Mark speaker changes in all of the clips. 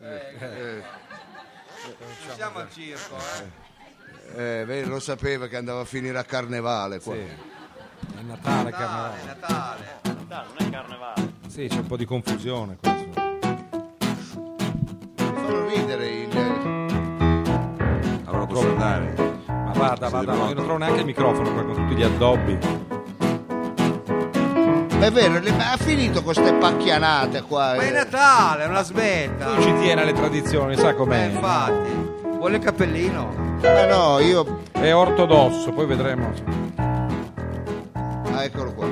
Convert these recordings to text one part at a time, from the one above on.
Speaker 1: Eh,
Speaker 2: Non siamo al circo, eh?
Speaker 1: eh, vedi, lo sapeva che andava a finire a carnevale qua.
Speaker 3: È Natale,
Speaker 2: Natale,
Speaker 3: carnevale.
Speaker 2: Natale.
Speaker 4: Dai, non è carnevale.
Speaker 3: Sì, c'è un po' di confusione questo.
Speaker 1: Fanno ridere il...
Speaker 5: Allora posso
Speaker 3: Come?
Speaker 5: andare?
Speaker 3: Ma vada, vada, io non trovo neanche il microfono qua con tutti gli addobbi.
Speaker 1: Ma è vero, le- ma ha finito con queste pacchianate qua.
Speaker 2: Ma è
Speaker 1: eh.
Speaker 2: Natale, non la smetta.
Speaker 3: Lui ci tiene alle tradizioni, sa
Speaker 2: Eh,
Speaker 3: com'è.
Speaker 2: infatti. Vuole il cappellino?
Speaker 1: Ma no, io...
Speaker 3: È ortodosso, poi vedremo.
Speaker 1: Ah, eccolo qua.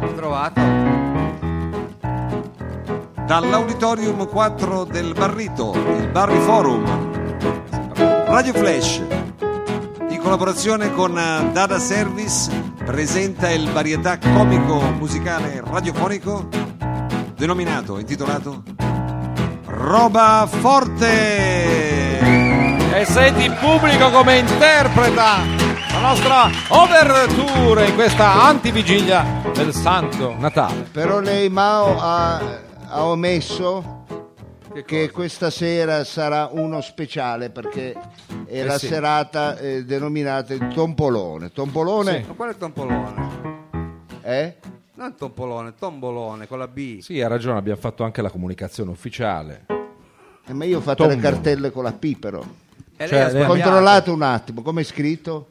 Speaker 2: L'ho trovato.
Speaker 5: Dall'Auditorium 4 del Barrito, il Barri Forum, Radio Flash, in collaborazione con eh, Dada Service, presenta il varietà comico-musicale radiofonico denominato, intitolato Roba Forte!
Speaker 3: E senti il pubblico come interpreta la nostra overture in questa antivigilia del Santo Natale.
Speaker 1: Però lei Mao ha, ha omesso che, questa sera sarà uno speciale perché è
Speaker 3: Eh
Speaker 1: la
Speaker 3: sì.
Speaker 1: serata eh, denominata il Tompolone. Tompolone?
Speaker 2: Ma quello è Tompolone.
Speaker 1: Eh?
Speaker 2: Non Tompolone, Tombolone con la B.
Speaker 3: Sì, ha ragione, abbiamo fatto anche la comunicazione ufficiale.
Speaker 1: Eh, Ma io ho fatto
Speaker 3: Tombo.
Speaker 1: le cartelle con la P però.
Speaker 2: E
Speaker 3: Cioè,
Speaker 2: lei ha
Speaker 3: lei-
Speaker 2: Eh, sbagliato.
Speaker 1: Controllate un attimo, come è scritto?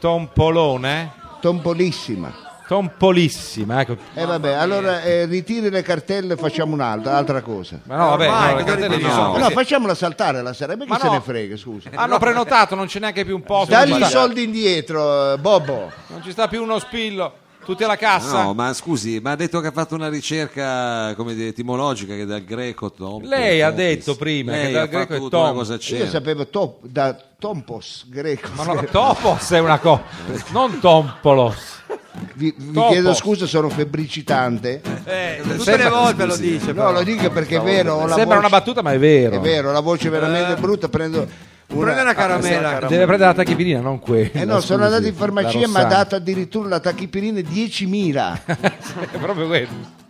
Speaker 3: Tompolone?
Speaker 1: Tompolissima.
Speaker 3: Tompolissima, ecco.
Speaker 1: eh, vabbè, allora eh, ritiri le cartelle e facciamo un'altra altra cosa.
Speaker 3: Ma no, vabbè,
Speaker 2: Ormai,
Speaker 3: no, le
Speaker 2: cosa
Speaker 3: cartelle ci
Speaker 2: dici?
Speaker 3: sono.
Speaker 1: No,
Speaker 3: queste-
Speaker 1: facciamola saltare la sera, perché
Speaker 3: Ma
Speaker 1: se
Speaker 3: no.
Speaker 1: ne frega, scusa.
Speaker 3: Hanno prenotato, non c'è neanche più un posto.
Speaker 1: Dagli i
Speaker 3: Non ci sta-
Speaker 1: soldi indietro, eh, Bobo.
Speaker 3: Non ci sta più uno spillo. Tutti alla cassa.
Speaker 5: No, ma scusi, ma ha detto che ha fatto una ricerca come dire, etimologica che dal greco tom-
Speaker 3: Lei ha
Speaker 5: tompis.
Speaker 3: detto prima che
Speaker 5: Lei
Speaker 3: dal
Speaker 5: ha
Speaker 3: greco
Speaker 5: fatto
Speaker 3: è
Speaker 5: tutta una
Speaker 3: tom.
Speaker 5: cosa
Speaker 1: Io
Speaker 5: c'era.
Speaker 1: sapevo top, da Tompos greco.
Speaker 3: Ma no, topos è una cosa, non tompolos.
Speaker 1: Vi, vi
Speaker 3: Topos.
Speaker 1: chiedo scusa, sono febbricitante.
Speaker 2: Eh, tutte
Speaker 5: Sembra
Speaker 2: le volte
Speaker 5: così,
Speaker 2: lo
Speaker 5: sì.
Speaker 2: dice.
Speaker 1: No,
Speaker 2: però.
Speaker 1: lo dico perché è vero. ho la
Speaker 3: Sembra una Eh.
Speaker 1: voce-
Speaker 3: battuta, ma è vero.
Speaker 1: È vero, la voce è veramente brutta. Prendo ah, una,
Speaker 2: Prende una caramella.
Speaker 3: Deve prendere la tachipirina, non quella.
Speaker 1: Eh no, sono
Speaker 3: scusi,
Speaker 1: andato in farmacia e
Speaker 3: la
Speaker 1: mi ha
Speaker 3: Rossana.
Speaker 1: dato addirittura la tachipirina 10.000.
Speaker 3: È proprio quello.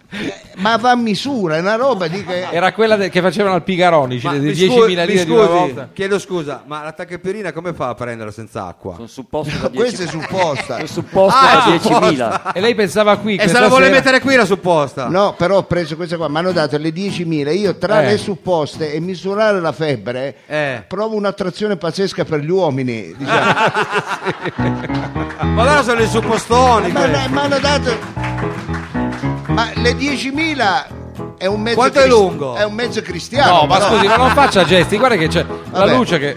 Speaker 1: Ma va a misura, è una roba. Dico, eh,
Speaker 3: Era quella de- che facevano al Pigaroni,
Speaker 2: Ma
Speaker 3: cioè, di
Speaker 2: mi
Speaker 3: 10.000
Speaker 2: scu- mi
Speaker 3: lire di una
Speaker 2: scusi,
Speaker 3: volta.
Speaker 2: Chiedo scusa, ma la tachipirina come fa a prenderla senza acqua?
Speaker 4: Sono supposto da 10.000.
Speaker 1: questa è supposta.
Speaker 4: Sono supposto
Speaker 2: Ah,
Speaker 4: da
Speaker 2: è supposta.
Speaker 4: 10.000.
Speaker 3: E lei pensava qui
Speaker 2: E se
Speaker 3: questa
Speaker 2: la vuole
Speaker 3: sera-
Speaker 2: mettere qui la
Speaker 3: Ah.
Speaker 2: supposta?
Speaker 1: No, però ho preso questa qua, mi hanno dato le 10.000, io tra
Speaker 3: Eh.
Speaker 1: le supposte e misurare la febbre
Speaker 2: Eh.
Speaker 1: provo un'attrazione pazzesca per gli uomini. Diciamo.
Speaker 3: Ah,
Speaker 2: Ma allora sono i suppostoni.
Speaker 1: Ma,
Speaker 2: quelli.
Speaker 1: ma- ma hanno dato. Ma le 10.000 è un mezzo.
Speaker 2: Quanto è lungo?
Speaker 1: È un mezzo cristiano.
Speaker 3: No, ma
Speaker 1: però.
Speaker 3: scusi, ma non faccia gesti, guarda che c'è la
Speaker 1: Vabbè.
Speaker 3: luce che...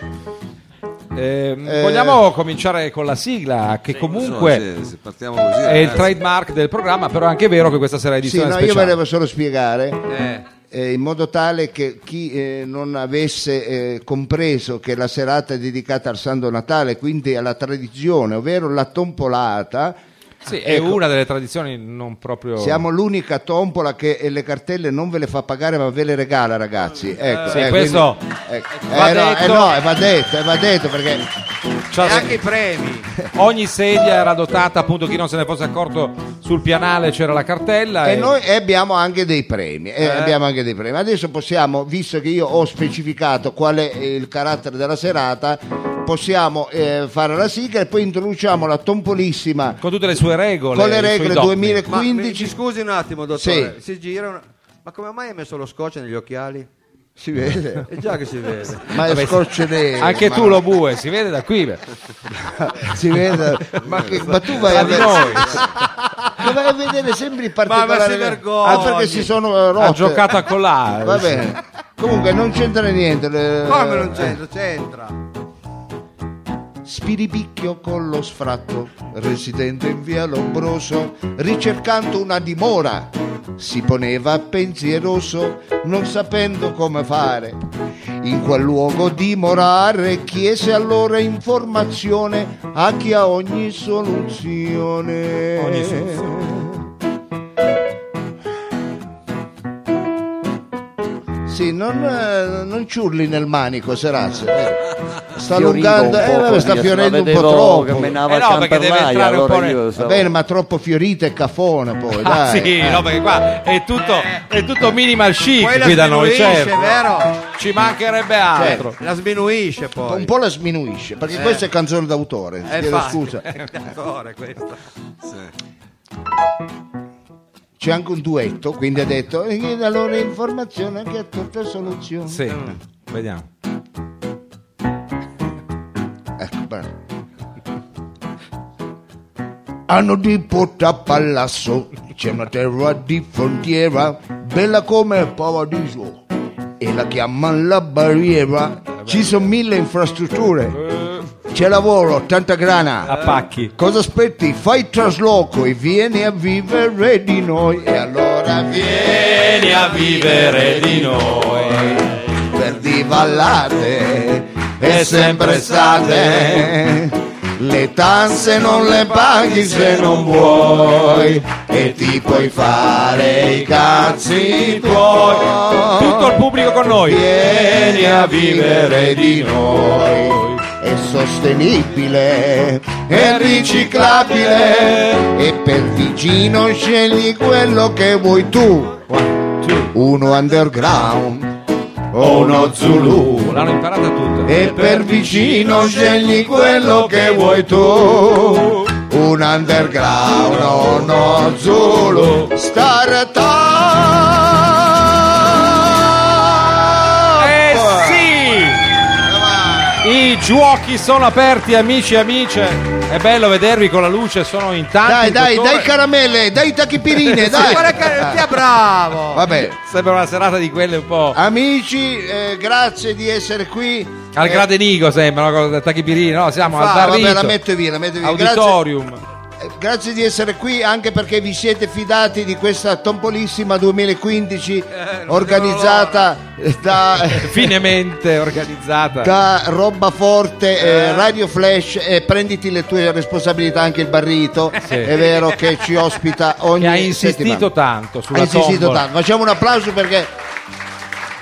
Speaker 3: Ehm,
Speaker 1: Eh.
Speaker 3: Vogliamo cominciare con la sigla, che comunque
Speaker 5: Non so, se- se partiamo così,
Speaker 3: è il
Speaker 5: ragazzi.
Speaker 3: trademark del programma, però è anche vero che questa sera è
Speaker 1: Sì,
Speaker 3: edizione
Speaker 1: no, io
Speaker 3: speciale.
Speaker 1: volevo solo spiegare.
Speaker 2: Eh,
Speaker 1: eh, in modo tale che chi eh, non avesse eh, compreso che la serata è dedicata al Santo Natale, quindi alla tradizione, ovvero la tompolata,
Speaker 3: Sì, è
Speaker 1: Ecco.
Speaker 3: una delle tradizioni non proprio...
Speaker 1: siamo l'unica tompola che eh, le cartelle non ve le fa pagare ma ve le regala ragazzi. Ecco,
Speaker 3: Sì,
Speaker 1: eh,
Speaker 3: questo
Speaker 1: quindi- ecco.
Speaker 3: va
Speaker 1: Eh, no, eh,
Speaker 3: detto.
Speaker 1: no, eh, va detto, eh, va detto perché
Speaker 3: Ciao,
Speaker 2: e anche i premi.
Speaker 3: Cioè, Ogni sedia era dotata, appunto, chi non se ne fosse accorto, sul pianale c'era la cartella.
Speaker 1: E noi abbiamo anche dei premi. eh, abbiamo anche dei premi. Adesso possiamo, visto che io ho specificato qual è il carattere della serata, possiamo eh, fare la sigla e poi introduciamo la tompolissima
Speaker 3: Con tutte le sue regole.
Speaker 1: con le
Speaker 3: i suoi
Speaker 1: regole
Speaker 3: dogmi.
Speaker 1: 2015.
Speaker 2: Mi scusi un attimo, dottore. Si gira una- Ma come mai hai messo lo scotch negli occhiali?
Speaker 1: Si vede. Eh.
Speaker 2: È già che si vede.
Speaker 1: Ma è scorcio nero,
Speaker 3: Anche
Speaker 1: ma-
Speaker 3: tu lo bue, si vede da qui. beh.
Speaker 1: si vede. Ma, che- ma tu vai a
Speaker 3: di
Speaker 1: vedere,
Speaker 3: noi.
Speaker 1: ma vai a vedere sempre i
Speaker 2: ma
Speaker 1: particolari.
Speaker 2: si vergogni.
Speaker 1: Ah, perché si sono eh, rotte.
Speaker 3: Ha giocato a collare.
Speaker 1: Va bene. Comunque non c'entra niente. le-
Speaker 2: Come non c'entra? C'entra.
Speaker 1: Spiripicchio con lo sfratto, residente in via Lombroso, ricercando una dimora, si poneva pensieroso, non sapendo come fare. In quel luogo dimorare chiese allora informazione a chi ha ogni soluzione.
Speaker 3: Ogni
Speaker 1: soluzione. Serazzi, non, eh, non ciurli nel manico, Serazzi. eh. Sta
Speaker 4: Fioriva
Speaker 1: allungando,
Speaker 4: un
Speaker 1: eh,
Speaker 4: po'
Speaker 1: vabbè,
Speaker 4: così,
Speaker 1: sta
Speaker 4: se
Speaker 1: fiorendo
Speaker 4: la
Speaker 1: un po'
Speaker 4: vedevo
Speaker 1: troppo.
Speaker 4: Che menava
Speaker 3: Eh no, perché deve
Speaker 4: Ciamperlaia,
Speaker 3: entrare un
Speaker 4: allora
Speaker 3: po' nel-
Speaker 4: io
Speaker 1: Va
Speaker 4: so-
Speaker 1: bene, ma troppo fiorita e cafona poi,
Speaker 3: Ah,
Speaker 1: dai.
Speaker 3: sì,
Speaker 1: eh.
Speaker 3: no, perché qua è tutto, è tutto minimal chic
Speaker 2: Poi la
Speaker 3: qui da noi,
Speaker 2: sminuisce,
Speaker 3: certo.
Speaker 1: eh.
Speaker 2: vero?
Speaker 3: Ci mancherebbe altro.
Speaker 2: La sminuisce poi.
Speaker 1: Un po' la sminuisce, perché questa è canzone d'autore, ti
Speaker 2: Eh,
Speaker 1: chiedo
Speaker 2: infatti.
Speaker 1: scusa.
Speaker 2: Ancora questa.
Speaker 1: C'è anche un duetto, quindi ha detto, "Eh, "E la loro informazione anche a tutte soluzioni.
Speaker 3: Sì, vediamo.
Speaker 1: Ecco, bravo. Hanno di porta a palazzo, c'è una terra di frontiera, bella come il paradiso, e la chiamano la barriera. Ci sono mille infrastrutture, c'è lavoro, tanta grana.
Speaker 3: A pacchi.
Speaker 1: Cosa aspetti? Fai il trasloco e vieni a vivere di noi. E allora vieni a vivere di noi. Per divallate è sempre state. Le tasse non le paghi se non vuoi. E ti puoi fare i cazzi tuoi.
Speaker 3: Tutto il pubblico con noi.
Speaker 1: Vieni a vivere di noi. È sostenibile, è riciclabile e per vicino scegli quello che vuoi tu. Uno underground o uno Zulu.
Speaker 3: L'hanno imparata tutta.
Speaker 1: E per vicino scegli quello che vuoi tu. Un underground o uno Zulu. Startup.
Speaker 3: Eh sì! I giochi sono aperti, amici e amiche. È bello vedervi con la luce, sono in tanti.
Speaker 1: Dai, dai,
Speaker 3: dottore.
Speaker 1: dai caramelle, dai tachipirine,
Speaker 2: Dai,
Speaker 1: dai.
Speaker 2: guarda che sia bravo.
Speaker 1: Vabbè,
Speaker 3: Sembra una serata di quelle un po'.
Speaker 1: amici, eh, grazie di essere qui.
Speaker 3: Al
Speaker 1: Ah, Eh,
Speaker 3: Gradenigo sembra, no? Con Tachipirino, no? Siamo
Speaker 1: fa-
Speaker 3: al
Speaker 1: vabbè, la
Speaker 3: Darrito.
Speaker 1: metto via, la metto via. Grazie,
Speaker 3: Auditorium.
Speaker 1: eh, grazie di essere qui anche perché vi siete fidati di questa tombolissima 2015 organizzata da,
Speaker 3: Finemente organizzata.
Speaker 1: da Roba Forte, eh, Radio Flash e prenditi le tue responsabilità anche il Barrito. È vero che ci ospita ogni
Speaker 3: Che ha insistito
Speaker 1: settimana.
Speaker 3: tanto sulla
Speaker 1: Ha insistito
Speaker 3: tombola.
Speaker 1: tanto. Facciamo un applauso perché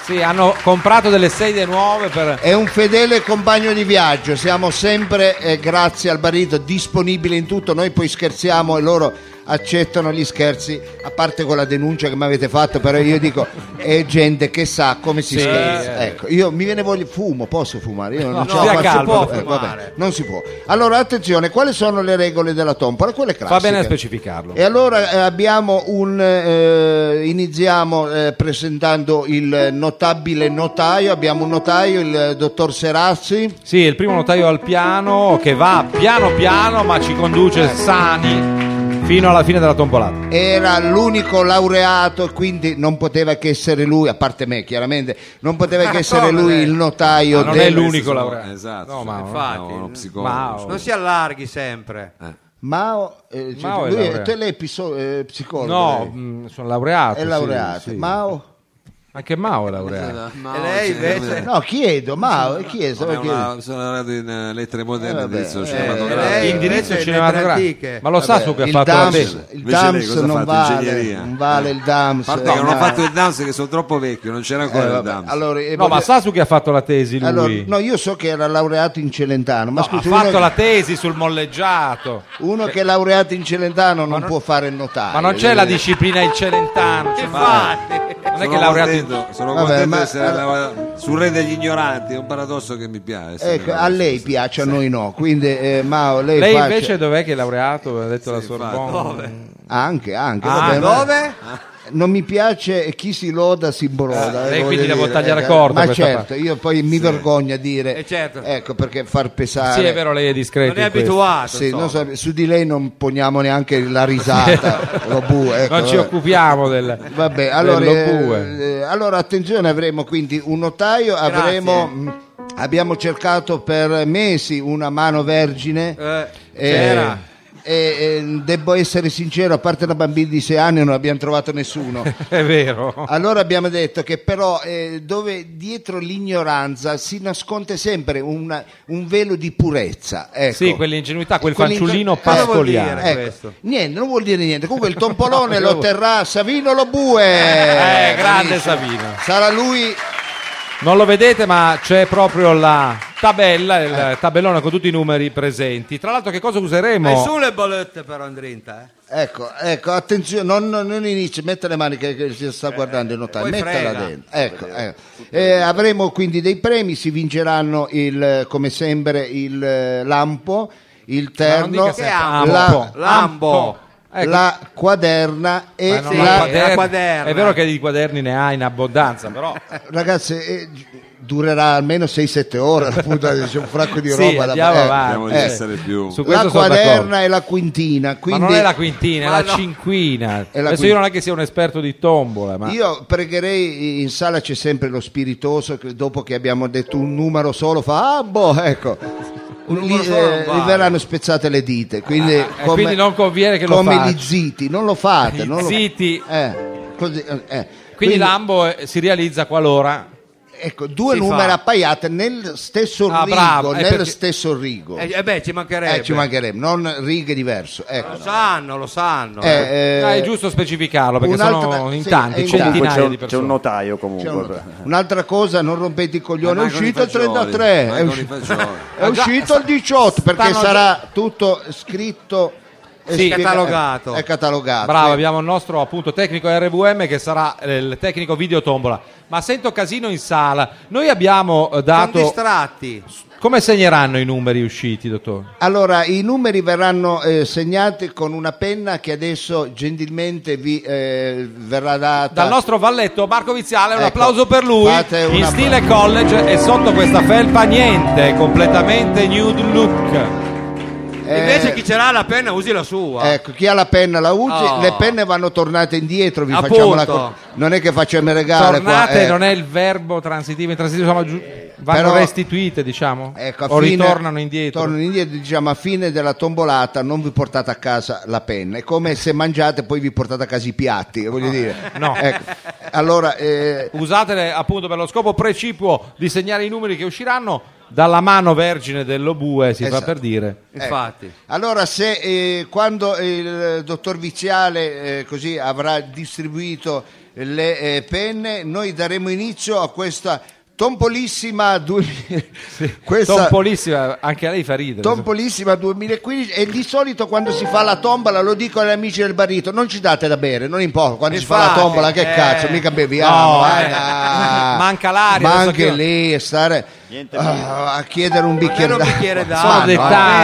Speaker 3: Sì, hanno comprato delle sedie nuove per...
Speaker 1: È un fedele compagno di viaggio, siamo sempre, eh, grazie al barito, disponibili in tutto, noi poi scherziamo e loro accettano gli scherzi, a parte quella denuncia che mi avete fatto, però io dico, è gente che sa come si
Speaker 3: Sì,
Speaker 1: scherza.
Speaker 3: eh.
Speaker 1: Ecco, io mi viene voglia, fumo, posso fumare? Io non
Speaker 3: No,
Speaker 1: ce la
Speaker 3: stia
Speaker 1: faccio. eh,
Speaker 3: calmo,
Speaker 2: non si può fumare.
Speaker 1: non si può. Allora, attenzione, quali sono le regole della tombola? Quelle classiche.
Speaker 3: Fa bene a specificarlo.
Speaker 1: E allora eh, abbiamo un eh, iniziamo eh, presentando il notabile notaio, abbiamo un notaio, il eh, dottor Serazzi.
Speaker 3: Sì, il primo notaio al piano che va piano piano ma ci conduce
Speaker 1: Eh.
Speaker 3: sani fino alla fine della tombolata.
Speaker 1: Era l'unico laureato, quindi non poteva che essere lui, a parte me chiaramente, non poteva che essere
Speaker 2: come
Speaker 1: lui
Speaker 2: lei?
Speaker 1: il notaio
Speaker 3: Ma non è
Speaker 1: del-
Speaker 3: l'unico laureato.
Speaker 5: Esatto.
Speaker 3: No, ma
Speaker 2: infatti.
Speaker 5: No, uno psicologo.
Speaker 3: Mao.
Speaker 2: Non si allarghi sempre.
Speaker 1: Eh. Mao, eh, cioè,
Speaker 3: Mao è
Speaker 1: lui è,
Speaker 3: laureato.
Speaker 1: te lei è piso- eh, psicologo.
Speaker 3: No,
Speaker 1: lei?
Speaker 3: mh, sono laureato.
Speaker 1: è
Speaker 3: sì,
Speaker 1: laureato.
Speaker 3: sì.
Speaker 1: Mao?
Speaker 3: Anche Mao è laureato.
Speaker 5: Ma
Speaker 2: E lei
Speaker 5: oggi-
Speaker 2: invece?
Speaker 1: No, chiedo, Mao, chi è?
Speaker 5: Vabbè,
Speaker 1: Stavo chiedendo.
Speaker 5: una- sono laureato in eh, lettere moderne
Speaker 1: Eh,
Speaker 5: e
Speaker 1: vabbè,
Speaker 5: indirizzo
Speaker 1: eh,
Speaker 5: cinematografico.
Speaker 1: lei-
Speaker 3: Indirizzo
Speaker 2: invece le
Speaker 3: cinematografico.
Speaker 2: antiche.
Speaker 3: Ma lo sa su che ha
Speaker 1: il Eh,
Speaker 3: fatto la
Speaker 1: DAMS,
Speaker 3: tesi?
Speaker 1: il
Speaker 5: Invece lei
Speaker 1: Dams
Speaker 5: cosa ha
Speaker 1: non
Speaker 5: fatto?
Speaker 1: vale,
Speaker 5: Ingegneria.
Speaker 1: non vale il Dams.
Speaker 5: A parte che non ho
Speaker 1: eh,
Speaker 5: fatto il dance che sono troppo vecchio, non c'era ancora
Speaker 1: eh,
Speaker 5: il
Speaker 1: vabbè.
Speaker 5: dance.
Speaker 1: Allora, eh,
Speaker 3: No,
Speaker 1: voglio-
Speaker 3: ma sa su che ha fatto la tesi lui?
Speaker 1: allora, no, io so che era laureato in Celentano, ma
Speaker 3: No, ha
Speaker 1: scusi, uno,
Speaker 3: fatto la tesi sul molleggiato.
Speaker 1: uno che è laureato in Celentano non, può fare il notaio.
Speaker 3: Ma non c'è la
Speaker 1: eh.
Speaker 3: disciplina in Celentano. cioè,
Speaker 1: Ah.
Speaker 3: Non è
Speaker 5: sono
Speaker 3: che è laureato in-
Speaker 5: contento, sono
Speaker 1: Vabbè,
Speaker 5: contento
Speaker 1: ma-
Speaker 5: di essere
Speaker 1: allora-
Speaker 5: alla- sul re degli ignoranti, è un paradosso che mi piace.
Speaker 1: Ecco,
Speaker 5: Sì,
Speaker 1: a lei piace, a noi no. Quindi, eh, Mao, lei,
Speaker 3: Lei
Speaker 1: faccia-
Speaker 3: invece dov'è che è laureato? Ha detto la
Speaker 5: Sì,
Speaker 3: Sorbonne.
Speaker 1: Anche, anche.
Speaker 3: Ah,
Speaker 1: vabbè, ma-
Speaker 2: Dove?
Speaker 1: Non mi piace chi si loda si broda.
Speaker 3: Eh,
Speaker 1: eh,
Speaker 3: lei
Speaker 1: voglio
Speaker 3: quindi la
Speaker 1: dire,
Speaker 3: può tagliare
Speaker 1: eh,
Speaker 3: corta
Speaker 1: Ma
Speaker 3: questa
Speaker 1: certo, io poi mi vergogno a dire.
Speaker 2: Eh, certo.
Speaker 1: Ecco, perché far pesare.
Speaker 3: Sì, è vero, lei è discreto.
Speaker 2: Non è
Speaker 3: in questo.
Speaker 2: abituato.
Speaker 1: Sì,
Speaker 2: insomma.
Speaker 1: non so, su di lei non poniamo neanche la risata. lo bu, ecco,
Speaker 3: Non ci
Speaker 1: vabbè.
Speaker 3: occupiamo del.
Speaker 1: Vabbè,
Speaker 3: del
Speaker 1: allora,
Speaker 3: Lobue.
Speaker 1: eh, eh, allora, attenzione, avremo quindi un notaio, avremo, mh, abbiamo cercato per mesi una mano vergine.
Speaker 2: Eh,
Speaker 1: eh,
Speaker 2: c'era.
Speaker 1: e, eh, devo essere sincero, a parte una bambina di 6 anni non abbiamo trovato nessuno.
Speaker 3: È vero.
Speaker 1: Allora abbiamo detto che però eh, dove dietro l'ignoranza si nasconde sempre una- un velo di purezza. Ecco.
Speaker 3: Sì, quell'ingenuità, quel
Speaker 1: Quell'ingegno-
Speaker 3: fanciullino
Speaker 1: Cosa vuol
Speaker 3: pascoliano.
Speaker 2: dire?
Speaker 1: Ecco,
Speaker 2: questo.
Speaker 1: Niente, non vuol dire niente. Comunque il tompolone lo terrà Savino Lobue.
Speaker 3: Eh, grande
Speaker 1: Amici.
Speaker 3: Savino.
Speaker 1: Sarà lui
Speaker 3: Non lo vedete, ma c'è proprio la tabella, il tabellone con tutti i numeri presenti. Tra l'altro, che cosa useremo?
Speaker 2: E su le bollette però andrinta, eh.
Speaker 1: Ecco, ecco, attenzione, non, non- non inizi, mette le mani che, che si sta
Speaker 3: Eh,
Speaker 1: guardando il notaio,
Speaker 2: poi
Speaker 1: mettela
Speaker 2: frega.
Speaker 1: dentro. Ecco, ecco. Eh, avremo quindi dei premi, si vinceranno il, eh, come sempre il eh, lampo, il
Speaker 3: Ma
Speaker 1: terno,
Speaker 3: non dica sempre
Speaker 1: la,
Speaker 3: ampo.
Speaker 2: Lambo.
Speaker 3: Ecco.
Speaker 1: la quaderna
Speaker 3: Ma
Speaker 1: e
Speaker 3: non
Speaker 2: sì,
Speaker 3: la
Speaker 1: la...
Speaker 3: quaderna.
Speaker 2: la quaderna.
Speaker 3: È vero che di quaderni ne ha in abbondanza, però
Speaker 1: Ragazzi, eh, gi- durerà almeno 6-7 ore, la puntata, c'è un fracco di
Speaker 3: Sì,
Speaker 1: roba. da-
Speaker 3: andiamo
Speaker 1: eh.
Speaker 3: avanti.
Speaker 5: Dobbiamo
Speaker 1: eh.
Speaker 5: essere più.
Speaker 3: su questo
Speaker 1: La
Speaker 3: sono d'accordo.
Speaker 1: quaderna e la quintina, quindi...
Speaker 3: ma non è la quintina, è
Speaker 2: Ma
Speaker 3: la
Speaker 2: no.
Speaker 3: cinquina.
Speaker 1: È la
Speaker 3: Adesso
Speaker 1: quin-
Speaker 3: io non è che sia un esperto di tombola, ma
Speaker 1: Io pregherei, in sala c'è sempre lo spiritoso che dopo che abbiamo detto un numero solo fa, ah boh, ecco,
Speaker 2: numero
Speaker 1: Lì,
Speaker 2: solo non
Speaker 1: eh,
Speaker 2: vale.
Speaker 1: gli verranno spezzate le dita, quindi,
Speaker 3: eh, quindi non conviene che lo
Speaker 1: come
Speaker 3: faccia.
Speaker 1: gli ziti, non lo fate.
Speaker 3: Gli
Speaker 1: non lo-
Speaker 3: ziti.
Speaker 1: Eh, così, eh, eh.
Speaker 3: quindi Lambo eh, si realizza qualora
Speaker 1: Ecco, due
Speaker 3: si
Speaker 1: numeri
Speaker 3: fa.
Speaker 1: appaiate nel stesso
Speaker 3: Ah,
Speaker 1: rigo,
Speaker 3: bravo, eh,
Speaker 1: nel
Speaker 3: perché-
Speaker 1: stesso rigo.
Speaker 2: E
Speaker 1: Eh,
Speaker 2: eh beh, ci mancherebbe.
Speaker 1: ci mancherebbe, non righe diverse. Ecco.
Speaker 2: Lo sanno, lo sanno.
Speaker 1: Eh, eh,
Speaker 3: Ah, è giusto specificarlo perché
Speaker 1: un'altra-
Speaker 3: sono in
Speaker 1: sì, eh,
Speaker 3: tanti,
Speaker 1: è in tanti.
Speaker 3: centinaia
Speaker 1: Comunque
Speaker 4: Comunque c'è
Speaker 3: di
Speaker 4: un, c'è
Speaker 3: persone.
Speaker 4: un notaio
Speaker 1: c'è
Speaker 4: comunque.
Speaker 1: un- un'altra cosa, non rompete i
Speaker 3: Eh,
Speaker 1: coglioni, è
Speaker 5: Mancano Eh, i
Speaker 1: uscito il
Speaker 5: fagioli,
Speaker 1: 33, è
Speaker 5: mancano i
Speaker 1: usci-
Speaker 5: fagioli.
Speaker 1: È uscito il 18 perché
Speaker 3: Ah, stanno già-
Speaker 1: sarà tutto scritto e
Speaker 3: Sì,
Speaker 1: spiega-
Speaker 2: catalogato.
Speaker 1: È catalogato.
Speaker 3: Bravo,
Speaker 1: sì.
Speaker 3: abbiamo il nostro appunto tecnico RVM che sarà eh, il tecnico video tombola. Ma sento casino in sala. Noi abbiamo eh,
Speaker 2: Sono
Speaker 3: dato
Speaker 2: distratti.
Speaker 3: come segneranno i numeri usciti, dottore?
Speaker 1: Allora, i numeri verranno eh, segnati con una penna che adesso gentilmente vi eh, verrà data.
Speaker 3: Dal nostro valletto Marco Viziale, un
Speaker 1: Ecco,
Speaker 3: applauso per lui
Speaker 1: fate un
Speaker 3: in
Speaker 1: applauso.
Speaker 3: stile college e sotto questa felpa niente, completamente nude look.
Speaker 1: eh,
Speaker 2: Invece chi ce l'ha la penna usi la sua.
Speaker 1: Ecco, chi ha la penna la usi,
Speaker 2: Oh.
Speaker 1: le penne vanno tornate indietro, vi facciamo la
Speaker 2: Appunto.
Speaker 1: co- Non è che facciamo i regali
Speaker 3: Tornate
Speaker 1: qua, eh.
Speaker 3: non è il verbo transitivo, intransitivo, insomma, giu- vanno
Speaker 1: Però-
Speaker 3: restituite, diciamo,
Speaker 1: Ecco, a
Speaker 3: o
Speaker 1: fine-
Speaker 3: ritornano indietro.
Speaker 1: tornano indietro, diciamo a fine della tombolata non vi portate a casa la penna, è come se mangiate e poi vi portate a casa i piatti, voglio dire.
Speaker 3: no.
Speaker 1: Ecco, Allora, eh,
Speaker 3: Usatele appunto per lo scopo precipuo di segnare i numeri che usciranno dalla mano vergine dell'obue, si
Speaker 1: Esatto.
Speaker 3: fa per dire.
Speaker 2: Infatti.
Speaker 1: allora se eh, quando il dottor Viziale eh, così avrà distribuito le eh, penne, noi daremo inizio a questa tombolissima du- questa-
Speaker 3: Tompolissima, anche a lei fa ridere.
Speaker 1: Tompolissima 2015 e di solito quando si fa la tombola lo dico agli amici del barito non ci date da bere non importa quando si fa la
Speaker 2: Infatti,
Speaker 1: tombola che
Speaker 2: eh.
Speaker 1: cazzo mica beviamo
Speaker 3: No,
Speaker 1: eh,
Speaker 3: eh.
Speaker 1: dai.
Speaker 3: Manca l'aria,
Speaker 1: ma
Speaker 3: lo
Speaker 1: anche
Speaker 3: sappiamo.
Speaker 1: lì e stare
Speaker 4: Niente
Speaker 1: ah, a chiedere un bicchiere
Speaker 2: Almeno un
Speaker 1: d'acqua.
Speaker 2: bicchiere
Speaker 3: Sono
Speaker 2: d'acqua.
Speaker 1: Ma Ah, no,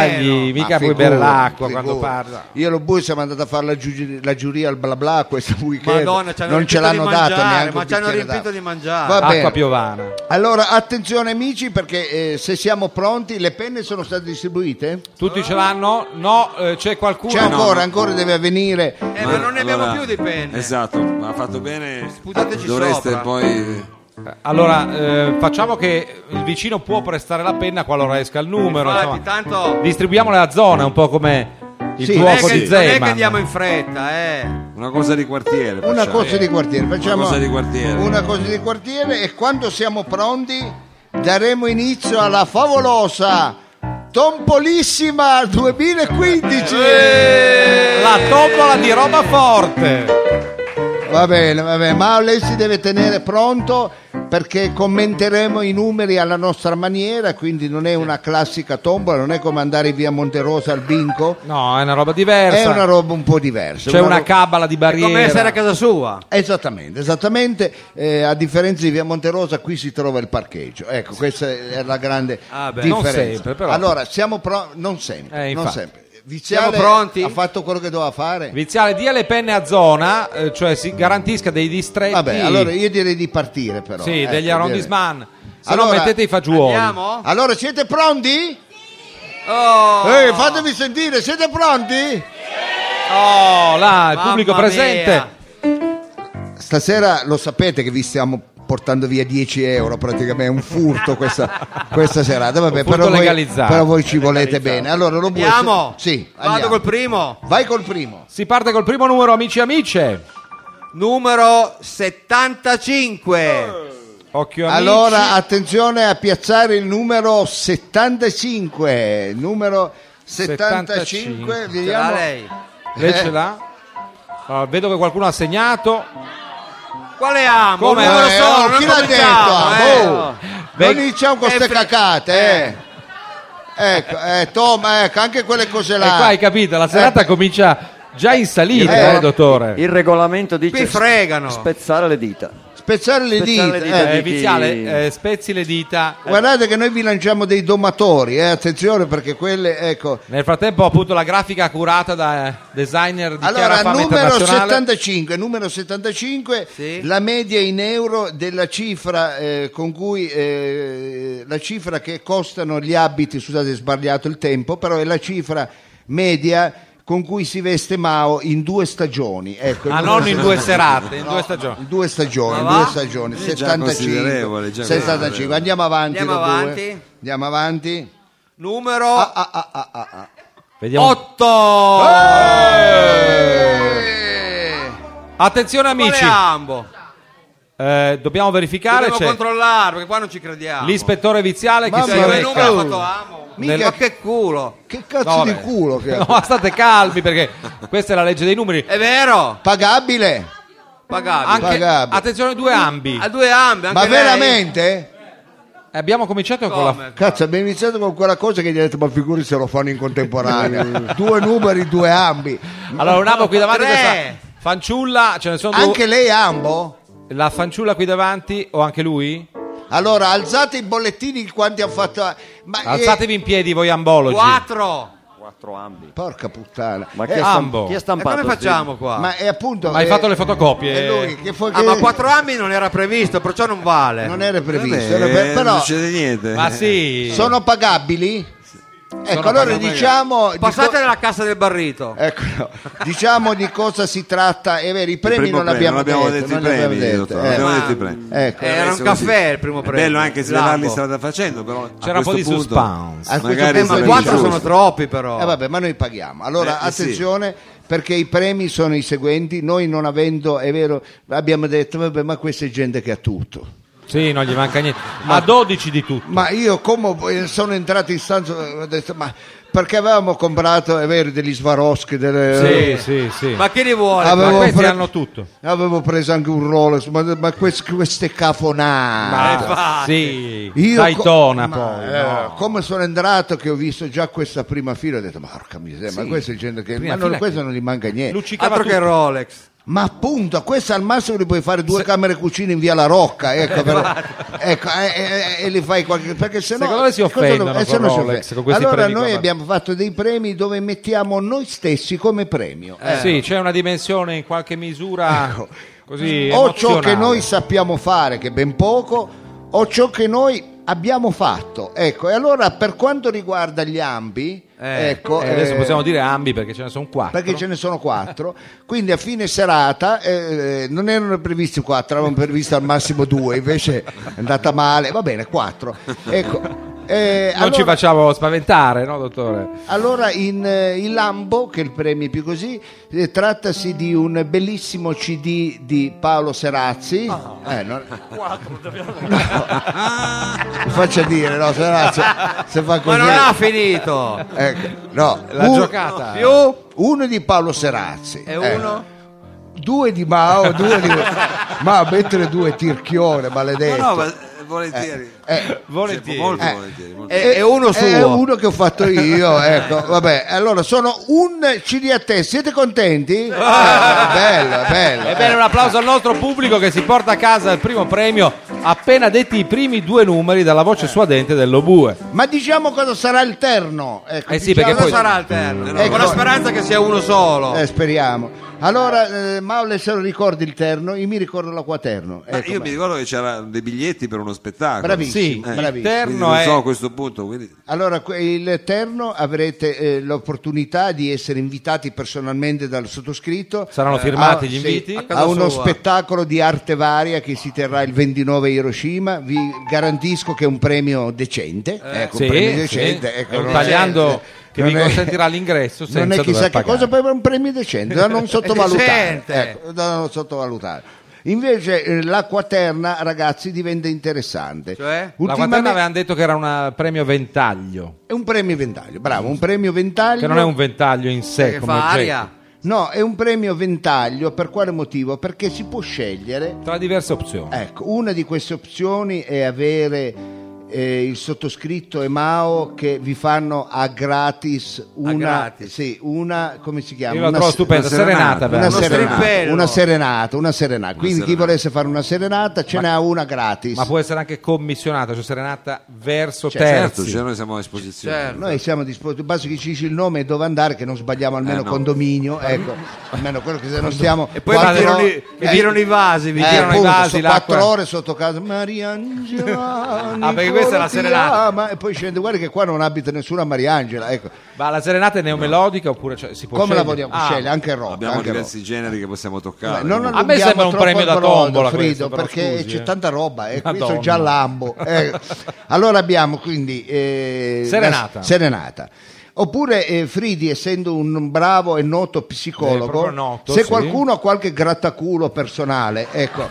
Speaker 1: eh.
Speaker 3: dettagli,
Speaker 1: ma
Speaker 3: mica puoi
Speaker 1: figurati,
Speaker 3: bere l'acqua quando
Speaker 1: figurati.
Speaker 3: parla.
Speaker 1: io e lo bui siamo andati a fare la, giu- la giuria al bla bla questo weekend
Speaker 2: Madonna, ci hanno
Speaker 1: non ce
Speaker 2: riempito di
Speaker 1: l'hanno dato
Speaker 2: mangiare,
Speaker 1: neanche
Speaker 2: ma
Speaker 1: un
Speaker 2: ci hanno
Speaker 1: bicchiere d'acqua.
Speaker 2: riempito di mangiare.
Speaker 1: Va
Speaker 3: Acqua
Speaker 1: bene.
Speaker 3: piovana.
Speaker 1: allora attenzione amici perché eh, se siamo pronti le penne sono state distribuite?
Speaker 3: Tutti ce l'hanno? No, eh, c'è qualcuno.
Speaker 1: C'è ancora, ancora deve avvenire.
Speaker 2: Eh,
Speaker 5: Ma
Speaker 2: ma non ne abbiamo
Speaker 5: allora-
Speaker 2: più di penne.
Speaker 5: Esatto, ma ha fatto bene.
Speaker 2: Sputateci
Speaker 5: Dovreste
Speaker 2: sopra.
Speaker 5: poi.
Speaker 3: Allora, eh, facciamo che il vicino può prestare la penna qualora esca il numero.
Speaker 2: Infatti,
Speaker 3: insomma.
Speaker 2: tanto
Speaker 3: Distribuiamo la zona, un po' come il
Speaker 1: Sì,
Speaker 3: gioco
Speaker 2: non è,
Speaker 1: fuoco
Speaker 2: che,
Speaker 3: di
Speaker 2: non è che
Speaker 3: Zeman.
Speaker 2: andiamo in fretta, eh.
Speaker 5: Una cosa di quartiere.
Speaker 1: Una
Speaker 5: facciamo.
Speaker 1: cosa di quartiere, facciamo
Speaker 5: cosa di quartiere.
Speaker 1: una cosa di quartiere e quando siamo pronti daremo inizio alla favolosa Tompolissima 2015.
Speaker 5: Eh.
Speaker 3: La tombola di roba forte.
Speaker 1: Va bene, va bene, ma lei si deve tenere pronto perché commenteremo i numeri alla nostra maniera, quindi non è una classica tombola, non è come andare via Monterosa al bingo,
Speaker 3: No, è una roba diversa.
Speaker 1: è una roba un po' diversa.
Speaker 3: Certo. C'è una
Speaker 1: roba-
Speaker 3: cabala di
Speaker 2: È come essere a
Speaker 3: barriere.
Speaker 2: casa sua.
Speaker 1: Esattamente, esattamente, eh, a differenza di via Monterosa qui si trova il parcheggio, ecco questa è la grande
Speaker 2: Ah, beh.
Speaker 1: differenza.
Speaker 3: Non sempre, però.
Speaker 1: Allora, siamo pronti, non sempre,
Speaker 3: Eh,
Speaker 1: non
Speaker 3: infatti.
Speaker 1: sempre. Viziale
Speaker 2: Siamo pronti?
Speaker 1: ha fatto quello che doveva fare?
Speaker 3: Viziale, dia le penne a zona, eh, cioè si garantisca dei distretti.
Speaker 1: Vabbè, allora io direi di partire però.
Speaker 3: Sì,
Speaker 1: ecco,
Speaker 3: degli
Speaker 1: direi.
Speaker 3: arrondisman. Se no
Speaker 1: Allora,
Speaker 3: mettete i fagioli.
Speaker 2: Andiamo?
Speaker 1: Allora siete pronti?
Speaker 2: Oh,
Speaker 1: Ehi, fatemi sentire, siete pronti?
Speaker 3: Oh, là, il
Speaker 2: Mamma
Speaker 3: pubblico
Speaker 2: mia.
Speaker 3: presente.
Speaker 1: Stasera lo sapete che vi stiamo portando via 10 euro praticamente, è un furto questa, questa serata. Vabbè,
Speaker 3: Un furto
Speaker 1: però, voi,
Speaker 3: legalizzato.
Speaker 1: però voi ci volete bene. Allora, lo vuoi-
Speaker 2: Andiamo?
Speaker 1: Sì,
Speaker 2: Vado
Speaker 1: andiamo.
Speaker 2: col primo.
Speaker 1: Vai col primo.
Speaker 3: Si parte col primo numero, amici e amiche.
Speaker 2: Numero 75.
Speaker 3: Occhio amici.
Speaker 1: Allora, attenzione a piazzare il numero 75. Numero 75,
Speaker 3: 75.
Speaker 2: Ce l'ha
Speaker 1: vediamo.
Speaker 2: lei.
Speaker 3: Lei
Speaker 1: eh.
Speaker 3: ah, ce l'ha? Allora, vedo che qualcuno ha segnato.
Speaker 2: Quale amo?
Speaker 3: Come
Speaker 2: Come non lo
Speaker 1: Eh,
Speaker 2: so,
Speaker 1: oh,
Speaker 2: non
Speaker 1: chi l'ha detto?
Speaker 2: cominciamo,
Speaker 1: ah,
Speaker 2: eh.
Speaker 1: oh.
Speaker 3: Beh,
Speaker 1: non iniziamo con
Speaker 2: eh,
Speaker 1: queste
Speaker 2: fri-
Speaker 1: cacate, eh. Ecco, eh, Tom, ecco, anche quelle cose
Speaker 3: E qua
Speaker 1: là.
Speaker 3: hai capito, la serata comincia già in salita,
Speaker 1: Eh.
Speaker 3: eh, dottore.
Speaker 4: Il regolamento dice
Speaker 2: Qui fregano.
Speaker 4: spezzare le dita.
Speaker 1: Spezzare le
Speaker 4: Spezzare
Speaker 1: dita.
Speaker 4: le
Speaker 1: eh.
Speaker 4: dita.
Speaker 3: Eh,
Speaker 4: di chi-
Speaker 3: Viziale, eh, spezzi le dita.
Speaker 1: Guardate che noi vi lanciamo dei domatori, eh, attenzione perché quelle, ecco.
Speaker 3: Nel frattempo, appunto, la grafica curata da eh, designer di
Speaker 1: Allora,
Speaker 3: Chiara Fama
Speaker 1: numero
Speaker 3: Internazionale.
Speaker 1: 75, numero 75
Speaker 2: Sì.
Speaker 1: la media in euro della cifra eh, con cui eh, la cifra che costano gli abiti, scusate, è sbagliato il tempo, però è la cifra media con cui si veste Mao in due stagioni. Ecco,
Speaker 3: Ah,
Speaker 1: il
Speaker 3: non
Speaker 1: numero 75.
Speaker 3: in due serate, in due stagioni.
Speaker 1: In due stagioni, in
Speaker 2: Ma va?
Speaker 1: due stagioni,
Speaker 5: È già
Speaker 1: 75,
Speaker 5: considerevole, già
Speaker 1: 75.
Speaker 5: considerevole.
Speaker 1: Andiamo avanti.
Speaker 2: Andiamo
Speaker 1: dopo, eh.
Speaker 2: avanti.
Speaker 1: Andiamo avanti.
Speaker 2: Numero
Speaker 1: Ah, ah, ah, ah, ah, ah.
Speaker 3: Vediamo.
Speaker 2: 8.
Speaker 3: Eh! Attenzione, amici,
Speaker 2: Quale ambo?
Speaker 3: eh, dobbiamo verificare.
Speaker 2: Dobbiamo
Speaker 3: c'è
Speaker 2: controllare perché qua non ci crediamo.
Speaker 3: l'ispettore Viziale che
Speaker 1: Mamma
Speaker 3: si
Speaker 2: Cioè, due
Speaker 1: mia.
Speaker 2: numeri ha
Speaker 1: Oh.
Speaker 2: fatto amo.
Speaker 1: Mica-
Speaker 2: Ma che culo.
Speaker 1: Che cazzo
Speaker 3: No,
Speaker 1: di
Speaker 3: beh.
Speaker 1: culo che Eh, ha?
Speaker 3: No, state calmi perché questa è la legge dei numeri.
Speaker 2: È vero,
Speaker 1: Pagabile?
Speaker 2: pagabile.
Speaker 3: Anche,
Speaker 1: Pagabile.
Speaker 3: attenzione, due ambi.
Speaker 2: Ha due ambe, anche
Speaker 1: Ma
Speaker 2: lei.
Speaker 1: veramente?
Speaker 3: Eh, Abbiamo cominciato con la.
Speaker 2: Come?
Speaker 1: Cazzo, abbiamo iniziato con quella cosa che gli ha detto, ma figuri se lo fanno in contemporanea. due numeri, due ambi.
Speaker 3: Allora, un ambo qui davanti.
Speaker 2: Tre.
Speaker 3: Questa fanciulla, ce ne sono due.
Speaker 1: Anche lei ambo?
Speaker 3: La fanciulla qui davanti, o anche lui?
Speaker 1: Eh, Allora, alzate i bollettini quanti ha fatto... Ma eh,
Speaker 3: Alzatevi in piedi voi ambologi.
Speaker 2: Quattro.
Speaker 4: Quattro ambi.
Speaker 1: porca puttana.
Speaker 4: Ma
Speaker 1: Eh,
Speaker 4: chi, ha stamp-
Speaker 3: ambo.
Speaker 4: chi ha
Speaker 2: E
Speaker 4: stampato?
Speaker 2: come facciamo qua?
Speaker 1: ma è appunto...
Speaker 3: Ma hai
Speaker 1: eh,
Speaker 3: fatto le fotocopie?
Speaker 1: è lui che fu-
Speaker 2: Ah,
Speaker 1: che-
Speaker 2: ma quattro ambi non era previsto, perciò non vale.
Speaker 1: Non
Speaker 3: Eh,
Speaker 1: era previsto,
Speaker 5: Vabbè,
Speaker 1: era per-
Speaker 5: non
Speaker 1: però...
Speaker 5: succede niente.
Speaker 3: Ma sì.
Speaker 1: Eh, Sono pagabili? Ecco,
Speaker 3: Sono
Speaker 1: allora
Speaker 3: pagabili.
Speaker 1: diciamo... di
Speaker 2: Passate
Speaker 1: co-
Speaker 2: nella cassa del barrito.
Speaker 1: Ecco, no. diciamo di cosa si tratta. È vero, i premi
Speaker 5: primo
Speaker 1: non l'abbiamo
Speaker 5: premio, non abbiamo
Speaker 1: detto.
Speaker 5: detto i
Speaker 1: non li abbiamo
Speaker 5: premi,
Speaker 1: detto,
Speaker 5: dottore,
Speaker 1: eh.
Speaker 5: abbiamo
Speaker 2: Ma-
Speaker 5: detto eh, i premi.
Speaker 1: Ecco.
Speaker 2: Era un
Speaker 5: Così.
Speaker 2: caffè il primo
Speaker 5: È
Speaker 2: premio.
Speaker 5: bello anche se
Speaker 2: L'ambo.
Speaker 5: li strada facendo, però a
Speaker 3: Ecco, C'era un po' di
Speaker 5: questo punto,
Speaker 3: suspense.
Speaker 1: A questo
Speaker 5: magari
Speaker 1: punto-
Speaker 2: Eh, ma
Speaker 5: sarebbe
Speaker 2: quattro
Speaker 5: giusto.
Speaker 2: sono troppi però.
Speaker 1: Eh, vabbè, ma noi paghiamo. Allora,
Speaker 5: Eh, eh, sì.
Speaker 1: attenzione, perché i premi sono i seguenti. Noi non avendo, è vero, abbiamo detto, vabbè, ma questa è gente che ha tutto.
Speaker 3: Sì, non gli manca niente. A 12 di tutto.
Speaker 1: Ma io come eh, sono entrato in stanza, eh, ho detto, ma perché avevamo comprato, è vero, degli Swarovski, delle...
Speaker 3: Sì, sì, sì.
Speaker 2: Ma chi li vuole?
Speaker 1: Ah,
Speaker 3: Ma
Speaker 1: avevo
Speaker 3: questi
Speaker 1: pre-
Speaker 3: hanno tutto.
Speaker 1: Avevo preso anche un Rolex, ma, ma quest- queste cafonate.
Speaker 3: Ah, sì.
Speaker 1: Io co-
Speaker 3: Daytona
Speaker 1: ma,
Speaker 3: poi.
Speaker 1: eh,
Speaker 3: no.
Speaker 1: Come sono entrato che ho visto già questa prima fila, ho detto, porca miseria, ma questa è gente che...
Speaker 3: Prima
Speaker 1: Ma non,
Speaker 3: fila
Speaker 1: questo
Speaker 3: che-
Speaker 1: non gli manca niente.
Speaker 3: Luccicava
Speaker 2: Altro che
Speaker 3: tutto.
Speaker 2: Rolex.
Speaker 1: Ma appunto, a questa al massimo li puoi fare due camere cucine in via La Rocca, ecco, per- ecco, eh, eh, eh, e li fai qualche... perché se no...
Speaker 3: Esatto. Secondo me si
Speaker 1: cosa
Speaker 3: offendono
Speaker 1: dov- eh, se
Speaker 3: con
Speaker 1: no si
Speaker 3: Rolex,
Speaker 1: offende.
Speaker 3: con questi
Speaker 1: Allora
Speaker 3: premi qua,
Speaker 1: noi
Speaker 3: guarda.
Speaker 1: abbiamo fatto dei premi dove mettiamo noi stessi come premio.
Speaker 3: Eh, Sì, c'è una dimensione in qualche misura così
Speaker 1: Ecco. o ciò
Speaker 3: emozionale.
Speaker 1: che noi sappiamo fare, che è ben poco, o ciò che noi abbiamo fatto. Ecco, e allora per quanto riguarda gli ambi,
Speaker 2: Eh,
Speaker 1: ecco,
Speaker 3: Eh, adesso
Speaker 1: eh,
Speaker 3: possiamo dire ambi perché ce ne sono quattro.
Speaker 1: perché ce ne sono quattro, quindi a fine serata eh, non erano previsti quattro, avevamo previsto al massimo due, invece è andata male, va bene, quattro. Ecco, eh,
Speaker 3: Non ci
Speaker 1: allora-
Speaker 3: facciamo spaventare, no, dottore?
Speaker 1: allora in, eh, il Lambo, che è il premio più così, eh, trattasi di un bellissimo CD di Paolo Serazzi.
Speaker 2: Ah.
Speaker 1: Eh, non- No. Faccia dire, no, Serazzi se fa
Speaker 2: Ma
Speaker 1: così.
Speaker 2: non ha finito.
Speaker 1: Ecco, no.
Speaker 3: La
Speaker 1: Un-
Speaker 3: giocata.
Speaker 2: Più
Speaker 1: Uno di Paolo Serazzi.
Speaker 2: e
Speaker 1: eh.
Speaker 2: uno.
Speaker 1: Due di Mao, due di... Ma mettere due tirchione, maledetto.
Speaker 5: No, no, ma eh, volentieri.
Speaker 1: Eh,
Speaker 5: Sì,
Speaker 3: Volentieri.
Speaker 5: Molto
Speaker 1: Eh.
Speaker 5: volentieri. molto.
Speaker 2: E, e uno suo.
Speaker 1: È uno che ho fatto io, ecco. Vabbè, allora sono un CD a te. Siete contenti? Eh, bello, bello.
Speaker 3: E bene, un applauso al nostro pubblico che si porta a casa il primo premio appena detti i primi due numeri dalla
Speaker 1: Eh.
Speaker 3: voce suadente dell'Obue.
Speaker 1: Ma diciamo cosa sarà il terno. Ecco,
Speaker 3: Eh sì,
Speaker 1: diciamo-
Speaker 3: perché
Speaker 2: Cosa
Speaker 3: poi-
Speaker 2: sarà il terno?
Speaker 1: Ecco.
Speaker 2: Con la speranza che sia uno solo.
Speaker 1: Eh, speriamo. Allora, eh, Maule se lo ricordi il terno, io mi ricordo l'acquaterno.
Speaker 5: Ma
Speaker 1: Ecco,
Speaker 5: io
Speaker 1: beh.
Speaker 5: mi ricordo che c'erano dei biglietti per uno spettacolo.
Speaker 1: Bravissimo. Eh,
Speaker 3: Sì, il
Speaker 1: bravissimo.
Speaker 5: Quindi
Speaker 3: terno
Speaker 5: non
Speaker 3: è
Speaker 5: so a questo punto, quindi
Speaker 1: Allora, que- il terno avrete eh, l'opportunità di essere invitati personalmente dal sottoscritto.
Speaker 3: Saranno
Speaker 1: Eh,
Speaker 3: firmati
Speaker 1: a-
Speaker 3: gli
Speaker 1: sì,
Speaker 3: inviti?
Speaker 1: a,
Speaker 2: A casa
Speaker 1: uno
Speaker 2: sua.
Speaker 1: spettacolo di arte varia che si terrà il 29 a Hiroshima. Vi garantisco che è un premio decente. ecco,
Speaker 3: Eh, sì,
Speaker 1: un premio
Speaker 3: sì.
Speaker 1: decente.
Speaker 3: È
Speaker 1: ecco,
Speaker 3: un
Speaker 1: non
Speaker 3: tagliando che vi
Speaker 1: non è-
Speaker 3: consentirà l'ingresso senza
Speaker 1: non è chissà
Speaker 3: dover
Speaker 1: che
Speaker 3: pagare.
Speaker 1: cosa, poi è un premio decente, da non sottovalutare.
Speaker 2: decente.
Speaker 1: Ecco, da non sottovalutare. Invece eh, l'acqua terna, ragazzi, diventa interessante.
Speaker 2: Cioè?
Speaker 3: La
Speaker 1: Ultimamente-
Speaker 3: Guantanamo avevano detto che era un eh, premio ventaglio,
Speaker 1: è un premio ventaglio, bravo, un premio ventaglio.
Speaker 3: che non è un ventaglio in sé
Speaker 2: che
Speaker 3: come
Speaker 2: fa
Speaker 3: oggetto.
Speaker 2: aria.
Speaker 1: No, è un premio ventaglio, per quale motivo? Perché si può scegliere
Speaker 3: Tra diverse opzioni.
Speaker 1: Ecco, una di queste opzioni è avere eh, il sottoscritto e Mao che vi fanno a gratis una,
Speaker 2: gratis.
Speaker 1: sì, una come si chiama?
Speaker 3: Io la
Speaker 1: Eh, Una
Speaker 3: trovo
Speaker 1: se-
Speaker 3: stupenda,
Speaker 5: una
Speaker 3: serenata.
Speaker 5: serenata.
Speaker 3: beh.
Speaker 1: una
Speaker 2: Uno
Speaker 1: serenata,
Speaker 2: strimpello.
Speaker 1: una serenata, una serenata. Quindi chi
Speaker 5: serenata.
Speaker 1: volesse fare una serenata ce n'ha una gratis.
Speaker 3: Ma può certo. essere anche commissionata, cioè serenata verso
Speaker 1: Cioè,
Speaker 5: Certo,
Speaker 3: terzi.
Speaker 5: cioè noi siamo a esposizione.
Speaker 2: Certo.
Speaker 1: Noi siamo disposti, basta che ci dici il nome e dove andare che non sbagliamo almeno
Speaker 5: Eh, no.
Speaker 1: condominio, ecco, almeno quello che se non stiamo
Speaker 2: E poi
Speaker 1: quattro-
Speaker 2: vi tirano, i, vi
Speaker 1: eh,
Speaker 2: tirano i vasi, vi
Speaker 1: Eh,
Speaker 2: tirano i
Speaker 1: appunto,
Speaker 2: vasi,
Speaker 1: so-
Speaker 2: l'acqua.
Speaker 1: quattro ore sotto casa Mariangela
Speaker 2: Ah, perché questa è la serenata.
Speaker 1: ma e poi scende guarda che qua non abita nessuno a Mariangela ecco
Speaker 3: Ma la serenata è neomelodica oppure cioè, si può
Speaker 1: come la
Speaker 3: scegliere?
Speaker 1: vogliamo
Speaker 3: Ah,
Speaker 1: scegliere anche il rock
Speaker 5: Abbiamo
Speaker 1: anche il rock.
Speaker 5: diversi generi che possiamo toccare.
Speaker 1: Beh, non
Speaker 3: A me
Speaker 1: allunghiamo
Speaker 3: sembra un
Speaker 1: troppo
Speaker 3: premio da
Speaker 1: il brodo,
Speaker 3: tombola
Speaker 1: Frido,
Speaker 3: questo, però,
Speaker 1: perché
Speaker 3: scusi,
Speaker 1: c'è
Speaker 3: eh.
Speaker 1: tanta roba e qui sono
Speaker 3: Madonna.
Speaker 1: già lambo eh. allora abbiamo quindi eh,
Speaker 3: Serenata.
Speaker 1: la- serenata Oppure eh, Fridi, essendo un bravo e noto
Speaker 3: Eh,
Speaker 1: psicologo,
Speaker 3: proprio noto,
Speaker 1: se
Speaker 3: sì.
Speaker 1: qualcuno ha qualche grattaculo personale ecco,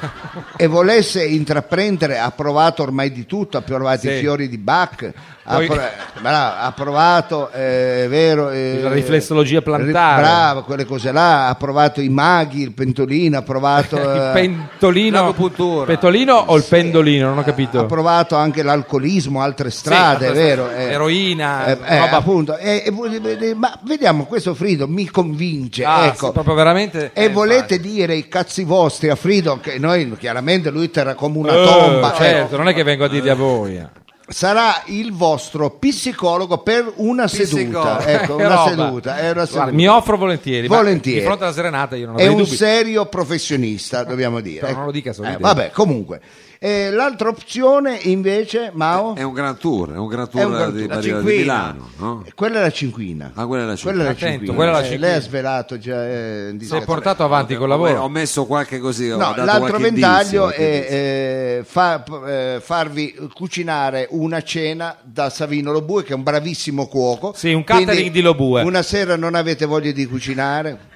Speaker 1: e volesse intraprendere, ha provato ormai di tutto, ha provato i
Speaker 3: Sì.
Speaker 1: fiori di Bach, ha,
Speaker 3: Poi-
Speaker 1: pro- bravo, ha provato, eh, è vero, eh,
Speaker 3: La riflessologia plantare.
Speaker 1: ri- bravo, quelle cose là, ha provato i maghi, il pentolino, ha provato
Speaker 3: Il
Speaker 1: eh,
Speaker 3: pentolino,
Speaker 2: l'agopuntura.
Speaker 3: pentolino o il pendolino? Non ho
Speaker 1: ha
Speaker 3: capito.
Speaker 1: provato anche l'alcolismo, altre strade, è
Speaker 3: altre
Speaker 1: vero?
Speaker 3: strade.
Speaker 1: eh.
Speaker 3: Eroina,
Speaker 1: Eh, eh,
Speaker 3: roba-
Speaker 1: appunto. eh, eh, vuol- eh, ma vediamo, questo Frido mi convince,
Speaker 3: Ah,
Speaker 1: ecco.
Speaker 3: sì, proprio veramente.
Speaker 1: E
Speaker 3: eh,
Speaker 1: volete dire i cazzi vostri a Frido, che noi chiaramente lui terrà come una
Speaker 3: eh,
Speaker 1: tomba.
Speaker 3: certo,
Speaker 1: eh.
Speaker 3: non è che vengo a dirli a voi. eh.
Speaker 1: Sarà il vostro psicologo per una
Speaker 2: Psicologo.
Speaker 1: seduta. Ecco,
Speaker 3: Che
Speaker 1: una
Speaker 3: roba.
Speaker 1: seduta. È una
Speaker 3: Guarda,
Speaker 1: seduta.
Speaker 3: mi offro volentieri. ma
Speaker 1: Volentieri.
Speaker 3: Di fronte alla serenata io non
Speaker 1: è
Speaker 3: avrei
Speaker 1: un
Speaker 3: dubbi. Eh,
Speaker 1: serio professionista, dobbiamo dire.
Speaker 3: Però non lo dica solo
Speaker 1: Eh,
Speaker 3: idea.
Speaker 1: Vabbè, comunque. Eh, l'altra opzione invece, Mao,
Speaker 5: È un gran tour, è un gran
Speaker 1: È un gran
Speaker 5: tour
Speaker 1: tour.
Speaker 5: di,
Speaker 1: La
Speaker 5: Barilla- di
Speaker 2: cinquina.
Speaker 5: Milano. no?
Speaker 1: quella è la cinquina.
Speaker 5: Ah, quella è la cinquina.
Speaker 1: Quella è la
Speaker 3: Attento,
Speaker 1: cinquina.
Speaker 3: quella è la
Speaker 1: Eh,
Speaker 3: cinquina.
Speaker 1: Lei ha svelato già eh, in
Speaker 3: Si è
Speaker 1: discrezione.
Speaker 3: portato avanti col
Speaker 5: Ho
Speaker 3: lavoro.
Speaker 5: messo qualche così. ho
Speaker 1: No,
Speaker 5: dato
Speaker 1: l'altro
Speaker 5: qualche indizio,
Speaker 1: ventaglio
Speaker 5: qualche
Speaker 1: è
Speaker 5: indizio.
Speaker 1: eh, fa- eh, farvi cucinare una cena da Savino Lobue, che è un bravissimo cuoco.
Speaker 3: Sì, un catering
Speaker 1: Quindi,
Speaker 3: di Lobue.
Speaker 1: Una sera non avete voglia di cucinare,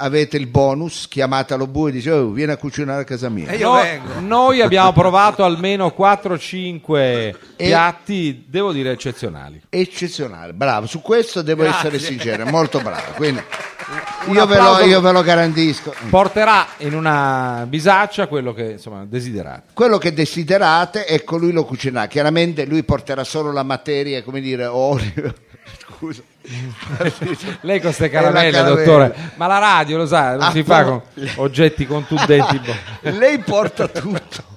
Speaker 1: avete il bonus, chiamate Lobue e dice "Oh, vieni a cucinare a casa mia.
Speaker 2: E io
Speaker 3: No,
Speaker 2: vengo.
Speaker 3: noi abbiamo provato almeno 4-5
Speaker 1: E-
Speaker 3: piatti, devo dire, eccezionali.
Speaker 1: Eccezionale, bravo, su questo devo
Speaker 2: Grazie.
Speaker 1: essere sincero, è molto bravo. Quindi,
Speaker 3: Un
Speaker 1: io, ve lo,
Speaker 3: applauso.
Speaker 1: io ve lo garantisco.
Speaker 3: Porterà in una bisaccia quello che insomma desiderate.
Speaker 1: Quello che desiderate, ecco, lui lo cucinerà. Chiaramente lui porterà solo la materia, come dire, olio. Scusa.
Speaker 3: Lei con queste
Speaker 1: E la
Speaker 3: caramelle,
Speaker 1: caramella.
Speaker 3: dottore, ma la radio lo sa, non
Speaker 1: Ah,
Speaker 3: si fa
Speaker 1: no.
Speaker 3: con oggetti contundenti. boh.
Speaker 1: Lei porta tutto.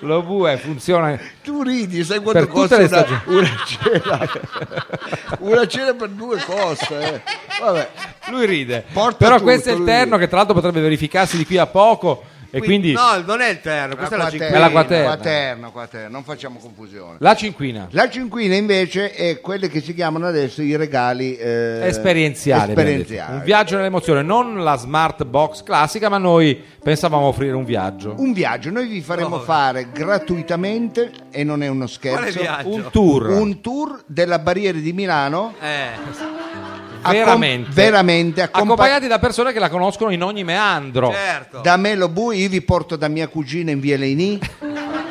Speaker 3: Lo bue funziona.
Speaker 1: Tu ridi, sai quanto
Speaker 3: Per tutte
Speaker 1: costa
Speaker 3: le
Speaker 1: una,
Speaker 3: stagioni.
Speaker 1: una cena? una cena per due costa. eh. Vabbè.
Speaker 3: Lui ride.
Speaker 1: Porta
Speaker 3: Però
Speaker 1: tutto,
Speaker 3: questo è il
Speaker 1: lui
Speaker 3: terno
Speaker 1: ride.
Speaker 3: che tra l'altro potrebbe verificarsi di qui a poco e quindi
Speaker 2: No, non è il terno, questa è la
Speaker 1: Quaterno,
Speaker 2: cinquina.
Speaker 3: È la quaterna.
Speaker 1: quaterno, quaterno, non facciamo confusione.
Speaker 3: la cinquina.
Speaker 1: La cinquina invece è quelle che si chiamano adesso i regali eh,
Speaker 3: esperienziale. abbiamo detto.
Speaker 1: esperienziali.
Speaker 3: Un viaggio nell'emozione, non la smart box classica, ma noi pensavamo offrire un viaggio.
Speaker 1: Un viaggio, noi vi faremo
Speaker 2: No.
Speaker 1: fare gratuitamente, e non è uno
Speaker 2: Oh. Quale
Speaker 1: scherzo,
Speaker 2: viaggio?
Speaker 3: Un tour.
Speaker 1: un tour della Barriere di Milano
Speaker 2: Eh,
Speaker 1: accom-
Speaker 3: veramente.
Speaker 1: veramente accompa-
Speaker 3: accompagnati da persone che la conoscono in ogni meandro.
Speaker 2: certo.
Speaker 1: da me lo bui, io vi porto da mia cugina in via Leini,
Speaker 3: Eh?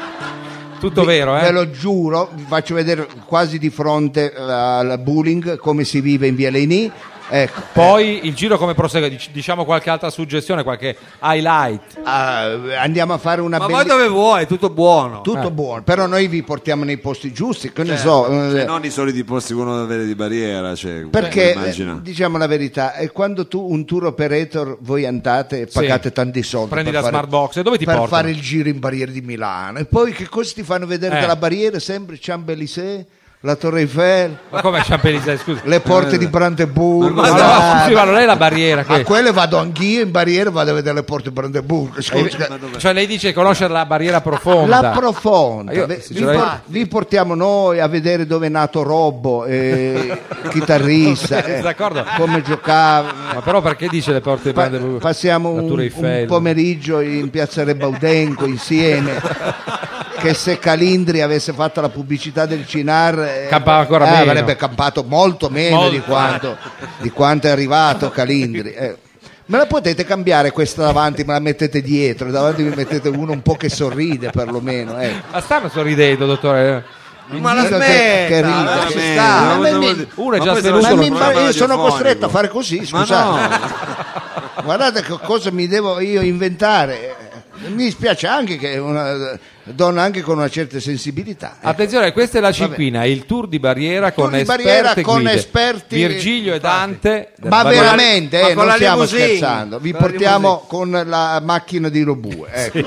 Speaker 3: Tutto vero, eh?
Speaker 1: ve lo giuro, vi faccio vedere quasi di fronte eh, al bullying come si vive in via Leini. Ecco,
Speaker 3: Poi il giro come prosegue? Dic- diciamo qualche altra suggestione, qualche highlight.
Speaker 1: eh, andiamo a fare una
Speaker 2: Ma
Speaker 1: belli-
Speaker 2: voi dove vuoi, tutto buono.
Speaker 1: tutto
Speaker 3: Eh.
Speaker 1: buono, però noi vi portiamo nei posti giusti, che ne
Speaker 3: Certo.
Speaker 1: so, eh,
Speaker 5: E non i soliti posti che uno deve avere di barriera. Cioè,
Speaker 1: Perché
Speaker 5: immagina.
Speaker 1: eh, diciamo la verità, eh, quando tu un tour operator voi andate e
Speaker 3: Sì.
Speaker 1: pagate tanti soldi
Speaker 3: Prendi
Speaker 1: per
Speaker 3: la
Speaker 1: fare,
Speaker 3: smart box, e dove ti
Speaker 1: per
Speaker 3: portano?
Speaker 1: fare il giro in barriere di Milano e poi che cosa ti fanno vedere
Speaker 3: Eh.
Speaker 1: dalla barriera? Sempre Champs-Élysées, la Torre Eiffel,
Speaker 3: Ma come Champelisei, scusa.
Speaker 1: le porte di Brandeburgo.
Speaker 3: Eh. Ma
Speaker 1: guarda.
Speaker 3: no, scusi, ma non è la barriera
Speaker 1: a
Speaker 3: che...
Speaker 1: quelle vado anch'io in barriera, vado a vedere le porte di Brandeburgo. scusa.
Speaker 3: Cioè lei dice conoscere la barriera profonda.
Speaker 1: La profonda,
Speaker 3: Ma io,
Speaker 1: Ve- vi,
Speaker 3: sinceramente-
Speaker 1: por- vi portiamo noi a vedere dove è nato Robbo, eh, chitarrista, eh,
Speaker 3: D'accordo.
Speaker 1: come giocava,
Speaker 3: Ma però perché dice le porte di
Speaker 1: Pa-
Speaker 3: Brandeburgo?
Speaker 1: passiamo
Speaker 3: La
Speaker 1: un,
Speaker 3: Tour Eiffel.
Speaker 1: un pomeriggio in piazza Rebaudenco insieme che se Calindri avesse fatto la pubblicità del Cinar eh,
Speaker 3: Campava ancora
Speaker 1: eh,
Speaker 3: meno.
Speaker 1: avrebbe campato molto meno
Speaker 3: Molto.
Speaker 1: Di, quanto, di quanto è arrivato Calindri eh. me la potete cambiare questa davanti me la mettete dietro davanti mi mettete uno un po' che sorride perlomeno eh.
Speaker 3: Ma stanno sorridendo, dottore. eh?
Speaker 2: Ma la
Speaker 1: Dico
Speaker 2: smetta,
Speaker 1: che- che
Speaker 5: Ah,
Speaker 1: ride,
Speaker 2: ma
Speaker 1: ci
Speaker 2: veramente.
Speaker 1: sta.
Speaker 5: Ma
Speaker 1: Ma
Speaker 5: poi
Speaker 1: mi-
Speaker 5: se-
Speaker 3: Uno è
Speaker 5: ma
Speaker 3: già
Speaker 5: poi se
Speaker 3: svenuto
Speaker 5: non
Speaker 1: ma
Speaker 5: c'è
Speaker 1: mi-
Speaker 5: un
Speaker 1: ma
Speaker 5: programma
Speaker 1: io sono
Speaker 5: radiofonico.
Speaker 1: costretto a fare così
Speaker 5: Ma
Speaker 1: scusate
Speaker 5: no.
Speaker 1: Guardate che cosa mi devo io inventare. Mi spiace anche che una donna anche con una certa sensibilità.
Speaker 3: Attenzione, questa è la cinquina, il tour di barriera con,
Speaker 1: Eh. Tour di
Speaker 3: esperte
Speaker 1: barriera con
Speaker 3: guide.
Speaker 1: esperti-
Speaker 3: Virgilio e Dante. della
Speaker 1: Ma
Speaker 3: barriera-
Speaker 1: veramente,
Speaker 2: Ma
Speaker 1: eh,
Speaker 2: con
Speaker 1: non
Speaker 2: la
Speaker 1: stiamo
Speaker 2: limousine.
Speaker 1: scherzando. Vi
Speaker 2: Con la
Speaker 1: portiamo con la macchina di Robue. ecco.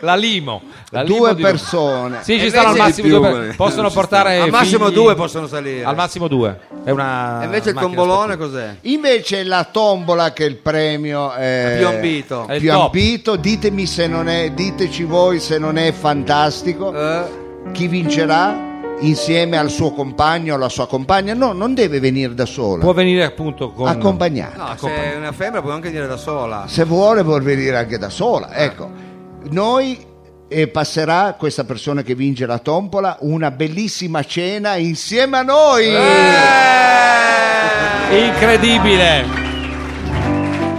Speaker 3: La Limo. la Limo
Speaker 1: Due
Speaker 3: di Roma.
Speaker 1: persone.
Speaker 3: Sì, ci
Speaker 2: E
Speaker 3: stanno al
Speaker 2: invece-
Speaker 3: massimo
Speaker 5: di
Speaker 3: due.
Speaker 5: più,
Speaker 3: per-
Speaker 5: eh.
Speaker 3: Possono
Speaker 5: Ci sta.
Speaker 3: portare
Speaker 2: Al massimo
Speaker 3: figli-
Speaker 2: due possono salire.
Speaker 3: Al massimo due. È una
Speaker 2: E invece il
Speaker 3: macchina
Speaker 2: tombolone cos'è?
Speaker 1: Invece la tombola che è il premio è
Speaker 2: Più ambito.
Speaker 3: È il
Speaker 1: più
Speaker 3: top.
Speaker 1: ambito, ditemi se non è, diteci voi se non è fantastico.
Speaker 2: Eh,
Speaker 1: Chi vincerà insieme al suo compagno, alla sua compagna? No, non deve venire da sola,
Speaker 3: Può venire appunto con
Speaker 1: accompagnata.
Speaker 2: no, se è una femmina può anche dire da sola.
Speaker 1: Se vuole può venire anche da sola,
Speaker 3: Eh.
Speaker 1: ecco. Noi eh, passerà questa persona che vince la tombola una bellissima cena insieme a noi.
Speaker 3: Eh. Incredibile!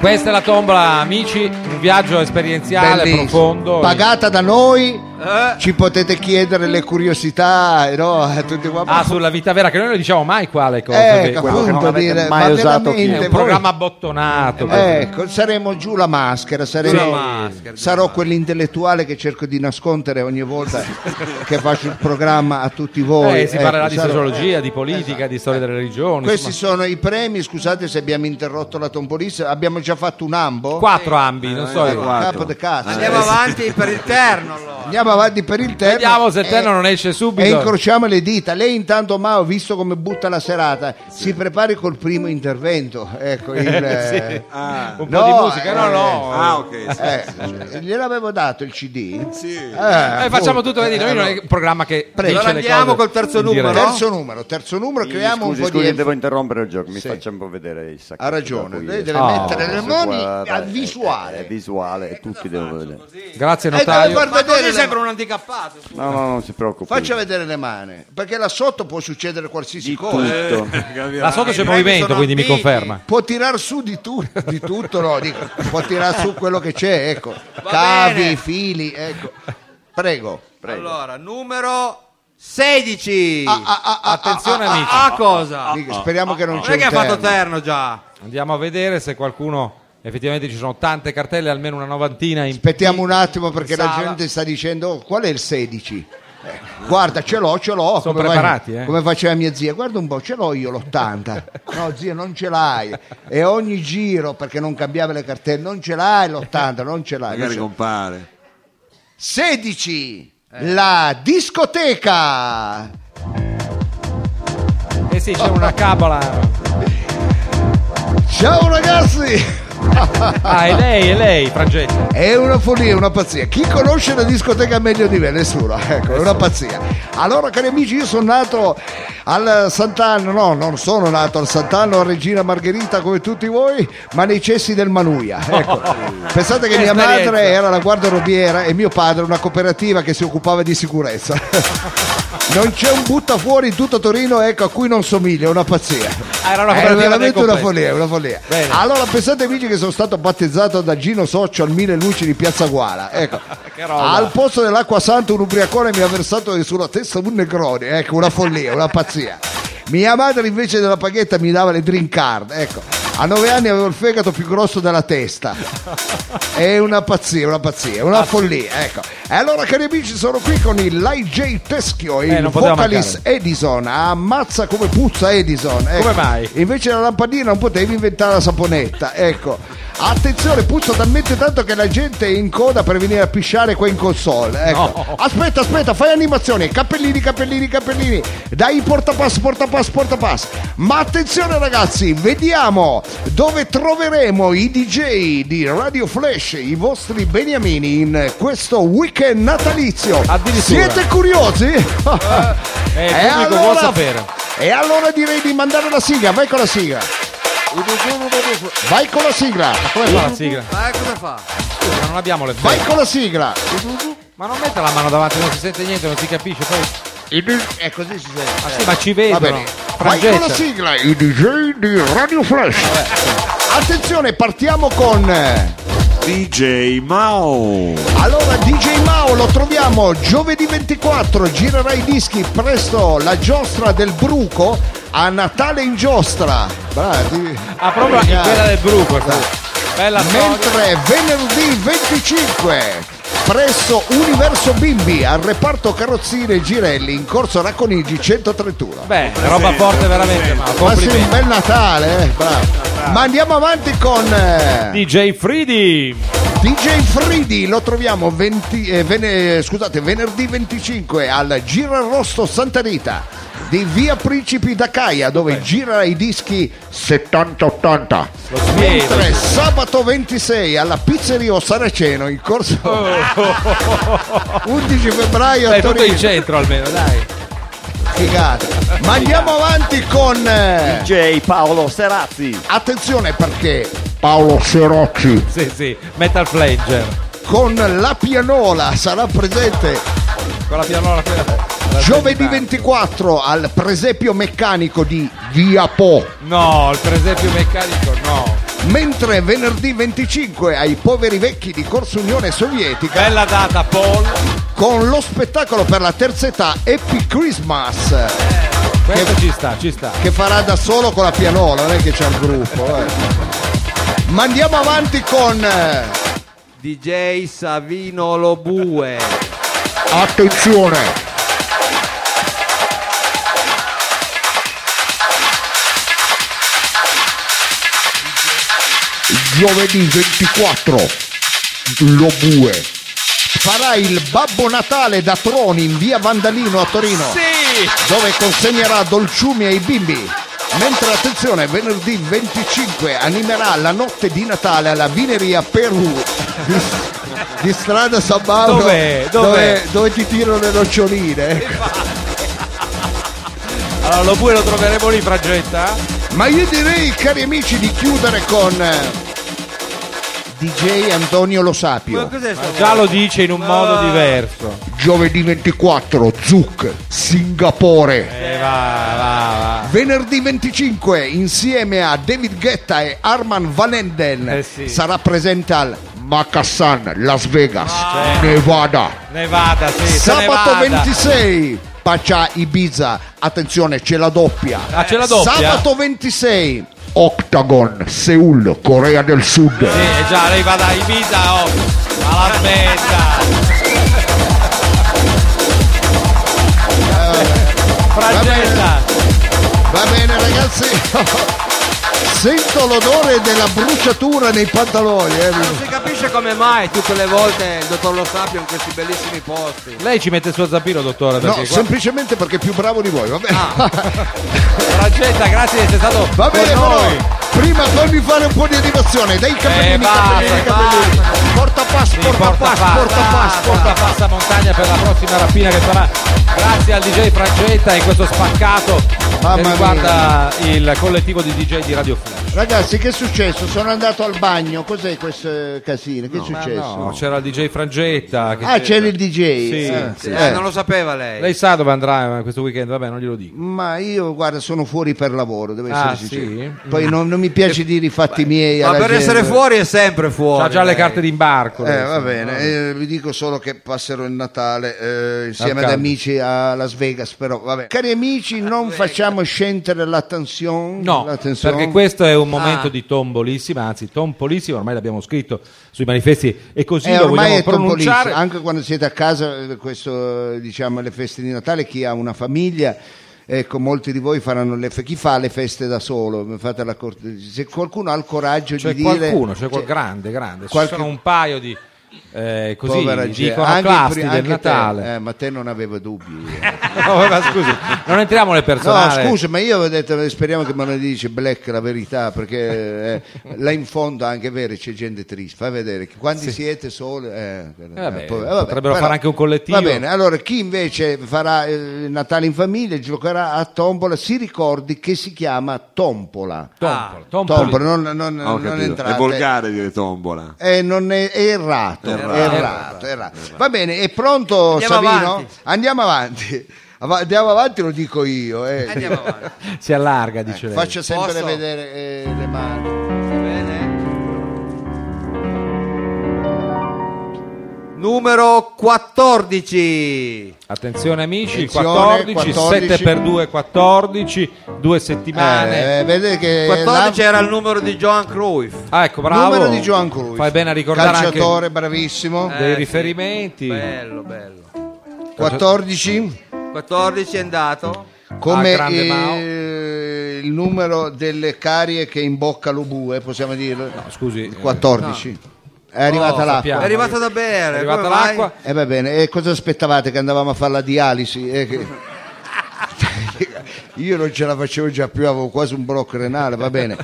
Speaker 3: Questa è la tombola, amici, un viaggio esperienziale
Speaker 1: Bellissimo.
Speaker 3: profondo. Eh?
Speaker 1: pagata da noi ci potete chiedere le curiosità eh, no? a tutti qua
Speaker 3: Ah, sulla vita vera, che noi non diciamo mai quale cosa.
Speaker 1: ecco
Speaker 3: vero.
Speaker 4: quello che non
Speaker 1: appunto
Speaker 4: avete
Speaker 1: dire,
Speaker 4: mai
Speaker 1: ma
Speaker 4: usato chi
Speaker 3: è
Speaker 4: è.
Speaker 1: veramente
Speaker 3: un
Speaker 1: voi-
Speaker 3: programma bottonato.
Speaker 1: ecco saremo giù la maschera saremo-
Speaker 2: Giù la maschera, giù la
Speaker 1: sarò
Speaker 2: maschera.
Speaker 1: quell'intellettuale che cerco di nascondere ogni volta che faccio il programma a tutti voi
Speaker 3: Eh, si
Speaker 1: Ecco,
Speaker 3: parlerà di
Speaker 1: sarò- esatto.
Speaker 3: sociologia, di politica, di storia delle religioni.
Speaker 1: questi
Speaker 3: insomma.
Speaker 1: sono i premi scusate se abbiamo interrotto la tompolista abbiamo già fatto un ambo
Speaker 3: quattro ambi, non so.
Speaker 5: eh,
Speaker 3: io.
Speaker 5: guarda.
Speaker 1: capo de cazzo
Speaker 2: Andiamo avanti per il terno allora.
Speaker 1: Andiamo avanti per il Eh, terno.
Speaker 3: Vediamo se il terno
Speaker 1: e-
Speaker 3: non esce subito.
Speaker 1: E incrociamo le dita. Lei intanto, Mao, visto come butta la serata, si prepari col primo intervento. Ecco, il, eh,
Speaker 5: Ah,
Speaker 3: Un po'
Speaker 1: No,
Speaker 3: di musica, no,
Speaker 1: eh,
Speaker 3: no.
Speaker 5: ah, ok. sì,
Speaker 1: eh,
Speaker 5: sì.
Speaker 1: gliel'avevo dato il Eh, CD?
Speaker 5: Sì.
Speaker 3: Noi Eh, facciamo tutto, vedi, noi non è un programma che
Speaker 1: Prego.
Speaker 3: dice
Speaker 2: Allora
Speaker 3: le cose
Speaker 2: andiamo col terzo
Speaker 3: in
Speaker 2: numero,
Speaker 3: diretta.
Speaker 2: no?
Speaker 1: Terzo numero, terzo numero, creiamo
Speaker 4: scusi,
Speaker 1: un po'
Speaker 4: scusi,
Speaker 1: di...
Speaker 4: devo interrompere il gioco, mi
Speaker 1: Sì.
Speaker 4: faccia un po' vedere il sacchetto.
Speaker 1: Ha ragione,
Speaker 4: da cui
Speaker 1: lei
Speaker 4: è.
Speaker 1: deve
Speaker 4: Ah,
Speaker 1: mettere le
Speaker 4: adesso
Speaker 1: mani
Speaker 4: guarda,
Speaker 1: a
Speaker 4: è-
Speaker 1: visuale.
Speaker 4: È, è visuale, e tutti devono vedere.
Speaker 3: Grazie
Speaker 1: Eh,
Speaker 3: notaio.
Speaker 1: guarda,
Speaker 2: Ma così
Speaker 1: vedere-
Speaker 2: sembra un handicappato.
Speaker 4: No, no, non si preoccupi.
Speaker 1: Faccia vedere le mani, perché là sotto può succedere qualsiasi
Speaker 4: di
Speaker 1: cosa.
Speaker 4: tutto.
Speaker 3: Là sotto
Speaker 1: Eh,
Speaker 3: c'è
Speaker 2: I
Speaker 3: movimento,
Speaker 2: sono
Speaker 3: quindi mi
Speaker 2: antichi.
Speaker 3: conferma.
Speaker 1: Può tirar su di, tu- di tutto, no, dico, può tirar su quello che c'è, ecco.
Speaker 2: Va
Speaker 1: Cavi,
Speaker 2: bene.
Speaker 1: fili, ecco. Prego.
Speaker 2: Allora, numero 16.
Speaker 1: Ah, ah, ah, ah,
Speaker 3: Attenzione,
Speaker 2: Ah,
Speaker 3: amici.
Speaker 2: ah, cosa?
Speaker 1: Dica, speriamo che non
Speaker 2: Non
Speaker 1: c'è
Speaker 2: è che ha
Speaker 1: un
Speaker 2: fatto
Speaker 1: terno.
Speaker 2: terno già.
Speaker 3: Andiamo a vedere se qualcuno. Effettivamente ci sono tante cartelle, almeno una novantina. In...
Speaker 1: Aspettiamo un attimo perché la
Speaker 3: Sala.
Speaker 1: gente sta dicendo "Oh, qual è il 16? Eh, guarda, ce l'ho, ce l'ho.
Speaker 3: Sono
Speaker 1: va-
Speaker 3: preparati, eh.
Speaker 1: Come faceva mia zia, guarda un po', ce l'ho io l'80. No, zia, non ce l'hai. E ogni giro, perché non cambiava le cartelle, non ce l'hai l'80, non ce l'hai.
Speaker 5: Magari
Speaker 1: Non ce-
Speaker 5: compare.
Speaker 1: 16. La discoteca.
Speaker 3: Eh sì, c'è una cabala.
Speaker 1: Ciao ragazzi.
Speaker 3: Ah, è lei, è lei, Frangetti.
Speaker 1: È una follia, una pazzia. Chi conosce la discoteca meglio di me? Nessuno, ecco, è una pazzia. Allora, cari amici, io sono nato al Sant'Anno, no, non sono nato al Sant'Anno, a Regina Margherita come tutti voi, ma nei cessi del Manuia. Ecco. Pensate che
Speaker 3: Che
Speaker 1: mia madre
Speaker 3: esperienza.
Speaker 1: era la guardarobiera e mio padre una cooperativa che si occupava di sicurezza. Non c'è un butta fuori in tutto Torino ecco, a cui non somiglia, è una pazzia.
Speaker 3: Ah, era una
Speaker 1: È
Speaker 3: cooperativa
Speaker 1: veramente
Speaker 3: del
Speaker 1: una
Speaker 3: complesso.
Speaker 1: follia, una follia.
Speaker 3: Bene.
Speaker 1: Allora pensate amici che sono stato battezzato da Gino Soccio al Mille Luci di Piazza Guara. Ecco.
Speaker 3: Che roba.
Speaker 1: Al posto dell'acqua santa un ubriacone mi ha versato sulla testa un necrone. Ecco, una follia, una pazzia. Mia madre invece della paghetta mi dava le drink card. Ecco. A nove anni avevo il fegato più grosso della testa. È una pazzia, una pazzia, una follia, ecco. E allora, cari amici, sono qui con il J Teschio, il
Speaker 3: non poteva
Speaker 1: vocalist Edison. Ammazza come puzza Edison. ecco.
Speaker 3: Come mai?
Speaker 1: Invece la lampadina non potevi inventare la saponetta, ecco. Attenzione, puzza talmente tanto che la gente è in coda per venire a pisciare qua in console. Ecco. Aspetta, aspetta, fai animazione. Cappellini, cappellini, cappellini. Dai portapass, portapass, portapass. Ma attenzione ragazzi, vediamo dove troveremo i DJ di Radio Flash, i vostri beniamini in questo weekend natalizio.
Speaker 3: Addirittura.
Speaker 1: Siete curiosi? Eh,
Speaker 3: il pubblico vuol sapere.
Speaker 1: e allora direi di mandare la sigla, vai con la sigla. Vai con la sigla,
Speaker 3: Come fa la sigla?
Speaker 2: Ma cosa fa?
Speaker 3: Scusa, ma non abbiamo le
Speaker 1: vai con la sigla.
Speaker 3: Ma non metta la mano davanti, non si sente niente, non si capisce. Poi...
Speaker 1: E Eh, così si
Speaker 3: Ma
Speaker 1: sente.
Speaker 3: sì, ma ci
Speaker 1: Va
Speaker 3: vedono.
Speaker 1: bene. Vai con la
Speaker 3: Frangetti.
Speaker 1: sigla, i DJ di Radio Flash. Attenzione, partiamo con eh,
Speaker 5: DJ Mao.
Speaker 1: Allora DJ Mao lo troviamo giovedì 24, girerà i dischi presso la giostra del Bruco a Natale in giostra. Bravi.
Speaker 3: Ah, proprio in quella del blu questa. Bella storia.
Speaker 1: Mentre venerdì 25 presso Universo Bimbi al reparto carrozzine e girelli in corso Racconigi 131.
Speaker 3: Beh, roba forte veramente, ma
Speaker 1: Ma sì, un
Speaker 3: complimenti.
Speaker 1: bel Natale, eh, bravo. Ma andiamo avanti con eh,
Speaker 3: DJ Fridi.
Speaker 1: DJ Fridi, lo troviamo 20 eh, vene- scusate, venerdì 25 al Gira Rosso Santa Rita di Via Principi da Caia dove gira i dischi 70-80.
Speaker 3: Sì.
Speaker 1: Mentre sabato 26 alla pizzeria Saraceno in corso 11 febbraio a
Speaker 3: Oh. Dai, tutto in
Speaker 1: Torino.
Speaker 3: centro almeno, dai.
Speaker 1: Figata. Ma andiamo avanti con eh,
Speaker 4: DJ Paolo Serazzi.
Speaker 1: attenzione perché Paolo Serocchi
Speaker 3: Sì, sì, Metal Flanger.
Speaker 1: con la pianola sarà presente
Speaker 3: Con la pianola quella. quella
Speaker 1: giovedì
Speaker 3: settimana.
Speaker 1: 24 al presepio meccanico di Via Po.
Speaker 3: No, il presepio meccanico no.
Speaker 1: Mentre venerdì 25 ai poveri vecchi di Corso Unione Sovietica
Speaker 3: Bella data, Paul.
Speaker 1: con lo spettacolo per la terza età Happy Christmas
Speaker 3: Questo ci sta, ci sta.
Speaker 1: che farà da solo con la pianola, non è che c'è un gruppo. eh. Ma andiamo avanti con eh,
Speaker 2: DJ Savino Lobue.
Speaker 1: attenzione. Giovedì 24 lo bue farà il Babbo Natale da Troni in via Vandalino a Torino.
Speaker 3: Sì!
Speaker 1: dove consegnerà dolciumi ai bimbi. Mentre attenzione, venerdì 25 animerà la notte di Natale alla vineria Perù di, di strada San Paolo
Speaker 3: Dov'è? Dov'è?
Speaker 1: Dove, dove ti tirano le noccioline. ecco.
Speaker 3: Allora lo pure lo troveremo lì, Frangetta.
Speaker 1: Ma io direi, cari amici, di chiudere con eh, DJ Antonio Lo
Speaker 2: Ma
Speaker 1: Sapio.
Speaker 2: cos'è sta
Speaker 3: Già lo dice in un modo
Speaker 1: Ah.
Speaker 3: diverso.
Speaker 1: Giovedì 24, Zuc, Singapore.
Speaker 3: Eh, va, va, va.
Speaker 1: Venerdì 25 insieme a David Guetta e Arman Van Enden
Speaker 3: Eh sì.
Speaker 1: sarà presente al Macassan, Las Vegas, Nevada.
Speaker 3: Nevada, Ah. sì. se
Speaker 1: Sabato
Speaker 3: Nevada.
Speaker 1: 26 Pacia Ibiza, attenzione c'è la doppia.
Speaker 3: Ah, c'è la doppia?
Speaker 1: Sabato 26 Octagon, Seoul, Corea del Sud.
Speaker 3: Sì, eh, già, lei va da Ibiza oh, alla smetta. Frangetta.
Speaker 1: Va bene ragazzi. Sento l'odore della bruciatura nei pantaloni. eh.
Speaker 2: Non si capisce come mai tutte le volte il dottor Lo Sapio in questi bellissimi posti.
Speaker 3: Lei ci mette il suo zampino, dottore,
Speaker 1: No,
Speaker 3: perché qua-
Speaker 1: semplicemente perché è più bravo di voi, va bene.
Speaker 3: Frangetta, grazie di essere stato
Speaker 1: Va bene,
Speaker 3: con
Speaker 1: però,
Speaker 3: noi.
Speaker 1: prima fammi fare un po' di animazione. Dai capellini,
Speaker 3: Eh, basta,
Speaker 1: capellini, capellini. Porta pass,
Speaker 3: Sì,
Speaker 1: porta pass, porta pass, porta
Speaker 3: porta passa montagna per la prossima rapina che sarà grazie al DJ Frangetta e questo spaccato che
Speaker 1: Mamma
Speaker 3: riguarda il collettivo di DJ di Radio Flash.
Speaker 1: Ragazzi, che è successo? Sono andato al bagno. Cos'è questo casino? Che è successo?
Speaker 3: No, c'era il DJ Frangetta. Che
Speaker 1: Ah, c'era il DJ.
Speaker 3: Sì,
Speaker 1: eh.
Speaker 3: sì.
Speaker 2: Eh,
Speaker 1: Eh.
Speaker 2: non lo sapeva lei.
Speaker 3: Lei sa dove andrà eh, questo weekend, vabbè, non glielo dico.
Speaker 1: Ma io, guarda, sono fuori per lavoro, devo essere
Speaker 3: Ah,
Speaker 1: sincero.
Speaker 3: sì? Eh,
Speaker 1: Poi non, non mi piace dire i fatti miei.
Speaker 2: Ma
Speaker 1: alla
Speaker 2: per
Speaker 1: gente.
Speaker 2: essere fuori è sempre fuori.
Speaker 3: Ha già le
Speaker 2: lei.
Speaker 3: carte d'imbarco.
Speaker 1: Eh,
Speaker 3: adesso.
Speaker 1: va bene, eh, vi dico solo che passerò il Natale eh,
Speaker 3: Al
Speaker 1: insieme ad
Speaker 3: caldo.
Speaker 1: amici a Las Vegas, però vabbè. Cari amici, non facciamo scendere la tensione.
Speaker 3: No,
Speaker 1: la tensione. Ah.
Speaker 3: perché questo è un momento di tombolissima, anzi tombolissima, ormai l'abbiamo scritto sui manifesti e così
Speaker 1: Eh,
Speaker 3: lo
Speaker 1: ormai
Speaker 3: vogliamo
Speaker 1: è
Speaker 3: pronunciare.
Speaker 1: Topolino, anche quando siete a casa, eh, questo, eh, diciamo, le feste di Natale, chi ha una famiglia, ecco, molti di voi faranno le fe- chi fa le feste da solo, fate la corte- se qualcuno ha il coraggio
Speaker 3: c'è
Speaker 1: di dire...
Speaker 3: qualcuno, c'è
Speaker 1: cioè,
Speaker 3: qual- grande, grande. Ci
Speaker 1: qualche-
Speaker 3: sono un paio di eh, così
Speaker 1: povera gente,
Speaker 3: dicono
Speaker 1: anche i
Speaker 3: clasti
Speaker 1: pri-
Speaker 3: del
Speaker 1: anche te,
Speaker 3: Natale.
Speaker 1: eh, ma te non avevo dubbi. eh.
Speaker 3: No, ma scusi, non entriamo nel
Speaker 1: No,
Speaker 3: personale.
Speaker 1: scusa, ma io ho detto, speriamo che me lo dice Black la verità, perché eh, là in fondo anche è vero c'è gente triste. Fai vedere che quando siete soli, eh,
Speaker 3: vabbè,
Speaker 1: eh,
Speaker 3: potrebbero fare anche un collettivo.
Speaker 1: Va bene, allora chi eh, invece farà eh, il Natale in famiglia, giocherà a Tombola, si ricordi che si chiama Tompola. Ah,
Speaker 3: Tompoli, Tompoli.
Speaker 1: Tombola, non, non,
Speaker 5: Ho
Speaker 1: non
Speaker 5: capito.
Speaker 1: entrate.
Speaker 5: È volgare dire tombola.
Speaker 1: Eh, non è, è errato, è errato,
Speaker 5: Errato.
Speaker 1: è errato. Va bene, è pronto
Speaker 2: Andiamo
Speaker 1: Savino?
Speaker 2: avanti.
Speaker 1: Andiamo avanti. Ava- Andiamo avanti, lo dico io. eh.
Speaker 2: Andiamo avanti.
Speaker 3: Si allarga, dice lei.
Speaker 1: Faccio sempre
Speaker 2: Posso?
Speaker 1: vedere eh, le mani.
Speaker 2: Bene. numero 14.
Speaker 3: Attenzione amici, il
Speaker 6: Attenzione,
Speaker 3: 14,
Speaker 6: 14.
Speaker 3: 7 per 2 14, due settimane.
Speaker 6: Eh, vedete che
Speaker 2: 14
Speaker 6: la-
Speaker 2: era il numero di Johan Cruyff.
Speaker 3: Ah, ecco, bravo.
Speaker 6: numero di Joan Cruyff.
Speaker 3: Fai bene a ricordare anche
Speaker 6: Calciatore bravissimo.
Speaker 2: Eh,
Speaker 3: dei
Speaker 2: sì.
Speaker 3: riferimenti.
Speaker 2: Bello, bello.
Speaker 6: 14
Speaker 2: 14 è andato.
Speaker 6: come
Speaker 3: Ah, grande Mao.
Speaker 6: eh, il numero delle carie che imbocca lo bue, possiamo dirlo.
Speaker 3: Scusi, eh,
Speaker 6: 14. È arrivata
Speaker 2: Oh,
Speaker 6: l'acqua.
Speaker 3: sappiamo.
Speaker 2: È arrivato da bere.
Speaker 3: è arrivata eh,
Speaker 2: come mai?
Speaker 3: l'acqua.
Speaker 6: E va bene, e cosa aspettavate che andavamo a fare la dialisi? Eh, che- Io non ce la facevo già più, avevo quasi un blocco renale, va bene.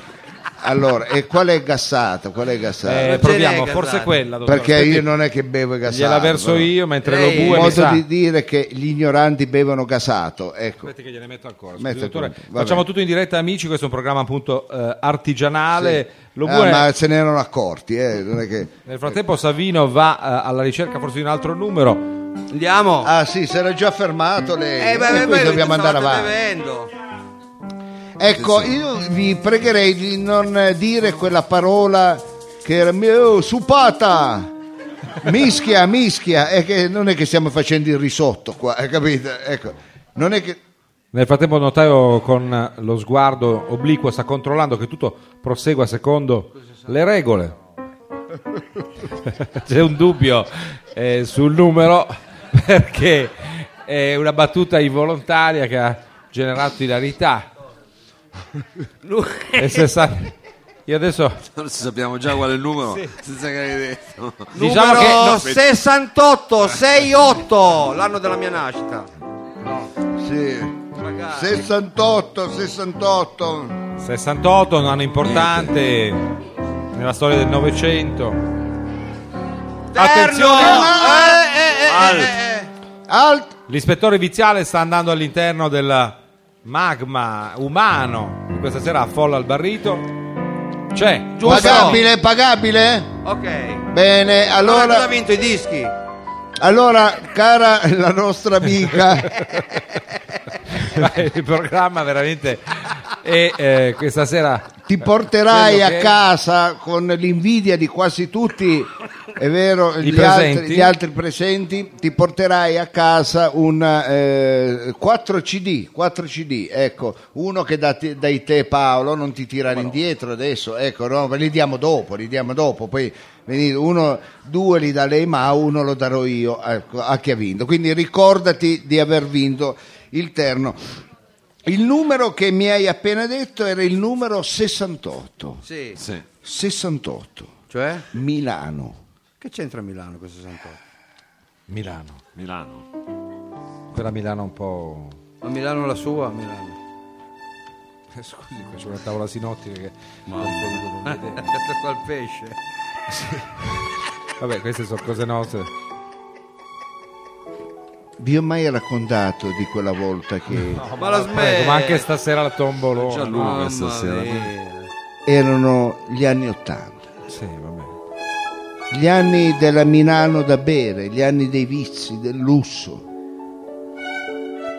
Speaker 6: Allora, e qual è gassata? Qual è gassata?
Speaker 3: Eh,
Speaker 2: Non ce
Speaker 3: proviamo,
Speaker 2: nega,
Speaker 3: forse
Speaker 2: dai.
Speaker 3: quella. dottore.
Speaker 6: Cioè, Perché io non è che bevo i gassati.
Speaker 3: Gliela verso
Speaker 6: però.
Speaker 3: io mentre
Speaker 2: Lei-
Speaker 3: lo
Speaker 6: Un
Speaker 3: bue mi
Speaker 6: modo
Speaker 3: sa.
Speaker 6: di dire che gli ignoranti bevono gasato, ecco.
Speaker 3: Aspetti che gliene metto ancora.
Speaker 6: Metto ancora, va
Speaker 3: Facciamo
Speaker 6: bene.
Speaker 3: tutto in diretta amici, questo è un programma appunto eh, artigianale. Lo
Speaker 6: Ah,
Speaker 3: bue-
Speaker 6: ma se ne erano accorti, eh, non è che...
Speaker 3: Nel frattempo Savino va eh, alla ricerca forse di un altro numero.
Speaker 2: Andiamo.
Speaker 6: Ah sì, si era già fermato lei.
Speaker 2: Eh, beh,
Speaker 6: e
Speaker 2: beh,
Speaker 6: quindi
Speaker 2: beh,
Speaker 6: dobbiamo
Speaker 2: stavate
Speaker 6: andare avanti.
Speaker 2: bevendo.
Speaker 6: Ecco, io vi pregherei di non eh, dire quella parola che era mio supata. Mischia, mischia, è che non è che stiamo facendo il risotto qua, hai capito? Ecco, non è che
Speaker 3: Nel frattempo il notaio con lo sguardo obliquo sta controllando che tutto prosegua secondo le regole. C'è un dubbio eh, sul numero perché è una battuta involontaria che ha generato ilarità. E se sa- Io adesso
Speaker 5: Adesso sappiamo già qual è il numero, senza che l'hai detto.
Speaker 3: diciamo
Speaker 2: numero
Speaker 3: che no,
Speaker 2: 68, 68, l'anno della mia nascita.
Speaker 6: sì.
Speaker 2: Magari.
Speaker 6: 68, 68.
Speaker 3: 68 un anno importante nella storia del Novecento.
Speaker 2: Terno,
Speaker 3: Attenzione!
Speaker 2: no, eh, eh, eh, eh, eh.
Speaker 6: Alt
Speaker 3: L'ispettore viziale sta andando all'interno del magma umano. Questa sera affolla il barrito. C'è, giusto?
Speaker 6: pagabile, pagabile?
Speaker 2: Ok.
Speaker 6: Bene,
Speaker 2: Allora, cosa ha
Speaker 6: allora,
Speaker 2: vinto i dischi?
Speaker 6: allora cara la nostra amica,
Speaker 3: Il programma veramente. E eh, questa sera
Speaker 6: ti porterai
Speaker 3: Quello
Speaker 6: a
Speaker 3: che-
Speaker 6: casa con l'invidia di quasi tutti, è vero,
Speaker 3: I
Speaker 6: gli altri,
Speaker 3: presenti.
Speaker 6: gli altri presenti, ti porterai a casa un eh, 4 CD, 4 CD, ecco, uno che da te- dai te Paolo, non ti tirare indietro adesso, ecco, no, ma li diamo dopo, li diamo dopo, poi venite, uno, due li dà lei ma uno lo darò io ecco, a chi ha vinto, quindi ricordati di aver vinto il terno. Il numero che mi hai appena detto era il numero 68.
Speaker 2: Sì.
Speaker 5: Sì.
Speaker 6: 68.
Speaker 2: Cioè?
Speaker 6: Milano.
Speaker 2: Che c'entra Milano con 68?
Speaker 3: Milano.
Speaker 5: Milano.
Speaker 3: Quella Milano un po'.
Speaker 2: A Milano la sua, a Milano.
Speaker 3: eh, Scusi, qua c'è una tavola sinottica che.
Speaker 2: Qual pesce?
Speaker 3: Vabbè, queste sono cose nostre.
Speaker 6: Vi ho mai raccontato di quella volta che
Speaker 2: Oh, Ma la
Speaker 3: Prego,
Speaker 2: smetti.
Speaker 3: Ecco, ma anche stasera la tombolona.
Speaker 5: Già lui.
Speaker 2: Mamma
Speaker 5: questa sera.
Speaker 2: mia.
Speaker 6: erano gli anni 80,
Speaker 3: Sì, vabbè.
Speaker 6: gli anni della Milano da bere, gli anni dei vizi, del lusso.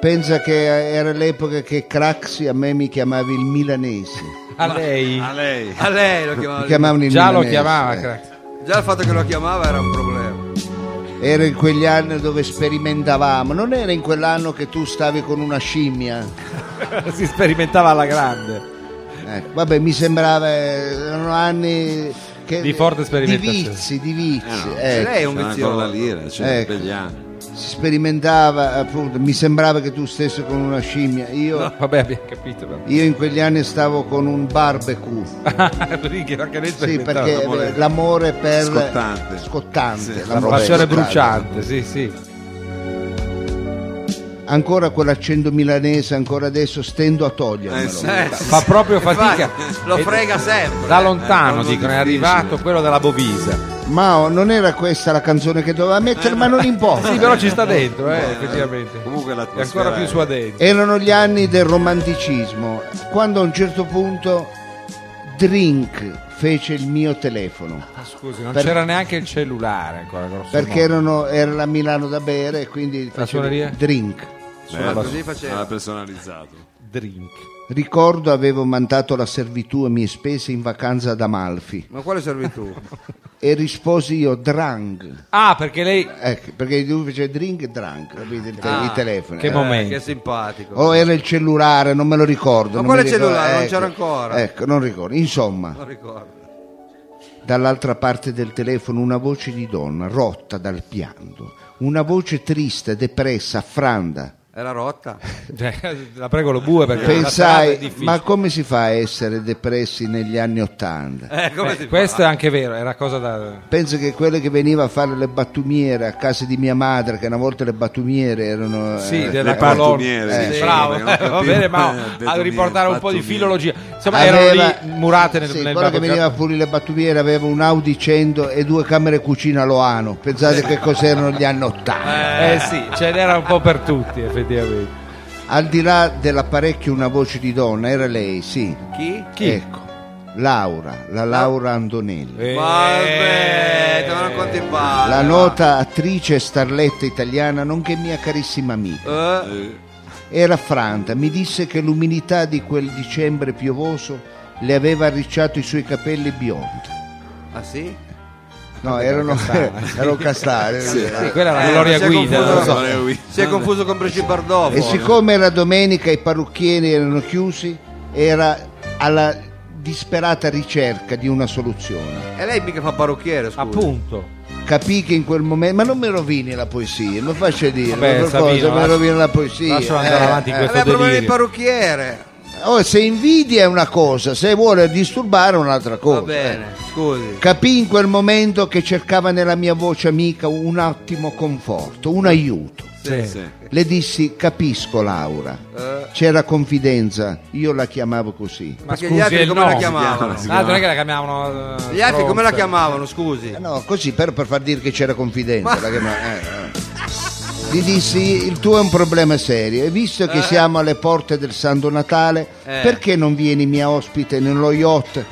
Speaker 6: Pensa che era l'epoca che Craxi a me mi chiamavi il milanese.
Speaker 3: A lei.
Speaker 5: A lei.
Speaker 2: A lei lo
Speaker 6: Mi
Speaker 2: chiamava.
Speaker 6: chiamavano il
Speaker 3: Ah, Già lo
Speaker 6: milanese,
Speaker 3: chiamava,
Speaker 6: eh.
Speaker 3: crack.
Speaker 2: Già il fatto che lo chiamava era un problema.
Speaker 6: Era in quegli anni dove sperimentavamo, non era in quell'anno che tu stavi con una scimmia.
Speaker 3: si sperimentava alla grande.
Speaker 6: Ecco, vabbè, mi sembrava eh, erano anni che-
Speaker 3: Di forte sperimentazione.
Speaker 6: Di vizi, di vizi.
Speaker 2: E
Speaker 6: ecco.
Speaker 2: lei è un
Speaker 5: C'era
Speaker 2: vizioso.
Speaker 5: ancora la lira, c'era
Speaker 6: Ecco.
Speaker 5: per gli anni.
Speaker 6: Si sperimentava, appunto, mi sembrava che tu stessi con una scimmia. Io,
Speaker 3: No, vabbè, abbiamo capito. vabbè.
Speaker 6: io in quegli anni stavo con un barbecue.
Speaker 3: Quindi anche lei
Speaker 6: Sì,
Speaker 3: sperimentava.
Speaker 6: perché eh,
Speaker 5: l'amore-
Speaker 6: l'amore per
Speaker 5: Scottante.
Speaker 6: scottante,
Speaker 5: Sì,
Speaker 6: l'amore
Speaker 3: passione
Speaker 6: scottante.
Speaker 3: bruciante, sì, sì.
Speaker 6: Ancora quell'accento milanese, ancora adesso stendo a
Speaker 5: Eh,
Speaker 6: togliermelo.
Speaker 5: sì.
Speaker 3: Fa proprio fatica.
Speaker 2: Infatti, lo
Speaker 3: E-
Speaker 2: frega sempre.
Speaker 3: Da
Speaker 5: Eh,
Speaker 3: lontano
Speaker 5: quello
Speaker 3: dicono, è
Speaker 5: difficile.
Speaker 3: arrivato quello della Bovisa.
Speaker 6: Mao, non era questa la canzone che doveva
Speaker 3: Eh,
Speaker 6: mettere, ma non importa.
Speaker 3: Sì, però ci sta dentro, eh, effettivamente.
Speaker 5: Comunque
Speaker 3: è
Speaker 5: l'atmosfera
Speaker 3: ancora più
Speaker 5: è-
Speaker 3: suadente.
Speaker 6: Erano gli anni del romanticismo, quando a un certo punto Drink fece il mio telefono,
Speaker 3: Ah, Scusi, non
Speaker 6: Eh, Per-
Speaker 3: c'era neanche il cellulare ancora. grosso
Speaker 6: perché
Speaker 3: modo.
Speaker 6: erano, era la Milano da bere e quindi facevo
Speaker 3: suoneria?
Speaker 6: Drink.
Speaker 2: Suona Cioè, così faceva.
Speaker 5: l'ha Ah, personalizzato.
Speaker 3: drink.
Speaker 6: Ricordo avevo mandato la servitù a mie spese in vacanza ad Amalfi.
Speaker 2: Ma quale servitù?
Speaker 6: e risposi io drang.
Speaker 3: Ah, perché lei...
Speaker 6: Ecco, perché lui faceva drink drang, capite? Il, te- il telefono.
Speaker 3: Ah, che
Speaker 6: Eh.
Speaker 3: mo- momento.
Speaker 2: che simpatico.
Speaker 6: O era il cellulare, non me lo ricordo.
Speaker 2: Ma
Speaker 6: non
Speaker 2: quale
Speaker 6: mi ricordo,
Speaker 2: cellulare? Non c'era ancora.
Speaker 6: Ecco, non ricordo. Insomma,
Speaker 2: Non ricordo.
Speaker 6: Dall'altra parte del telefono una voce di donna, rotta dal pianto, una voce triste, depressa, affranda.
Speaker 2: Era rotta.
Speaker 3: Cioè, la prego lo bue perché... la strada è
Speaker 6: Pensai,
Speaker 3: difficile. Eh,
Speaker 6: ma come si fa a essere depressi negli anni Ottanta?
Speaker 2: Eh, come
Speaker 3: Beh,
Speaker 2: si fa?
Speaker 3: questo è anche vero, era cosa da...
Speaker 6: Penso che quelle che veniva a fare le battumiere a casa di mia madre, che una volta le battumiere erano...
Speaker 3: Sì,
Speaker 6: eh,
Speaker 3: della
Speaker 5: le
Speaker 3: colonna.
Speaker 5: pattumiere,
Speaker 3: Sì,
Speaker 5: sì,
Speaker 3: bravo,
Speaker 5: perché non capivo.
Speaker 3: va bene,
Speaker 5: Eh,
Speaker 3: ma a
Speaker 5: pattumiere,
Speaker 3: riportare un po' di
Speaker 5: pattumiere.
Speaker 3: filologia. Insomma,
Speaker 6: aveva-
Speaker 3: erano lì murate nel,
Speaker 6: sì,
Speaker 3: nel
Speaker 6: quello che
Speaker 3: babbo-
Speaker 6: veniva a pulire le battumiere aveva un Audi 100 e due camere cucina Loano. Pensate che cos'erano gli anni Ottanta.
Speaker 3: Eh sì, ce n'era un po' per tutti, effettivamente.
Speaker 6: Al di là dell'apparecchio una voce di donna, era lei, sì.
Speaker 2: Chi?
Speaker 6: Ecco, Laura, la Laura Andonelli.
Speaker 3: Ah. Eh,
Speaker 2: Ma aspetta, ma non conti in palle.
Speaker 6: La
Speaker 2: va.
Speaker 6: nota attrice e starletta italiana, nonché mia carissima amica,
Speaker 2: Eh,
Speaker 6: era affranta. Mi disse che l'umidità di quel dicembre piovoso le aveva arricciato i suoi capelli biondi.
Speaker 2: ah sì?
Speaker 6: No, erano erano castani.
Speaker 3: Sì, quella era
Speaker 2: Eh,
Speaker 3: Gloria
Speaker 2: si è
Speaker 3: Guida.
Speaker 2: confuso-
Speaker 3: non so.
Speaker 2: Si è confuso con Brigitte Bardot.
Speaker 6: E siccome era domenica e i parrucchieri erano chiusi, era alla disperata ricerca di una soluzione.
Speaker 2: E lei mica fa parrucchiere, scusa.
Speaker 3: Appunto.
Speaker 6: Capì che in quel momento... Ma non mi rovini la poesia, mi faccia dire,
Speaker 3: Vabbè,
Speaker 6: per
Speaker 3: Sabino,
Speaker 6: cosa mi
Speaker 3: lascia-
Speaker 6: rovini la poesia.
Speaker 3: lascialo andare avanti in
Speaker 2: Eh,
Speaker 3: questo
Speaker 2: lei ha problemi di
Speaker 3: delirio.
Speaker 2: parrucchiere.
Speaker 6: Oh, se invidia è una cosa, se vuole disturbare è un'altra cosa.
Speaker 2: Va bene, scusi.
Speaker 6: Capì in quel momento che cercava nella mia voce amica un attimo conforto, un aiuto.
Speaker 3: Sì.
Speaker 6: Le dissi, capisco Laura,
Speaker 2: Eh.
Speaker 6: c'era confidenza, io la chiamavo così.
Speaker 3: Ma
Speaker 2: Perché
Speaker 3: scusi,
Speaker 2: gli altri
Speaker 3: eh,
Speaker 2: come
Speaker 3: no.
Speaker 2: la chiamavano?
Speaker 5: Si
Speaker 3: Ah, non è che la chiamavano... eh,
Speaker 2: Gli altri come la
Speaker 3: stronza.
Speaker 2: chiamavano, scusi?
Speaker 6: Eh No, così però per far dire che c'era confidenza. la chiama- eh, eh. Gli dissi, il tuo è un problema serio e visto che siamo alle porte del Santo Natale,
Speaker 2: Eh.
Speaker 6: perché non vieni mia ospite nello yacht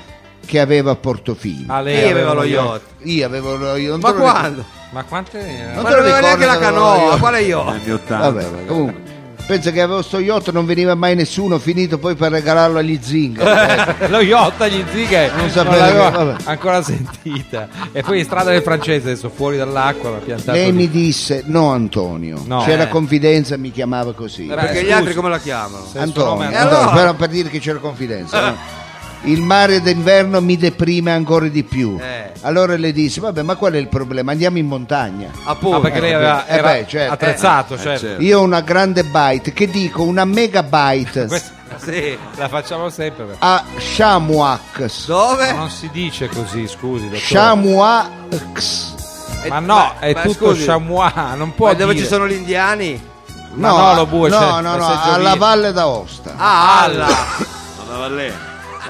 Speaker 6: che aveva a Portofino?
Speaker 3: Ah,
Speaker 2: Lei
Speaker 3: lei
Speaker 2: aveva lo
Speaker 3: io.
Speaker 2: yacht.
Speaker 6: Io avevo lo yacht.
Speaker 2: Ma quando?
Speaker 3: Ma quante ne
Speaker 6: Non
Speaker 2: Ma non
Speaker 6: te lo Eh,
Speaker 2: aveva
Speaker 6: ricordi
Speaker 2: neanche la
Speaker 6: dove ero
Speaker 2: canoa,
Speaker 6: io?
Speaker 2: quale yacht?
Speaker 5: Anni 80,
Speaker 6: Vabbè,
Speaker 5: ragazzi.
Speaker 6: comunque. Penso che avevo sto yacht, non veniva mai nessuno, finito poi per regalarlo agli
Speaker 2: Eh.
Speaker 6: zingari. Ecco.
Speaker 3: Eh, lo yacht agli zighe
Speaker 6: Non
Speaker 3: non,
Speaker 6: sapevo
Speaker 3: l'avevo
Speaker 6: che- vabbè.
Speaker 3: ancora sentita e poi in strada del francese adesso fuori dall'acqua l'ha piantato
Speaker 6: Lei
Speaker 3: lì.
Speaker 6: mi disse, no Antonio,
Speaker 3: No.
Speaker 6: c'era
Speaker 2: Eh.
Speaker 6: confidenza, mi chiamava così.
Speaker 3: Vabbè,
Speaker 2: Perché gli
Speaker 3: scusi.
Speaker 2: altri come la chiamano?
Speaker 3: Se il suo
Speaker 6: Antonio,
Speaker 3: nome è
Speaker 6: Antonio,
Speaker 2: allora?
Speaker 6: però per dire che c'era confidenza. no? Il mare d'inverno mi deprime ancora di più.
Speaker 2: Eh.
Speaker 6: Allora le dissi, vabbè, ma qual è il problema? Andiamo in montagna.
Speaker 2: Appunto.
Speaker 3: Ah, perché lei aveva,
Speaker 6: Eh,
Speaker 3: era
Speaker 6: beh, certo.
Speaker 3: attrezzato
Speaker 2: Eh,
Speaker 3: cioè,
Speaker 5: certo.
Speaker 6: Io ho una grande byte, che dico una megabyte
Speaker 3: questa
Speaker 2: Sì.
Speaker 3: la facciamo sempre perché-
Speaker 6: a Shamuax.
Speaker 2: Dove?
Speaker 3: non si dice così scusi dottore.
Speaker 6: Shamuax.
Speaker 3: ma no è tutto chamois non può
Speaker 2: Ma dove
Speaker 3: dire.
Speaker 2: ci sono gli indiani?
Speaker 3: Ma no, lo bue,
Speaker 6: no,
Speaker 3: c'è,
Speaker 6: no,
Speaker 3: la
Speaker 6: no,
Speaker 3: seggiolina.
Speaker 6: alla Valle d'Aosta.
Speaker 2: Ah, alla.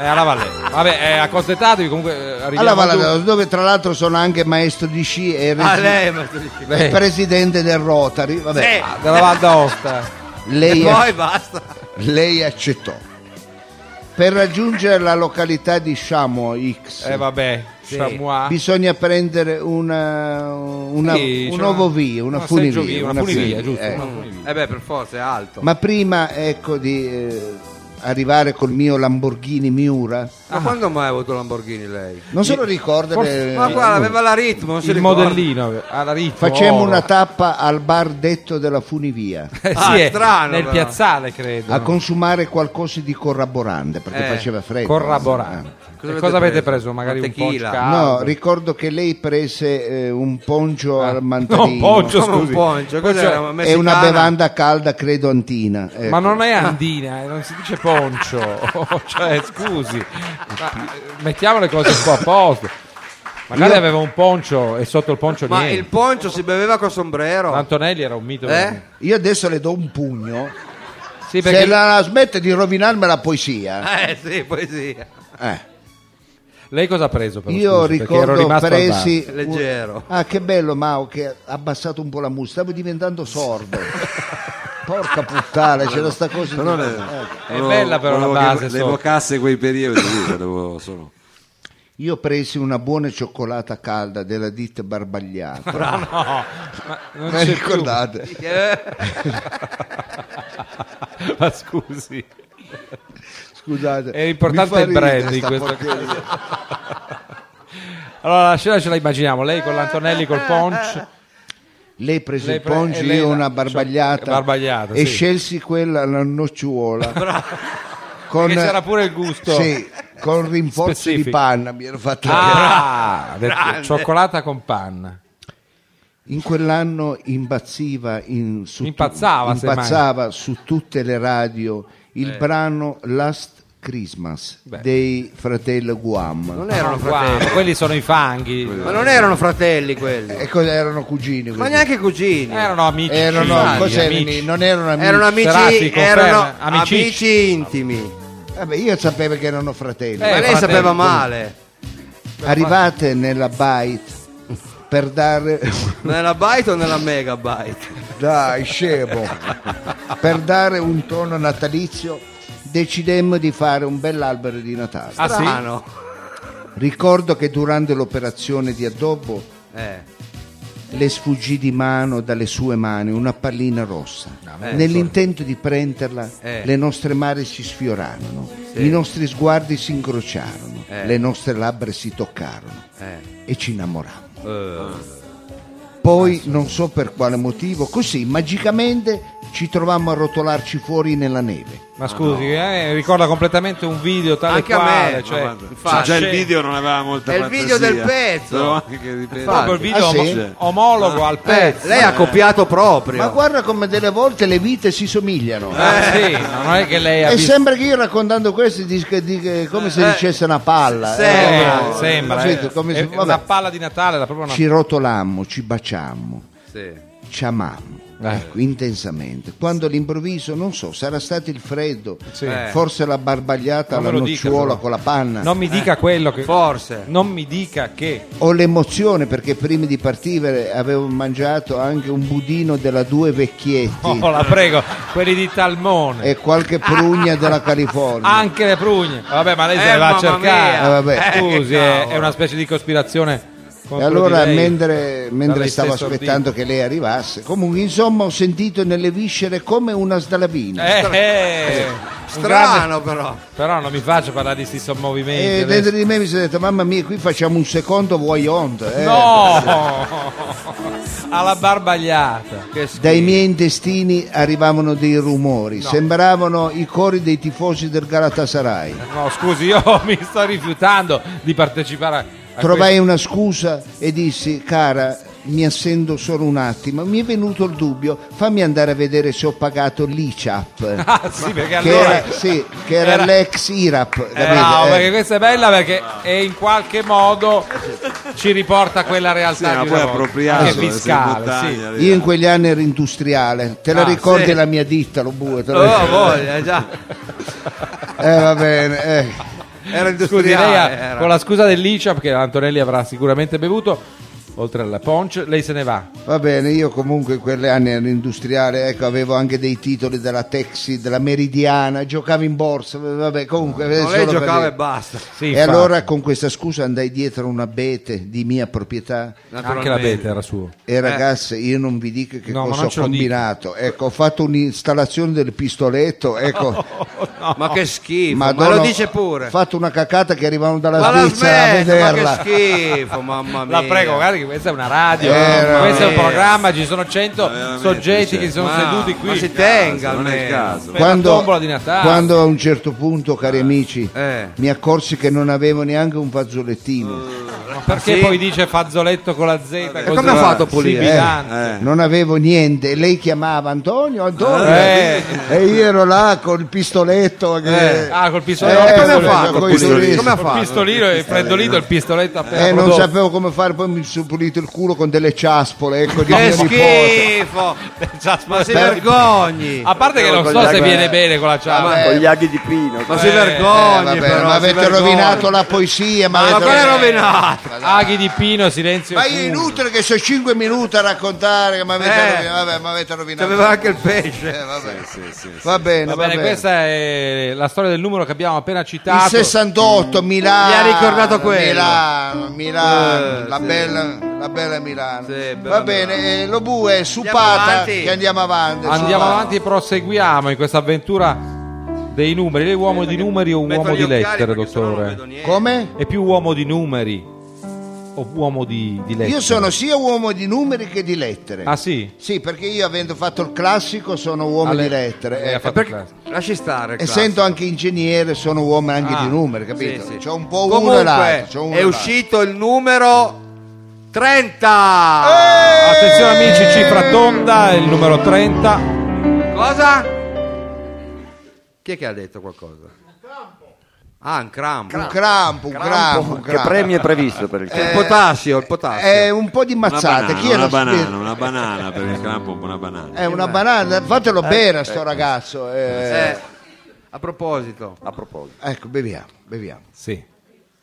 Speaker 3: Eh, alla Valletta vabbè eh, accontentatevi comunque eh, arriviamo
Speaker 6: alla Valle
Speaker 3: giù.
Speaker 6: d'Aosta, dove tra l'altro sono anche maestro di sci e
Speaker 2: Ah,
Speaker 6: resi-
Speaker 2: lei ma tu dici-
Speaker 6: e presidente del Rotary. Vabbè,
Speaker 2: Sì.
Speaker 3: dalla Eh, Val d'Aosta
Speaker 6: lei
Speaker 2: E
Speaker 6: è-
Speaker 2: poi basta.
Speaker 6: Lei accettò. Per raggiungere la località di Shamo X
Speaker 3: eh vabbè chamois
Speaker 6: bisogna prendere una, una,
Speaker 3: Sì, c'è
Speaker 6: un'ovovia, una, funivia.
Speaker 3: seggiovia, una funivia, giusto,
Speaker 6: eh.
Speaker 3: una funivia.
Speaker 2: Eh beh, per forza è alto.
Speaker 6: Ma prima ecco di eh, arrivare col mio Lamborghini Miura,
Speaker 2: Ma quando mai ha avuto Lamborghini lei?
Speaker 6: non se lo ricorda.
Speaker 3: Forse-
Speaker 6: eh,
Speaker 2: Ma guarda, aveva la ritmo, non si
Speaker 3: il
Speaker 2: ricorda.
Speaker 3: modellino alla ritmo
Speaker 6: Facemmo
Speaker 3: oro.
Speaker 6: una tappa al bar detto della funivia
Speaker 3: Eh,
Speaker 2: Ah,
Speaker 3: sì, è
Speaker 2: strano,
Speaker 3: nel
Speaker 2: però.
Speaker 3: piazzale credo
Speaker 6: a consumare qualcosa di corraborante perché
Speaker 2: Eh,
Speaker 6: faceva freddo.
Speaker 3: Corraborante.
Speaker 6: Eh.
Speaker 2: Cosa
Speaker 3: E
Speaker 2: avete
Speaker 3: cosa avete
Speaker 2: preso?
Speaker 3: preso? Magari un po'
Speaker 2: Tequila.
Speaker 6: No, ricordo che lei prese eh, un poncio al mantelino.
Speaker 3: un Ah. poncio,
Speaker 2: Come un
Speaker 3: scusi.
Speaker 2: poncio, cos'era?
Speaker 3: Poncio-
Speaker 6: È una
Speaker 2: messicana?
Speaker 6: bevanda calda, credo antina. Ecco.
Speaker 3: Ma non è andina, eh, non si dice poncio, cioè scusi, ma, eh, mettiamo le cose un po' a posto. Magari
Speaker 6: Io-
Speaker 3: aveva un poncio e sotto il poncio
Speaker 2: Ma il
Speaker 3: niente.
Speaker 2: poncio si beveva col sombrero?
Speaker 3: Antonelli era un mito.
Speaker 2: Eh?
Speaker 3: veramente.
Speaker 6: Io adesso le do un pugno.
Speaker 3: Sì,
Speaker 6: Se
Speaker 3: perché
Speaker 6: la smette di rovinarmi la poesia.
Speaker 2: Eh sì, poi sì.
Speaker 6: Eh.
Speaker 3: lei cosa ha preso? Però,
Speaker 6: Io
Speaker 3: scusi, perché ero
Speaker 6: ricordo
Speaker 3: rimasto al
Speaker 6: presi.
Speaker 2: bar. Leggero.
Speaker 6: Ah, che bello, Mao, che ha abbassato un po' la musica. Stavo diventando sordo. Porca puttana, c'era sta cosa. di- Eh.
Speaker 3: È bella però la
Speaker 5: volevo
Speaker 3: base
Speaker 5: Che
Speaker 3: sotto.
Speaker 5: le evocasse quei periodi lì, volevo solo.
Speaker 6: Io presi una buona cioccolata calda della ditta Barbagliata.
Speaker 3: bar. Ah, No, no, ma non
Speaker 6: Non
Speaker 3: c'è più.
Speaker 6: ricordate?
Speaker 3: ma scusi.
Speaker 6: Scusate.
Speaker 3: È importante
Speaker 6: mi fa
Speaker 3: il brand
Speaker 6: ridere
Speaker 3: in
Speaker 6: sta
Speaker 3: questo
Speaker 6: porcheria.
Speaker 3: Allora la scena ce la immaginiamo, lei con l'Antonelli col ponch.
Speaker 6: Lei prese
Speaker 3: Lei
Speaker 6: il
Speaker 3: pre-
Speaker 6: poncio,
Speaker 3: e lei
Speaker 6: io
Speaker 3: la-
Speaker 6: una barbagliata,
Speaker 3: cioè, barbagliata,
Speaker 6: e
Speaker 3: sì.
Speaker 6: scelsi quella, la nocciola. con,
Speaker 3: Perché c'era pure il gusto.
Speaker 6: Sì, con rinforzo
Speaker 3: Specifico.
Speaker 6: di panna mi ero fatta
Speaker 3: Ah, ha detto, cioccolata con panna.
Speaker 6: In quell'anno impazziva, in- su,
Speaker 3: Impazzava, semmai. Eh.
Speaker 6: impazzava su tutte le radio il brano Last Christmas
Speaker 3: Beh.
Speaker 6: dei fratelli Guam.
Speaker 2: Non erano fratelli.
Speaker 3: Guarda, quelli sono i fanghi.
Speaker 2: Ma non erano fratelli quelli.
Speaker 6: E cosa erano cugini?
Speaker 2: Ma
Speaker 6: quindi?
Speaker 2: neanche cugini.
Speaker 3: Erano amici.
Speaker 6: Eh, Erano,
Speaker 3: fanghi,
Speaker 6: cos'erano?
Speaker 3: amici.
Speaker 6: Non erano amici.
Speaker 2: Erano amici,
Speaker 3: Serati, conferma,
Speaker 2: erano
Speaker 3: amici.
Speaker 2: amici, intimi.
Speaker 6: Vabbè, io sapevo che erano fratelli.
Speaker 3: Eh,
Speaker 2: Ma lei
Speaker 3: fratelli,
Speaker 2: sapeva male.
Speaker 6: Arrivate nella bite per dare
Speaker 2: Nella byte o nella megabyte?
Speaker 6: Dai, scemo. per dare un tono natalizio decidemmo di fare un bell'albero di Natale.
Speaker 3: Ah, sì?
Speaker 2: Strano.
Speaker 6: Ricordo che durante l'operazione di addobbo
Speaker 2: Eh.
Speaker 6: le sfuggì di mano dalle sue mani una pallina rossa.
Speaker 2: ma-
Speaker 6: Nell'intento di prenderla,
Speaker 2: Ah, Eh.
Speaker 6: le nostre mani si sfiorarono,
Speaker 2: Sì.
Speaker 6: i nostri sguardi si incrociarono,
Speaker 2: Eh.
Speaker 6: le nostre labbra si toccarono
Speaker 2: Eh.
Speaker 6: e ci innamorammo.
Speaker 2: Eh.
Speaker 6: Poi, non so per quale motivo, così magicamente ci trovammo a rotolarci fuori nella neve.
Speaker 3: Ma scusi, eh, ricorda completamente un video tale
Speaker 2: Anche a
Speaker 3: quale.
Speaker 2: me,
Speaker 3: cioè,
Speaker 2: ma guarda,
Speaker 5: Cioè, già il
Speaker 3: scena-
Speaker 5: video non aveva molta
Speaker 2: È il
Speaker 5: fantasia.
Speaker 2: video del pezzo.
Speaker 5: Dovevo anche ripetere.
Speaker 3: Proprio il video
Speaker 6: Ah, sì?
Speaker 3: omo- omologo al
Speaker 2: Eh,
Speaker 3: pezzo.
Speaker 2: lei ha copiato proprio.
Speaker 6: Ma guarda come delle volte le vite si somigliano.
Speaker 2: Eh.
Speaker 3: Ah, sì, ma non è che lei ha
Speaker 6: Eh. E
Speaker 3: visto.
Speaker 6: sembra che io raccontando questo di, di- che- come se
Speaker 2: Eh,
Speaker 6: dicesse una palla.
Speaker 2: sì,
Speaker 3: Eh,
Speaker 2: eh,
Speaker 3: sembra
Speaker 6: capito?
Speaker 3: eh.
Speaker 6: Come
Speaker 3: È
Speaker 6: se-
Speaker 3: una
Speaker 6: vabbè.
Speaker 3: palla di Natale, la proprio una
Speaker 6: Ci rotolammo, ci baciammo,
Speaker 2: Sì.
Speaker 6: ci amammo.
Speaker 3: Eh.
Speaker 6: ecco, intensamente. Quando all'improvviso, non so, sarà stato il freddo,
Speaker 3: Sì.
Speaker 2: Eh.
Speaker 6: forse la barbagliata,
Speaker 3: Non me
Speaker 6: alla
Speaker 3: lo dica,
Speaker 6: nocciola
Speaker 3: però.
Speaker 6: con la panna,
Speaker 3: Non mi dica quello che.
Speaker 2: Forse.
Speaker 3: Non mi dica che.
Speaker 6: o l'emozione perché prima di partire avevo mangiato anche un budino della due vecchietti
Speaker 3: Oh, la prego, quelli di Talmone.
Speaker 6: e qualche prugna della California.
Speaker 3: Anche le prugne. Vabbè, ma lei se
Speaker 2: Eh,
Speaker 3: le va a
Speaker 2: mamma
Speaker 3: cercare.
Speaker 2: mia.
Speaker 6: Eh, vabbè.
Speaker 3: Scusi,
Speaker 2: Eh, che
Speaker 3: è,
Speaker 2: cavolo.
Speaker 3: è una specie di cospirazione.
Speaker 6: E
Speaker 3: contro
Speaker 6: allora,
Speaker 3: di lei.
Speaker 6: mentre, mentre
Speaker 3: Dalle
Speaker 6: stavo
Speaker 3: stesse
Speaker 6: aspettando che lei arrivasse, comunque, insomma, ho sentito nelle viscere come una
Speaker 3: ordini.
Speaker 6: sdalavina.
Speaker 3: Eh, eh, un grande-
Speaker 2: Strano però.
Speaker 3: Però non mi faccio parlare di sti
Speaker 6: E
Speaker 3: sommovimenti.
Speaker 6: dentro di me mi sono detto, mamma mia, qui facciamo un secondo voyant. Eh.
Speaker 3: No! Alla barbagliata.
Speaker 2: Che schifo.
Speaker 6: Dai miei intestini arrivavano dei rumori, sembravano i cori dei tifosi del Galatasaray.
Speaker 3: No, scusi, io mi sto rifiutando di partecipare a a
Speaker 6: Trovai una scusa e dissi, cara, mi assendo solo un attimo, mi è venuto il dubbio, fammi andare a vedere se ho pagato l'ICAP.
Speaker 3: questo. Ah, sì, perché
Speaker 6: che
Speaker 3: allora.
Speaker 6: era, sì, che era
Speaker 3: Era-
Speaker 6: l'ex IRAP.
Speaker 3: Eh,
Speaker 6: capite?
Speaker 3: no,
Speaker 6: Eh,
Speaker 3: perché questa è bella perché è in qualche modo ci riporta a quella
Speaker 5: Sì,
Speaker 3: realtà
Speaker 5: ma
Speaker 3: di
Speaker 5: poi
Speaker 3: una volta,
Speaker 5: appropriato. eh,
Speaker 3: anche fiscale, sì.
Speaker 6: Io in quegli anni ero industriale, te la
Speaker 3: Ah,
Speaker 6: ricordi
Speaker 2: sì.
Speaker 6: la mia ditta, lo bue? Te la
Speaker 2: Oh, voglia, già.
Speaker 6: Eh, va bene. eh.
Speaker 3: Scusi, lei ha-
Speaker 2: Era industriale. era.
Speaker 3: con la scusa dell'ICIAP che Antonelli avrà sicuramente bevuto, oltre alla Ponch, lei se ne va.
Speaker 6: Va bene, io comunque in quegli anni ero industriale, ecco, avevo anche dei titoli della Texi, della Meridiana, giocavo in borsa, vabbè, comunque... eh,
Speaker 2: No, lei
Speaker 6: solo per
Speaker 2: giocava
Speaker 6: dire.
Speaker 2: e basta.
Speaker 3: Sì,
Speaker 6: E
Speaker 3: infatti.
Speaker 6: allora con questa scusa andai dietro un abete di mia proprietà
Speaker 3: anche
Speaker 2: Naturalmente.
Speaker 3: la beta era suo.
Speaker 6: e ragazzi io non vi dico che
Speaker 3: Eh. No, ma
Speaker 6: cosa
Speaker 3: non
Speaker 6: ho
Speaker 3: ce lo dico.
Speaker 6: combinato, ecco, ho fatto un'installazione del pistoletto,
Speaker 3: Oh.
Speaker 6: ecco,
Speaker 2: Ma che schifo.
Speaker 6: Madonna,
Speaker 2: ma lo dice pure.
Speaker 6: Ho fatto una cacata che arrivavano dalla
Speaker 2: ma la
Speaker 6: Svizzera a
Speaker 2: smetta,
Speaker 6: vederla.
Speaker 2: ma che schifo, mamma mia.
Speaker 3: La prego, guardi che questa è una radio,
Speaker 6: Eh, no,
Speaker 3: questo è un
Speaker 2: eh.
Speaker 3: programma, ci sono 100
Speaker 5: veramente,
Speaker 3: soggetti
Speaker 5: cioè.
Speaker 3: che sono
Speaker 2: Ma-
Speaker 3: seduti qui.
Speaker 2: Ma si tenga
Speaker 5: Non è il
Speaker 2: almeno.
Speaker 5: caso.
Speaker 3: Per la tombola di Natale.
Speaker 6: quando a un certo punto, cari amici,
Speaker 2: Eh. Mm,
Speaker 6: mi accorsi che non avevo neanche un fazzolettino. eh.
Speaker 3: Ma perché
Speaker 2: Sì.
Speaker 3: poi dice fazzoletto con la Z? E
Speaker 2: come ha fatto a pulire?
Speaker 5: Eh.
Speaker 6: Non avevo niente. E Lei chiamava Antonio, Antonio.
Speaker 3: Eh.
Speaker 6: E io ero là col pistoletto. Che...
Speaker 3: Ah, col
Speaker 6: Eh,
Speaker 3: pistoletto.
Speaker 2: come ha
Speaker 6: con-
Speaker 2: fatto
Speaker 6: con
Speaker 2: col
Speaker 6: i
Speaker 2: pistoletto?
Speaker 6: turisti.
Speaker 2: Come ha
Speaker 3: Col
Speaker 2: fatto?
Speaker 3: pistolino e il freddolito, il pistoletto appena
Speaker 6: Eh, non
Speaker 3: prodotto.
Speaker 6: sapevo come fare, poi mi sono pulito il culo con delle ciaspole, ecco, di
Speaker 2: Che
Speaker 6: mio nipote.
Speaker 2: schifo.
Speaker 3: Già, Ah,
Speaker 2: Ma si
Speaker 3: aspetta.
Speaker 2: vergogni.
Speaker 3: A parte che non so se viene bene con la ciao.
Speaker 6: vabbè.
Speaker 4: con gli aghi di Pino. cioè,
Speaker 2: Ma si
Speaker 3: Eh,
Speaker 6: Eh,
Speaker 2: vergogni
Speaker 6: vabbè,
Speaker 2: però.
Speaker 6: ma
Speaker 2: si
Speaker 6: avete
Speaker 2: vergogni.
Speaker 6: rovinato la poesia. Ma,
Speaker 2: Ma
Speaker 6: avete-
Speaker 2: come è rovinato?
Speaker 3: Aghi di Pino, silenzio.
Speaker 6: Ma io è
Speaker 3: fumo.
Speaker 6: inutile che sono 5 minuti a raccontare che mi avete,
Speaker 2: Eh.
Speaker 6: rovinato, vabbè, mi avete rovinato.
Speaker 2: C'aveva anche il pesce.
Speaker 6: Eh, vabbè.
Speaker 5: Sì, sì, sì.
Speaker 6: Va bene,
Speaker 3: Va
Speaker 6: va
Speaker 3: bene,
Speaker 6: bene.
Speaker 3: questa è la storia del numero che abbiamo appena
Speaker 6: Il
Speaker 3: citato.
Speaker 6: 68, Milano.
Speaker 2: Mi Mm. ha ricordato quello.
Speaker 6: Milano, Milano,
Speaker 2: Eh,
Speaker 6: la,
Speaker 2: sì.
Speaker 6: bella, la bella Milano.
Speaker 2: Sì, bella
Speaker 6: va bene, eh, lo bue è
Speaker 2: Andiamo
Speaker 6: supata
Speaker 2: avanti.
Speaker 6: che andiamo avanti.
Speaker 3: Andiamo
Speaker 6: supata.
Speaker 3: avanti e proseguiamo in questa avventura dei numeri. Lei è uomo di numeri o
Speaker 2: Metto
Speaker 3: uomo
Speaker 2: gli
Speaker 3: di
Speaker 2: occhiali
Speaker 3: lettere,
Speaker 2: perché sennò non
Speaker 3: dottore?
Speaker 2: vedo niente.
Speaker 6: Come?
Speaker 3: È più uomo di numeri o uomo di, di lettere?
Speaker 6: Io sono sia uomo di numeri che di lettere.
Speaker 3: Ah sì?
Speaker 6: Sì, perché io avendo fatto il classico sono uomo
Speaker 3: Ah, lei-
Speaker 6: di lettere.
Speaker 3: lei ha
Speaker 6: ecco.
Speaker 3: fatto
Speaker 2: Perché-
Speaker 3: classe.
Speaker 2: lasci stare. eh, il
Speaker 6: Essendo anche ingegnere sono uomo anche
Speaker 3: Ah,
Speaker 6: di numeri,
Speaker 2: classico.
Speaker 6: capito?
Speaker 2: Sì, sì.
Speaker 6: C'ho un po' uno
Speaker 2: Comunque,
Speaker 6: e l'altro. c'ho uno
Speaker 2: è
Speaker 6: e l'altro.
Speaker 2: uscito il numero 30.
Speaker 6: Eh!
Speaker 3: Attenzione amici, cifra tonda, il numero 30.
Speaker 2: Cosa? Chi è che ha detto qualcosa? Ah, un crampo.
Speaker 6: Un crampo, un crampo, un
Speaker 4: Che
Speaker 6: crampo.
Speaker 4: premio è previsto per il
Speaker 2: Il
Speaker 4: campo?
Speaker 2: potassio, il potassio.
Speaker 6: È un po' di
Speaker 5: Una
Speaker 6: mazzate.
Speaker 5: banana,
Speaker 6: Chi è
Speaker 5: una
Speaker 6: lo
Speaker 5: banana,
Speaker 6: spir-
Speaker 5: una banana per il crampo, una
Speaker 2: Eh,
Speaker 5: banana.
Speaker 6: È una
Speaker 3: mm.
Speaker 6: banana, fatelo
Speaker 3: Eh,
Speaker 6: bere a sto ragazzo. eh.
Speaker 2: Eh, a proposito,
Speaker 4: A proposito,
Speaker 6: Ecco, beviamo, beviamo.
Speaker 3: Sì.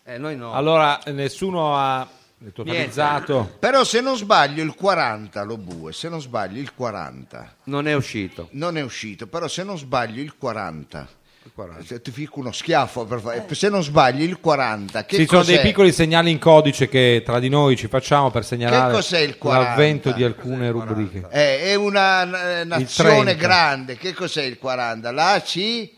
Speaker 2: eh, noi no.
Speaker 3: Oh. Allora, nessuno ha
Speaker 2: Niente.
Speaker 3: totalizzato.
Speaker 6: Però se non sbaglio il 40 lo bue, se non sbaglio il 40.
Speaker 2: non è uscito.
Speaker 6: Non è uscito, però se non sbaglio il 40.
Speaker 2: Il 40.
Speaker 6: Se ti fico uno schiaffo per fa- se non sbaglio il 40. Che
Speaker 3: Ci sono dei
Speaker 6: cos'è?
Speaker 3: piccoli segnali in codice che tra di noi ci facciamo per segnalare
Speaker 6: Che cos'è il 40?
Speaker 3: l'avvento di alcune rubriche.
Speaker 6: Eh, è una eh, nazione
Speaker 3: 30.
Speaker 6: grande. Che cos'è il 40? La C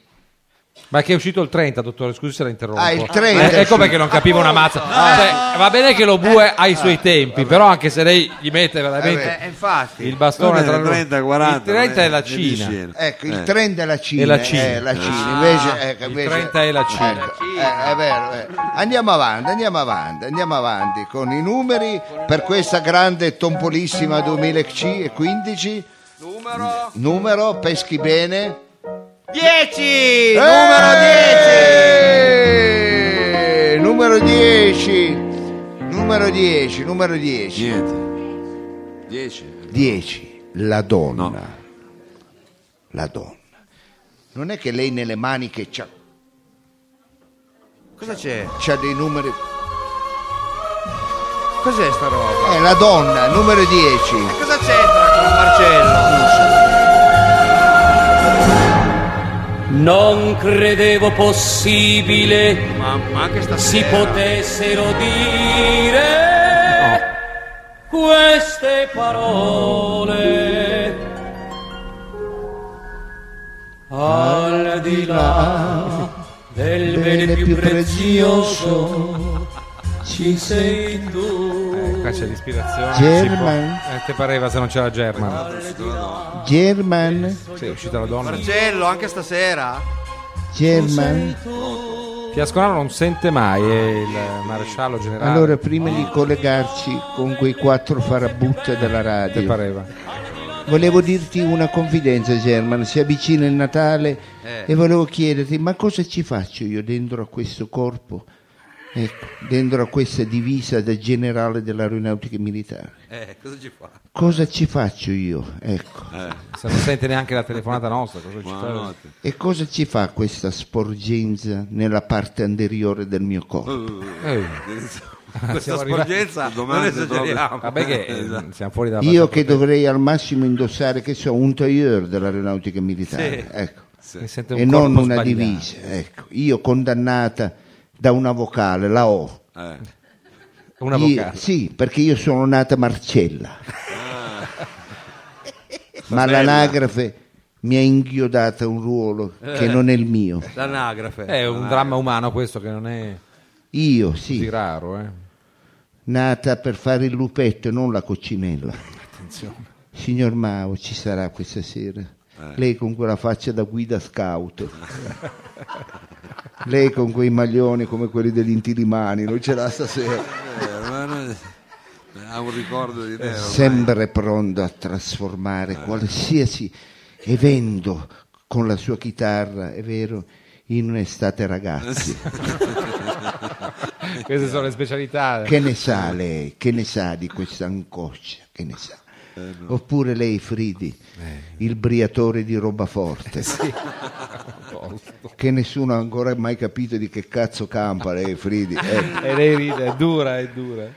Speaker 3: Ma che è uscito il 30, dottore, scusi se la interrompo.
Speaker 6: Ah, il 30
Speaker 3: Eh,
Speaker 6: è
Speaker 3: ecco perché non capivo una mazza. Cioè, va bene che lo bue ha i suoi tempi, però anche se lei gli mette veramente
Speaker 2: Eh, infatti,
Speaker 3: il bastone tra
Speaker 5: Vabbè,
Speaker 3: le
Speaker 5: 30, 40.
Speaker 3: Il 30 è la
Speaker 5: che dici
Speaker 3: Cina.
Speaker 5: ieri?
Speaker 6: Ecco,
Speaker 5: Eh.
Speaker 6: il trend è la Cina.
Speaker 3: È la Cina.
Speaker 6: eh, la Cina.
Speaker 3: Ah,
Speaker 6: invece, ecco,
Speaker 3: il
Speaker 6: invece-
Speaker 3: 30 è la Cina.
Speaker 6: ecco, eh, è vero, è vero. Andiamo avanti, andiamo avanti, andiamo avanti con i numeri per questa grande e tompolissima 2015.
Speaker 2: numero
Speaker 6: Numero, peschi bene.
Speaker 2: 10.
Speaker 6: Eh! Numero 10. Numero 10. Numero 10.
Speaker 5: Niente.
Speaker 2: Eh,
Speaker 5: 10.
Speaker 6: 10. La donna.
Speaker 5: No.
Speaker 6: La donna. Non è che lei nelle maniche c'ha,
Speaker 2: Cosa c'è?
Speaker 6: c'ha dei numeri.
Speaker 2: Cos'è sta roba?
Speaker 6: Eh, la donna, numero 10.
Speaker 2: Cosa c'entra con Marcello?
Speaker 7: Non credevo possibile
Speaker 2: Mamma, anche sta
Speaker 7: si potessero dire queste parole. Al di là del bene più prezioso ci sei tu.
Speaker 3: Eh, qua c'è l'ispirazione. si
Speaker 6: German.
Speaker 3: può- eh, te pareva se non c'era German?
Speaker 6: German,
Speaker 3: Sì, è uscita la donna.
Speaker 2: Marcello, anche stasera?
Speaker 6: German.
Speaker 3: Fiasconaro non sente mai, è il maresciallo generale.
Speaker 6: Allora, prima di collegarci con quei quattro farabutte della
Speaker 3: Te
Speaker 6: radio,
Speaker 3: pareva?
Speaker 6: volevo dirti una confidenza, German. Si avvicina il Natale
Speaker 2: Eh.
Speaker 6: e volevo chiederti: ma cosa ci faccio io dentro a questo corpo? Ecco, dentro a questa divisa da generale dell'aeronautica militare.
Speaker 2: Eh, cosa ci fa?
Speaker 6: Cosa ci faccio io? Ecco.
Speaker 3: Se non sente neanche la telefonata nostra, cosa ci fa?
Speaker 5: Buonanotte.
Speaker 6: E cosa ci fa questa sporgenza nella parte anteriore del mio corpo?
Speaker 3: Eh,
Speaker 2: Questa
Speaker 3: siamo arrivati-
Speaker 2: sporgenza non
Speaker 5: Domande
Speaker 2: esageriamo. Esatto.
Speaker 3: Vabbè che eh, siamo fuori dalla
Speaker 6: Io
Speaker 3: faccia
Speaker 6: che
Speaker 3: potente.
Speaker 6: dovrei al massimo indossare, che so, un tailleur dell'aeronautica militare, ecco,
Speaker 3: Mi sente un
Speaker 6: e non
Speaker 3: corpo
Speaker 6: una
Speaker 3: sbagliato.
Speaker 6: divisa. Ecco. Io condannata da una vocale, la O.
Speaker 5: Eh.
Speaker 3: Una
Speaker 6: Io-
Speaker 3: vocale.
Speaker 6: sì, perché io sono nata
Speaker 3: Ah.
Speaker 6: Marcella. Ma l'anagrafe mi ha inghiodata un ruolo che
Speaker 3: Eh.
Speaker 6: non è il mio.
Speaker 2: L'anagrafe. Eh,
Speaker 3: È un dramma umano questo che non è
Speaker 6: Io,
Speaker 3: così
Speaker 6: sì,
Speaker 3: raro, eh.
Speaker 6: nata per fare il lupetto e non la coccinella. Signor Mao, ci sarà questa sera. Lei con quella faccia da guida scout. Lei con quei maglioni come quelli degli intilimani, non ce l'ha stasera.
Speaker 5: Eh, ma non- Ha un ricordo di
Speaker 6: Eh,
Speaker 5: te. Eh, ormai.
Speaker 6: Sempre pronto a trasformare qualsiasi evento con la sua chitarra, è vero, in un'estate ragazzi.
Speaker 3: Queste sono le specialità.
Speaker 6: Che ne sa lei? Che ne sa di questa angoscia? Che ne sa? Oppure lei Fridi, il briatore di roba forte. che nessuno ha ancora mai capito di che cazzo campa lei Fridi. Eh,
Speaker 3: E lei ride, è dura, è dura.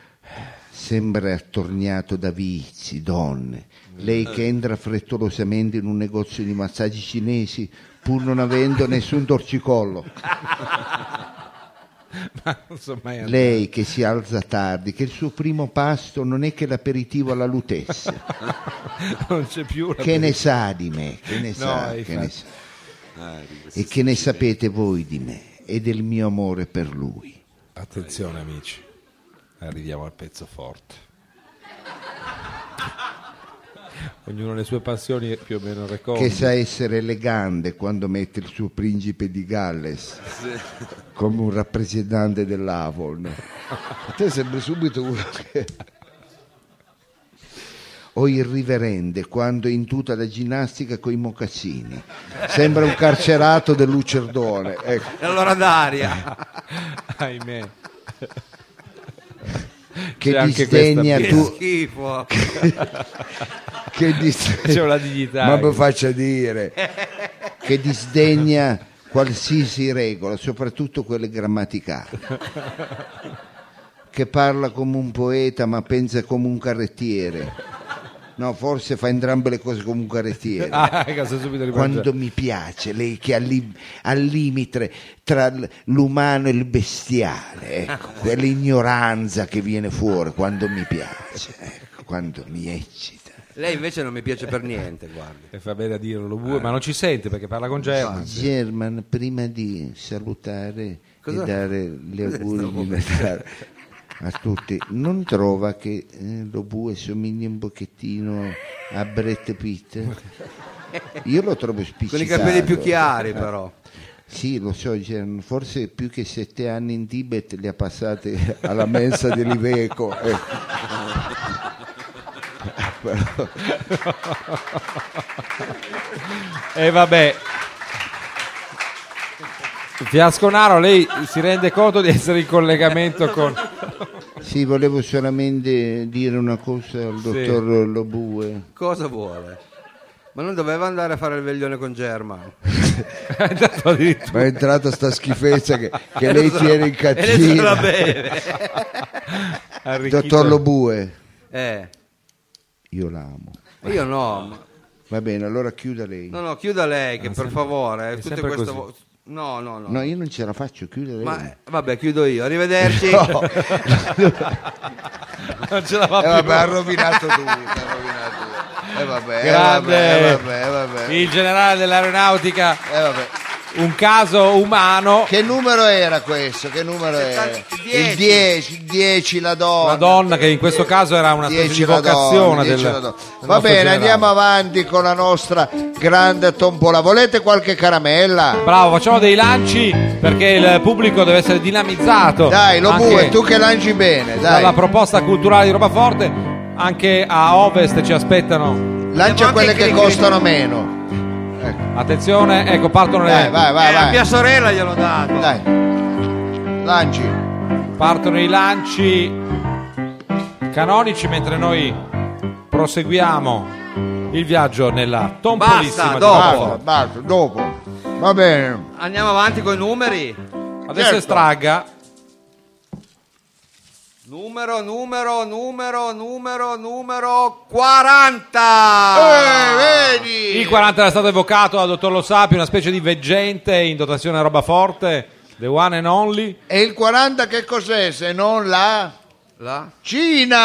Speaker 6: sembra attorniato da vizi, donne. Lei che entra frettolosamente in un negozio di massaggi cinesi pur non avendo nessun torcicollo.
Speaker 3: Ma non so mai andare.
Speaker 6: Lei che si alza tardi, che il suo primo pasto non è che l'aperitivo alla lutezia.
Speaker 3: non c'è più. la-
Speaker 6: che ne sa di me? Che ne sa?
Speaker 3: infatti.
Speaker 6: che ne sa?
Speaker 3: Ah,
Speaker 6: E che ne sapete voi di me e del mio amore per lui?
Speaker 3: Attenzione amici. Arriviamo al pezzo forte. Ognuno le sue passioni più o meno recorde.
Speaker 6: che sa essere elegante quando mette il suo principe di Galles come un rappresentante dell'Avon. Te sembra subito uno che... O irriverente quando è in tuta da ginnastica coi mocassini. Sembra un carcerato del Lucerdone. Ecco.
Speaker 2: E allora Daria.
Speaker 3: Ahimè.
Speaker 6: Che
Speaker 3: C'è anche
Speaker 6: disdegna
Speaker 3: questa-
Speaker 2: Che
Speaker 6: tu...
Speaker 2: schifo.
Speaker 6: che dis-
Speaker 3: C'è una dignità.
Speaker 6: Ma mi faccia dire che disdegna qualsiasi regola, soprattutto quelle grammaticali. Che parla come un poeta ma pensa come un carrettiere. No, forse fa entrambe le cose come un carrettiere.
Speaker 3: Ah, che sono subito rimangiato.
Speaker 6: Quando mi piace, lei che è al, lim- al limite tra l- l'umano e il bestiale,
Speaker 3: Ah,
Speaker 6: ecco, quell'ignoranza che viene fuori quando mi piace, ecco, quando mi eccita.
Speaker 2: Lei invece non mi piace per niente, guardi.
Speaker 3: E fa bene a dirlo, bue, ma non ci sente perché parla con
Speaker 2: Ah,
Speaker 3: German.
Speaker 6: German, prima di salutare
Speaker 2: Cosa-
Speaker 6: e dare gli auguri di Natale a tutti, non trova che eh, lo bue somiglia un pochettino a Brett Pitt? Io lo trovo
Speaker 2: Con
Speaker 6: spiccicante.
Speaker 2: i capelli più chiari, però.
Speaker 6: Sì, lo so, German, forse più che sette anni in Tibet li ha passati alla mensa di Liveco. ecco.
Speaker 3: E vabbè. Fiasconaro, lei si rende conto di essere in collegamento con...
Speaker 6: Sì, volevo solamente dire una cosa al dottor eh. Lobue.
Speaker 2: Cosa vuole? Ma non doveva andare a fare il veglione con German.
Speaker 3: È andato addirittura-
Speaker 6: Ma è entrata sta schifezza che, che lei tiene in
Speaker 2: E lei se la
Speaker 6: cattiva.
Speaker 2: beve.
Speaker 3: arricchito-
Speaker 6: Dottor Lobue,
Speaker 2: Eh,
Speaker 6: io l'amo.
Speaker 2: io no. ma-
Speaker 6: Va bene, allora chiuda lei.
Speaker 2: No, no, chiuda lei che per favore. eh, Tutte
Speaker 3: Ah, sempre così.
Speaker 2: queste vo- No, no, no.
Speaker 6: No, io non ce la faccio, chiuda lei.
Speaker 2: Ma eh, vabbè, chiudo io. Arrivederci.
Speaker 3: Non ce la fa
Speaker 6: Eh,
Speaker 3: più.
Speaker 6: vabbè, ha rovinato tutto, ha rovinato tutto. Eh, vabbè, eh,
Speaker 3: Grande.
Speaker 6: vabbè, eh, vabbè, eh, vabbè,
Speaker 3: Il generale dell'aeronautica,
Speaker 6: eh, vabbè.
Speaker 3: un caso umano,
Speaker 6: Che numero era questo? Che numero era? Il 10, il 10 la donna.
Speaker 3: una donna che in questo caso era una specie
Speaker 6: 10
Speaker 3: di
Speaker 6: la donna,
Speaker 3: vocazione
Speaker 6: 10
Speaker 3: del,
Speaker 6: la donna.
Speaker 3: del
Speaker 6: Va
Speaker 3: nostro
Speaker 6: bene,
Speaker 3: generale.
Speaker 6: andiamo avanti con la nostra grande tombola. Volete qualche caramella?
Speaker 3: Bravo, facciamo dei lanci perché il pubblico deve essere dinamizzato.
Speaker 6: Dai, lo
Speaker 3: anche
Speaker 6: bue, tu che lanci bene, dai.
Speaker 3: Dalla proposta culturale di Robaforte, anche a ovest ci aspettano.
Speaker 6: Lancia
Speaker 2: Andiamo
Speaker 6: quelle
Speaker 2: anche
Speaker 6: che
Speaker 2: in cricri.
Speaker 6: costano meno.
Speaker 3: Attenzione, ecco, partono le,
Speaker 6: Dai, vai,
Speaker 2: Eh,
Speaker 6: vai,
Speaker 2: a mia
Speaker 6: vai.
Speaker 2: sorella gliel'ho dato.
Speaker 6: Dai. Lanci.
Speaker 3: partono i lanci canonici mentre noi proseguiamo il viaggio nella tompolissima
Speaker 2: Basta,
Speaker 3: di
Speaker 2: dopo.
Speaker 6: Basta,
Speaker 3: Robaforte.
Speaker 6: basta, dopo. Va bene.
Speaker 2: Andiamo avanti con i numeri.
Speaker 3: Adesso
Speaker 6: Certo.
Speaker 3: estragga.
Speaker 2: Numero, numero, numero, numero, numero 40.
Speaker 6: Eh, vedi.
Speaker 3: Il 40 era stato evocato dal dottor Lo Sapio, una specie di veggente in dotazione a roba forte, the one and only.
Speaker 6: E il 40 che cos'è se non la
Speaker 2: La?
Speaker 6: Cina?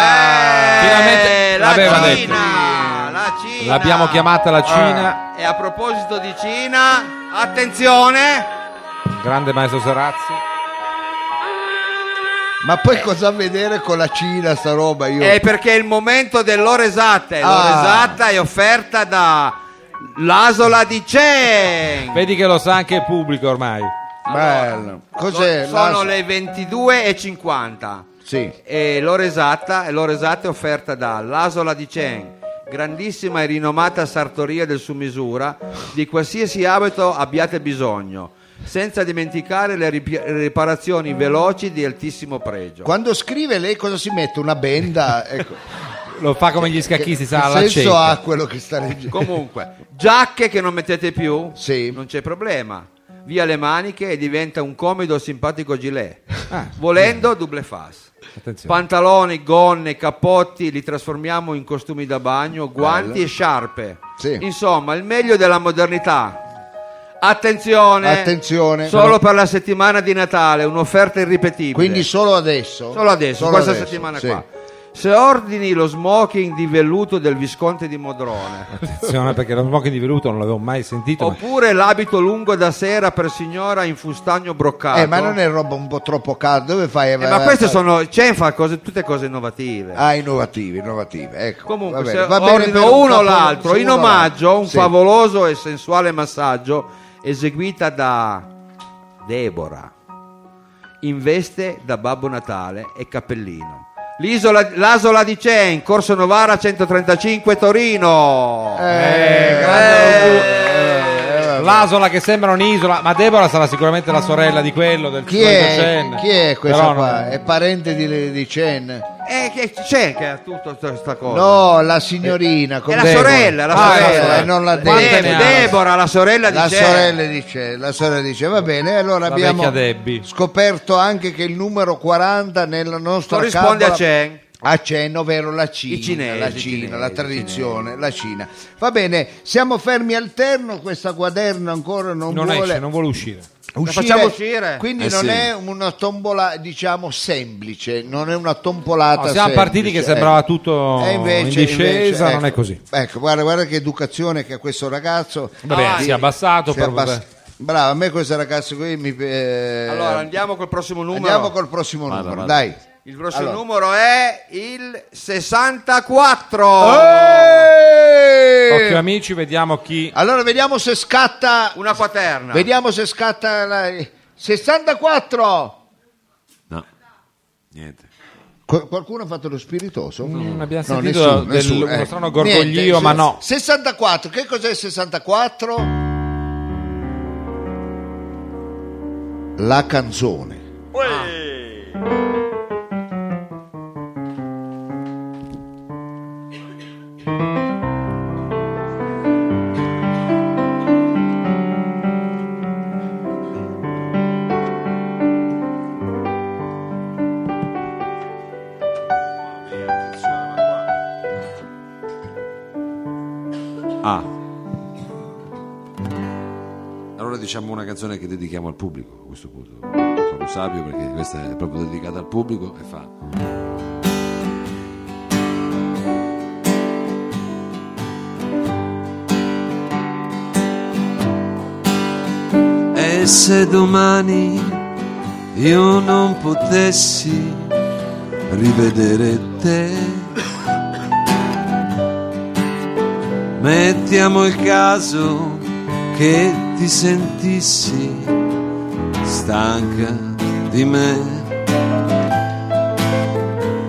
Speaker 2: Eh,
Speaker 3: finalmente
Speaker 2: la
Speaker 3: l'aveva
Speaker 2: Cina,
Speaker 3: detto.
Speaker 2: la Cina. Eh,
Speaker 3: L'abbiamo chiamata
Speaker 6: Eh.
Speaker 3: la Cina,
Speaker 2: E a proposito di Cina, attenzione!
Speaker 3: grande maestro Serazzi.
Speaker 6: Ma poi cosa a vedere con la Cina sta roba io?
Speaker 2: È perché è il momento dell'ora esatta. E
Speaker 6: Ah.
Speaker 2: L'ora esatta è offerta da l'Asola di Cheng.
Speaker 3: Vedi che lo sa anche il pubblico ormai.
Speaker 6: Bello. Cos'è?
Speaker 2: So- Sono
Speaker 6: La-
Speaker 2: le 22.50.
Speaker 6: Sì.
Speaker 2: E l'ora esatta, e l'ora esatta è offerta da L'Asola di Cheng, grandissima e rinomata sartoria del su misura, di qualsiasi abito abbiate bisogno, senza dimenticare le ripi- riparazioni veloci di altissimo pregio.
Speaker 6: Quando scrive lei cosa si mette? Una benda? Ecco.
Speaker 3: Lo fa come gli
Speaker 6: Che
Speaker 3: scacchisti, sa la
Speaker 6: senso
Speaker 3: cena.
Speaker 6: ha quello che sta leggendo?
Speaker 2: Comunque, giacche che non mettete più,
Speaker 6: Sì.
Speaker 2: non c'è problema. Via le maniche e diventa un comido simpatico gilet.
Speaker 6: Ah,
Speaker 2: Volendo, double face.
Speaker 3: Attenzione.
Speaker 2: Pantaloni, gonne, cappotti li trasformiamo in costumi da bagno, guanti e sciarpe.
Speaker 6: Sì.
Speaker 2: Insomma, il meglio della modernità. Attenzione!
Speaker 6: Attenzione.
Speaker 2: Solo per la settimana di Natale, un'offerta irripetibile.
Speaker 6: Quindi solo adesso?
Speaker 2: Solo adesso, questa
Speaker 6: adesso,
Speaker 2: settimana
Speaker 6: sì.
Speaker 2: qua. Se ordini lo smoking di velluto del Visconte di Modrone,
Speaker 3: Attenzione perché lo smoking di veluto non l'avevo mai sentito. ma-
Speaker 2: oppure l'abito lungo da sera per signora in fustagno broccato.
Speaker 6: Eh, ma non è roba un po' troppo calda, dove fai?
Speaker 2: Eh, ma queste sono. Chen fa cose, tutte cose innovative.
Speaker 6: Ah, innovativi, innovativi. Ecco.
Speaker 2: Comunque,
Speaker 6: va bene.
Speaker 2: se
Speaker 6: Va bene
Speaker 2: ordino
Speaker 6: per un
Speaker 2: uno o
Speaker 6: capo-
Speaker 2: l'altro,
Speaker 6: se
Speaker 2: in
Speaker 6: uno o
Speaker 2: omaggio a
Speaker 6: l'altro.
Speaker 2: un
Speaker 6: Sì.
Speaker 2: favoloso e sensuale massaggio eseguita da Deborah in veste da Babbo Natale e cappellino. L'isola, l'asola di Cen, Corso Novara 135 Torino.
Speaker 6: Eh,
Speaker 2: grande
Speaker 6: eh, vabbè.
Speaker 3: L'asola che sembra un'isola, ma Deborah sarà sicuramente la sorella di quello
Speaker 2: eh,
Speaker 3: del
Speaker 6: Chi
Speaker 3: del
Speaker 6: è,
Speaker 3: Chen.
Speaker 6: chi è questa
Speaker 3: Però
Speaker 6: qua? Eh,
Speaker 3: non-
Speaker 6: È parente di, di Chen?
Speaker 2: Eh, che c'è che ha tutto questa cosa?
Speaker 6: No, la signorina.
Speaker 2: È
Speaker 6: come-
Speaker 2: la
Speaker 3: Deborah.
Speaker 2: sorella, la
Speaker 3: Ah, è la
Speaker 2: sorella.
Speaker 3: sorella.
Speaker 6: Eh, non la
Speaker 3: Quante
Speaker 2: Deb-
Speaker 3: ne
Speaker 6: Debbie.
Speaker 3: ha?
Speaker 2: Deborah, la sorella di
Speaker 6: La
Speaker 2: Chen.
Speaker 6: sorella, dice, la sorella dice, va bene, allora
Speaker 3: La
Speaker 6: abbiamo
Speaker 3: vecchia Debbie.
Speaker 6: scoperto anche che il numero 40 nella nostra
Speaker 2: corrisponde a
Speaker 6: cambola-
Speaker 2: Chen.
Speaker 6: a Chen, ovvero la Cina,
Speaker 2: I cinesi,
Speaker 6: la
Speaker 2: i
Speaker 6: Cina,
Speaker 2: cinesi,
Speaker 6: la
Speaker 2: i
Speaker 6: tradizione, la Cina. Va bene, siamo fermi al terno, questa quaderna ancora non,
Speaker 3: non
Speaker 6: vuole
Speaker 3: esce, non vuole uscire.
Speaker 6: uscire.
Speaker 2: facciamo uscire?
Speaker 6: Quindi
Speaker 5: Eh
Speaker 6: non
Speaker 5: sì.
Speaker 6: è una tombola, diciamo, semplice, non è una
Speaker 3: No,
Speaker 6: tompolata
Speaker 3: siamo
Speaker 6: semplice,
Speaker 3: partiti che
Speaker 6: ecco.
Speaker 3: sembrava tutto
Speaker 6: E invece-
Speaker 3: in discesa,
Speaker 6: invece,
Speaker 3: non
Speaker 6: ecco.
Speaker 3: è così.
Speaker 6: Ecco, guarda, guarda che educazione che ha questo ragazzo.
Speaker 3: Vabbè,
Speaker 6: Di-
Speaker 3: si è abbassato
Speaker 6: si è
Speaker 3: per-
Speaker 6: abbas- Bravo, a me questo ragazzo qui mi... eh,
Speaker 2: Allora andiamo col prossimo numero.
Speaker 6: Andiamo col prossimo
Speaker 5: Vada,
Speaker 6: numero,
Speaker 5: vada.
Speaker 6: dai.
Speaker 2: Il grosso
Speaker 6: Allora.
Speaker 2: numero è il 64.
Speaker 6: Eh!
Speaker 3: Occhio amici, vediamo chi
Speaker 6: Allora vediamo se scatta...
Speaker 2: Una quaterna.
Speaker 6: Vediamo se scatta la... 64!
Speaker 5: No, niente.
Speaker 6: Qu- qualcuno ha fatto lo spiritoso?
Speaker 3: Non Mm, abbiamo
Speaker 6: No,
Speaker 3: sentito
Speaker 6: nessuno,
Speaker 3: del-
Speaker 6: nessuno,
Speaker 3: uno
Speaker 6: eh.
Speaker 3: strano gorgoglio,
Speaker 6: Niente,
Speaker 3: ma no.
Speaker 6: 64, che cos'è il 64? La canzone.
Speaker 1: Uè!
Speaker 5: Ah. Allora diciamo una canzone che dedichiamo al pubblico a questo punto. Sono sabio perché questa è proprio dedicata al pubblico e fa. E se domani io non potessi rivedere te? Mettiamo il caso che ti sentissi stanca di me.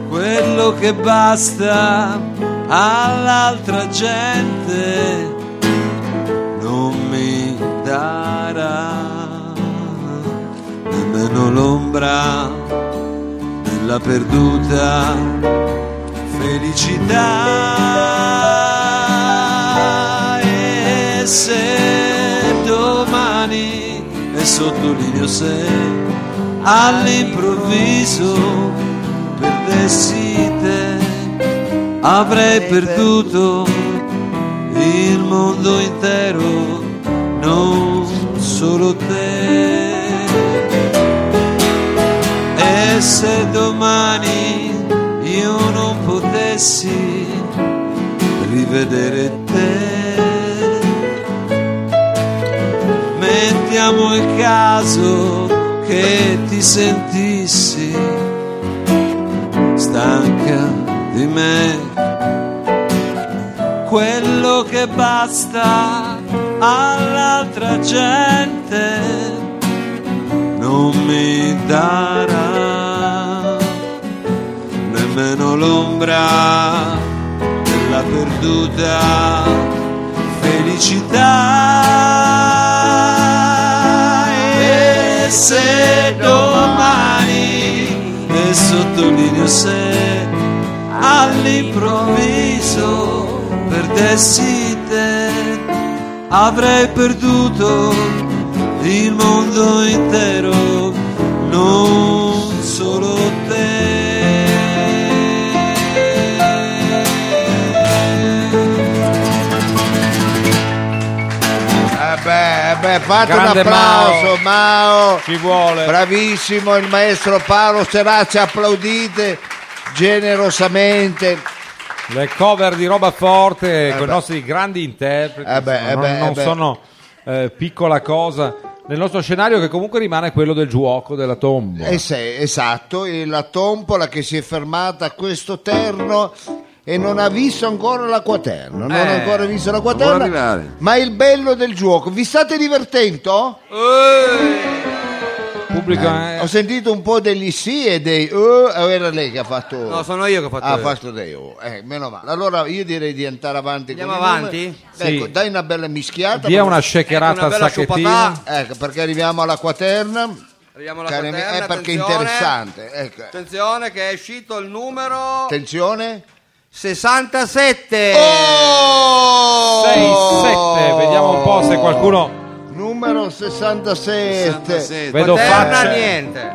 Speaker 5: Quello che basta all'altra gente non mi darà nemmeno l'ombra della perduta felicità e se domani e sottolineo se all'improvviso perdessi te avrei perduto il mondo intero non solo te e se domani io non potessi rivedere te, mettiamo il caso che ti sentissi stanca di me, quello che basta all'altra gente non mi darà nemmeno l'ombra della perduta felicità. E se domani, e sottolineo se all'improvviso perdessi te, avrei perduto il mondo intero, non solo te.
Speaker 6: Eh beh, eh beh, fate
Speaker 3: Grande
Speaker 6: un applauso, Mao.
Speaker 3: ci vuole.
Speaker 6: Bravissimo il maestro Paolo Serazzi, applaudite. generosamente.
Speaker 3: Le cover di roba forte con
Speaker 6: Eh beh.
Speaker 3: i nostri grandi interpreti
Speaker 6: Eh beh,
Speaker 3: insomma,
Speaker 6: eh
Speaker 3: non,
Speaker 6: beh, eh
Speaker 3: non
Speaker 6: beh.
Speaker 3: sono eh, piccola cosa nel nostro scenario che comunque rimane quello del giuoco della tomba.
Speaker 6: Eh sì, esatto, e la tompola che si è fermata a questo terno e non ha visto ancora la quaterna, non ha
Speaker 2: Eh,
Speaker 6: ancora visto la
Speaker 5: vuole
Speaker 6: quaterna,
Speaker 5: arrivare.
Speaker 6: ma è il bello del gioco. Vi state divertendo?
Speaker 2: Eh!
Speaker 3: Pubblico, eh,
Speaker 6: Ho sentito un po' degli sì e dei eh, o era lei che ha fatto
Speaker 2: No, sono io che ho fatto.
Speaker 6: Ah, ha
Speaker 2: io.
Speaker 6: fatto dei oh, eh, meno male. Allora io direi di andare avanti. con
Speaker 2: Andiamo
Speaker 6: i numeri.
Speaker 2: avanti?
Speaker 6: Ecco,
Speaker 3: Sì.
Speaker 6: dai una bella mischiata.
Speaker 3: dia una
Speaker 2: Ecco,
Speaker 3: shakerata
Speaker 2: una bella
Speaker 3: sacchettina.
Speaker 2: sciupatà.
Speaker 6: Ecco, perché arriviamo alla quaterna.
Speaker 2: Arriviamo alla
Speaker 6: Cari amici,
Speaker 2: quaterna,
Speaker 6: eh, perché è
Speaker 2: attenzione.
Speaker 6: interessante. Ecco.
Speaker 2: Attenzione che è uscito il numero
Speaker 6: Attenzione.
Speaker 2: 67.
Speaker 6: Oh!
Speaker 3: 6-7, vediamo un po' se qualcuno...
Speaker 6: Numero 67.
Speaker 5: 67.
Speaker 3: Vedo
Speaker 2: Quaterna,
Speaker 3: facce.
Speaker 2: niente.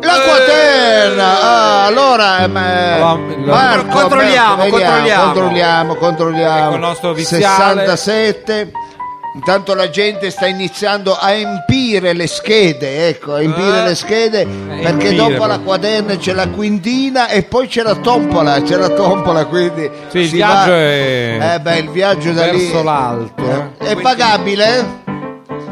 Speaker 6: La quaterna! Ah, allora, eh, ma-
Speaker 3: Allora, la-
Speaker 6: Marco,
Speaker 2: Controlliamo,
Speaker 6: Marco,
Speaker 2: controlliamo.
Speaker 6: controlliamo, controlliamo.
Speaker 3: Ecco il nostro viziale.
Speaker 6: 67. Intanto la gente sta iniziando a empire le schede, ecco, a empire
Speaker 2: Eh.
Speaker 6: le schede, perché
Speaker 3: empire,
Speaker 6: dopo la
Speaker 3: proprio.
Speaker 6: quaderna c'è la quindina e poi c'è la tompola, c'è la tompola, quindi...
Speaker 3: Sì, il
Speaker 6: si
Speaker 3: viaggio
Speaker 6: va-
Speaker 3: è
Speaker 6: Eh beh, il viaggio da lì...
Speaker 3: verso l'alto. eh.
Speaker 6: Eh, È pagabile? eh?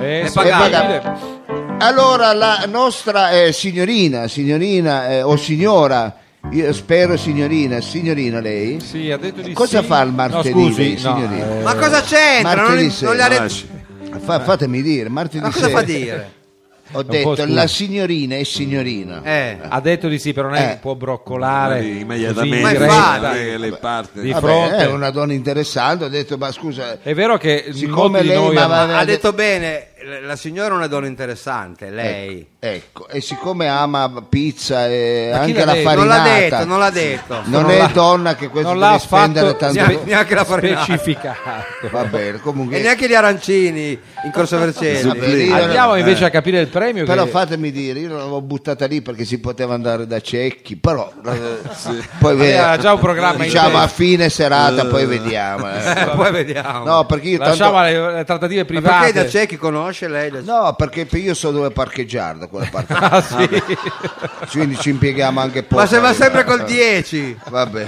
Speaker 3: Eh,
Speaker 2: È
Speaker 3: sì,
Speaker 2: pagabile.
Speaker 3: è pagabile.
Speaker 6: Allora, la nostra eh, signorina, signorina eh, o signora, io spero signorina, signorina lei,
Speaker 3: Sì, ha detto di
Speaker 6: Cosa
Speaker 3: sì.
Speaker 6: fa il martedì,
Speaker 3: No, scusi,
Speaker 6: lei, signorina?
Speaker 3: no, eh,
Speaker 2: Ma cosa c'entra? Non,
Speaker 6: martedì
Speaker 2: non
Speaker 6: sera.
Speaker 2: gli ha detto-
Speaker 6: Fa- fatemi dire, martedì
Speaker 2: Ma cosa
Speaker 6: sera
Speaker 2: fa dire?
Speaker 3: po'
Speaker 6: ho detto
Speaker 3: scuso.
Speaker 6: la signorina è signorina.
Speaker 2: Eh.
Speaker 3: ha detto di sì, però non è che
Speaker 6: Eh.
Speaker 3: può broccolare così in
Speaker 5: immediatamente
Speaker 2: diretta.
Speaker 5: non
Speaker 3: diretta.
Speaker 5: è che le parte
Speaker 3: Di
Speaker 6: Vabbè,
Speaker 3: fronte.
Speaker 6: è una donna interessante, ho detto ma scusa,
Speaker 3: È vero che
Speaker 6: Siccome
Speaker 3: molti di
Speaker 6: lei
Speaker 3: noi
Speaker 6: ma-
Speaker 3: hanno-
Speaker 6: ma-
Speaker 2: Ha detto bene, la signora è una donna interessante, lei.
Speaker 6: ecco, e siccome ama pizza e
Speaker 3: Ma chi l'ha
Speaker 6: anche la
Speaker 3: detto?
Speaker 2: Non l'ha
Speaker 6: farinata,
Speaker 2: detto, non l'ha detto.
Speaker 6: non
Speaker 3: Non
Speaker 6: è
Speaker 3: l'ha-
Speaker 6: donna che questo
Speaker 3: non l'ha
Speaker 6: deve spendere
Speaker 3: affatto-
Speaker 6: tanto.
Speaker 2: Neanche- neanche la farinata.
Speaker 3: specificato.
Speaker 6: Va bene, comunque
Speaker 2: E neanche gli arancini in Corso Vercelli.
Speaker 6: Vabbè, io-
Speaker 3: Andiamo invece a capire il premio.
Speaker 6: Però
Speaker 3: che-
Speaker 6: fatemi dire, io l'avevo buttata lì perché si poteva andare da Cecchi, però eh, poi ve-
Speaker 3: Aveva già un programma in
Speaker 6: diciamo
Speaker 3: testa.
Speaker 6: a fine serata, poi vediamo. eh.
Speaker 2: Poi vediamo.
Speaker 6: No, perché io
Speaker 3: Lasciamo
Speaker 6: tanto,
Speaker 3: le, le trattative
Speaker 2: Ma perché
Speaker 3: private.
Speaker 2: da c'è chi conosce lei? da-
Speaker 6: No, perché pe- io so dove parcheggiarla quella parte,
Speaker 3: Ah, sì.
Speaker 6: quindi ci impieghiamo anche poco.
Speaker 2: Ma se va sempre col
Speaker 6: dietro
Speaker 2: 10.
Speaker 6: Vabbè.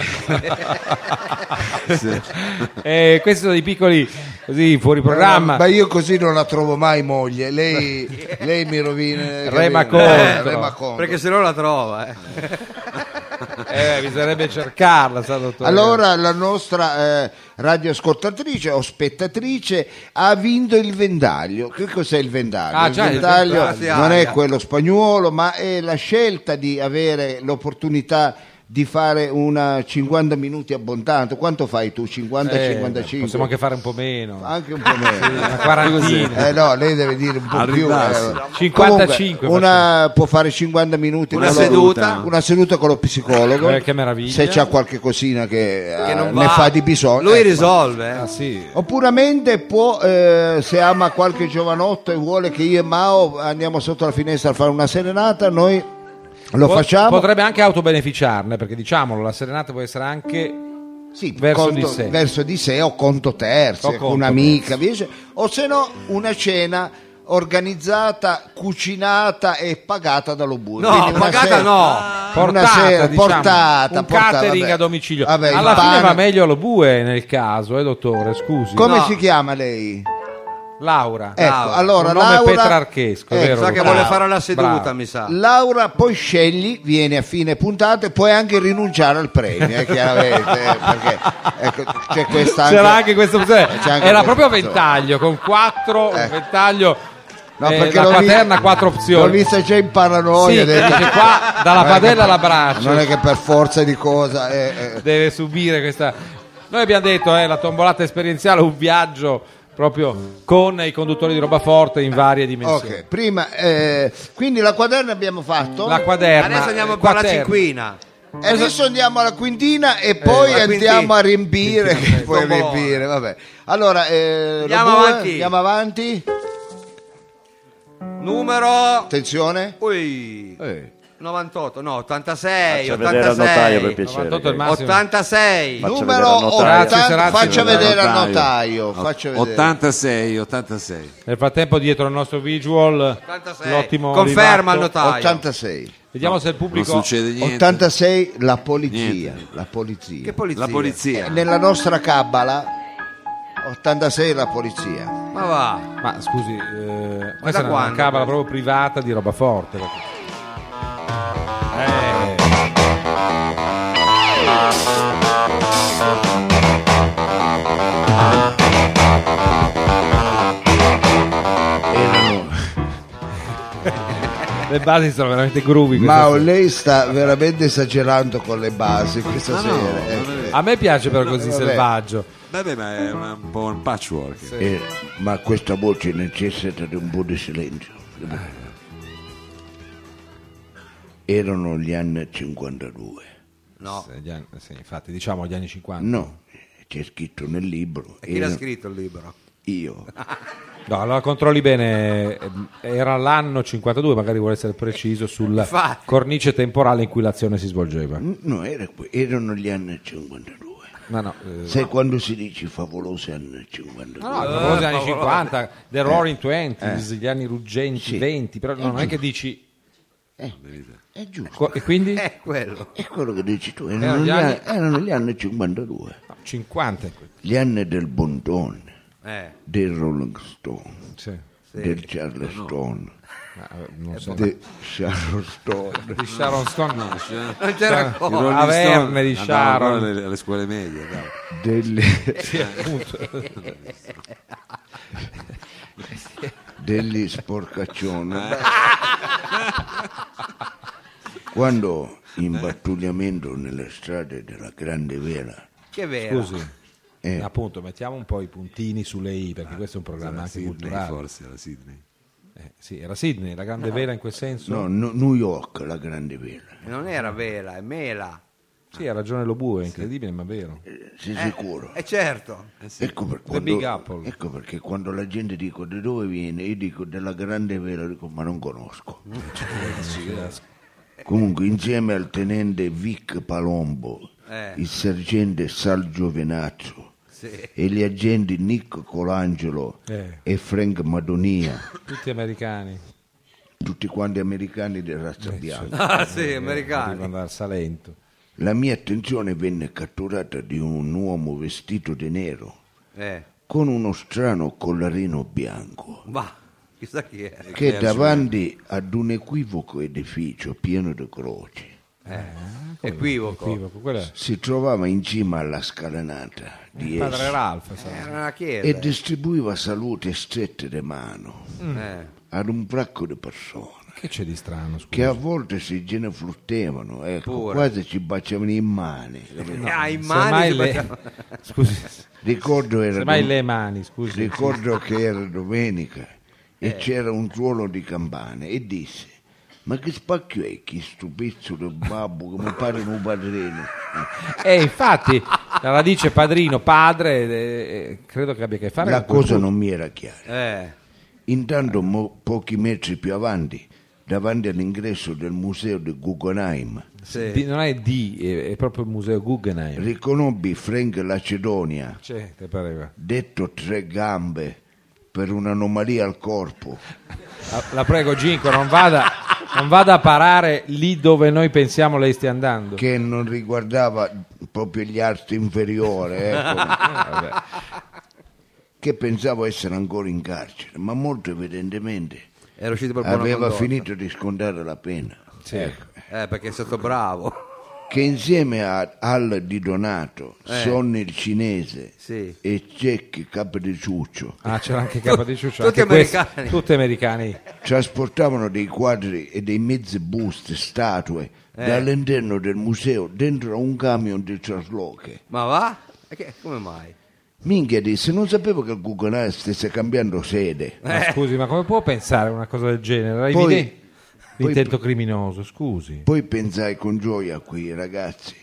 Speaker 3: Eh, questi sono i piccoli così fuori programma.
Speaker 6: Ma io così non la trovo mai moglie, lei, lei mi rovina.
Speaker 3: Rema
Speaker 6: capito? Eh,
Speaker 3: contro.
Speaker 6: rema contro.
Speaker 2: Perché se no la trova. eh.
Speaker 3: Eh, bisognerebbe cercarla, sa, dottore.
Speaker 6: Allora la nostra eh, radioascoltatrice o spettatrice ha vinto il vendaglio. Che cos'è il vendaglio?
Speaker 3: Ah,
Speaker 6: il
Speaker 3: già, il
Speaker 6: vendaglio
Speaker 2: vendaglio.
Speaker 6: non è quello spagnolo, ma è la scelta di avere l'opportunità di fare una 50 minuti abbondante. Quanto fai tu? 50
Speaker 3: Eh,
Speaker 6: 55?
Speaker 3: possiamo anche fare un po' meno,
Speaker 6: Anche un po' meno.
Speaker 3: una quarantina.
Speaker 6: Ah, Eh no, lei deve dire un po'
Speaker 5: Al
Speaker 6: più.
Speaker 5: ribasso.
Speaker 6: eh.
Speaker 3: 55
Speaker 6: Comunque, una, può fare 50 minuti
Speaker 2: Una
Speaker 6: con lo-
Speaker 2: seduta.
Speaker 6: una seduta con lo psicologo.
Speaker 3: Eh, che meraviglia.
Speaker 6: Se c'ha qualche cosina che,
Speaker 2: Che
Speaker 6: eh,
Speaker 2: non
Speaker 6: ne
Speaker 2: va.
Speaker 6: fa di bisogno.
Speaker 2: Lui
Speaker 6: eh,
Speaker 2: risolve. eh.
Speaker 3: Ah, sì.
Speaker 6: Oppuramente può, eh, se ama qualche giovanotto e vuole che io e Mao andiamo sotto la finestra a fare una serenata, noi lo
Speaker 3: Po-
Speaker 6: facciamo.
Speaker 3: Potrebbe anche autobeneficiarne, perché diciamolo, la serenata può essere anche
Speaker 6: Sì,
Speaker 3: verso
Speaker 6: conto-
Speaker 3: di sé.
Speaker 6: verso di sé o conto terzi,
Speaker 3: O
Speaker 6: ecco,
Speaker 3: conto
Speaker 6: un'amica, via dicendo. o se no una cena organizzata, cucinata e pagata dallo burro.
Speaker 2: No, pagata no.
Speaker 6: Una
Speaker 3: portata,
Speaker 6: sera,
Speaker 3: diciamo,
Speaker 6: portata,
Speaker 3: un
Speaker 6: portata,
Speaker 3: catering
Speaker 6: vabbè.
Speaker 3: a domicilio.
Speaker 6: Vabbè, il
Speaker 3: Alla fine
Speaker 6: pane-
Speaker 3: va meglio lo bue nel caso, eh, dottore, scusi.
Speaker 6: Come
Speaker 2: No.
Speaker 6: si chiama lei?
Speaker 3: Laura.
Speaker 6: Ecco,
Speaker 2: Laura.
Speaker 6: allora
Speaker 3: Un nome
Speaker 6: Laura
Speaker 3: petrarchesco,
Speaker 6: Ecco,
Speaker 3: vero?
Speaker 2: Sa che
Speaker 6: bravo.
Speaker 2: vuole fare la seduta,
Speaker 3: Bravo.
Speaker 2: mi sa.
Speaker 6: Laura poi scegli, viene a fine puntata e puoi anche rinunciare al premio, eh, chiaramente, eh, perché ecco, c'è questa
Speaker 3: C'era anche questo
Speaker 6: C'è anche
Speaker 3: Era
Speaker 6: questo,
Speaker 3: proprio a
Speaker 6: insomma.
Speaker 3: ventaglio, con quattro, un
Speaker 6: Ecco.
Speaker 3: ventaglio,
Speaker 6: No,
Speaker 3: eh,
Speaker 6: perché
Speaker 3: la
Speaker 6: l'ho vi-
Speaker 3: quaterna, quattro
Speaker 6: L'ho
Speaker 3: opzioni.
Speaker 6: vista già in paranoia.
Speaker 3: Sì,
Speaker 6: ho detto-
Speaker 3: dice qua, dalla
Speaker 6: Non è che
Speaker 3: padella
Speaker 6: per-
Speaker 3: alla braccia.
Speaker 6: Non è che per forza di cosa. eh, eh.
Speaker 3: Deve subire questa... Noi abbiamo detto, eh, la tombolata esperienziale, un viaggio proprio con i conduttori di roba forte in varie dimensioni.
Speaker 6: Ok, prima, eh, quindi la quaderna abbiamo fatto.
Speaker 3: La quaderna.
Speaker 2: Adesso andiamo
Speaker 3: eh,
Speaker 2: a parlare
Speaker 3: quaterna.
Speaker 2: cinquina.
Speaker 6: E adesso andiamo alla quintina e poi
Speaker 2: Eh, la
Speaker 6: andiamo
Speaker 2: quintina.
Speaker 6: a riempire. Che puoi
Speaker 2: Tombola.
Speaker 6: riempire, vabbè. Allora, eh,
Speaker 2: Andiamo
Speaker 6: Lobue,
Speaker 2: avanti.
Speaker 6: andiamo avanti.
Speaker 2: Numero
Speaker 6: Eh. Attenzione.
Speaker 2: Ui. 98, no,
Speaker 4: Faccia
Speaker 2: 86,
Speaker 4: vedere al notaio per
Speaker 2: 86,
Speaker 4: piacere.
Speaker 3: 98 il
Speaker 4: che-
Speaker 3: massimo.
Speaker 2: 86.
Speaker 4: Faccia
Speaker 6: Numero
Speaker 4: vedere al notaio.
Speaker 6: 80,
Speaker 3: Grazie, grazie.
Speaker 6: faccia vedere al notaio.
Speaker 5: O-
Speaker 6: Faccia vedere.
Speaker 5: 86, 86.
Speaker 3: Nel frattempo dietro al nostro visual
Speaker 2: 86.
Speaker 3: l'ottimo
Speaker 2: Conferma
Speaker 3: Olivato.
Speaker 2: il notaio.
Speaker 6: 86.
Speaker 3: Vediamo se il
Speaker 5: Non
Speaker 3: pubblico
Speaker 5: succede niente.
Speaker 6: 86 la polizia,
Speaker 5: Niente.
Speaker 6: la polizia.
Speaker 2: Che polizia?
Speaker 5: La polizia.
Speaker 6: Nella nostra cabala 86 la polizia.
Speaker 2: Ma va.
Speaker 3: Ma scusi, eh, questa è una
Speaker 2: quando?
Speaker 3: cabala proprio privata di roba forte. perché- Eh. Le basi sono veramente groovy. questa
Speaker 6: Ma
Speaker 3: sera.
Speaker 6: lei sta veramente esagerando con le basi questa
Speaker 5: Ma no,
Speaker 6: sera.
Speaker 5: ma
Speaker 6: eh.
Speaker 5: vabbè.
Speaker 3: A me piace però così
Speaker 6: Vabbè.
Speaker 3: selvaggio.
Speaker 5: Vabbè, ma è una- un po' un patchwork.
Speaker 6: Eh, ma questa voce necessita di un po' di silenzio. Erano gli anni 52.
Speaker 2: No.
Speaker 3: Sì, gli anni- sì, infatti, diciamo gli anni 50.
Speaker 6: No, c'è scritto nel libro.
Speaker 2: E chi l'ha
Speaker 6: era-
Speaker 2: scritto il libro?
Speaker 6: Io.
Speaker 3: No, allora controlli bene, ehm, era l'anno 52, magari vuole essere preciso sulla
Speaker 2: Infatti.
Speaker 3: cornice temporale in cui l'azione si svolgeva.
Speaker 6: No, era que- erano gli anni 52.
Speaker 3: Ma no, eh,
Speaker 6: Sai quando si dice favolosi anni 52?
Speaker 3: no, no, proprio gli anni 50, The Roaring Twenties, gli anni ruggenti, 20, però non è che dici...
Speaker 6: È giusto.
Speaker 3: co- e quindi?
Speaker 2: È quello.
Speaker 6: È quello che dici tu.
Speaker 3: Erano
Speaker 6: Erano,
Speaker 3: gli
Speaker 6: gli,
Speaker 3: anni-
Speaker 6: anni... erano gli anni 52.
Speaker 3: No, 50.
Speaker 6: Gli anni del Bondone,
Speaker 2: Eh.
Speaker 6: del Rolling Stone,
Speaker 3: Sì. Ah,
Speaker 6: del Charles Stone,
Speaker 3: Ma, eh, non so.
Speaker 6: del Charles Stone.
Speaker 3: Di Sharon Stone no.
Speaker 2: Non c'era
Speaker 3: Sì.
Speaker 5: I
Speaker 2: cosa.
Speaker 5: Cioè, Rolling
Speaker 3: Averne
Speaker 5: Stone
Speaker 3: di
Speaker 5: andavano
Speaker 3: Sharon.
Speaker 5: ancora alle, alle scuole medie. dai.
Speaker 3: Ah,
Speaker 6: delle, degli sporcaccioni
Speaker 3: Eh.
Speaker 6: quando in pattugliamento nelle strade della grande vera
Speaker 2: Che vero.
Speaker 3: Scusi,
Speaker 6: eh,
Speaker 3: appunto, mettiamo un po' i puntini sulle I, perché questo è un programma
Speaker 5: Alla
Speaker 3: anche
Speaker 5: Sydney,
Speaker 3: culturale.
Speaker 5: forse, alla Sydney.
Speaker 3: Eh, sì, era Sydney, la grande vera in quel senso.
Speaker 6: no, no, New York la grande vera
Speaker 2: Non era vela, è mela.
Speaker 3: Sì, ha ragione lo bue, è incredibile, ma è vero.
Speaker 6: Eh, sei sicuro
Speaker 2: E certo.
Speaker 6: ecco, per
Speaker 3: Big
Speaker 6: quando,
Speaker 3: Apple.
Speaker 6: ecco perché quando la gente dico da dove viene io dico della grande vera dico ma non conosco
Speaker 3: Mm,
Speaker 6: eh. comunque insieme al tenente Vic Palombo
Speaker 2: Eh.
Speaker 6: il sergente Sal Giovenazzo
Speaker 2: Sì.
Speaker 6: e gli agenti Nick Colangelo
Speaker 3: Eh.
Speaker 6: e Frank Madonia,
Speaker 3: Tutti americani.
Speaker 6: tutti quanti americani di razza
Speaker 3: Eh,
Speaker 6: bianca.
Speaker 3: certo.
Speaker 2: Ah, sì,
Speaker 3: Devo
Speaker 2: americani.
Speaker 3: andare a Salento.
Speaker 6: La mia attenzione venne catturata di un uomo vestito di nero
Speaker 2: Eh.
Speaker 6: con uno strano collarino bianco
Speaker 2: Va. Chissà chi è. Eh,
Speaker 6: che
Speaker 3: eh.
Speaker 6: davanti ad un equivoco edificio pieno di croci
Speaker 2: Equivoco.
Speaker 3: Equivoco, quello è.
Speaker 6: si trovava in cima alla scalinata di
Speaker 3: Padre
Speaker 6: essa
Speaker 3: Ralph, sa.
Speaker 2: Era una chiesa.
Speaker 6: e distribuiva salute strette di mano
Speaker 3: Mm.
Speaker 2: Eh.
Speaker 6: ad un bracco di persone.
Speaker 3: Che c'è di strano, scusa?
Speaker 6: che a volte si genefluttevano, ecco,
Speaker 2: Pure.
Speaker 6: quasi ci baciavano in mani. capito?
Speaker 2: Ah, in mani.
Speaker 3: Semmai
Speaker 2: si
Speaker 3: le...
Speaker 2: faceva-
Speaker 3: Scusi,
Speaker 6: Ricordo, era
Speaker 3: semmai
Speaker 6: dom-
Speaker 3: le mani, Eh. scusi.
Speaker 6: ricordo che era domenica e c'era un suono di campane e disse, ma che spacchio è chi sto pezzo del babbo che mi pare un padrino?
Speaker 3: E Eh, infatti, la dice padrino, padre, eh, eh, credo che abbia a che fare
Speaker 6: La
Speaker 3: con
Speaker 6: cosa non mi era chiara.
Speaker 2: Eh.
Speaker 6: Intanto mo- pochi metri più avanti, davanti all'ingresso del museo di Guggenheim,
Speaker 2: Sì.
Speaker 3: Di- non è di, è, è proprio il museo Guggenheim.
Speaker 6: riconobbi Frank Lacedonia,
Speaker 3: C'è, te pareva.
Speaker 6: detto tre gambe, per un'anomalia al corpo.
Speaker 3: La, la prego, Ginko, non vada, non vada a parare lì dove noi pensiamo lei stia andando.
Speaker 6: che non riguardava proprio gli arti inferiori, ecco,
Speaker 3: Vabbè.
Speaker 6: che pensavo essere ancora in carcere, ma molto evidentemente
Speaker 2: Era uscito per buona
Speaker 6: aveva
Speaker 2: condotta.
Speaker 6: finito di scontare la pena.
Speaker 3: Sì.
Speaker 2: Eh, perché è stato bravo.
Speaker 6: Che insieme a Al Di Donato,
Speaker 3: Eh.
Speaker 6: Sonny il cinese
Speaker 2: Sì.
Speaker 6: e Cecchi Capdiciuccio
Speaker 3: Ah, c'era anche Capodiciuccio.
Speaker 2: Tutti
Speaker 3: anche questi-
Speaker 2: americani.
Speaker 3: tutti americani.
Speaker 6: trasportavano dei quadri e dei mezzi buste, statue,
Speaker 3: Eh.
Speaker 6: dall'interno del museo dentro a un camion di trasloche.
Speaker 2: Ma va? E che- come mai?
Speaker 6: Minchia disse, non sapevo che il Guggenheim stesse cambiando sede.
Speaker 3: Ma
Speaker 2: Eh.
Speaker 3: scusi, ma come può pensare una cosa del genere? Era
Speaker 6: Poi-
Speaker 3: evidente l'intento criminoso, scusi.
Speaker 6: Poi pensai con gioia a quei ragazzi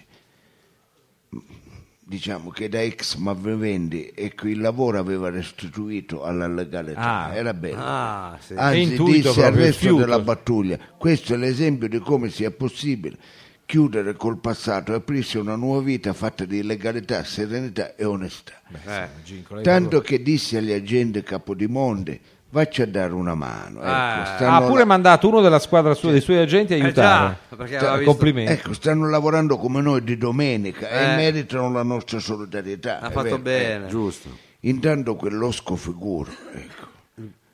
Speaker 6: diciamo che da ex malviventi e qui il lavoro aveva restituito alla legalità.
Speaker 3: Ah.
Speaker 6: Era bello.
Speaker 2: Ah, sì.
Speaker 3: È
Speaker 6: Anzi,
Speaker 3: intuito
Speaker 6: disse
Speaker 3: proprio
Speaker 6: al
Speaker 3: il
Speaker 6: resto
Speaker 3: fiuto.
Speaker 6: della pattuglia: questo è l'esempio di come sia possibile chiudere col passato e aprirsi una nuova vita fatta di legalità, serenità e onestà.
Speaker 2: Eh.
Speaker 3: Gincolai
Speaker 6: Tanto che disse agli agenti Capodimonte: vacci a dare una mano. Ecco,
Speaker 2: Ah,
Speaker 3: ha
Speaker 6: stanno-
Speaker 3: pure mandato uno della squadra sua, dei suoi agenti a
Speaker 2: Eh
Speaker 3: aiutare. Cioè,
Speaker 2: già, perché aveva visto-
Speaker 3: Complimenti.
Speaker 6: Ecco, stanno lavorando come noi di domenica
Speaker 2: Eh.
Speaker 6: e meritano la nostra solidarietà.
Speaker 2: Ha
Speaker 6: è
Speaker 2: fatto
Speaker 6: vero.
Speaker 2: bene.
Speaker 5: Giusto.
Speaker 6: Intanto quell'osco figuro, ecco.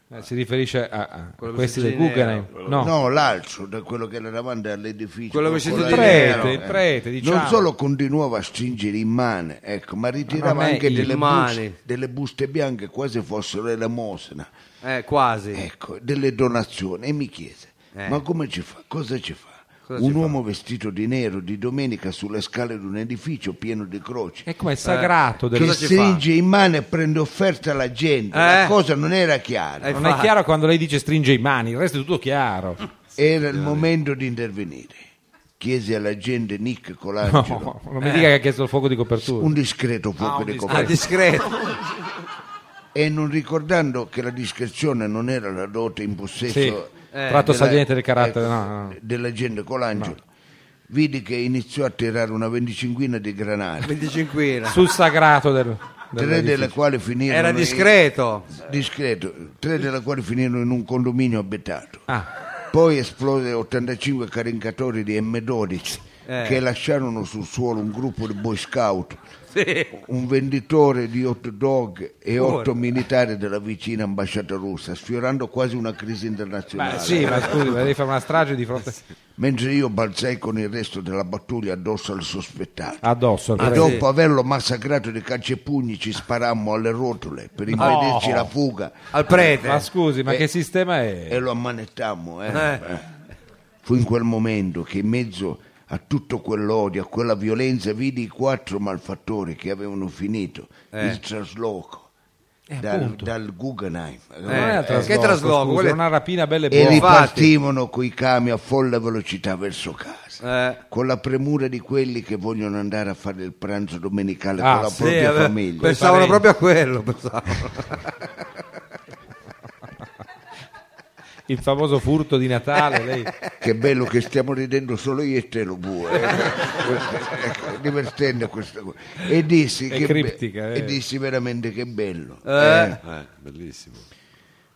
Speaker 3: Eh, si riferisce a, a
Speaker 2: Quello
Speaker 3: questi del
Speaker 2: vestito di nero.
Speaker 3: Guggenheim. No.
Speaker 6: no, l'altro, da quello che era davanti all'edificio.
Speaker 2: Quello
Speaker 6: con
Speaker 2: che
Speaker 6: la
Speaker 2: siete di
Speaker 6: nera,
Speaker 3: prete,
Speaker 6: eh.
Speaker 3: il prete, diciamo.
Speaker 6: Non solo continuava a stringere in mano, ecco, ma ritirava
Speaker 3: Ma non è
Speaker 6: anche
Speaker 3: in
Speaker 6: delle
Speaker 2: mani.
Speaker 6: buste, delle buste bianche quasi fossero elemosina,
Speaker 2: Eh, quasi.
Speaker 6: ecco, delle donazioni. E mi chiese,
Speaker 2: Eh.
Speaker 6: ma come ci fa? Cosa ci fa?
Speaker 2: Cosa
Speaker 6: un
Speaker 2: ci fa?
Speaker 6: uomo vestito di nero di domenica sulle scale di un edificio pieno di croci
Speaker 3: Ecco, ma è sagrato. del-
Speaker 6: che
Speaker 2: Eh, cosa ci fa?
Speaker 6: stringe in mano e prende offerta alla gente. La
Speaker 2: Eh.
Speaker 6: cosa non era chiara.
Speaker 2: Eh,
Speaker 3: Non è
Speaker 2: fa-
Speaker 3: chiaro quando lei dice stringe i mani, il resto è tutto chiaro.
Speaker 6: Era il momento di intervenire. Chiese alla gente Nick Colangelo
Speaker 3: No, non
Speaker 2: Eh.
Speaker 3: mi dica che ha chiesto il fuoco di copertura.
Speaker 6: un discreto fuoco di
Speaker 2: Ah,
Speaker 6: copertura
Speaker 2: discreto.
Speaker 6: e non ricordando che la discrezione non era la dote in possesso
Speaker 3: Sì, tratto saliente del carattere,
Speaker 6: ecco,
Speaker 3: no, no.
Speaker 6: della gente Colangelo, vidi che iniziò a tirare una venticinquina di granate,
Speaker 2: 25
Speaker 3: Sul sagrato del... del-
Speaker 6: tre delle quali finirono
Speaker 2: Era
Speaker 6: in-
Speaker 2: discreto.
Speaker 6: discreto, tre delle quali finirono in un condominio abitato.
Speaker 3: Ah,
Speaker 6: Poi esplose 85 caricatori di M12
Speaker 3: Eh.
Speaker 6: che lasciarono sul suolo un gruppo di boy scout, un venditore di hot dog e otto militari della vicina ambasciata russa, sfiorando quasi una crisi
Speaker 3: beh,
Speaker 6: internazionale.
Speaker 3: Eh, sì, ma scusi, ma devi fare una strage di fronte
Speaker 6: Mentre io balzai con il resto della battaglia addosso al sospettato.
Speaker 3: addosso.
Speaker 2: Ah,
Speaker 3: al
Speaker 6: E
Speaker 3: prete.
Speaker 6: dopo averlo massacrato di calci e pugni ci sparammo alle rotole per impedirci la fuga
Speaker 2: Al prete.
Speaker 3: Ma scusi, ma
Speaker 6: Eh.
Speaker 3: che sistema è?
Speaker 6: e lo ammanettammo. eh.
Speaker 2: Eh.
Speaker 6: Eh. Fu in quel momento che in mezzo a tutto quell'odio, a quella violenza, vidi i quattro malfattori che avevano finito il trasloco dal, dal Guggenheim.
Speaker 3: Non è
Speaker 2: Eh,
Speaker 3: a
Speaker 2: che
Speaker 3: trasloco,
Speaker 2: trasloco?
Speaker 3: scusi,
Speaker 2: Quelle-
Speaker 3: è una rapina bella e
Speaker 6: E
Speaker 3: buona.
Speaker 6: ripartivano coi cami a folle velocità verso casa.
Speaker 2: Eh,
Speaker 6: Con la premura di quelli che vogliono andare a fare il pranzo domenicale
Speaker 3: Ah,
Speaker 6: con la
Speaker 3: sì,
Speaker 2: sì,
Speaker 6: propria
Speaker 2: aveva-
Speaker 6: famiglia.
Speaker 2: Pensavano
Speaker 3: Parenti.
Speaker 2: proprio a quello. pensavano.
Speaker 3: Il famoso furto di Natale, lei...
Speaker 6: Che bello che stiamo ridendo solo io e te lo bue. Ecco, è divertente questa cosa. E dissi,
Speaker 3: È
Speaker 6: che
Speaker 3: criptica, eh.
Speaker 6: e dissi veramente che bello. Eh,
Speaker 5: Eh, bellissimo.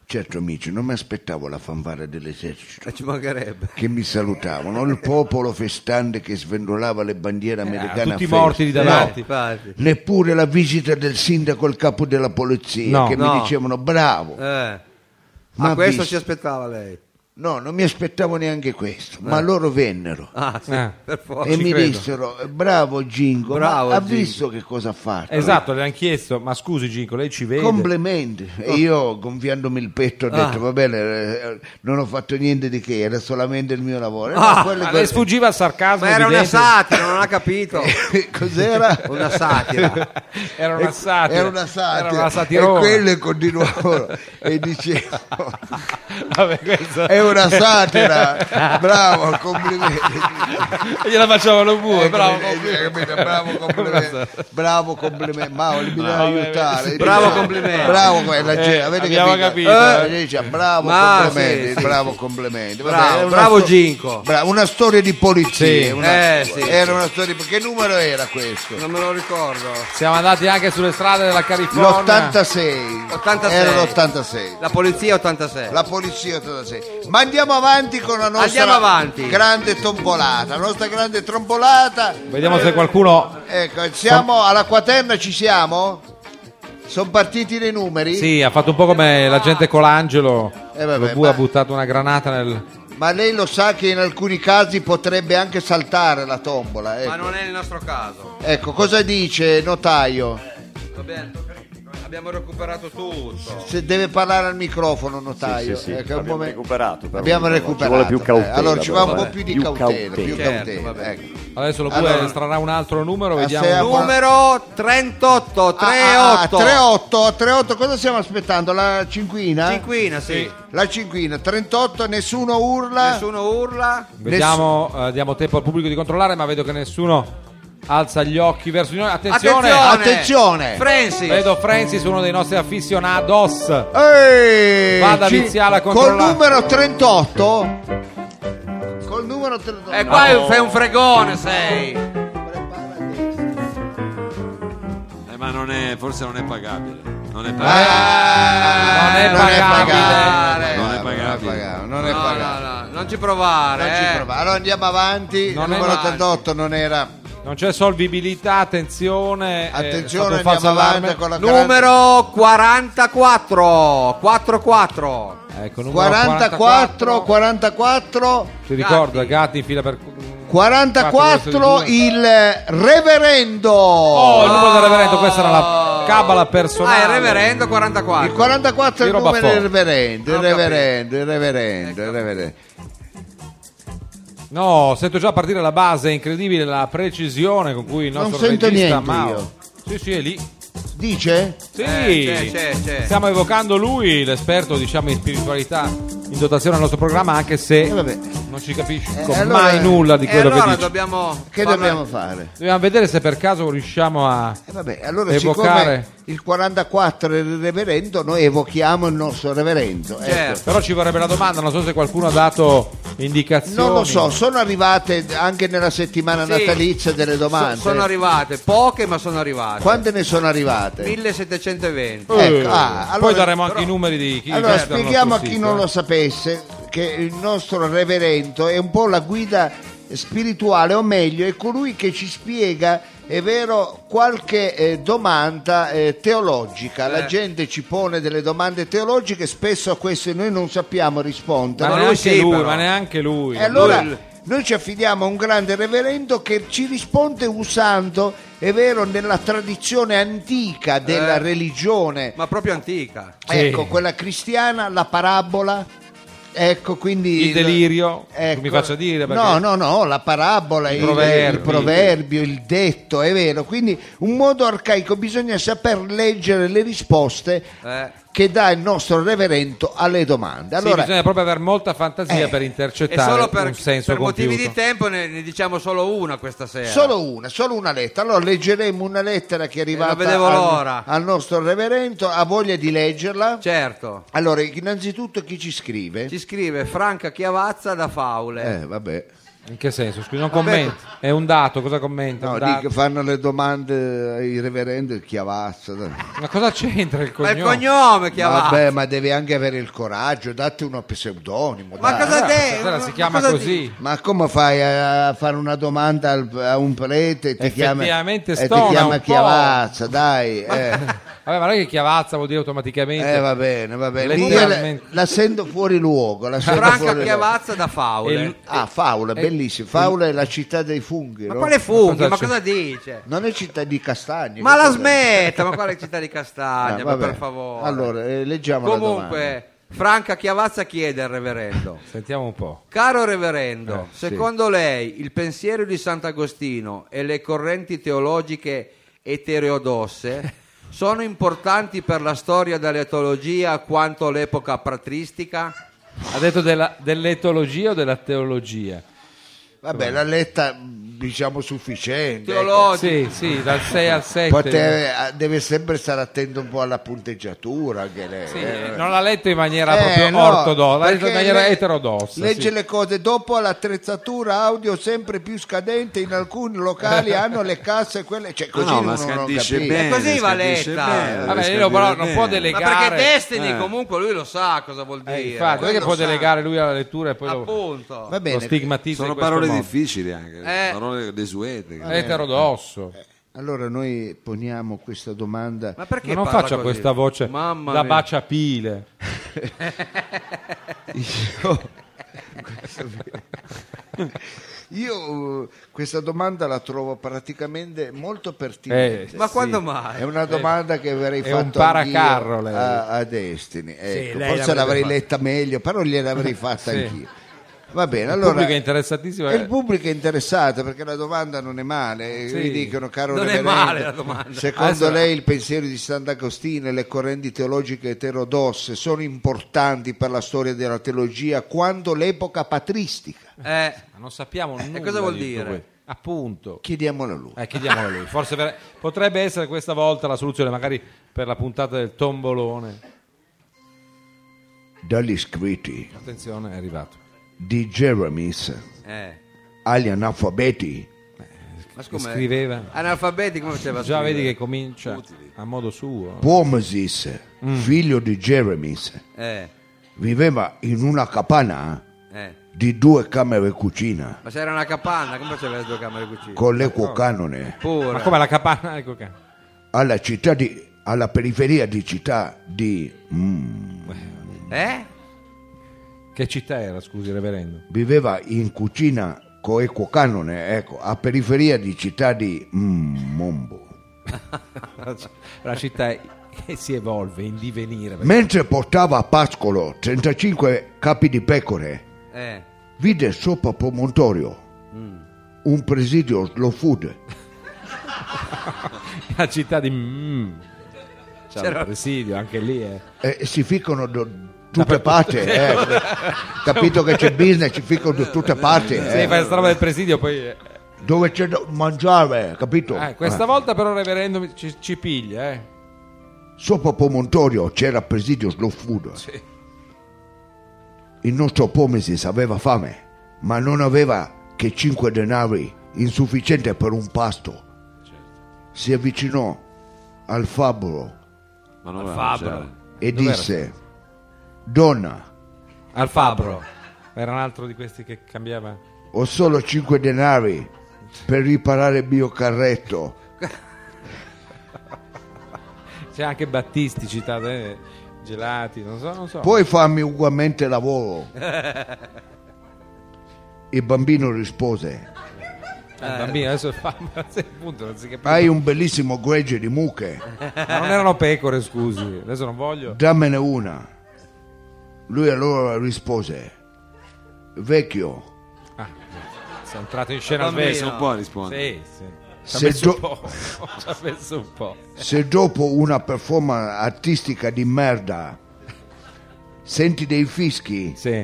Speaker 6: Certo amici, non mi aspettavo la fanfara dell'esercito
Speaker 2: Eh, Ci mancherebbe.
Speaker 6: che mi salutavano, il popolo festante che svendolava le bandiere americane. a
Speaker 3: Eh, tutti
Speaker 6: festa.
Speaker 3: morti lì
Speaker 2: Infatti,
Speaker 3: davanti.
Speaker 2: Eh, infatti.
Speaker 6: Neppure la visita del sindaco e il capo della polizia
Speaker 3: No.
Speaker 6: che
Speaker 2: No.
Speaker 6: mi dicevano bravo.
Speaker 2: Eh. Ma
Speaker 6: Ma
Speaker 2: questo
Speaker 6: visto-
Speaker 2: ci aspettava lei.
Speaker 6: No, non mi aspettavo neanche questo, ma loro vennero.
Speaker 2: Ah, sì,
Speaker 3: Eh.
Speaker 2: per forza.
Speaker 6: e mi
Speaker 3: credo.
Speaker 6: dissero eh, bravo Gingo
Speaker 2: Bravo,
Speaker 6: ma ha
Speaker 2: Gingo."
Speaker 6: visto che cosa ha fatto
Speaker 3: Esatto, le hanno chiesto, ma scusi Ginco, lei ci vede?
Speaker 6: complimenti e io gonfiandomi il petto ho
Speaker 2: Ah.
Speaker 6: detto va bene eh, non ho fatto niente di che era solamente il mio lavoro Eh,
Speaker 2: Ah,
Speaker 6: no, quello
Speaker 3: Ma
Speaker 6: che-
Speaker 3: lei sfuggiva al sarcasmo
Speaker 2: Ma era una
Speaker 3: evidente.
Speaker 2: satira, non ha capito.
Speaker 6: cos'era
Speaker 2: Una satira.
Speaker 3: Era una satira.
Speaker 6: era una satira
Speaker 3: Era una
Speaker 6: e
Speaker 3: satirona.
Speaker 6: quello continuavano e dicevo
Speaker 3: Vabbè, questo-
Speaker 6: è una satira bravo complimenti
Speaker 3: Gliela facevano pure,
Speaker 6: Eh,
Speaker 3: bravo.
Speaker 6: capito, eh, capito, bravo complimento bravo complimento Mauro mi deve aiutare
Speaker 2: Bravo
Speaker 6: Dice,
Speaker 2: complimento.
Speaker 6: bravo eh, la gente,
Speaker 3: Eh,
Speaker 6: avete
Speaker 3: abbiamo
Speaker 6: capito,
Speaker 3: capito,
Speaker 6: Eh, dice, bravo
Speaker 2: Ma
Speaker 6: complimenti
Speaker 2: sì, sì,
Speaker 6: bravo complimenti Vabbè,
Speaker 2: Bravo,
Speaker 6: è una
Speaker 2: bravo
Speaker 6: sto-
Speaker 2: Ginco.
Speaker 6: bra- una storia di polizia
Speaker 3: Sì.
Speaker 6: una-
Speaker 2: Eh, sì,
Speaker 6: era una storia di- che numero era questo?
Speaker 2: Non me lo ricordo.
Speaker 3: Siamo andati anche sulle strade della California.
Speaker 6: l'86
Speaker 2: 86.
Speaker 6: era l'86
Speaker 2: La polizia 86.
Speaker 6: la polizia 86 ma andiamo avanti con la nostra
Speaker 2: Andiamo avanti.
Speaker 6: grande tombolata la nostra grande trombolata
Speaker 3: Vediamo se qualcuno...
Speaker 6: Ecco, siamo alla quaterna, ci siamo? Sono partiti dei numeri?
Speaker 3: Sì, ha fatto un po' come la gente Colangelo.
Speaker 6: Eh, vabbè,
Speaker 3: Lo bu- ha
Speaker 6: ma-
Speaker 3: buttato una granata nel...
Speaker 6: Ma lei lo sa che in alcuni casi potrebbe anche saltare la tombola. Ecco,
Speaker 2: Ma non è il nostro caso.
Speaker 6: Ecco, cosa dice notaio?
Speaker 2: Va bene. Abbiamo recuperato tutto.
Speaker 6: Se deve parlare al microfono, notaio.
Speaker 4: Sì, sì, sì,
Speaker 6: Ecco, è un
Speaker 4: abbiamo
Speaker 6: momento-
Speaker 4: recuperato, però
Speaker 6: Abbiamo
Speaker 4: ci vuole
Speaker 6: recuperato.
Speaker 4: più
Speaker 6: eh,
Speaker 4: cautela,
Speaker 6: allora ci va un
Speaker 4: però,
Speaker 6: po'
Speaker 4: eh.
Speaker 6: più di
Speaker 4: Più
Speaker 6: cautela.
Speaker 4: cautela.
Speaker 6: Più
Speaker 2: Certo,
Speaker 6: cautela,
Speaker 2: va bene.
Speaker 6: ecco.
Speaker 3: Adesso lo bue
Speaker 6: Allora-
Speaker 3: estrarrà un altro numero, vediamo...
Speaker 6: se ha-
Speaker 2: Numero 38, 38.
Speaker 6: Ah, ah, ah, 38, a 38, cosa stiamo aspettando? La cinquina?
Speaker 2: Cinquina, sì.
Speaker 6: La cinquina, 38, nessuno urla.
Speaker 2: Nessuno urla.
Speaker 3: Vediamo, eh, diamo tempo al pubblico di controllare, ma vedo che nessuno alza gli occhi verso di noi. Attenzione!
Speaker 6: Attenzione!
Speaker 2: Francis!
Speaker 3: Vedo Francis, uno dei nostri aficionados.
Speaker 6: Ehi,
Speaker 3: Vada
Speaker 6: ci-
Speaker 3: Viziala a
Speaker 6: col
Speaker 3: controllare.
Speaker 6: numero 38 col numero 38
Speaker 2: E qua fai un fregone,
Speaker 6: Eh,
Speaker 2: sei.
Speaker 5: Eh, ma non è, forse non è pagabile. Non è
Speaker 3: Eh,
Speaker 5: pagabile.
Speaker 6: Ah,
Speaker 3: Non è
Speaker 2: pagabile.
Speaker 5: Non è
Speaker 6: Eh, Non è
Speaker 5: pagabile.
Speaker 6: pagabile, non è
Speaker 2: No, no,
Speaker 6: pagabile.
Speaker 2: no, non ci provare.
Speaker 6: Non ci
Speaker 2: eh.
Speaker 6: prova. Allora andiamo avanti.
Speaker 3: Non
Speaker 6: il
Speaker 3: è
Speaker 6: numero
Speaker 2: avanti.
Speaker 6: 38 non era.
Speaker 3: Non c'è solvibilità, attenzione. eh,
Speaker 6: Attenzione,
Speaker 3: è stato un falso
Speaker 6: andiamo avanti
Speaker 3: allarme.
Speaker 6: con la grande-
Speaker 2: Numero 44. 44.
Speaker 3: Ecco, numero
Speaker 6: 44, 44,
Speaker 3: Ti ricordo,
Speaker 2: Gatti.
Speaker 3: Gatti, in fila per...
Speaker 6: 44 il reverendo.
Speaker 3: Oh, il numero del reverendo, questa era la cabala personale.
Speaker 2: Ah, il reverendo
Speaker 6: Il
Speaker 2: 44.
Speaker 6: 44 è il
Speaker 3: Di roba
Speaker 6: numero del
Speaker 3: forte.
Speaker 6: reverendo, il
Speaker 2: Ho capito.
Speaker 6: reverendo, il reverendo, il reverendo.
Speaker 3: No, sento già partire la base, è incredibile la precisione con cui il
Speaker 6: Non
Speaker 3: nostro
Speaker 6: sento
Speaker 3: regista
Speaker 6: niente
Speaker 3: Mao.
Speaker 6: io.
Speaker 3: Sì, sì, è lì.
Speaker 6: Dice?
Speaker 3: Sì.
Speaker 2: Eh, c'è, c'è, c'è.
Speaker 3: Stiamo evocando lui, l'esperto, diciamo, in spiritualità in dotazione al nostro programma, anche se
Speaker 6: Eh, vabbè.
Speaker 2: Ecco.
Speaker 3: non ci capisce
Speaker 6: Eh,
Speaker 3: con-
Speaker 6: allora- eh,
Speaker 3: mai nulla di
Speaker 2: E
Speaker 3: quello che
Speaker 2: allora
Speaker 3: dice.
Speaker 2: dobbiamo
Speaker 6: Che
Speaker 2: farlo-
Speaker 6: dobbiamo fare?
Speaker 3: Dobbiamo vedere se per caso riusciamo a
Speaker 6: Eh, vabbè, allora
Speaker 3: Evocare.
Speaker 6: siccome il 44 è il reverendo, noi evochiamo il nostro reverendo. ecco.
Speaker 2: Certo.
Speaker 3: Però ci vorrebbe la domanda, non so se qualcuno ha dato indicazioni.
Speaker 6: Non lo so, sono arrivate anche nella settimana
Speaker 2: Sì.
Speaker 6: natalizia delle domande.
Speaker 2: So- sono arrivate poche, ma sono arrivate.
Speaker 6: Quante ne sono arrivate?
Speaker 2: 1720.
Speaker 3: Eh,
Speaker 6: Ecco, ah, allora-
Speaker 3: Poi daremo anche i numeri di chi
Speaker 6: Allora
Speaker 3: visita il
Speaker 6: spieghiamo a
Speaker 3: nostro
Speaker 6: chi
Speaker 3: sito,
Speaker 6: non
Speaker 3: eh.
Speaker 6: lo sapesse che il nostro reverendo è un po' la guida spirituale, o meglio, è colui che ci spiega, è vero, qualche eh, domanda eh, teologica. La
Speaker 2: Eh.
Speaker 6: gente ci pone delle domande teologiche, spesso a queste noi non sappiamo rispondere.
Speaker 3: Ma
Speaker 2: Ma lui
Speaker 3: neanche
Speaker 2: sì,
Speaker 3: lui,
Speaker 2: però.
Speaker 3: ma neanche lui.
Speaker 6: E allora
Speaker 2: Lui-
Speaker 6: noi ci affidiamo a un grande reverendo che ci risponde usando, è vero, nella tradizione antica della
Speaker 2: Eh.
Speaker 6: religione,
Speaker 2: Ma proprio antica.
Speaker 3: Sì.
Speaker 6: ecco, quella cristiana, la parabola, ecco, quindi...
Speaker 3: Il delirio,
Speaker 6: ecco.
Speaker 3: mi faccia dire perché
Speaker 6: No, no, no, la parabola, il, il proverbio.
Speaker 3: proverbio.
Speaker 6: il detto, è vero. Quindi un modo arcaico, bisogna saper leggere le risposte
Speaker 2: Eh.
Speaker 6: che dà il nostro reverendo alle
Speaker 3: Sì,
Speaker 6: domande. Allora,
Speaker 3: bisogna proprio avere molta fantasia
Speaker 6: Eh.
Speaker 3: per
Speaker 2: E
Speaker 3: intercettare
Speaker 2: solo per,
Speaker 3: un senso
Speaker 2: per motivi
Speaker 3: compiuto.
Speaker 2: di tempo ne, ne diciamo solo una questa sera.
Speaker 6: Solo una, solo una lettera. Allora leggeremo una lettera che è
Speaker 3: Eh,
Speaker 2: non
Speaker 6: arrivata
Speaker 2: vedevo
Speaker 6: al,
Speaker 2: l'ora.
Speaker 6: al nostro reverendo. Ha voglia di leggerla?
Speaker 2: Certo.
Speaker 6: Allora, innanzitutto chi ci scrive?
Speaker 2: Ci scrive Franca Chiavazza da Faule.
Speaker 6: Eh, vabbè.
Speaker 3: In che senso? Scusi, non commenti. È un dato, cosa commenta?
Speaker 6: No,
Speaker 3: Un
Speaker 6: lì
Speaker 3: dato.
Speaker 6: che fanno le domande ai reverendi, il chiavazza. dai.
Speaker 3: Ma cosa c'entra il
Speaker 2: Ma
Speaker 3: cognome?
Speaker 2: il cognome Chiavazza.
Speaker 6: Vabbè, ma devi anche avere il coraggio, datti uno pseudonimo.
Speaker 2: Ma
Speaker 6: dai.
Speaker 2: cosa
Speaker 3: Questa
Speaker 2: te?
Speaker 3: sera Cioè, si chiama
Speaker 2: cosa
Speaker 3: così.
Speaker 2: dici?
Speaker 6: Ma come fai a fare una domanda al- a un prete e ti chiama, e
Speaker 3: Effettivamente
Speaker 6: ti
Speaker 3: stona un
Speaker 6: chiama
Speaker 3: po'.
Speaker 6: chiavazza? Dai, eh.
Speaker 3: Vabbè, ma non è che chiavazza vuol dire automaticamente.
Speaker 6: Eh, va bene, va bene. Io la,
Speaker 3: Letteralmente.
Speaker 6: la sento fuori luogo. La sento
Speaker 2: Franca
Speaker 6: fuori luogo.
Speaker 2: Chiavazza da Faule.
Speaker 3: E l-
Speaker 6: Ah, Faula, bellissimo. Faula è la città dei funghi.
Speaker 2: Ma
Speaker 6: no?
Speaker 2: quale funghi?
Speaker 3: cosa
Speaker 2: Ma
Speaker 3: c'è?
Speaker 2: cosa dice?
Speaker 6: Non è città di castagni.
Speaker 2: Ma la
Speaker 6: cosa-
Speaker 2: smetta, ma quale città di
Speaker 6: Ah,
Speaker 2: Castagna, ma
Speaker 6: vabbè.
Speaker 2: per favore.
Speaker 6: Allora, eh, leggiamo la domanda.
Speaker 2: Comunque, Franca Chiavazza chiede al reverendo.
Speaker 3: Sentiamo un po'.
Speaker 2: Caro reverendo,
Speaker 3: Eh, sì.
Speaker 2: secondo lei il pensiero di Sant'Agostino e le correnti teologiche eterodosse sono importanti per la storia della teologia quanto l'epoca patristica?
Speaker 3: Ha detto della- dell'etologia o della teologia?
Speaker 6: Vabbè, la letta, diciamo, sufficiente. ecco.
Speaker 2: Teologica.
Speaker 3: Sì, sì, dal 6 al 7.
Speaker 6: Poteva- eh, deve sempre stare attento un po' alla punteggiatura. Anche lei.
Speaker 3: Sì,
Speaker 6: eh.
Speaker 3: non l'ha letto in maniera
Speaker 6: Eh,
Speaker 3: proprio
Speaker 6: no,
Speaker 3: ortodossa, l'ha letto
Speaker 6: perché
Speaker 3: in maniera
Speaker 6: le-
Speaker 3: eterodossa.
Speaker 6: Legge
Speaker 3: sì.
Speaker 6: le cose dopo l'attrezzatura audio sempre più scadente in alcuni locali hanno le casse quelle cioè così
Speaker 5: no, ma
Speaker 6: uno non
Speaker 5: scandisce
Speaker 6: capisce.
Speaker 5: bene.
Speaker 2: E così va
Speaker 5: scandisce
Speaker 2: letta.
Speaker 5: bene,
Speaker 2: Vabbè,
Speaker 3: Vabbè,
Speaker 5: scandisce
Speaker 3: io però non
Speaker 5: bene.
Speaker 3: può
Speaker 2: Ma
Speaker 3: delegare.
Speaker 2: perché Destiny
Speaker 5: eh.
Speaker 2: comunque lui lo sa cosa vuol dire.
Speaker 3: Eh, infatti, non è che
Speaker 2: Quello
Speaker 3: può
Speaker 2: sa. Ah,
Speaker 3: delegare lui alla lettura e poi lo,
Speaker 2: Appunto.
Speaker 6: Va
Speaker 3: lo
Speaker 6: bene.
Speaker 3: stigmatizza.
Speaker 5: Sono
Speaker 3: in questo modo.
Speaker 5: parole difficili anche,
Speaker 2: Eh.
Speaker 5: parole desuete.
Speaker 3: Eterodosso.
Speaker 6: Allora noi poniamo questa domanda.
Speaker 2: Ma perché
Speaker 3: Ma non
Speaker 2: parla
Speaker 3: faccia
Speaker 2: così?
Speaker 3: questa voce
Speaker 2: Mamma
Speaker 3: da
Speaker 2: mia.
Speaker 3: baciapile.
Speaker 6: Io eh, questa domanda la trovo praticamente molto
Speaker 3: Eh,
Speaker 6: pertinente.
Speaker 2: Ma
Speaker 3: sì.
Speaker 2: quando mai?
Speaker 6: È una domanda che avrei
Speaker 3: È
Speaker 6: fatto
Speaker 3: un paracarro,
Speaker 6: anch'io
Speaker 3: lei.
Speaker 6: a, a Destiny. Ecco,
Speaker 3: lei l'avrebbe
Speaker 6: forse l'avrei
Speaker 3: fatta.
Speaker 6: letta meglio, però gliel'avrei fatta
Speaker 3: Sì.
Speaker 6: anch'io. Va bene,
Speaker 3: Il
Speaker 6: allora
Speaker 3: pubblico è interessatissimo.
Speaker 2: Eh.
Speaker 3: eh.
Speaker 6: E il pubblico è interessato perché la domanda non è male.
Speaker 3: Sì.
Speaker 6: Mi dicono, caro
Speaker 2: Non è
Speaker 6: reverendo,
Speaker 2: male la domanda.
Speaker 6: secondo
Speaker 3: Adesso-
Speaker 6: lei il pensiero di Sant'Agostino e le correnti teologiche eterodosse sono importanti per la storia della teologia quando l'epoca patristica?
Speaker 2: Eh,
Speaker 3: Ma non sappiamo nulla.
Speaker 2: cosa vuol
Speaker 3: di tutto
Speaker 2: dire?
Speaker 3: questo. Appunto.
Speaker 6: Chiediamolo a lui.
Speaker 3: Eh, chiediamolo a lui. Forse ver- potrebbe essere questa volta la soluzione, magari per la puntata del tombolone.
Speaker 6: Dagli scritti
Speaker 3: Attenzione, è arrivato.
Speaker 6: di Jeremis
Speaker 2: Eh.
Speaker 6: agli analfabeti
Speaker 2: Ma scusa,
Speaker 3: Scriveva.
Speaker 2: Analfabeti come faceva?
Speaker 3: Già vedi che
Speaker 2: scrivere?
Speaker 3: comincia a modo suo.
Speaker 6: Pomesis,
Speaker 2: Mm.
Speaker 6: figlio di Jeremis,
Speaker 2: Eh,
Speaker 6: viveva in una capanna
Speaker 2: eh.
Speaker 6: di due camere cucina
Speaker 2: Ma se era una capanna, come faceva le due camere cucine?
Speaker 6: con l'equo canone
Speaker 2: Pure.
Speaker 3: Ma come la capanna? Ecco che.
Speaker 6: alla città di alla periferia di città di mm,
Speaker 2: Eh?
Speaker 3: Che città era, scusi, reverendo?
Speaker 6: viveva in cucina con equo canone ecco a periferia di città di mm, Mombo
Speaker 3: La
Speaker 6: eh.
Speaker 3: città che si evolve in divenire. perché-
Speaker 6: mentre portava a pascolo 35 capi di pecore
Speaker 2: Eh.
Speaker 6: vide sopra Promontorio
Speaker 3: Mm.
Speaker 6: un presidio slow food
Speaker 3: La città di. mm. C'è un presidio anche lì. Eh.
Speaker 6: Eh, si ficcano da tutte parti, eh. capito che c'è business, si ficcano da tutte parti,
Speaker 3: Se
Speaker 6: eh.
Speaker 3: fai la roba del presidio, poi. eh.
Speaker 6: dove c'è da mangiare, capito?
Speaker 3: Eh, questa volta però, reverendo, mi- ci, ci piglia. Eh.
Speaker 6: Sopra Promontorio c'era presidio slow food. Il nostro Pomesis aveva fame, ma non aveva che 5 denari, insufficiente per un pasto. Si avvicinò al fabbro
Speaker 5: Ma non la mangiare.
Speaker 6: e
Speaker 3: Dov'era?
Speaker 6: disse, donna,
Speaker 3: Al fabbro. Era un altro di questi che cambiava.
Speaker 6: ho solo 5 denari per riparare il mio carretto.
Speaker 3: C'è anche Battisti, città de- gelati, non so, non so.
Speaker 6: Puoi farmi ugualmente lavoro? Il bambino rispose:
Speaker 3: Eh, il bambino adesso è fabbro, sì, appunto, non si capisce.
Speaker 6: Hai un bellissimo gregge di mucche,
Speaker 3: Ma eh. non erano pecore, scusi. Adesso non voglio.
Speaker 6: dammene una. Lui allora rispose: Vecchio,
Speaker 3: Sono entrato in scena
Speaker 2: Bambino.
Speaker 3: sveglio.
Speaker 5: Non può rispondere.
Speaker 3: Sì, sì. Ci ha
Speaker 6: Se
Speaker 3: messo un
Speaker 6: gio-
Speaker 3: po'. Ci ha messo un po'.
Speaker 6: se dopo una performance artistica di merda senti dei fischi,
Speaker 3: Sì.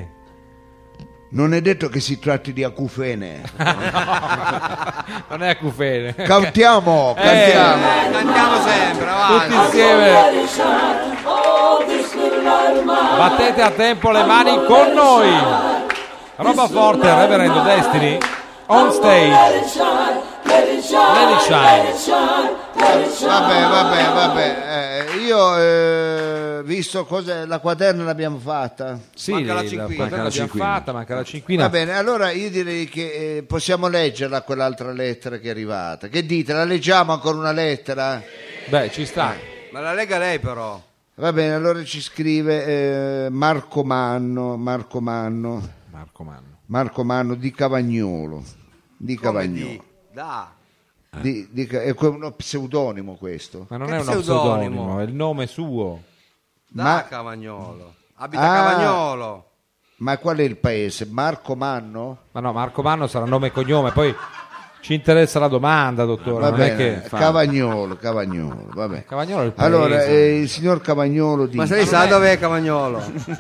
Speaker 6: non è detto che si tratti di acufene.
Speaker 3: Non è a cufene.
Speaker 6: Cantiamo, cantiamo.
Speaker 2: Eh, cantiamo sempre,
Speaker 3: Tutti
Speaker 2: avanti.
Speaker 3: insieme. Battete a tempo le mani con noi. Roba forte, Reverendo Destiny. On stage. Let it shine.
Speaker 6: Vabbè, vabbè, vabbè. Eh, io, eh, visto cosa la quaderna l'abbiamo fatta.
Speaker 3: Sì,
Speaker 2: Manca la
Speaker 3: la
Speaker 2: cinquina.
Speaker 3: quaterna
Speaker 5: Manca la
Speaker 3: l'abbiamo
Speaker 5: cinquina.
Speaker 3: fatta, manca la
Speaker 6: Va
Speaker 3: cinquina.
Speaker 6: bene, allora io direi che eh, possiamo leggerla quell'altra lettera che è arrivata. Che dite? La leggiamo ancora una lettera?
Speaker 3: Beh, ci sta.
Speaker 2: Ma la lega lei però.
Speaker 6: Va bene, allora ci scrive eh, Marco Manno, Marco Manno,
Speaker 3: Marco Manno.
Speaker 6: Marco Manno di Cavagnolo. Di
Speaker 2: Come
Speaker 6: Cavagnolo.
Speaker 2: di- Da.
Speaker 6: Di- di Ca- è que- uno pseudonimo questo.
Speaker 3: Ma non
Speaker 2: Che
Speaker 3: è uno
Speaker 2: pseudonimo?
Speaker 3: pseudonimo, è il nome suo.
Speaker 2: Da
Speaker 6: Ma-
Speaker 2: Cavagnolo. Abita
Speaker 6: Ah.
Speaker 2: Cavagnolo.
Speaker 6: Ma qual è il paese? Marco Manno?
Speaker 3: Ma no, Marco Manno sarà nome e cognome, poi ci interessa la domanda, dottore.
Speaker 6: Va
Speaker 3: non è
Speaker 6: bene, eh,
Speaker 3: che...
Speaker 6: Cavagnolo, Cavagnolo, va bene.
Speaker 3: Cavagnolo è il paese.
Speaker 6: Allora, eh, il signor Cavagnolo di
Speaker 2: Ma se lei sa dove è Cavagnolo?
Speaker 6: Ecco,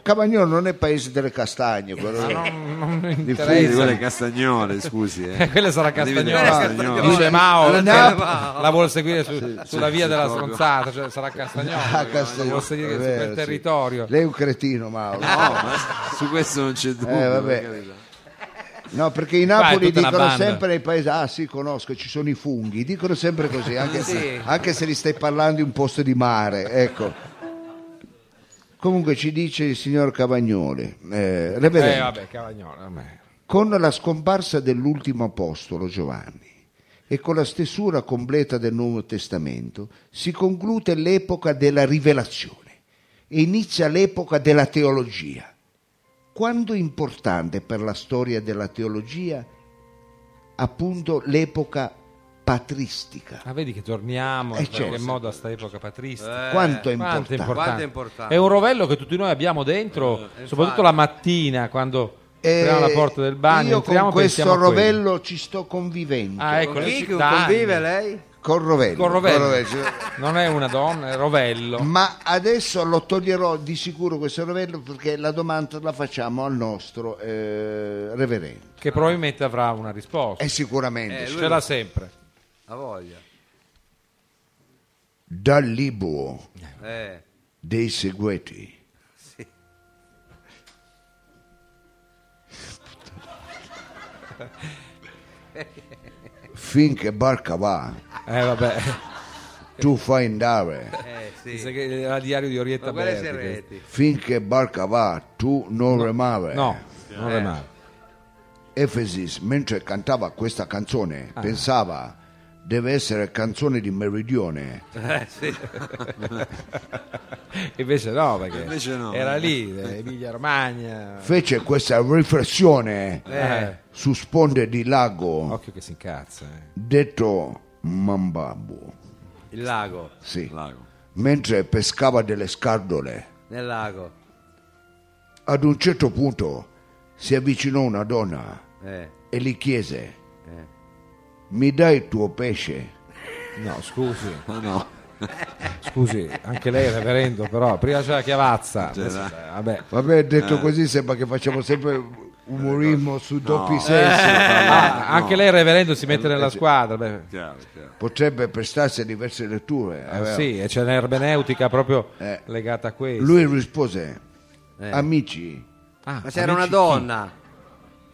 Speaker 6: Cavagnolo non è paese delle castagne, quello
Speaker 3: Non, non
Speaker 5: Sì,
Speaker 3: interessa.
Speaker 5: quella è Castagnone, scusi. Eh.
Speaker 3: Quella sarà
Speaker 5: Ma devi dire
Speaker 3: Castagnolo.
Speaker 5: Castagnolo.
Speaker 2: Castagnolo.
Speaker 3: Dice Mao,
Speaker 2: Alla
Speaker 3: la-
Speaker 2: Mao.
Speaker 3: la vuole seguire su- sulla via della
Speaker 5: proprio.
Speaker 3: stronzata, cioè sarà Castagnolo.
Speaker 6: Castagnolo,
Speaker 3: La vuole seguire
Speaker 6: è
Speaker 3: su
Speaker 6: vero,
Speaker 3: quel
Speaker 6: Ah, Eh, sì.
Speaker 3: territorio.
Speaker 6: Lei è un cretino, Mauro.
Speaker 5: No, ma su questo non c'è dubbio.
Speaker 6: Eh, vabbè.
Speaker 5: per carità.
Speaker 6: No, perché in
Speaker 3: Qua è
Speaker 6: Napoli
Speaker 3: tutta una
Speaker 6: dicono
Speaker 3: banda.
Speaker 6: sempre ai paesi, ah sì, conosco, ci sono i funghi, dicono sempre così, anche, se, anche se li stai parlando in un posto di mare, ecco. Comunque ci dice il signor Cavagnoli, eh,
Speaker 3: Eh,
Speaker 6: reverendo,
Speaker 3: vabbè, Cavagnolo. vabbè.
Speaker 6: Con la scomparsa dell'ultimo apostolo Giovanni e con la stesura completa del Nuovo Testamento si conclude l'epoca della rivelazione e inizia l'epoca della teologia. Quanto importante per la storia della teologia appunto l'epoca patristica.
Speaker 3: Ah, vedi che torniamo
Speaker 6: Eh,
Speaker 3: in qualche
Speaker 6: certo.
Speaker 3: modo a sta epoca patrista.
Speaker 6: Quanto è
Speaker 3: Eh, Quanto è
Speaker 6: importante.
Speaker 3: importante.
Speaker 2: Quanto è importante. Eh,
Speaker 3: È un rovello che tutti noi abbiamo dentro, soprattutto la mattina quando apriamo la
Speaker 6: Eh,
Speaker 3: porta del bagno.
Speaker 6: io
Speaker 3: entriamo,
Speaker 6: con questo
Speaker 3: pensiamo a quello.
Speaker 6: rovello ci sto convivendo.
Speaker 3: Ah, ecco,
Speaker 2: Con
Speaker 3: lei
Speaker 2: chi
Speaker 3: ci- da anni.
Speaker 2: convive lei?
Speaker 6: Corrovello.
Speaker 3: Corrovello.
Speaker 6: Corrovello.
Speaker 3: Non è una donna, è Rovello.
Speaker 6: Ma adesso lo toglierò di sicuro questo rovello perché la domanda la facciamo al nostro eh, reverendo.
Speaker 3: Che probabilmente avrà una risposta.
Speaker 6: E sicuramente.
Speaker 2: Eh,
Speaker 6: sì.
Speaker 2: lui-
Speaker 3: Ce l'ha sempre.
Speaker 2: Ha voglia.
Speaker 6: Dal Libuo
Speaker 2: Eh,
Speaker 6: dei segueti. Finché barca va,
Speaker 3: Eh vabbè.
Speaker 6: tu fai andare.
Speaker 2: eh, sì.
Speaker 3: Dice che era diario di
Speaker 2: Ma
Speaker 3: Orietta
Speaker 2: guarda se
Speaker 3: Berti. questo.
Speaker 2: reti.
Speaker 6: Finché barca va, tu non remare.
Speaker 3: No,
Speaker 6: Eh.
Speaker 3: non
Speaker 2: Eh.
Speaker 3: è male.
Speaker 6: Efesis, mentre cantava questa canzone, pensava deve essere canzone di meridione.
Speaker 2: Eh,
Speaker 3: Invece no, perché
Speaker 5: Invece no.
Speaker 3: era lì, eh, Emilia Romagna.
Speaker 6: Fece questa riflessione
Speaker 3: Eh,
Speaker 6: su sponde di lago,
Speaker 3: occhio che si incazza. eh.
Speaker 6: detto Mambabu.
Speaker 2: Il lago,
Speaker 6: Sì.
Speaker 5: Lago.
Speaker 6: mentre pescava delle scardole.
Speaker 2: nel lago.
Speaker 6: Ad un certo punto si avvicinò una donna
Speaker 2: Eh,
Speaker 6: e gli chiese,
Speaker 2: Eh.
Speaker 6: mi dai il tuo pesce?
Speaker 3: No, scusi,
Speaker 5: Ma Ah, no,
Speaker 3: scusi, anche lei è reverendo, però prima c'è la chiavazza. Adesso- eh,
Speaker 5: C'era.
Speaker 3: Vabbè.
Speaker 6: Vabbè, detto così sembra che facciamo sempre umorismo su doppi sensi.
Speaker 3: Ah, anche lei è reverendo si mette nella squadra. beh.
Speaker 5: chiaro, chiaro.
Speaker 6: Potrebbe prestarsi a diverse letture.
Speaker 3: Eh,
Speaker 6: aveva-
Speaker 3: sì, e c'è un'erbeneutica proprio
Speaker 6: Eh.
Speaker 3: legata a questo.
Speaker 6: Lui rispose,
Speaker 3: Eh.
Speaker 6: amici,
Speaker 3: Ah,
Speaker 2: Ma c'era una
Speaker 3: amici
Speaker 2: donna.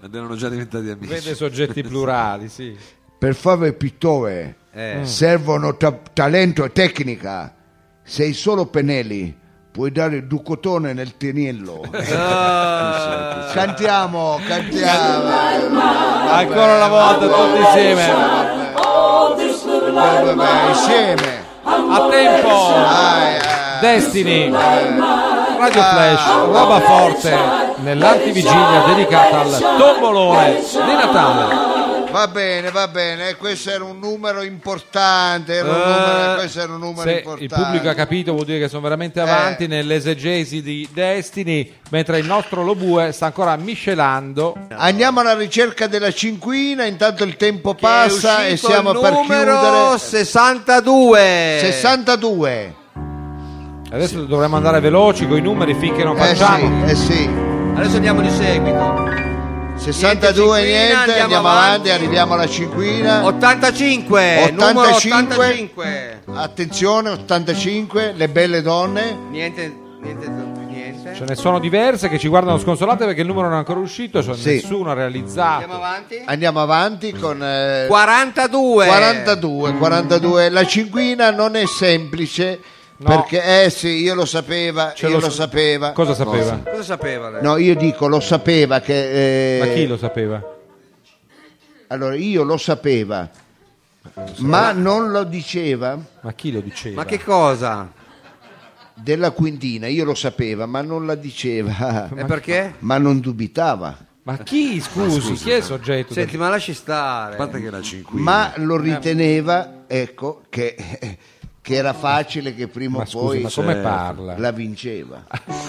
Speaker 5: Ed erano già diventati
Speaker 3: chi?
Speaker 5: amici.
Speaker 3: Vede soggetti plurali, sì.
Speaker 6: per fare il pittore
Speaker 2: Eh.
Speaker 6: servono ta- talento e tecnica. Sei solo Penelli, puoi dare il ducotone nel teniello.
Speaker 3: Ah.
Speaker 6: cantiamo, cantiamo.
Speaker 3: Ancora una volta tutti insieme.
Speaker 6: Vabbè, insieme.
Speaker 3: A tempo!
Speaker 6: Dai, eh.
Speaker 3: Destiny, Radio Flash, roba forte nell'antivigilia dedicata al tombolone di Natale.
Speaker 6: Va bene, va bene. Questo era un numero importante. Era un numero, questo era un numero
Speaker 3: Ah. Se
Speaker 6: importante.
Speaker 3: il pubblico ha capito vuol dire che sono veramente avanti
Speaker 6: Eh.
Speaker 3: nell'esegesi di Destiny, mentre il nostro Lobue sta ancora miscelando.
Speaker 6: Andiamo alla ricerca della cinquina. Intanto il tempo
Speaker 2: Che è
Speaker 6: passa e
Speaker 2: uscito
Speaker 6: siamo
Speaker 2: il
Speaker 6: per
Speaker 2: numero
Speaker 6: chiudere.
Speaker 2: 62.
Speaker 6: 62.
Speaker 3: Adesso dovremmo andare veloci con i numeri finché non
Speaker 6: Eh
Speaker 3: facciamo.
Speaker 6: sì, eh sì.
Speaker 2: Adesso andiamo di seguito.
Speaker 6: 62 niente,
Speaker 2: Niente, cinquina,
Speaker 6: andiamo,
Speaker 2: andiamo
Speaker 6: avanti.
Speaker 2: avanti.
Speaker 6: arriviamo alla cinquina.
Speaker 2: 85,
Speaker 6: 85.
Speaker 2: numero 85.
Speaker 6: Attenzione, 85, le belle donne.
Speaker 2: Niente, niente, niente.
Speaker 3: Ce ne sono diverse che ci guardano sconsolate perché il numero non è ancora uscito, cioè
Speaker 6: Sì.
Speaker 3: nessuno ha
Speaker 2: Andiamo
Speaker 3: realizzato.
Speaker 2: avanti.
Speaker 6: Andiamo avanti con eh,
Speaker 2: 42.
Speaker 6: 42, 42. La cinquina non è semplice
Speaker 3: No.
Speaker 6: perché eh sì, io lo sapeva,
Speaker 3: Ce
Speaker 6: io lo,
Speaker 3: lo sa-
Speaker 6: sapeva.
Speaker 3: Cosa sapeva?
Speaker 2: Cosa sapeva lei?
Speaker 6: No, io dico lo sapeva che eh,
Speaker 3: Ma chi lo sapeva?
Speaker 6: Allora, io lo sapeva. Ma non lo diceva
Speaker 3: Ma chi lo diceva?
Speaker 2: Ma che cosa?
Speaker 6: della quindina, io lo sapeva, ma non la diceva,
Speaker 2: E perché?
Speaker 6: ma non dubitava.
Speaker 3: Ma chi, scusi, chi è il soggetto?
Speaker 2: Senti, ma lasci stare.
Speaker 5: A parte che era 5.
Speaker 6: ma lo
Speaker 3: Eh.
Speaker 6: riteneva ecco che, che era facile che prima
Speaker 3: Ma
Speaker 6: o
Speaker 3: scusi,
Speaker 6: poi
Speaker 3: ma come parla?
Speaker 6: la Eh, vinceva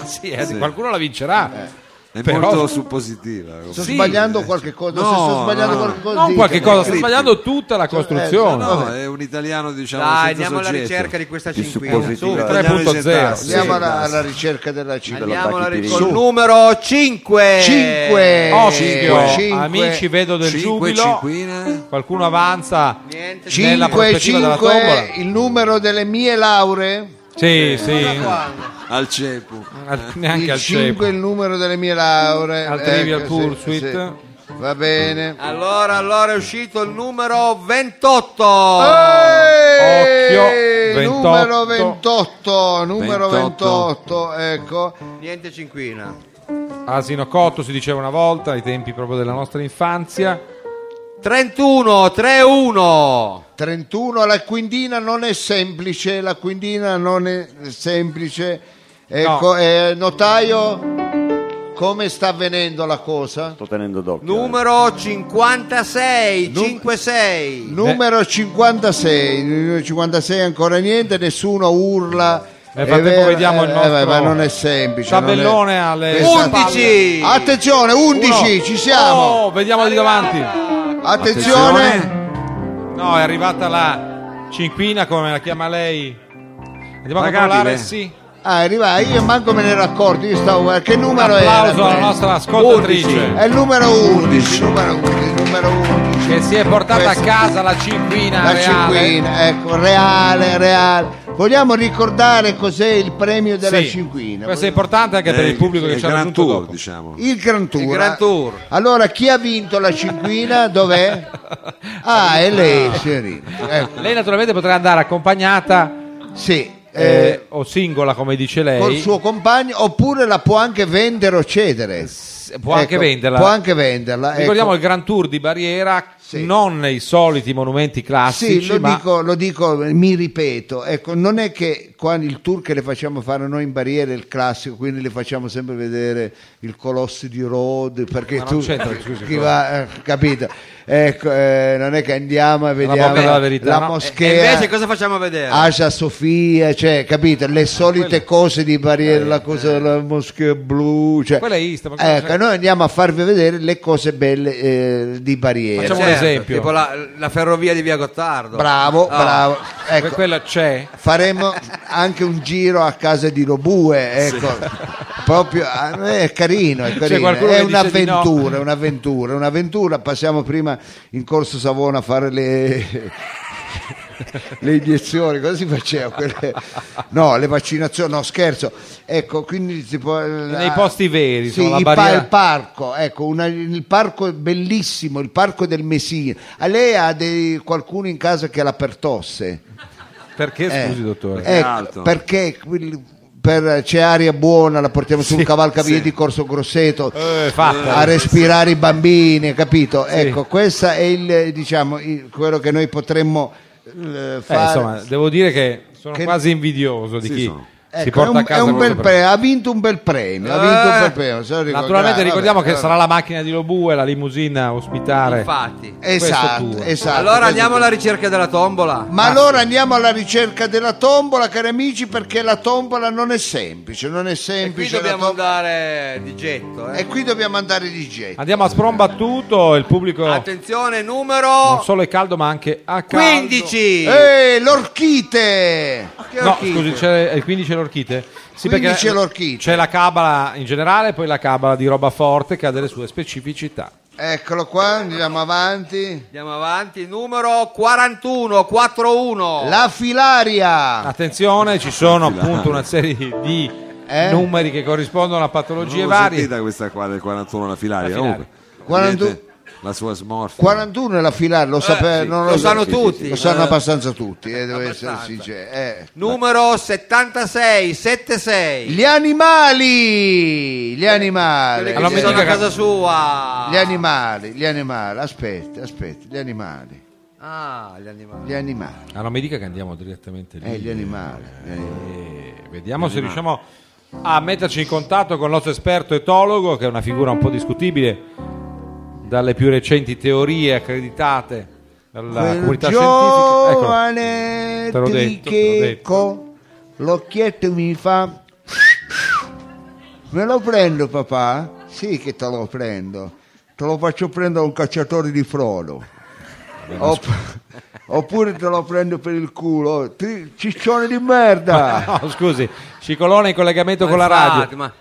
Speaker 3: Sì, eh, qualcuno la vincerà.
Speaker 5: È
Speaker 3: Però-
Speaker 5: molto suppositiva.
Speaker 6: sto
Speaker 3: Sì.
Speaker 6: sbagliando qualche cosa se
Speaker 5: No,
Speaker 6: sto sbagliando
Speaker 5: no.
Speaker 6: qualche cosa
Speaker 3: Non qualche
Speaker 6: ditemi.
Speaker 3: cosa, sta sbagliando tutta
Speaker 6: Cioè,
Speaker 3: la
Speaker 6: eh,
Speaker 3: costruzione.
Speaker 5: No, è un italiano, diciamo,
Speaker 2: Dai,
Speaker 5: senza
Speaker 2: andiamo alla
Speaker 5: soggetto.
Speaker 2: ricerca di questa
Speaker 5: Il
Speaker 2: cinquina.
Speaker 5: suppositivo.
Speaker 2: Su,
Speaker 5: Andiamo a
Speaker 3: 3.0.
Speaker 5: risentarsi.
Speaker 6: andiamo alla,
Speaker 5: Sì,
Speaker 6: alla ricerca della città
Speaker 2: Andiamo alla
Speaker 4: Su.
Speaker 2: col numero Eh. 5.
Speaker 6: 5
Speaker 3: Occhio, Oh, amici, vedo del
Speaker 5: Cinque,
Speaker 3: giubilo.
Speaker 5: cinquina.
Speaker 3: Qualcuno avanza.
Speaker 2: Niente.
Speaker 3: Nella prospettiva della tombola.
Speaker 6: il numero delle mie lauree
Speaker 3: Sì, sì.
Speaker 5: Al cepu.
Speaker 3: Al- Neanche
Speaker 6: il
Speaker 3: al cepo.
Speaker 6: 5 è il numero delle mie lauree Ecco,
Speaker 3: Al Trivial
Speaker 6: sì,
Speaker 3: Pursuit.
Speaker 6: sì. va bene
Speaker 2: Allora, allora è uscito il numero 28.
Speaker 6: Eh. Ehi,
Speaker 3: Ah, Occhio, 28,
Speaker 6: numero 28, numero
Speaker 5: 28,
Speaker 6: 28, ecco.
Speaker 2: Niente cinquina.
Speaker 3: Asino cotto si diceva una volta, ai tempi proprio della nostra infanzia.
Speaker 2: 31, 31.
Speaker 6: 31, la quindina non è semplice, la quindina non è semplice. Ecco,
Speaker 3: No.
Speaker 6: eh, notaio, come sta avvenendo la cosa?
Speaker 4: Sto tenendo d'occhio.
Speaker 2: Numero 56, 56.
Speaker 6: Numero 56, numero 56 ancora niente, nessuno urla.
Speaker 3: Nel frattempo
Speaker 6: Eh,
Speaker 3: vediamo il
Speaker 6: eh,
Speaker 3: nostro
Speaker 6: ma non è semplice. non è-
Speaker 3: tabellone alle
Speaker 6: Questa-
Speaker 2: Undici.
Speaker 6: Attenzione, 11, ci siamo.
Speaker 3: Oh, vediamo di davanti.
Speaker 6: Attenzione.
Speaker 3: No, è arrivata la Cinquina, come la chiama lei? Andiamo a
Speaker 2: Pagabile.
Speaker 3: controllare, sì.
Speaker 6: Ah, arriva, io manco me ne ero accorto, io stavo... eh, Che numero era?
Speaker 3: Applauso alla
Speaker 6: questo?
Speaker 3: nostra ascoltatrice
Speaker 6: È il numero 11, numero 11, numero 11.
Speaker 3: che si è portata a
Speaker 6: Questo-
Speaker 3: casa la cinquina
Speaker 6: La
Speaker 3: reale.
Speaker 6: cinquina, ecco, reale, reale. Vogliamo ricordare cos'è il premio della
Speaker 3: Sì.
Speaker 6: cinquina?
Speaker 3: Questo è importante anche per il pubblico che
Speaker 5: il
Speaker 3: ci ha
Speaker 5: Eh, Gran
Speaker 3: raggiunto
Speaker 5: Tour,
Speaker 3: dopo.
Speaker 5: diciamo.
Speaker 6: Il Gran Tour. ah.
Speaker 2: Il Gran Tour.
Speaker 6: Allora, chi ha vinto la cinquina? Dov'è? Ah, è lei, signorina. Ecco,
Speaker 3: Lei naturalmente potrà andare accompagnata
Speaker 6: sì. eh,
Speaker 3: eh, o singola, come dice lei.
Speaker 6: col suo compagno oppure la può anche vendere o cedere Ecco,
Speaker 3: può anche venderla.
Speaker 6: può anche venderla ecco.
Speaker 3: Ricordiamo il Grand Tour di Barriera,
Speaker 6: Sì.
Speaker 3: non nei soliti monumenti classici,
Speaker 6: sì, lo,
Speaker 3: Ah, ma
Speaker 6: dico, lo dico, mi ripeto, ecco, non è che qua il tour che le facciamo fare noi in barriera è il classico, quindi le facciamo sempre vedere il Colosso di Rhodes, perché
Speaker 3: Ma non
Speaker 6: tu
Speaker 3: c'entra, scusi,
Speaker 6: chi va, eh, capito? Ecco, eh, non è che andiamo e vediamo
Speaker 3: bocca della verità,
Speaker 6: la
Speaker 3: no? E- e
Speaker 6: moschea.
Speaker 2: E invece cosa facciamo vedere?
Speaker 6: Asia Sofia, cioè, capito?
Speaker 3: Ah,
Speaker 6: Le solite cose di barriera, la cosa della moschea blu, cioè,
Speaker 3: eh. Quella è Istanbul,
Speaker 6: Ecco,
Speaker 3: cioè-
Speaker 6: noi andiamo a farvi vedere le cose belle eh, di barriera.
Speaker 3: Facciamo un esempio.
Speaker 2: certo, Tipo la, la ferrovia di via Gottardo.
Speaker 6: Bravo,
Speaker 2: Ah.
Speaker 6: bravo.
Speaker 3: que-
Speaker 6: Ecco,
Speaker 3: quella c'è.
Speaker 6: faremo anche un giro a casa di Robue, ecco. Proprio ah, è carino, è, carino.
Speaker 3: qualcuno
Speaker 6: è
Speaker 3: che dice di no.
Speaker 6: un'avventura, è un'avventura, è un'avventura. Passiamo prima in Corso Savona a fare le le iniezioni, cosa si faceva? Quelle- No, le vaccinazioni, no scherzo. Ecco, quindi si può
Speaker 3: Nei posti veri,
Speaker 6: Sì,
Speaker 3: insomma, la
Speaker 6: i pa-
Speaker 3: barriera-
Speaker 6: il parco, ecco, una- il parco è bellissimo, il parco del Messina. A lei ha dei- qualcuno in casa che ha la pertosse?
Speaker 3: Perché,
Speaker 6: Eh,
Speaker 3: scusi, dottore?
Speaker 6: ecco,
Speaker 5: Alto.
Speaker 6: perché quel- per- c'è aria buona, la portiamo sul cavalcavia di Corso Grosseto
Speaker 3: Eh, fatta.
Speaker 6: a respirare i bambini, capito? Ecco, questo è il, diciamo, il- quello che noi potremmo eh,
Speaker 3: Eh,
Speaker 6: fare.
Speaker 3: insomma, devo dire che sono
Speaker 6: Che-
Speaker 3: quasi invidioso di
Speaker 5: Sì,
Speaker 3: chi
Speaker 5: sono.
Speaker 6: Ecco,
Speaker 3: si porta
Speaker 6: è un,
Speaker 3: a casa
Speaker 6: è un
Speaker 3: questo
Speaker 6: bel
Speaker 3: premio.
Speaker 6: premio, ha vinto un bel premio, ha vinto un bel premio, se lo ricordo-
Speaker 3: Naturalmente
Speaker 6: ah,
Speaker 3: ricordiamo
Speaker 6: vabbè,
Speaker 3: che sarà la macchina di Lobue, la limousina a ospitare.
Speaker 2: Infatti.
Speaker 3: questo
Speaker 6: Esatto,
Speaker 3: tour.
Speaker 6: esatto.
Speaker 2: allora
Speaker 6: questo
Speaker 2: andiamo alla ricerca della tombola.
Speaker 6: Ma allora andiamo alla ricerca della tombola, cari amici, perché la tombola non è semplice, non è
Speaker 2: E qui
Speaker 6: semplice. la
Speaker 2: dobbiamo
Speaker 6: tombola-
Speaker 2: andare di getto. eh.
Speaker 6: E qui dobbiamo andare di getto.
Speaker 3: Andiamo a sprombattuto, il pubblico
Speaker 6: Ecco.
Speaker 2: Ah, Attenzione,
Speaker 3: non
Speaker 2: numero
Speaker 3: solo è caldo ma anche a caldo.
Speaker 2: 15.
Speaker 6: Ehi, l'orchite!
Speaker 2: Che
Speaker 3: No,
Speaker 2: orchidee.
Speaker 3: scusi, c'è il 15 è l'orchite? Sì,
Speaker 6: 15 è l'orchite.
Speaker 3: C'è la cabala in generale e poi la cabala di roba forte che ha delle sue specificità.
Speaker 6: Eccolo qua, andiamo avanti.
Speaker 2: Andiamo avanti, numero 41, 41.
Speaker 6: La filaria!
Speaker 3: Attenzione, ci sono appunto una serie di
Speaker 6: Eh?
Speaker 3: numeri che corrispondono a patologie
Speaker 5: Non l'ho
Speaker 3: varie.
Speaker 5: sentita questa qua del 41 la filaria.
Speaker 3: La filaria.
Speaker 5: comunque.
Speaker 6: 41
Speaker 5: Niente, la sua smorfia.
Speaker 6: 41 è la filaria, lo, sape-
Speaker 2: Eh, sì,
Speaker 6: non
Speaker 2: lo sanno
Speaker 6: so-
Speaker 2: tutti.
Speaker 6: Lo sanno
Speaker 2: Eh.
Speaker 6: abbastanza tutti, eh, devo essere
Speaker 2: Abbastanza.
Speaker 6: sincero. eh.
Speaker 2: Numero 76, 76.
Speaker 6: Gli animali! Gli animali!
Speaker 2: Quelli
Speaker 3: Allora,
Speaker 2: che
Speaker 3: mi
Speaker 2: ci sono
Speaker 3: dica
Speaker 2: a
Speaker 3: che-
Speaker 2: casa sua.
Speaker 6: Gli animali, gli animali, aspetta, aspetta, gli animali,
Speaker 2: Ah, gli animali.
Speaker 6: gli animali,
Speaker 3: Ah, non mi dica che andiamo direttamente lì.
Speaker 6: eh, gli animali. eh. gli animali.
Speaker 3: E Eh, vediamo se riusciamo a metterci in contatto con il nostro esperto etologo, che è una figura un po' discutibile dalle più recenti teorie accreditate dalla
Speaker 6: Quel
Speaker 3: comunità scientifica. Ecco. Eccolo.
Speaker 6: giovane
Speaker 3: Te l'ho detto, te l'ho
Speaker 6: tricheco, l'occhietto mi fa, me lo prendo papà? Sì che te lo prendo, te lo faccio prendere a un cacciatore di frodo. Opp- oppure te lo prendo per il culo, Tri- ciccione di merda!
Speaker 3: No, scusi, Cicolone in collegamento con la
Speaker 2: Infatti,
Speaker 3: radio.
Speaker 2: ma-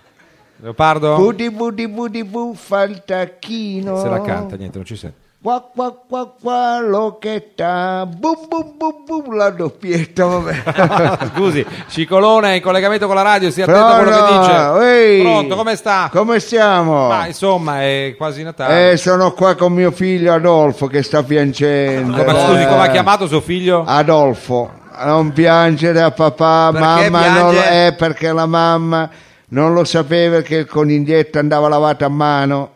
Speaker 3: Leopardo?
Speaker 6: Budi budi budi bu fa il tacchino.
Speaker 3: Se la canta, niente, non ci sente.
Speaker 6: Qua qua qua qua l'occhetta. Bum bum bum bum la doppietta, vabbè.
Speaker 3: Scusi, Cicolone è in collegamento con la radio, stia attento a quello che
Speaker 6: Pronto?
Speaker 3: dice.
Speaker 6: Ehi.
Speaker 3: Pronto, come sta?
Speaker 6: Come stiamo?
Speaker 3: Ma insomma, è quasi Natale.
Speaker 6: Eh, sono qua con mio figlio Adolfo che sta piangendo.
Speaker 3: Ah, Ma scusi,
Speaker 6: Eh, Ah,
Speaker 3: come ha chiamato suo figlio?
Speaker 6: Adolfo, non piangere a papà,
Speaker 2: Perché
Speaker 6: mamma non lo-
Speaker 2: piange?
Speaker 6: eh, perché la mamma non lo sapeva che il coniglietto andava lavato a mano.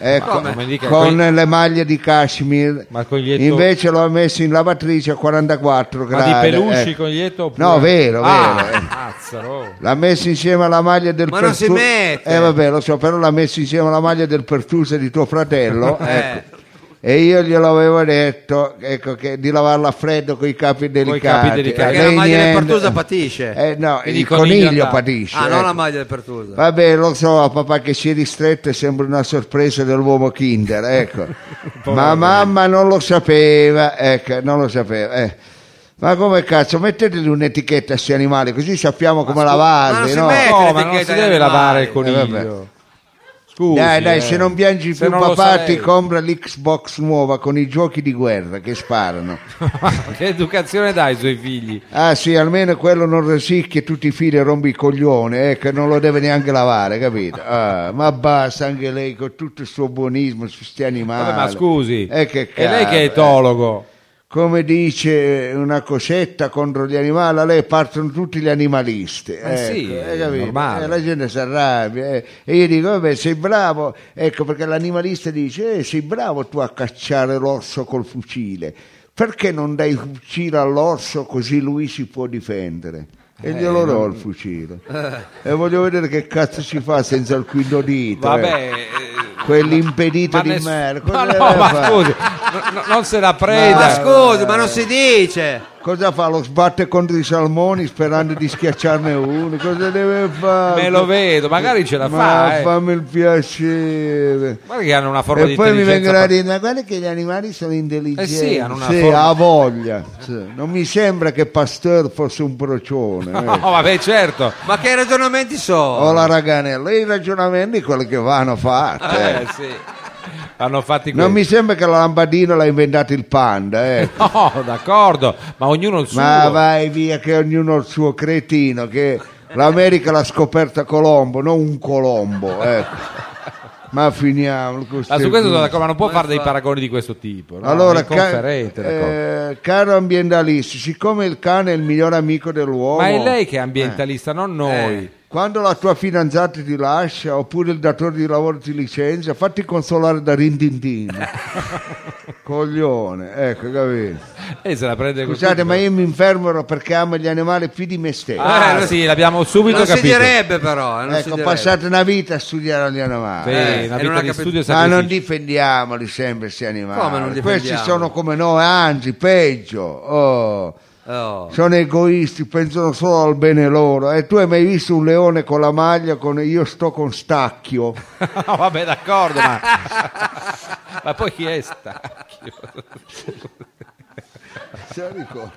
Speaker 6: Ecco,
Speaker 3: Come? Come dica,
Speaker 6: con
Speaker 3: quegli-
Speaker 6: le maglie di cashmere
Speaker 3: Ma il coglietto-
Speaker 6: invece l'ho messo in lavatrice a 44
Speaker 3: Ma
Speaker 6: gradi
Speaker 3: di Pelusci,
Speaker 6: ecco.
Speaker 3: Coglietto oppure...
Speaker 6: no vero, vero
Speaker 3: Ah,
Speaker 6: eh.
Speaker 3: Azzaro.
Speaker 6: L'ha messo insieme alla maglia del
Speaker 2: Ma non si
Speaker 6: pertu-
Speaker 2: mette.
Speaker 6: Eh vabbè, lo so, però l'ha messo insieme alla maglia del pertuse di tuo fratello.
Speaker 2: Eh.
Speaker 6: ecco. E io glielo avevo detto ecco, che di lavarla a freddo con i capi delicati.
Speaker 3: capi delicati.
Speaker 6: Eh,
Speaker 2: Perché la
Speaker 6: lei
Speaker 2: maglia del
Speaker 6: niente.
Speaker 2: Pertusa patisce.
Speaker 6: Eh, no,
Speaker 3: E
Speaker 6: il
Speaker 3: di
Speaker 6: coniglio,
Speaker 3: coniglio andava.
Speaker 6: patisce.
Speaker 2: Ah,
Speaker 6: ecco.
Speaker 2: non la maglia del Pertusa.
Speaker 6: Vabbè, lo so, a papà che si è ristretto sembra una sorpresa dell'uomo Kinder, ecco. Ma mamma non lo sapeva, ecco, non lo sapeva. eh. Ma come cazzo, metteteli un'etichetta a questi animali così sappiamo come
Speaker 2: ma non
Speaker 6: lavarli,
Speaker 2: si
Speaker 6: no?
Speaker 2: mette.
Speaker 3: No,
Speaker 2: le
Speaker 3: Eh, ma non si
Speaker 2: etichette
Speaker 3: deve
Speaker 2: agli
Speaker 3: lavare il
Speaker 2: animali.
Speaker 6: Eh,
Speaker 3: coniglio.
Speaker 6: vabbè.
Speaker 3: Scusi,
Speaker 6: Dai, dai,
Speaker 3: eh.
Speaker 6: se non piangi
Speaker 3: Se
Speaker 6: più
Speaker 3: non lo
Speaker 6: papà
Speaker 3: sarei.
Speaker 6: ti compra l'Xbox nuova con i giochi di guerra che sparano.
Speaker 3: che educazione dai ai suoi figli?
Speaker 6: Ah sì, almeno quello non resicchia tutti i fili e rompi il coglione, eh, che non lo deve neanche lavare, capito? Ah, ma basta anche lei con tutto il suo buonismo su sti animali.
Speaker 3: Vabbè, ma scusi,
Speaker 6: Eh, che
Speaker 3: è lei
Speaker 6: cavolo,
Speaker 3: che è
Speaker 6: eh.
Speaker 3: etologo.
Speaker 6: Come dice una cosetta contro gli animali, a lei partono tutti gli animalisti.
Speaker 3: Eh sì,
Speaker 6: Ecco,
Speaker 3: è
Speaker 6: capito?
Speaker 3: normale.
Speaker 6: Eh, la gente si arrabbia. eh. E io dico, vabbè, sei bravo, ecco perché l'animalista dice, eh, sei bravo tu a cacciare l'orso col fucile. Perché non dai il fucile all'orso così lui si può difendere? E
Speaker 3: Eh,
Speaker 6: glielo do il fucile. Eh, E voglio vedere che cazzo si fa senza il quinto dito. eh.
Speaker 3: Vabbè,
Speaker 6: Quell'impedito di
Speaker 3: ness- ma
Speaker 6: merda. cosa
Speaker 3: no,
Speaker 6: deve
Speaker 3: ma
Speaker 6: fare?
Speaker 3: scusi, no, no, non se la
Speaker 2: Ma
Speaker 3: preda.
Speaker 2: Ah, scusi, ma non si dice.
Speaker 6: Cosa fa? Lo sbatte contro i salmoni sperando di schiacciarne uno? Cosa deve fare?
Speaker 3: Me lo vedo, magari ce la
Speaker 6: Ma
Speaker 3: fa. eh.
Speaker 6: fammi il piacere.
Speaker 3: Guarda che hanno una forma
Speaker 6: e
Speaker 3: di
Speaker 6: poi mi
Speaker 3: intelligenza
Speaker 6: vengono a
Speaker 3: par-
Speaker 6: dire, ma guarda che gli animali sono intelligenti.
Speaker 3: Eh sì, hanno una
Speaker 6: Sì,
Speaker 3: forma-
Speaker 6: ha voglia. Sì. Non mi sembra che Pasteur fosse un procione. eh.
Speaker 3: No, vabbè, certo.
Speaker 2: Ma che ragionamenti
Speaker 6: O
Speaker 2: sono?
Speaker 6: la raganella. I ragionamenti quelli che vanno fatti. eh.
Speaker 3: Eh, sì. Hanno fatti
Speaker 6: Non
Speaker 3: quelli.
Speaker 6: mi sembra che la lampadina l'ha inventato il panda. eh.
Speaker 3: No, d'accordo, ma ognuno il suo.
Speaker 6: Ma vai via, che ognuno ha il suo cretino, che l'America l'ha scoperta Colombo, non un Colombo. ecco. Ma finiamo. con
Speaker 3: Ah,
Speaker 6: ste
Speaker 3: su questo sono
Speaker 6: cose.
Speaker 3: d'accordo, ma non può fare dei paragoni di questo tipo. No?
Speaker 6: Allora,
Speaker 3: È inconferente,
Speaker 6: ca-
Speaker 3: d'accordo.
Speaker 6: eh, caro ambientalista, siccome il cane è il miglior amico dell'uomo,
Speaker 3: ma è lei che è ambientalista, non noi.
Speaker 6: quando la tua fidanzata ti lascia oppure il datore di lavoro ti licenzia, fatti consolare da Rindindin. Coglione, ecco, capito?
Speaker 3: E se la prende così.
Speaker 6: Scusate, ma io mi infermo perché amo gli animali più di me stesso.
Speaker 3: Ah,
Speaker 2: Eh, lo-
Speaker 3: sì, l'abbiamo subito
Speaker 2: Non si
Speaker 3: capito.
Speaker 2: direbbe però. eh, Non si
Speaker 6: Ecco, ho
Speaker 2: direbbe.
Speaker 6: passato una vita a studiare gli
Speaker 3: Sì,
Speaker 6: animali.
Speaker 2: Eh,
Speaker 3: una
Speaker 2: e non
Speaker 3: vita
Speaker 2: ha
Speaker 3: di
Speaker 2: capito.
Speaker 3: studio e
Speaker 6: Ma Ah, non
Speaker 3: sacrificio.
Speaker 6: difendiamoli sempre questi animali.
Speaker 2: Come non
Speaker 6: Questi
Speaker 2: difendiamo?
Speaker 6: sono come noi, anzi, peggio. Oh,
Speaker 2: Oh.
Speaker 6: Sono egoisti, pensano solo al bene loro. E tu hai mai visto un leone con la maglia con io sto con stacchio?
Speaker 3: no, vabbè, d'accordo, ma... ma poi chi è stacchio?
Speaker 6: Se la ricordo.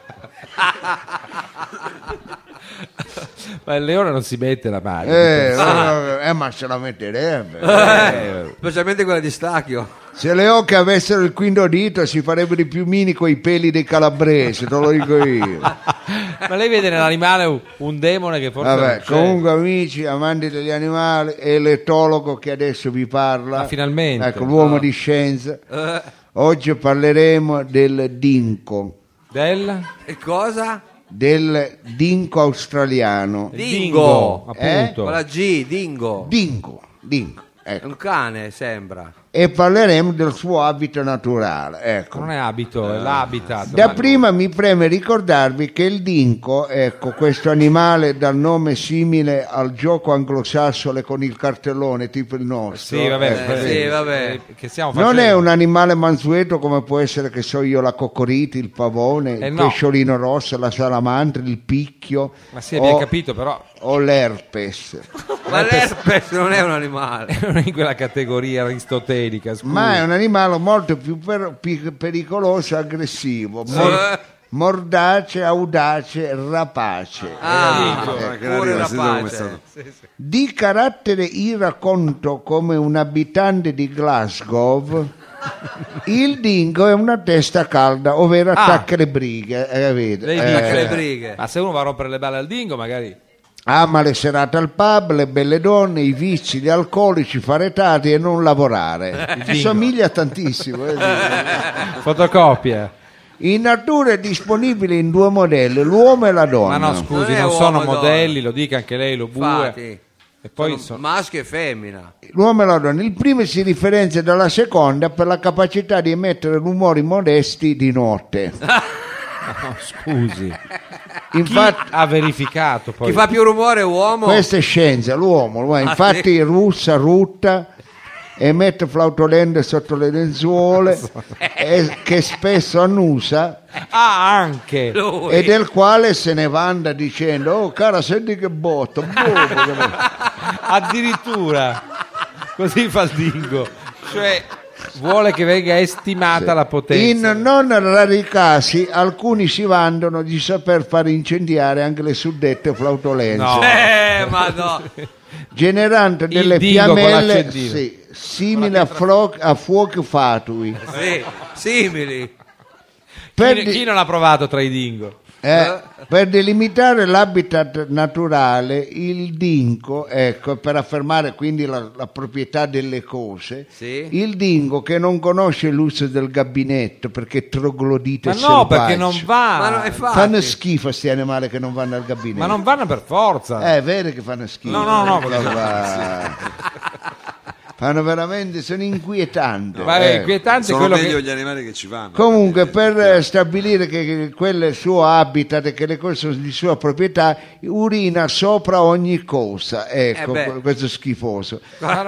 Speaker 3: Ma il leone non si mette la maglia.
Speaker 6: Eh, eh, eh, ma se la metterebbe.
Speaker 2: Ah. Eh, specialmente quella di Stacchio.
Speaker 6: Se le oche avessero il quinto dito si farebbero i piumini con i peli dei calabresi, te lo dico io.
Speaker 3: Ma lei vede nell'animale un, un demone che forse... non
Speaker 6: Vabbè,
Speaker 3: c'è.
Speaker 6: comunque amici, amanti degli animali e l'etologo che adesso vi parla,
Speaker 3: Ma Ah, finalmente. Ah.
Speaker 6: ecco, l'uomo di scienza,
Speaker 2: Eh,
Speaker 6: oggi parleremo del dinco,
Speaker 3: Del...
Speaker 2: E cosa?
Speaker 6: del dinco australiano.
Speaker 2: Dingo.
Speaker 6: Eh?
Speaker 3: appunto.
Speaker 2: Con la G, Dingo.
Speaker 6: Dingo, dingo,
Speaker 2: È
Speaker 6: ecco.
Speaker 2: un cane, sembra.
Speaker 6: E parleremo del suo abito naturale, ecco.
Speaker 3: Non è abito, è l'habitat.
Speaker 6: Da
Speaker 3: ma-
Speaker 6: prima mi preme ricordarvi che il dinco, ecco, questo animale dal nome simile al gioco anglosassone con il cartellone tipo il nostro.
Speaker 3: Sì, vabbè,
Speaker 6: ecco,
Speaker 2: Eh, sì, vabbè.
Speaker 3: eh, Che stiamo facendo?
Speaker 6: Non è un animale mansueto come può essere, che so io, la cocoriti, il pavone,
Speaker 3: Eh
Speaker 6: il
Speaker 3: no.
Speaker 6: pesciolino rosso, la salamandra, il picchio
Speaker 3: Ma sì, abbiamo
Speaker 6: o,
Speaker 3: capito, però
Speaker 6: o l'herpes.
Speaker 2: Ma l'herpes non è un animale.
Speaker 3: non è in quella categoria aristotelica, scusi.
Speaker 6: Ma è un animale molto più per- pi- pericoloso e aggressivo, mor- mordace, audace, rapace.
Speaker 2: Ah,
Speaker 5: Guarda che
Speaker 2: pure
Speaker 5: arriva,
Speaker 2: la
Speaker 5: si vede come è
Speaker 2: pace.
Speaker 5: stato.
Speaker 6: Di carattere iraconto come un abitante di Glasgow, il dingo è una testa calda, ovvero
Speaker 3: Ah.
Speaker 6: attacca le brighe. eh, capito?
Speaker 3: Lei
Speaker 6: Eh,
Speaker 3: dice-
Speaker 2: le brighe.
Speaker 3: Ma se uno va a rompere le balle al dingo, magari...
Speaker 6: Ama le serate al pub, le belle donne, i vizi, gli alcolici, fare tardi e non
Speaker 3: Eh,
Speaker 6: lavorare. Ci somiglia tantissimo. eh.
Speaker 3: Fotocopia.
Speaker 6: In natura è disponibile in due modelli, l'uomo e la
Speaker 3: Ma
Speaker 6: donna.
Speaker 3: no, scusi,
Speaker 2: Non è
Speaker 3: non,
Speaker 2: uomo
Speaker 3: sono
Speaker 2: e donna.
Speaker 3: modelli, lo dica anche lei, lo bue.
Speaker 2: Infatti.
Speaker 3: E poi
Speaker 2: Sono
Speaker 3: sono...
Speaker 2: maschio e femmina.
Speaker 6: L'uomo e la donna. Il primo si differenzia dalla seconda per la capacità di emettere rumori modesti di notte.
Speaker 3: no, scusi.
Speaker 6: Infatti,
Speaker 3: ha verificato poi.
Speaker 2: Chi fa più rumore è
Speaker 3: Boh.
Speaker 2: uomo?
Speaker 6: questa è scienza, l'uomo.
Speaker 3: Ah,
Speaker 6: l'uomo. Infatti, russa, rutta, emette flautolente sotto le lenzuole, e- che spesso annusa.
Speaker 3: Ah, anche.
Speaker 2: Lui.
Speaker 6: e del quale se ne vanda dicendo oh cara senti che botto boh, boh, boh."
Speaker 3: Addirittura. Così fa il dingo. Cioè, vuole che venga estimata la potenza.
Speaker 6: In non rari casi alcuni si vandono di saper far incendiare anche le suddette flautolenze,
Speaker 3: No.
Speaker 2: Eh, ma no.
Speaker 6: generando delle
Speaker 3: digo con
Speaker 6: fiammelle
Speaker 3: l'accendino.
Speaker 6: sì, simili a, fro- a fuochi fatui.
Speaker 2: Sì, simili.
Speaker 6: Per
Speaker 3: Chi,
Speaker 6: di-
Speaker 3: chi non ha provato tra i dingo?
Speaker 6: Eh, per delimitare l'habitat naturale, il dingo, ecco, per affermare quindi la, la proprietà delle cose,
Speaker 2: Sì.
Speaker 6: il dingo che non conosce l'uso del gabinetto perché è troglodite
Speaker 3: Ma no,
Speaker 6: selvaggio.
Speaker 3: perché non va.
Speaker 2: Ma no, infatti.
Speaker 6: Fanno schifo questi animali che non vanno al gabinetto.
Speaker 3: Ma non vanno per forza.
Speaker 6: Eh, È vero che fanno schifo.
Speaker 3: No, no, no,
Speaker 6: Però
Speaker 3: voglio-
Speaker 6: va- Fanno veramente, sono inquietanti.
Speaker 3: Ma è
Speaker 6: eh.
Speaker 3: inquietante
Speaker 5: Sono
Speaker 3: quello
Speaker 5: meglio
Speaker 3: che...
Speaker 5: gli animali che ci vanno.
Speaker 6: Comunque, per eh, stabilire che, che quello è il suo habitat e che le cose sono di sua proprietà, urina sopra ogni cosa. Ecco,
Speaker 2: Eh beh.
Speaker 6: questo è schifoso.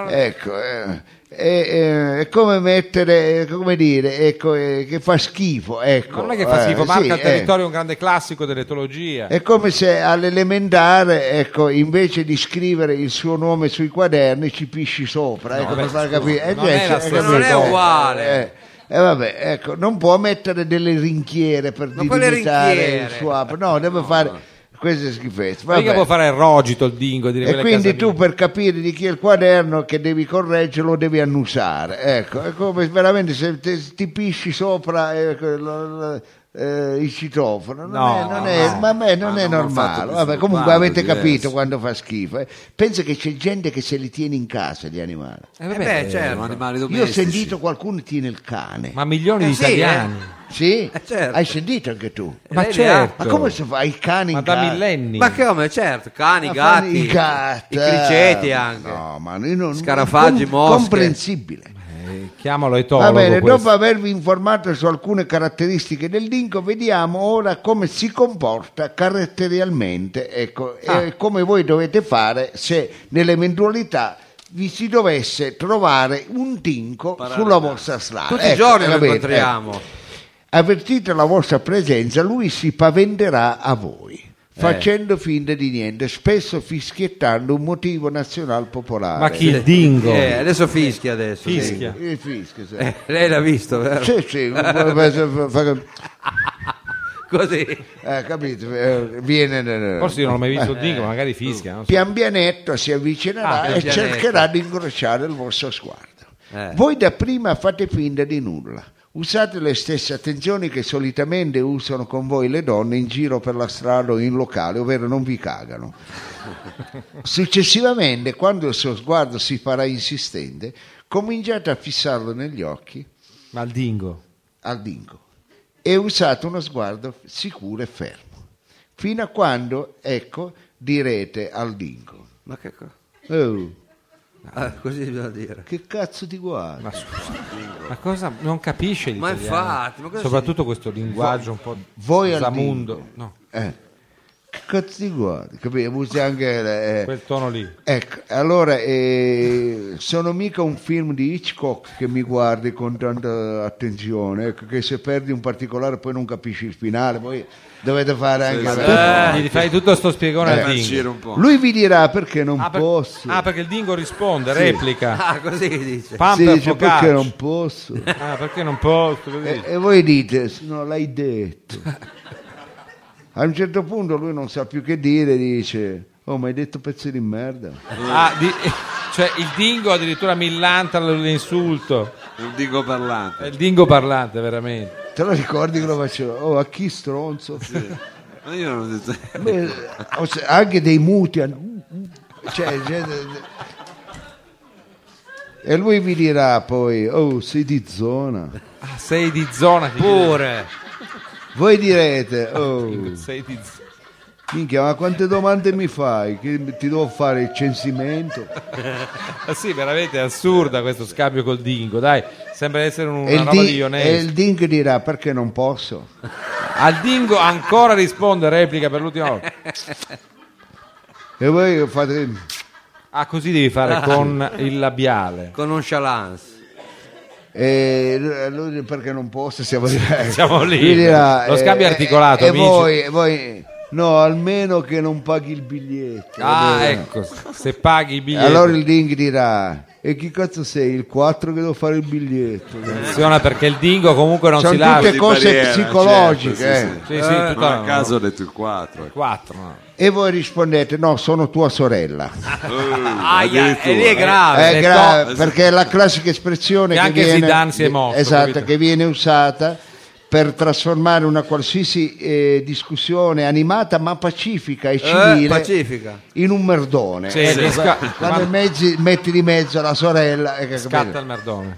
Speaker 6: Ecco, eh, è, è- è come mettere, è come dire, ecco, eh, che fa schifo. Ecco,
Speaker 3: Non è che fa
Speaker 6: eh,
Speaker 3: schifo,
Speaker 6: sì,
Speaker 3: marca il
Speaker 6: eh.
Speaker 3: territorio è un grande classico dell'etologia.
Speaker 6: È come se all'elementare, ecco, invece di scrivere il suo nome sui quaderni, ci pisci sopra, ecco, per far capire. Eh,
Speaker 3: non è
Speaker 6: invece,
Speaker 3: la
Speaker 6: eh,
Speaker 3: stessa
Speaker 6: capito?
Speaker 2: cosa. Non è uguale.
Speaker 6: Eh, eh, vabbè, ecco, non può mettere delle rinchiere per
Speaker 2: Ma quelle
Speaker 6: delimitare il
Speaker 2: rinchiere?
Speaker 6: suo app. No, deve fare queste schifezze.
Speaker 3: Mica
Speaker 6: vabbè.
Speaker 3: può fare il rogito il dingo, dire
Speaker 6: E
Speaker 3: quelle
Speaker 6: quindi tu
Speaker 3: casamine.
Speaker 6: per capire di chi è il quaderno che devi correggere lo devi annusare. Ecco, è come veramente se te- ti pisci sopra eh, quello, eh, il citofono. Non
Speaker 3: No,
Speaker 6: è, non è-
Speaker 3: no.
Speaker 6: ma a me non
Speaker 5: Ma
Speaker 6: è
Speaker 5: non ho fatto
Speaker 6: normale.
Speaker 5: questo
Speaker 6: Vabbè, comunque
Speaker 5: fatto,
Speaker 6: avete
Speaker 5: diverso.
Speaker 6: capito quando fa schifo. eh. Penso che c'è gente che se li tiene in casa gli animali.
Speaker 3: Eh,
Speaker 2: Eh
Speaker 3: vabbè,
Speaker 2: beh,
Speaker 3: eh,
Speaker 2: certo.
Speaker 5: Sono animali
Speaker 6: Io ho
Speaker 5: domestici.
Speaker 6: sentito qualcuno tiene il cane.
Speaker 3: Ma milioni
Speaker 2: Eh,
Speaker 3: di
Speaker 2: sì,
Speaker 3: italiani.
Speaker 6: Sì?
Speaker 2: Eh, certo.
Speaker 6: Hai sentito anche tu?
Speaker 2: Eh,
Speaker 3: Ma
Speaker 2: lei
Speaker 3: certo.
Speaker 6: Ma come si fa? I cani
Speaker 3: Ma
Speaker 6: in
Speaker 3: da
Speaker 6: casa?
Speaker 3: millenni.
Speaker 2: Ma come, certo, cani,
Speaker 6: Ma fanno
Speaker 2: gatti,
Speaker 6: i gatti,
Speaker 2: i criceti
Speaker 6: eh,
Speaker 2: anche.
Speaker 6: no, ma io non-
Speaker 2: Scarafaggi, mosche.
Speaker 6: comprensibile
Speaker 3: Eh, chiamalo etologo.
Speaker 6: Va bene,
Speaker 3: questo.
Speaker 6: dopo avervi informato su alcune caratteristiche del dingo, vediamo ora come si comporta caratterialmente ecco,
Speaker 2: Ah.
Speaker 6: e come voi dovete fare se nell'eventualità vi si dovesse trovare un dingo sulla vostra strada.
Speaker 2: Tutti i
Speaker 6: Ecco,
Speaker 2: giorni
Speaker 6: va
Speaker 2: lo
Speaker 6: bene,
Speaker 2: incontriamo.
Speaker 6: ecco. Avvertita la vostra presenza, lui si paventerà a
Speaker 3: Eh.
Speaker 6: voi. Facendo finta di niente, spesso fischiettando un motivo nazional popolare.
Speaker 3: Ma chi il dingo?
Speaker 2: Eh, adesso fischia adesso. sì.
Speaker 3: Fischia.
Speaker 6: Il fischio, sì.
Speaker 2: Eh, lei l'ha visto, vero?
Speaker 6: Sì, sì, fa- fa-
Speaker 2: Così.
Speaker 6: Eh, capito? eh, Viene.
Speaker 3: Forse io non ho mai
Speaker 6: Eh.
Speaker 3: visto il dingo, ma magari fischia. non so.
Speaker 6: Pian pianetto si avvicinerà
Speaker 2: Ah,
Speaker 6: e
Speaker 2: pian pianetto.
Speaker 6: cercherà di incrociare il vostro sguardo.
Speaker 2: Eh.
Speaker 6: Voi dapprima fate finta di nulla. Usate le stesse attenzioni che solitamente usano con voi le donne in giro per la strada o in locale, ovvero non vi cagano. Successivamente, quando il suo sguardo si farà insistente, cominciate a fissarlo negli occhi
Speaker 3: Ma il dingo.
Speaker 6: al dingo e usate uno sguardo sicuro e fermo, fino a quando, ecco, direte al dingo,
Speaker 2: Ma che cosa?
Speaker 6: oh,
Speaker 2: così bisogna dire.
Speaker 6: che cazzo ti guardi?
Speaker 3: Ma cosa non capisce
Speaker 2: Ma
Speaker 3: l'italiano?
Speaker 2: infatti, ma cosa
Speaker 3: Soprattutto questo linguaggio un po'
Speaker 6: Voi al
Speaker 3: zamundo.
Speaker 6: dingo.
Speaker 3: No,
Speaker 6: Eh, che cazzo ti guardi? Capito? Usi anche... eh,
Speaker 3: quel tono lì.
Speaker 6: Ecco, allora, eh, sono mica un film di Hitchcock che mi guardi con tanta attenzione, ecco, che se perdi un particolare poi non capisci il finale, poi dovete fare anche... la-
Speaker 3: Gli fai tutto sto spiegone
Speaker 6: Eh,
Speaker 3: al
Speaker 5: Marcire
Speaker 3: dingo.
Speaker 5: un po'.
Speaker 6: Lui vi dirà perché non
Speaker 3: Ah, per-
Speaker 6: posso.
Speaker 3: ah, perché il dingo risponde, replica.
Speaker 2: Ah, così dice.
Speaker 3: Pam
Speaker 6: si
Speaker 3: per
Speaker 6: dice
Speaker 3: focaccia.
Speaker 6: perché non Eh, posso.
Speaker 3: Ah, perché non posso? Cosa
Speaker 6: E,
Speaker 3: dici?
Speaker 6: e voi dite, "S- no, l'hai detto. A un certo punto lui non sa più che dire, dice, oh, ma hai detto pezzo di merda.
Speaker 3: Ah, di- cioè il dingo addirittura millanta l'insulto.
Speaker 5: È un dingo
Speaker 3: È
Speaker 5: parlante.
Speaker 3: il dingo parlante, veramente.
Speaker 6: Te lo ricordi che lo facevo? Oh, a chi stronzo?
Speaker 5: Ma io non ho detto.
Speaker 6: Beh, o se- anche dei muti. hanno- Cioè, cioè, e lui vi dirà poi, oh, sei di zona.
Speaker 3: Ah, sei di zona. ti
Speaker 2: Pure.
Speaker 6: Voi direte, oh,
Speaker 3: chiede. Sei di zona.
Speaker 6: minchia, ma quante domande mi fai? Che ti devo fare il censimento?
Speaker 3: Ah, sì, veramente è assurda questo scambio col dingo. Dai, sembra essere un- una
Speaker 6: E il,
Speaker 3: roba
Speaker 6: di-
Speaker 3: di
Speaker 6: e
Speaker 3: Ionesco.
Speaker 6: il Ding dirà perché non posso.
Speaker 3: Al dingo ancora risponde, replica per l'ultima volta.
Speaker 6: E voi fate.
Speaker 3: Ah, così devi fare con il labiale.
Speaker 2: Con nonchalance.
Speaker 6: E lui dice, perché non posso? Siamo lì.
Speaker 3: Siamo lì.
Speaker 6: Lui dirà,
Speaker 3: Lo
Speaker 6: eh,
Speaker 3: scambio
Speaker 6: eh,
Speaker 3: articolato,
Speaker 6: E
Speaker 3: amici.
Speaker 6: voi, e voi, no, almeno che non paghi il biglietto.
Speaker 3: Ah,
Speaker 6: Eh,
Speaker 3: ecco, se paghi i biglietti.
Speaker 6: Allora il Ding dirà: E chi cazzo sei? Il 4 che devo fare il biglietto.
Speaker 3: Attenzione perché il dingo comunque non si
Speaker 6: Sono
Speaker 3: lascia.
Speaker 6: tutte cose
Speaker 5: barriera,
Speaker 6: psicologiche.
Speaker 5: certo, sì,
Speaker 6: eh.
Speaker 3: Sì, sì,
Speaker 5: Non
Speaker 3: tutta
Speaker 5: a caso ho detto il ecco. 4.
Speaker 3: 4. no.
Speaker 6: E voi rispondete: no, sono tua sorella.
Speaker 5: Uh,
Speaker 2: Aia, e
Speaker 5: eh.
Speaker 2: lì è grave.
Speaker 6: è
Speaker 3: detto-
Speaker 6: grave, perché è la classica espressione
Speaker 3: Ah, Che
Speaker 6: che,
Speaker 3: anche
Speaker 6: viene,
Speaker 3: Zidane si è mosso,
Speaker 6: esatto,
Speaker 3: capito?
Speaker 6: che viene usata per trasformare una qualsiasi eh, discussione animata ma pacifica e civile
Speaker 2: Eh, pacifica.
Speaker 6: in un merdone. Eh,
Speaker 3: Sì, gli sca-
Speaker 6: Quando in mezzo- metti di mezzo la sorella e
Speaker 3: scatta il merdone.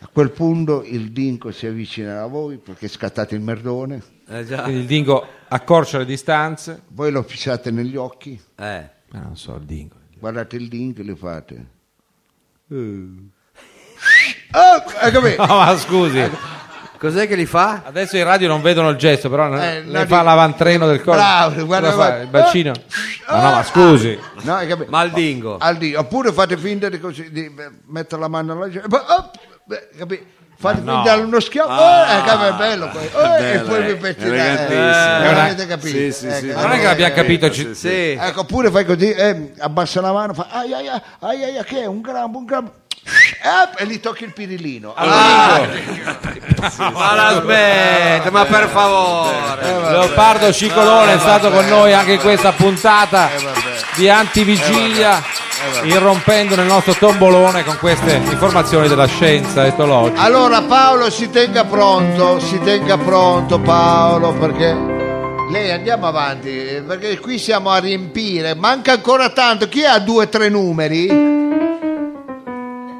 Speaker 6: a quel punto il dinco si avvicina a voi perché scattate il merdone,
Speaker 2: Eh, già.
Speaker 3: Quindi il dingo accorcia le distanze.
Speaker 6: voi lo fissate negli occhi,
Speaker 2: Eh.
Speaker 3: Ma non so, il dingo.
Speaker 6: guardate il dinco e le fate.
Speaker 3: Eh.
Speaker 6: Ah, hai capito?
Speaker 3: No, ma scusi,
Speaker 2: Cos'è che li fa?
Speaker 3: adesso in radio non vedono il gesto, però ne,
Speaker 6: Eh,
Speaker 3: ne
Speaker 6: no,
Speaker 3: fa
Speaker 6: di-
Speaker 3: l'avantreno del corpo.
Speaker 6: Bravo, guarda,
Speaker 3: Cosa fa?
Speaker 6: guarda. Ah! Eh,
Speaker 3: il bacino. Ma no, ma scusi.
Speaker 6: No, hai capito?
Speaker 2: Ma il dingo.
Speaker 6: al dì, oppure fate finta di, così, di eh, mettere la mano alla gente, poi, oh, beh, capi? fate
Speaker 3: Ma no.
Speaker 6: finta di dare uno schiaffo,
Speaker 5: Ah.
Speaker 6: eh, capi, è bello, poi, oh, e
Speaker 5: bello,
Speaker 6: poi vi
Speaker 5: eh,
Speaker 6: pettinate,
Speaker 5: elegantissimo.
Speaker 3: Eh,
Speaker 5: sì,
Speaker 6: eh, non avete capito?
Speaker 5: sì, sì.
Speaker 6: Ecco, eh,
Speaker 3: Ma non è che l'abbiamo capito. ci-
Speaker 5: sì, sì.
Speaker 2: Sì.
Speaker 6: Ecco, oppure fai così, eh, abbassa la mano, fa ai ai ai, ai, ai, che è un grammo, un grammo, Eh, e gli tocchi il pirilino. Ah,
Speaker 2: Ma la smetta, ma per favore.
Speaker 3: Leopardo Cicolone
Speaker 6: Eh,
Speaker 3: è stato con noi anche in questa puntata di
Speaker 6: Eh,
Speaker 3: antivigilia, irrompendo nel nostro tombolone con queste informazioni della scienza etologica.
Speaker 6: Allora Paolo si tenga pronto, si tenga pronto Paolo perché lei andiamo avanti eh, perché qui siamo a riempire, manca ancora tanto, chi ha due o tre numeri?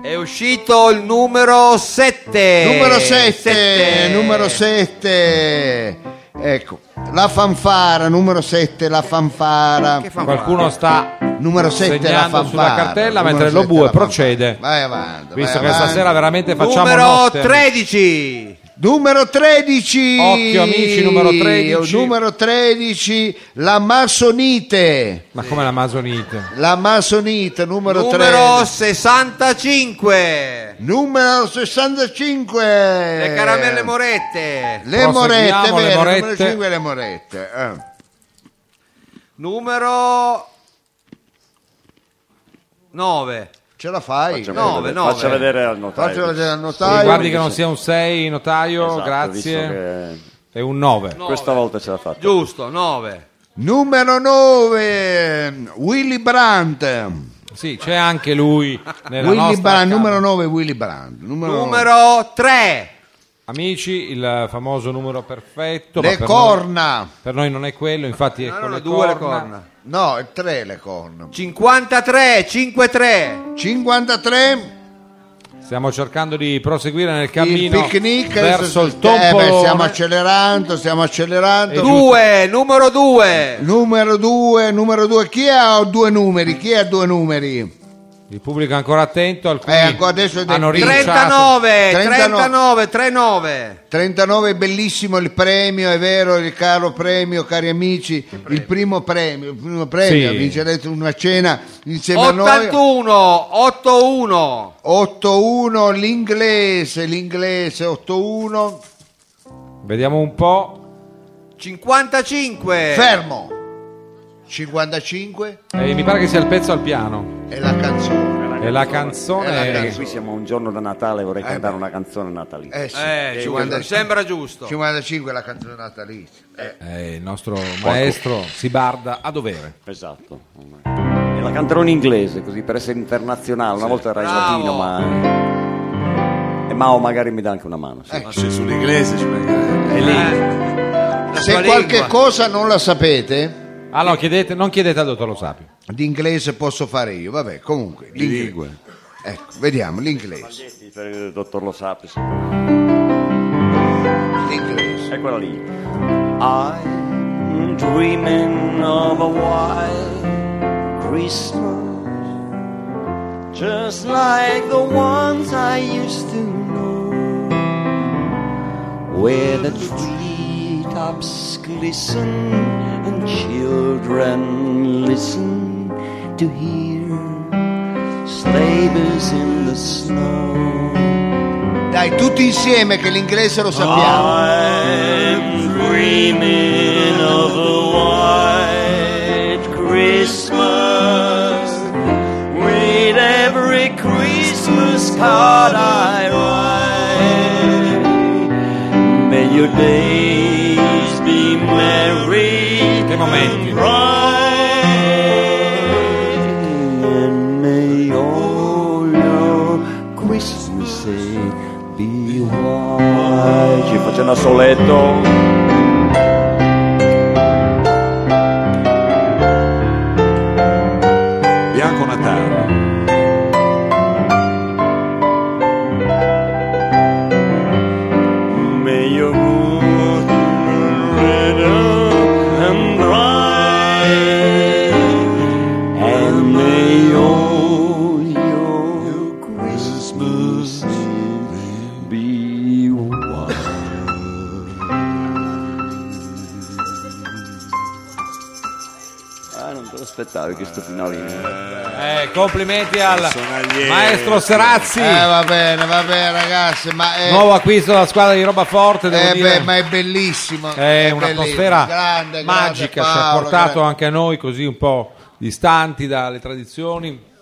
Speaker 2: È uscito il numero 7.
Speaker 6: numero 7, numero 7, ecco, la fanfara, numero 7, la fanfara,
Speaker 2: Che fa?
Speaker 3: Qualcuno sta,
Speaker 6: numero 7 la
Speaker 3: Segnando
Speaker 6: fanfara.
Speaker 3: sulla cartella
Speaker 6: numero
Speaker 3: mentre lo
Speaker 6: sette,
Speaker 3: bue
Speaker 6: la fanfara.
Speaker 3: procede.
Speaker 6: Vai avanti.
Speaker 3: visto
Speaker 6: vai
Speaker 3: che
Speaker 6: avanti.
Speaker 3: stasera veramente facciamo
Speaker 2: Numero
Speaker 3: notte.
Speaker 2: 13.
Speaker 6: Numero 13.
Speaker 3: Occhio, amici, numero 13.
Speaker 6: Numero 13, la massonite.
Speaker 3: Ma come la masonite?
Speaker 6: La massonite numero,
Speaker 2: Numero
Speaker 6: 13.
Speaker 2: 65.
Speaker 6: Numero 65. Eh.
Speaker 2: Le caramelle morette.
Speaker 6: Le morette,
Speaker 3: Proseguiamo, le
Speaker 6: vero,
Speaker 3: morette.
Speaker 6: numero 5 le morette. eh.
Speaker 2: Numero 9.
Speaker 6: Ce la fai?
Speaker 4: Faccia
Speaker 2: No,
Speaker 4: vedere-
Speaker 2: beh, no,
Speaker 4: faccia
Speaker 2: beh.
Speaker 4: vedere al notaio.
Speaker 6: Faccio vedere al notaio.
Speaker 3: Eh, Guardi che non sia un 6 notaio,
Speaker 4: Esatto,
Speaker 3: grazie.
Speaker 4: visto che
Speaker 3: È un 9.
Speaker 4: Questa volta ce l'ha fatta.
Speaker 2: Giusto, 9.
Speaker 6: Numero 9, Willy Brandt.
Speaker 3: Sì, c'è anche lui nella
Speaker 6: Willy
Speaker 3: nostra
Speaker 6: Brandt,
Speaker 3: camera.
Speaker 6: numero 9 Willy Brandt. Numero nove.
Speaker 2: Numero 3.
Speaker 3: Amici, il famoso numero perfetto. ma
Speaker 6: le
Speaker 3: per
Speaker 6: corna.
Speaker 3: Noi, per noi non è quello, infatti è con
Speaker 2: Erano
Speaker 3: le
Speaker 2: due le
Speaker 3: corna.
Speaker 2: corna.
Speaker 6: No, è 3 le corna.
Speaker 2: 53, 53.
Speaker 6: 53
Speaker 3: Stiamo cercando di proseguire nel cammino
Speaker 6: il picnic
Speaker 3: verso il
Speaker 6: Eh, beh, stiamo
Speaker 3: tombolone.
Speaker 6: accelerando stiamo accelerando
Speaker 2: 2, numero 2.
Speaker 6: numero 2 numero 2 chi ha due numeri chi ha due numeri
Speaker 3: il pubblico è ancora attento, alcuni
Speaker 6: Eh, ancora adesso è del-
Speaker 3: hanno rinciato.
Speaker 2: 39,
Speaker 6: 39,
Speaker 2: 39, 39.
Speaker 6: 39 bellissimo il premio è vero il caro premio cari amici il primo premio il primo premio
Speaker 3: Sì.
Speaker 6: vincerete una cena insieme a noi
Speaker 2: 81, 81.
Speaker 6: 8-1 l'inglese l'inglese 8-1
Speaker 3: Vediamo un po'.
Speaker 2: 55.
Speaker 6: fermo 55
Speaker 3: Eh, mi pare che sia il pezzo al piano.
Speaker 6: è la canzone
Speaker 3: E la canzone...
Speaker 6: Eh, la
Speaker 4: Qui siamo a un giorno da Natale, vorrei cantare una canzone natalizia.
Speaker 6: Eh sì,
Speaker 2: Eh, ci vuole-
Speaker 6: 55.
Speaker 2: sembra giusto.
Speaker 6: 55 è la canzonata lì. Eh,
Speaker 3: Eh, il nostro maestro si barda a dovere.
Speaker 4: Esatto. E la canterò in inglese, così per essere internazionale. Una volta era in
Speaker 2: Bravo.
Speaker 4: latino, ma. E Mao magari mi dà anche una mano. sì.
Speaker 6: Eh.
Speaker 5: Ma se sull'inglese ci manca-
Speaker 4: È lì.
Speaker 2: Eh. La
Speaker 6: Se
Speaker 2: sua
Speaker 6: qualche
Speaker 2: lingua.
Speaker 6: cosa non la sapete,
Speaker 3: Ah no, chiedete, non chiedete al dottor Lo Sapio.
Speaker 6: l'inglese posso fare io. Vabbè, comunque.
Speaker 5: Lingue.
Speaker 6: l'inglese. Ecco, vediamo, l'inglese.
Speaker 4: Spaghetti per il dottor Lo Sapio. sì.
Speaker 6: L'inglese.
Speaker 4: È quella lì. I'm dreaming of a wild Christmas, just like the ones I used to know, where the treetops glisten and children listen to hear sleigh bells in the snow.
Speaker 6: Dai, tutti insieme che l'inglese lo sappiamo.
Speaker 4: I'm dreaming of a white Christmas with every creature.
Speaker 1: thought I rhymed. May your days be merry
Speaker 3: Che momenti.
Speaker 1: bright, and may all your Christmases be white.
Speaker 4: Ci facendo a soletto.
Speaker 5: Bianco Natale.
Speaker 1: May your moon red and bright, and may all your Christmas be white.
Speaker 4: Ah, non te l'aspettavi questo finalino.
Speaker 3: Eh, complimenti al
Speaker 5: Sonagliere.
Speaker 3: maestro Serazzi,
Speaker 6: Eh, va bene, va bene, ragazzi, ma è,
Speaker 3: nuovo acquisto della squadra di roba forte. Devo
Speaker 6: eh,
Speaker 3: dire.
Speaker 6: beh, ma è bellissimo.
Speaker 3: è
Speaker 6: bellissimo.
Speaker 3: un'atmosfera
Speaker 6: Grande, grande
Speaker 3: magica, ci ha
Speaker 6: Paolo,
Speaker 3: portato
Speaker 6: grande.
Speaker 3: anche a noi così un po' distanti dalle tradizioni.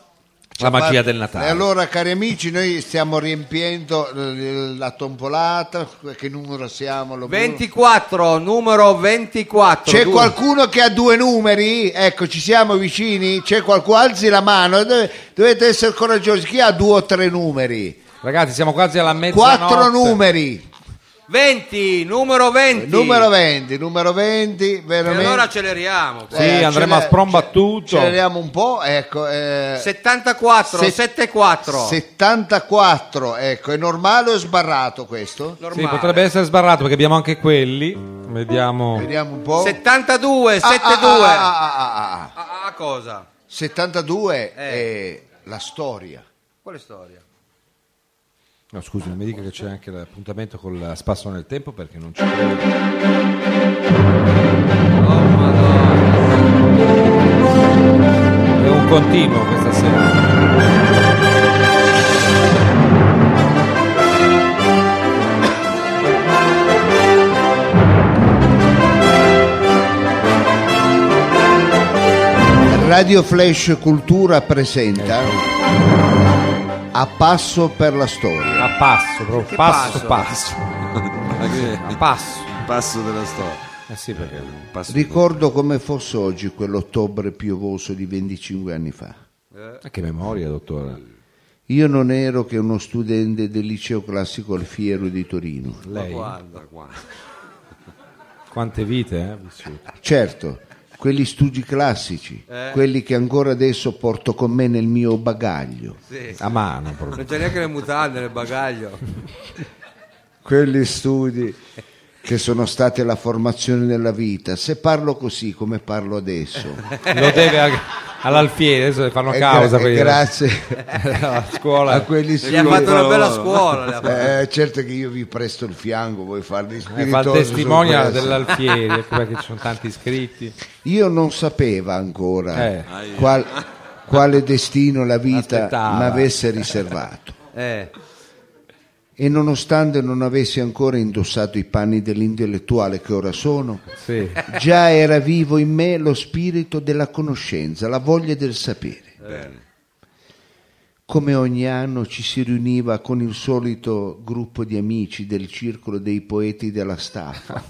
Speaker 3: La magia del Natale.
Speaker 6: E allora, cari amici, noi stiamo riempiendo eh, la tombolata. Che numero siamo? Lo-
Speaker 2: 24, numero 24.
Speaker 6: C'è
Speaker 2: due.
Speaker 6: qualcuno che ha due numeri? Ecco, ci siamo vicini? C'è qualcuno? Alzi la mano, dov- dovete essere coraggiosi. Chi ha due o tre numeri?
Speaker 3: Ragazzi, siamo quasi alla mezzanotte.
Speaker 6: Quattro numeri.
Speaker 2: 20, numero 20.
Speaker 6: Eh, Numero 20, numero 20,
Speaker 2: E
Speaker 6: veramente. Eh,
Speaker 2: allora acceleriamo.
Speaker 3: Sì, andremo a sprombattuto.
Speaker 6: Acceleriamo un po', ecco. eh,
Speaker 2: 74,
Speaker 6: Se-
Speaker 2: 74.
Speaker 6: 74, ecco, è normale o sbarrato questo?
Speaker 3: Sì,
Speaker 2: Normale.
Speaker 3: potrebbe essere sbarrato perché abbiamo anche quelli. Vediamo.
Speaker 6: Vediamo un po'.
Speaker 2: 72,
Speaker 6: Ah, ah,
Speaker 2: 72.
Speaker 6: ah, ah, ah, ah, ah.
Speaker 2: Ah, ah, cosa?
Speaker 6: 72
Speaker 2: Eh.
Speaker 6: è la storia.
Speaker 2: Quale storia?
Speaker 3: No, scusi, non mi dica che c'è anche l'appuntamento con la spasso nel tempo perché non c'è. È un continuo questa sera.
Speaker 6: Radio Flash Cultura presenta A passo per la storia.
Speaker 3: A passo, proprio passo,
Speaker 2: passo?
Speaker 3: passo.
Speaker 5: Ma che
Speaker 3: A passo.
Speaker 5: passo della storia.
Speaker 3: Eh sì, perché.
Speaker 5: Passo
Speaker 6: Ricordo come fosse oggi quell'ottobre piovoso di 25 anni fa.
Speaker 3: Ah, Che memoria, dottore.
Speaker 6: Io non ero che uno studente del liceo classico Alfiero di Torino.
Speaker 3: Lei?
Speaker 2: Guarda.
Speaker 3: Quante vite, eh? ha vissuto.
Speaker 6: Certo, quelli studi classici, quelli che ancora adesso porto con me nel mio bagaglio.
Speaker 2: Sì.
Speaker 3: A mano, proprio.
Speaker 2: Non c'è neanche le mutande nel bagaglio.
Speaker 6: Quelli studi che sono state la formazione della vita. Se parlo così come parlo adesso,
Speaker 3: Lo deve al- all'alfiere, adesso le fanno
Speaker 6: è
Speaker 3: causa. quelli-
Speaker 6: grazie
Speaker 3: alla
Speaker 6: a
Speaker 3: scuola.
Speaker 6: quelli
Speaker 2: Gli ha
Speaker 6: studi...
Speaker 2: fatto una bella scuola. le ha fatto.
Speaker 6: Eh, certo che io vi presto il fianco, voi farli
Speaker 3: Eh, fa il
Speaker 6: spiritosi.
Speaker 3: testimonial
Speaker 6: sul questo.
Speaker 3: dell'alfiere, ecco perché ci sono tanti iscritti.
Speaker 6: Io non sapevo ancora
Speaker 3: Eh.
Speaker 6: qual- quale destino la vita
Speaker 3: L'aspettava.
Speaker 6: mi avesse riservato.
Speaker 2: Eh,
Speaker 6: E nonostante non avessi ancora indossato i panni dell'intellettuale che ora sono,
Speaker 3: Sì.
Speaker 6: già era vivo in me lo spirito della conoscenza, la voglia del sapere. Come ogni anno ci si riuniva con il solito gruppo di amici del circolo dei poeti della staffa.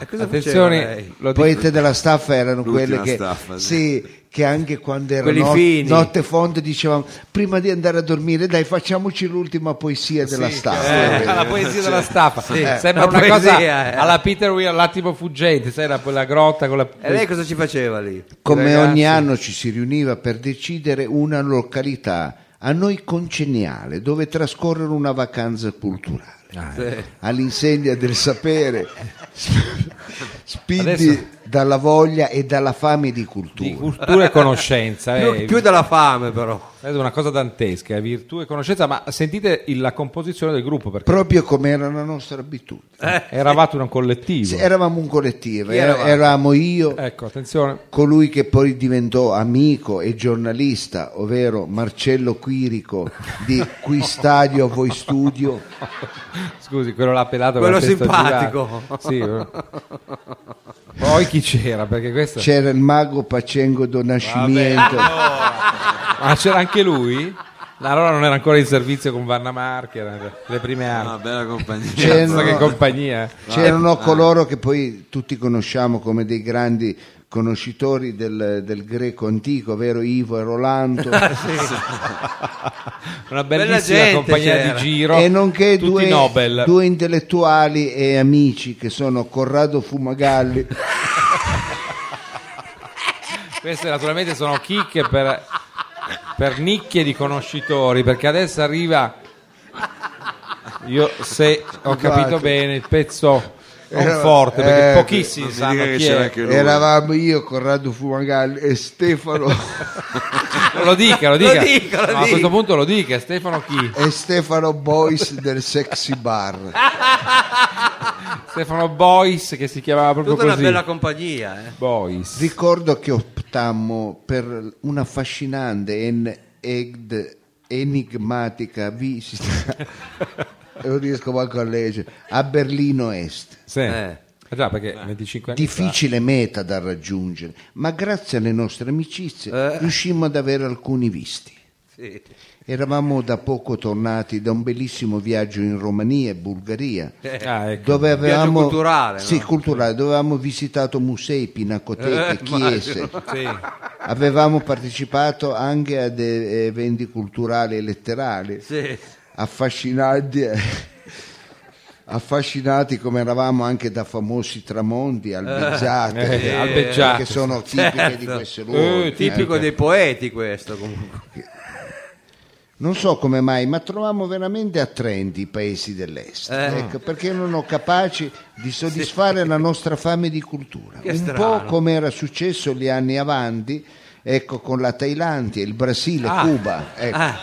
Speaker 2: E cosa faceva
Speaker 3: Attenzione,
Speaker 2: lei?
Speaker 3: lo dico-
Speaker 6: poete della staffa erano
Speaker 5: L'ultima
Speaker 6: quelle che,
Speaker 5: staffa, sì.
Speaker 6: sì, che anche quando era
Speaker 2: Quelli
Speaker 6: not-
Speaker 2: fini.
Speaker 6: notte fonda dicevamo prima di andare a dormire dai facciamoci l'ultima poesia della staffa
Speaker 3: Eh, la poesia della staffa sembra
Speaker 2: la
Speaker 3: una
Speaker 2: poesia,
Speaker 3: cosa
Speaker 2: eh.
Speaker 3: alla Peter Weir l'attimo fuggente sai la, la grotta con la
Speaker 2: E lei cosa ci faceva lì?
Speaker 6: come
Speaker 3: Ragazzi.
Speaker 6: ogni anno ci si riuniva per decidere una località a noi congeniale dove trascorrere una vacanza culturale
Speaker 2: Sì.
Speaker 6: all'insegna del sapere sp- spinti
Speaker 3: Adesso-
Speaker 6: dalla voglia e dalla fame di cultura
Speaker 3: di cultura e conoscenza eh.
Speaker 2: Più, più della fame però.
Speaker 3: È una cosa dantesca eh, virtù e conoscenza ma sentite il- la composizione del gruppo perché
Speaker 6: proprio come era la nostra abitudine
Speaker 2: eh.
Speaker 3: eravate un collettivo
Speaker 6: Sì, eravamo un collettivo,
Speaker 2: Chi
Speaker 6: era-
Speaker 2: eravate?
Speaker 6: eravamo io,
Speaker 3: ecco attenzione
Speaker 6: colui che poi diventò amico e giornalista, ovvero Marcello Quirico di Qui Stadio Voi Studio,
Speaker 3: scusi quello l'ha pelato con
Speaker 2: Quello
Speaker 3: la testa
Speaker 2: simpatico.
Speaker 3: girata. Sì, quello- poi chi c'era perché questo
Speaker 6: c'era il mago Pacengo Donascimento,
Speaker 3: ma c'era Ah, anche lui La Rola non era ancora in servizio con Vanna Marchi, erano le prime
Speaker 5: Una
Speaker 3: anni.
Speaker 5: Ah, bella compagnia.
Speaker 6: C'erano-
Speaker 3: Pensa che compagnia. eh. Ah.
Speaker 6: C'erano coloro che poi tutti conosciamo come dei grandi conoscitori del, del greco antico, vero Ivo e Rolando,
Speaker 3: Una
Speaker 2: Bella
Speaker 3: bellissima
Speaker 2: gente
Speaker 3: compagnia
Speaker 2: c'era.
Speaker 3: di giro.
Speaker 6: e nonché
Speaker 3: tutti
Speaker 6: due,
Speaker 3: Nobel.
Speaker 6: due intellettuali e amici che sono Corrado Fumagalli
Speaker 3: Queste naturalmente sono chicche per, per nicchie di conoscitori, perché adesso arriva, io se ho capito
Speaker 6: Guarda.
Speaker 3: bene, il pezzo non
Speaker 6: Eh,
Speaker 3: forte, perché
Speaker 6: eh,
Speaker 3: pochissimi
Speaker 5: Non mi
Speaker 3: sanno
Speaker 5: dica che
Speaker 3: chi
Speaker 5: c'era
Speaker 3: è.
Speaker 5: anche lui.
Speaker 6: eravamo io, Corrado Fumagalli e Stefano,
Speaker 3: Lo dica, lo dica.
Speaker 2: dica, lo
Speaker 3: No, A
Speaker 2: dica.
Speaker 3: questo punto lo dica, Stefano chi?
Speaker 6: e Stefano Bois del Sexy Bar.
Speaker 3: Stefano Bois, che si chiamava proprio
Speaker 2: Tutta una
Speaker 3: così.
Speaker 2: bella compagnia. eh.
Speaker 3: Bois.
Speaker 6: Ricordo che optammo per una affascinante en- ed enigmatica visita, non riesco manco a leggere, a Berlino Est.
Speaker 3: Sì.
Speaker 2: Eh.
Speaker 3: Eh già, perché 25 anni fa.
Speaker 6: Difficile meta da raggiungere, ma grazie alle nostre amicizie
Speaker 2: Eh.
Speaker 6: riuscimmo ad avere alcuni visti.
Speaker 2: Sì.
Speaker 6: Eravamo da poco tornati da un bellissimo viaggio in Romania e Bulgaria,
Speaker 3: Ah, ecco.
Speaker 6: dove avevamo,
Speaker 2: Eh, culturale, no? Eh,
Speaker 6: sì, culturale, dove avevamo visitato musei, pinacoteche, chiese,
Speaker 3: Sì.
Speaker 6: Avevamo partecipato anche ad eh, eventi culturali e letterari,
Speaker 2: Sì.
Speaker 6: affascinati, eh, affascinati come eravamo anche da famosi tramonti albeggiati,
Speaker 3: Eh, eh, albeggiate,
Speaker 6: che sono tipiche di
Speaker 2: certo.
Speaker 6: questi luoghi.
Speaker 3: Eh,
Speaker 2: Tipico dei poeti questo comunque.
Speaker 6: Non so come mai, ma troviamo veramente attraenti i paesi dell'est,
Speaker 2: Eh.
Speaker 6: ecco, perché erano capaci di soddisfare la nostra fame di cultura.
Speaker 2: Che
Speaker 6: Un
Speaker 2: strano.
Speaker 6: po' come era successo gli anni avanti, ecco, con la Thailandia, il Brasile, Cuba.
Speaker 3: Eh.
Speaker 6: ecco.
Speaker 2: Ah,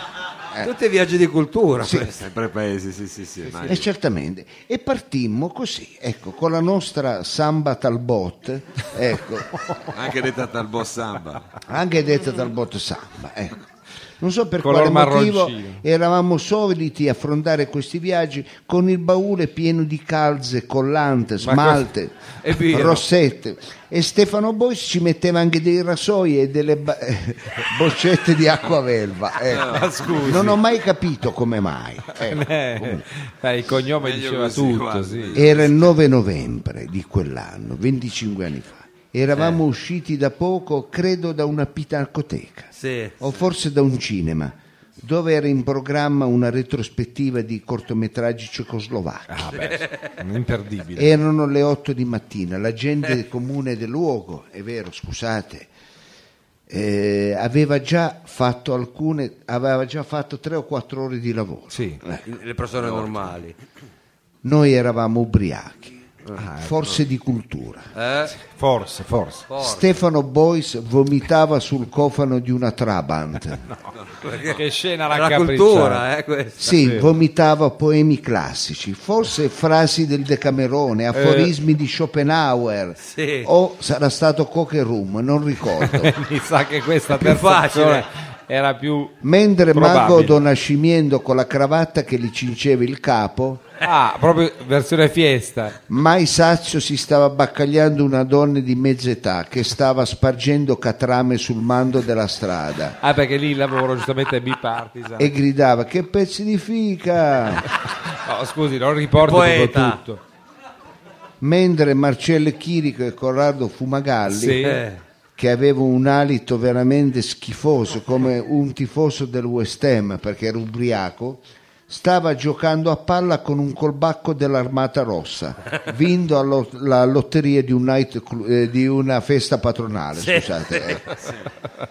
Speaker 2: Tutti viaggi di cultura. questo.
Speaker 5: Sempre paesi, sì, sì, Ah, sì. immagino.
Speaker 6: E Eh, certamente, e partimmo così, ecco, con la nostra samba talbot, ecco,
Speaker 5: Anche detta tal boss samba.
Speaker 6: anche detta talbot samba, ecco. Non so per
Speaker 3: Color
Speaker 6: quale motivo
Speaker 3: marroncino.
Speaker 6: eravamo soliti affrontare questi viaggi con il baule pieno di calze, collante, smalte,
Speaker 2: è vero.
Speaker 6: rossette. E Stefano Bois ci metteva anche dei rasoi e delle ba- boccette di acqua velva. ecco. Non ho mai capito come mai. ecco.
Speaker 3: Eh, eh, il cognome
Speaker 5: Meglio
Speaker 3: diceva
Speaker 5: così,
Speaker 3: tutto,
Speaker 5: guarda.
Speaker 3: sì.
Speaker 6: Era il 9 novembre di quell'anno, 25 anni fa. Eravamo usciti da poco, credo, da una pinacoteca
Speaker 2: Sì.
Speaker 3: Oh.
Speaker 6: o forse da un cinema, dove era in programma una retrospettiva di cortometraggi cecoslovacchi.
Speaker 3: Ah, Imperdibile.
Speaker 6: Erano le 8 di mattina, la gente comune del luogo, è vero, scusate, eh, aveva già fatto alcune, aveva già fatto 3 o 4 ore di lavoro.
Speaker 3: Sì.
Speaker 2: Le persone normali.
Speaker 6: Noi eravamo ubriachi, forse di cultura.
Speaker 2: Eh?
Speaker 3: Forse, forse.
Speaker 6: Stefano Bois vomitava sul cofano di una Trabant.
Speaker 3: Che scena
Speaker 2: È la
Speaker 3: raccapricciata.
Speaker 2: cultura, eh, questo.
Speaker 6: Sì, vomitava poemi classici, forse frasi del Decamerone, aforismi di Schopenhauer.
Speaker 2: Sì.
Speaker 6: O sarà stato Cocherum, non ricordo.
Speaker 3: Eh, Mi sa che questa
Speaker 2: Più
Speaker 3: terza
Speaker 2: facile.
Speaker 3: opzione era più
Speaker 6: Mentre Mago
Speaker 3: probabile.
Speaker 6: Donascimiento con la cravatta che gli cinceva il capo,
Speaker 3: Ah, proprio versione fiesta.
Speaker 6: mai sazio si stava baccagliando una donna di mezz'età che stava spargendo catrame sul mando della strada.
Speaker 3: Ah, perché lì il lavoro giustamente è bipartisan.
Speaker 6: E gridava che pezzi di fica!
Speaker 3: Oh, scusi, non riporto
Speaker 2: Poeta.
Speaker 3: proprio tutto.
Speaker 6: mentre Marcello Chirico e Corrado Fumagalli,
Speaker 3: Sì.
Speaker 2: Eh.
Speaker 6: che aveva un alito veramente schifoso come un tifoso del West Ham perché era ubriaco, stava giocando a palla con un colbacco dell'Armata Rossa, vinto alla la lotteria di, un night clu- eh, di una festa patronale. Scusate. eh.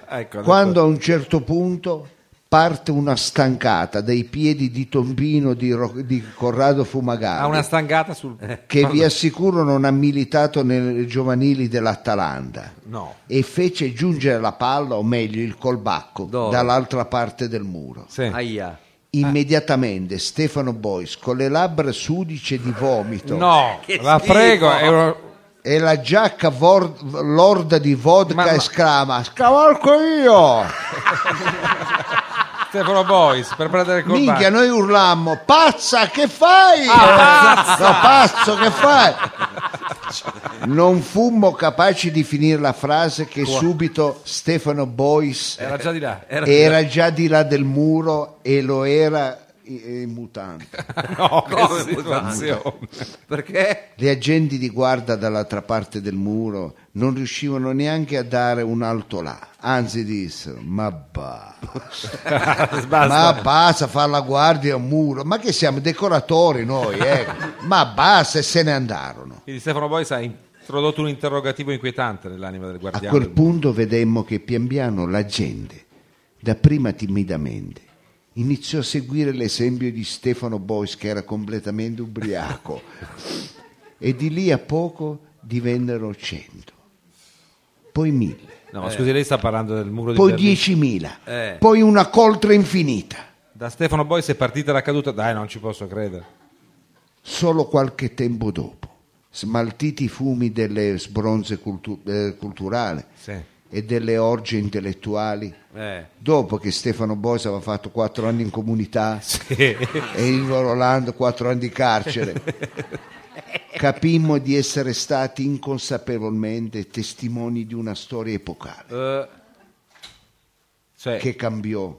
Speaker 3: Ecco,
Speaker 6: Quando a un certo punto parte una stancata dai piedi di Tombino di, Ro- di Corrado Fumagalli
Speaker 3: ha una stangata sul...
Speaker 6: che vi assicuro non ha militato nelle giovanili dell'Atalanta
Speaker 3: No.
Speaker 6: e fece giungere la palla, o meglio il colbacco,
Speaker 2: Dove?
Speaker 6: dall'altra parte del muro.
Speaker 3: Sì.
Speaker 2: Aia.
Speaker 6: Immediatamente Stefano Bois, con le labbra sudice di vomito
Speaker 3: No,
Speaker 2: Che
Speaker 3: la
Speaker 2: schifo.
Speaker 3: prego. è uno-
Speaker 6: e la giacca vor- lorda di vodka,
Speaker 3: Ma-
Speaker 6: esclama: Scavalco io!
Speaker 3: Stefano Bois per prendere il
Speaker 6: Minchia,
Speaker 3: colpaccio.
Speaker 6: noi urlammo:
Speaker 3: Ah,
Speaker 6: Eh, Pazza, che fai? No, pazzo, che fai? Non fummo capaci di finire la frase che subito Stefano Boyce
Speaker 3: Era già di là.
Speaker 6: era, già di là del muro e lo era eh, mutante.
Speaker 3: No, che
Speaker 2: Come
Speaker 3: situazione.
Speaker 2: Perché?
Speaker 6: Le agenti di guardia dall'altra parte del muro non riuscivano neanche a dare un alto là, anzi dissero: Ma basta, ma basta fare la guardia a un muro, ma che siamo decoratori noi, ecco. ma basta e se ne andarono.
Speaker 3: Quindi Stefano Boyce ha introdotto un interrogativo inquietante nell'anima del
Speaker 6: A
Speaker 3: guardiano.
Speaker 6: quel punto vedemmo che pian piano la gente, dapprima timidamente, iniziò a seguire l'esempio di Stefano Bois che era completamente ubriaco e di lì a poco divennero cento, poi mille,
Speaker 3: No, ma scusi, lei sta parlando del muro di
Speaker 6: Eh. poi
Speaker 3: Berlino.
Speaker 6: diecimila,
Speaker 2: Eh.
Speaker 6: poi una coltre infinita.
Speaker 3: Da Stefano Boyce è partita la caduta. Dai, non ci posso credere.
Speaker 6: Solo qualche tempo dopo, smaltiti i fumi delle sbronze cultu- eh, culturali
Speaker 3: Sì.
Speaker 6: e delle orge intellettuali,
Speaker 2: Eh,
Speaker 6: dopo che Stefano Bois aveva fatto quattro anni in comunità
Speaker 3: Sì.
Speaker 6: e Ivo Rolando quattro anni di carcere, capimmo di essere stati inconsapevolmente testimoni di una storia epocale
Speaker 3: Eh, cioè,
Speaker 6: che cambiò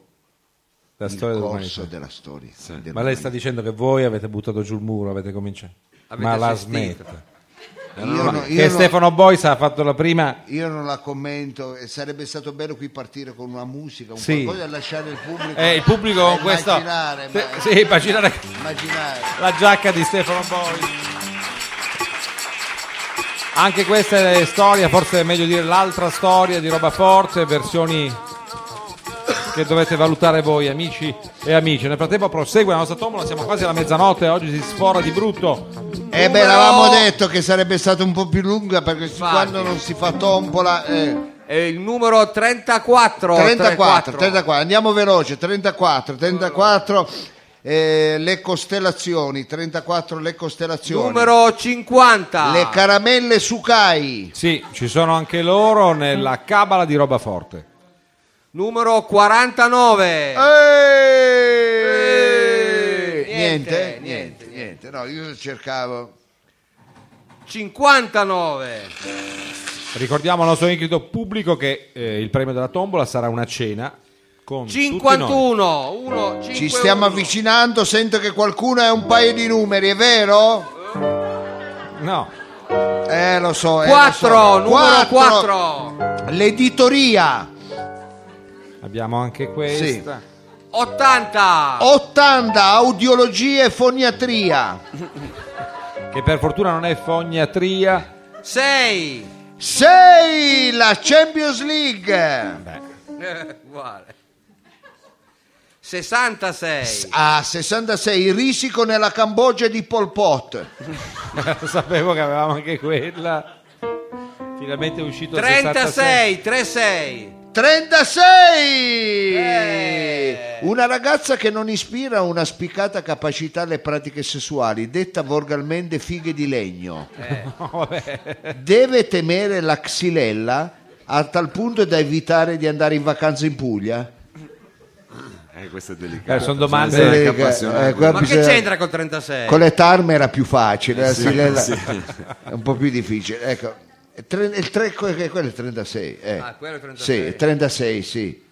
Speaker 3: la
Speaker 6: il
Speaker 3: storia dell'umanità.
Speaker 6: corso della storia.
Speaker 3: Ma lei sta dicendo che voi avete buttato giù il muro, avete cominciato.
Speaker 2: Avete
Speaker 3: ma la
Speaker 2: assistito.
Speaker 3: smetta.
Speaker 6: dell'umanità. Io, no- io
Speaker 3: Che
Speaker 6: no-
Speaker 3: Stefano Boyce ha fatto la prima.
Speaker 6: io non la commento, e sarebbe stato bello qui partire con una musica, un
Speaker 3: Sì.
Speaker 6: qualcosa da lasciare il pubblico.
Speaker 3: Eh, il pubblico
Speaker 6: a
Speaker 3: con questo.
Speaker 6: Immaginare,
Speaker 3: Sì,
Speaker 6: ma-
Speaker 3: sì, immaginare
Speaker 6: immaginare.
Speaker 3: la giacca di Stefano Boyce. Anche questa è storia, forse è meglio dire l'altra storia di roba forte, versioni che dovete valutare voi, amici e amici. Nel frattempo prosegue la nostra tombola, siamo quasi alla mezzanotte, oggi si sfora di brutto.
Speaker 6: Eh beh,
Speaker 3: Numero-
Speaker 6: l'avevamo detto che sarebbe stata un po' più lunga perché
Speaker 2: Infatti.
Speaker 6: quando non si fa tombola... eh.
Speaker 2: È il numero 34.
Speaker 6: 34, 34, andiamo veloce, 34, 34 eh, le costellazioni, 34 le costellazioni,
Speaker 2: Numero 50.
Speaker 6: le caramelle sucai,
Speaker 3: Sì, ci sono anche loro nella cabala di roba forte.
Speaker 2: numero 49.
Speaker 3: Eh.
Speaker 6: Eh. Eeeh!
Speaker 2: Niente,
Speaker 6: Eh. niente, niente, niente, no, io cercavo,
Speaker 2: 59.
Speaker 3: Ricordiamo al nostro inquieto pubblico che eh, il premio della tombola sarà una cena con tutti noi.
Speaker 2: 51. uno,
Speaker 6: ci
Speaker 2: cinque,
Speaker 6: stiamo
Speaker 2: uno.
Speaker 6: avvicinando, sento che qualcuno è un paio di numeri, è vero?
Speaker 3: No,
Speaker 6: Eh, lo so, eh, lo so.
Speaker 2: 4. Numero
Speaker 6: Quattro.
Speaker 2: 4.
Speaker 6: l'editoria,
Speaker 3: abbiamo anche questa.
Speaker 2: 80.
Speaker 6: 80, audiologia e foniatria.
Speaker 3: Che per fortuna non è fognatria.
Speaker 2: 6.
Speaker 6: 6 la Champions League
Speaker 2: Uguale. 66.
Speaker 6: a 66 risico nella Cambogia di Pol Pot
Speaker 3: Sapevo che avevamo anche quella. Finalmente è uscito il 66.
Speaker 2: 36. 36.
Speaker 6: 36
Speaker 2: Eh.
Speaker 6: una ragazza che non ispira una spiccata capacità alle pratiche sessuali detta vorgalmente fighe di legno
Speaker 3: No, vabbè.
Speaker 6: deve temere la xylella a tal punto da evitare di andare in vacanza in Puglia
Speaker 5: Eh, questa è delicata.
Speaker 3: Eh, sono domande.
Speaker 5: Bisogna essere anche
Speaker 6: Eh,
Speaker 5: appassionati.
Speaker 6: eh, qua
Speaker 2: Ma che
Speaker 6: bisogna-
Speaker 2: c'entra col 36?
Speaker 6: con le tarme era più facile, la sirena è un po' più difficile. Ecco, tre- il tre- que- quello è il 36. eh.
Speaker 2: Ah, quello è il 36.
Speaker 6: Sì, il 36, sì.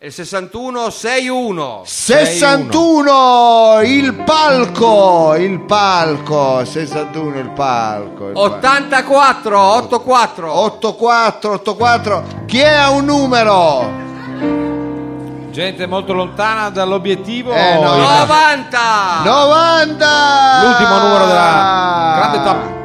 Speaker 2: E il 61, 61.
Speaker 6: 61 il palco, il palco, 61 il palco. il palco.
Speaker 2: 84, 84.
Speaker 6: 84, 84, chi è a un numero?
Speaker 3: Gente molto lontana dall'obiettivo.
Speaker 6: Eh, no.
Speaker 3: Il-
Speaker 2: 90.
Speaker 6: 90!
Speaker 3: Ah. L'ultimo numero
Speaker 6: Ah.
Speaker 3: della grande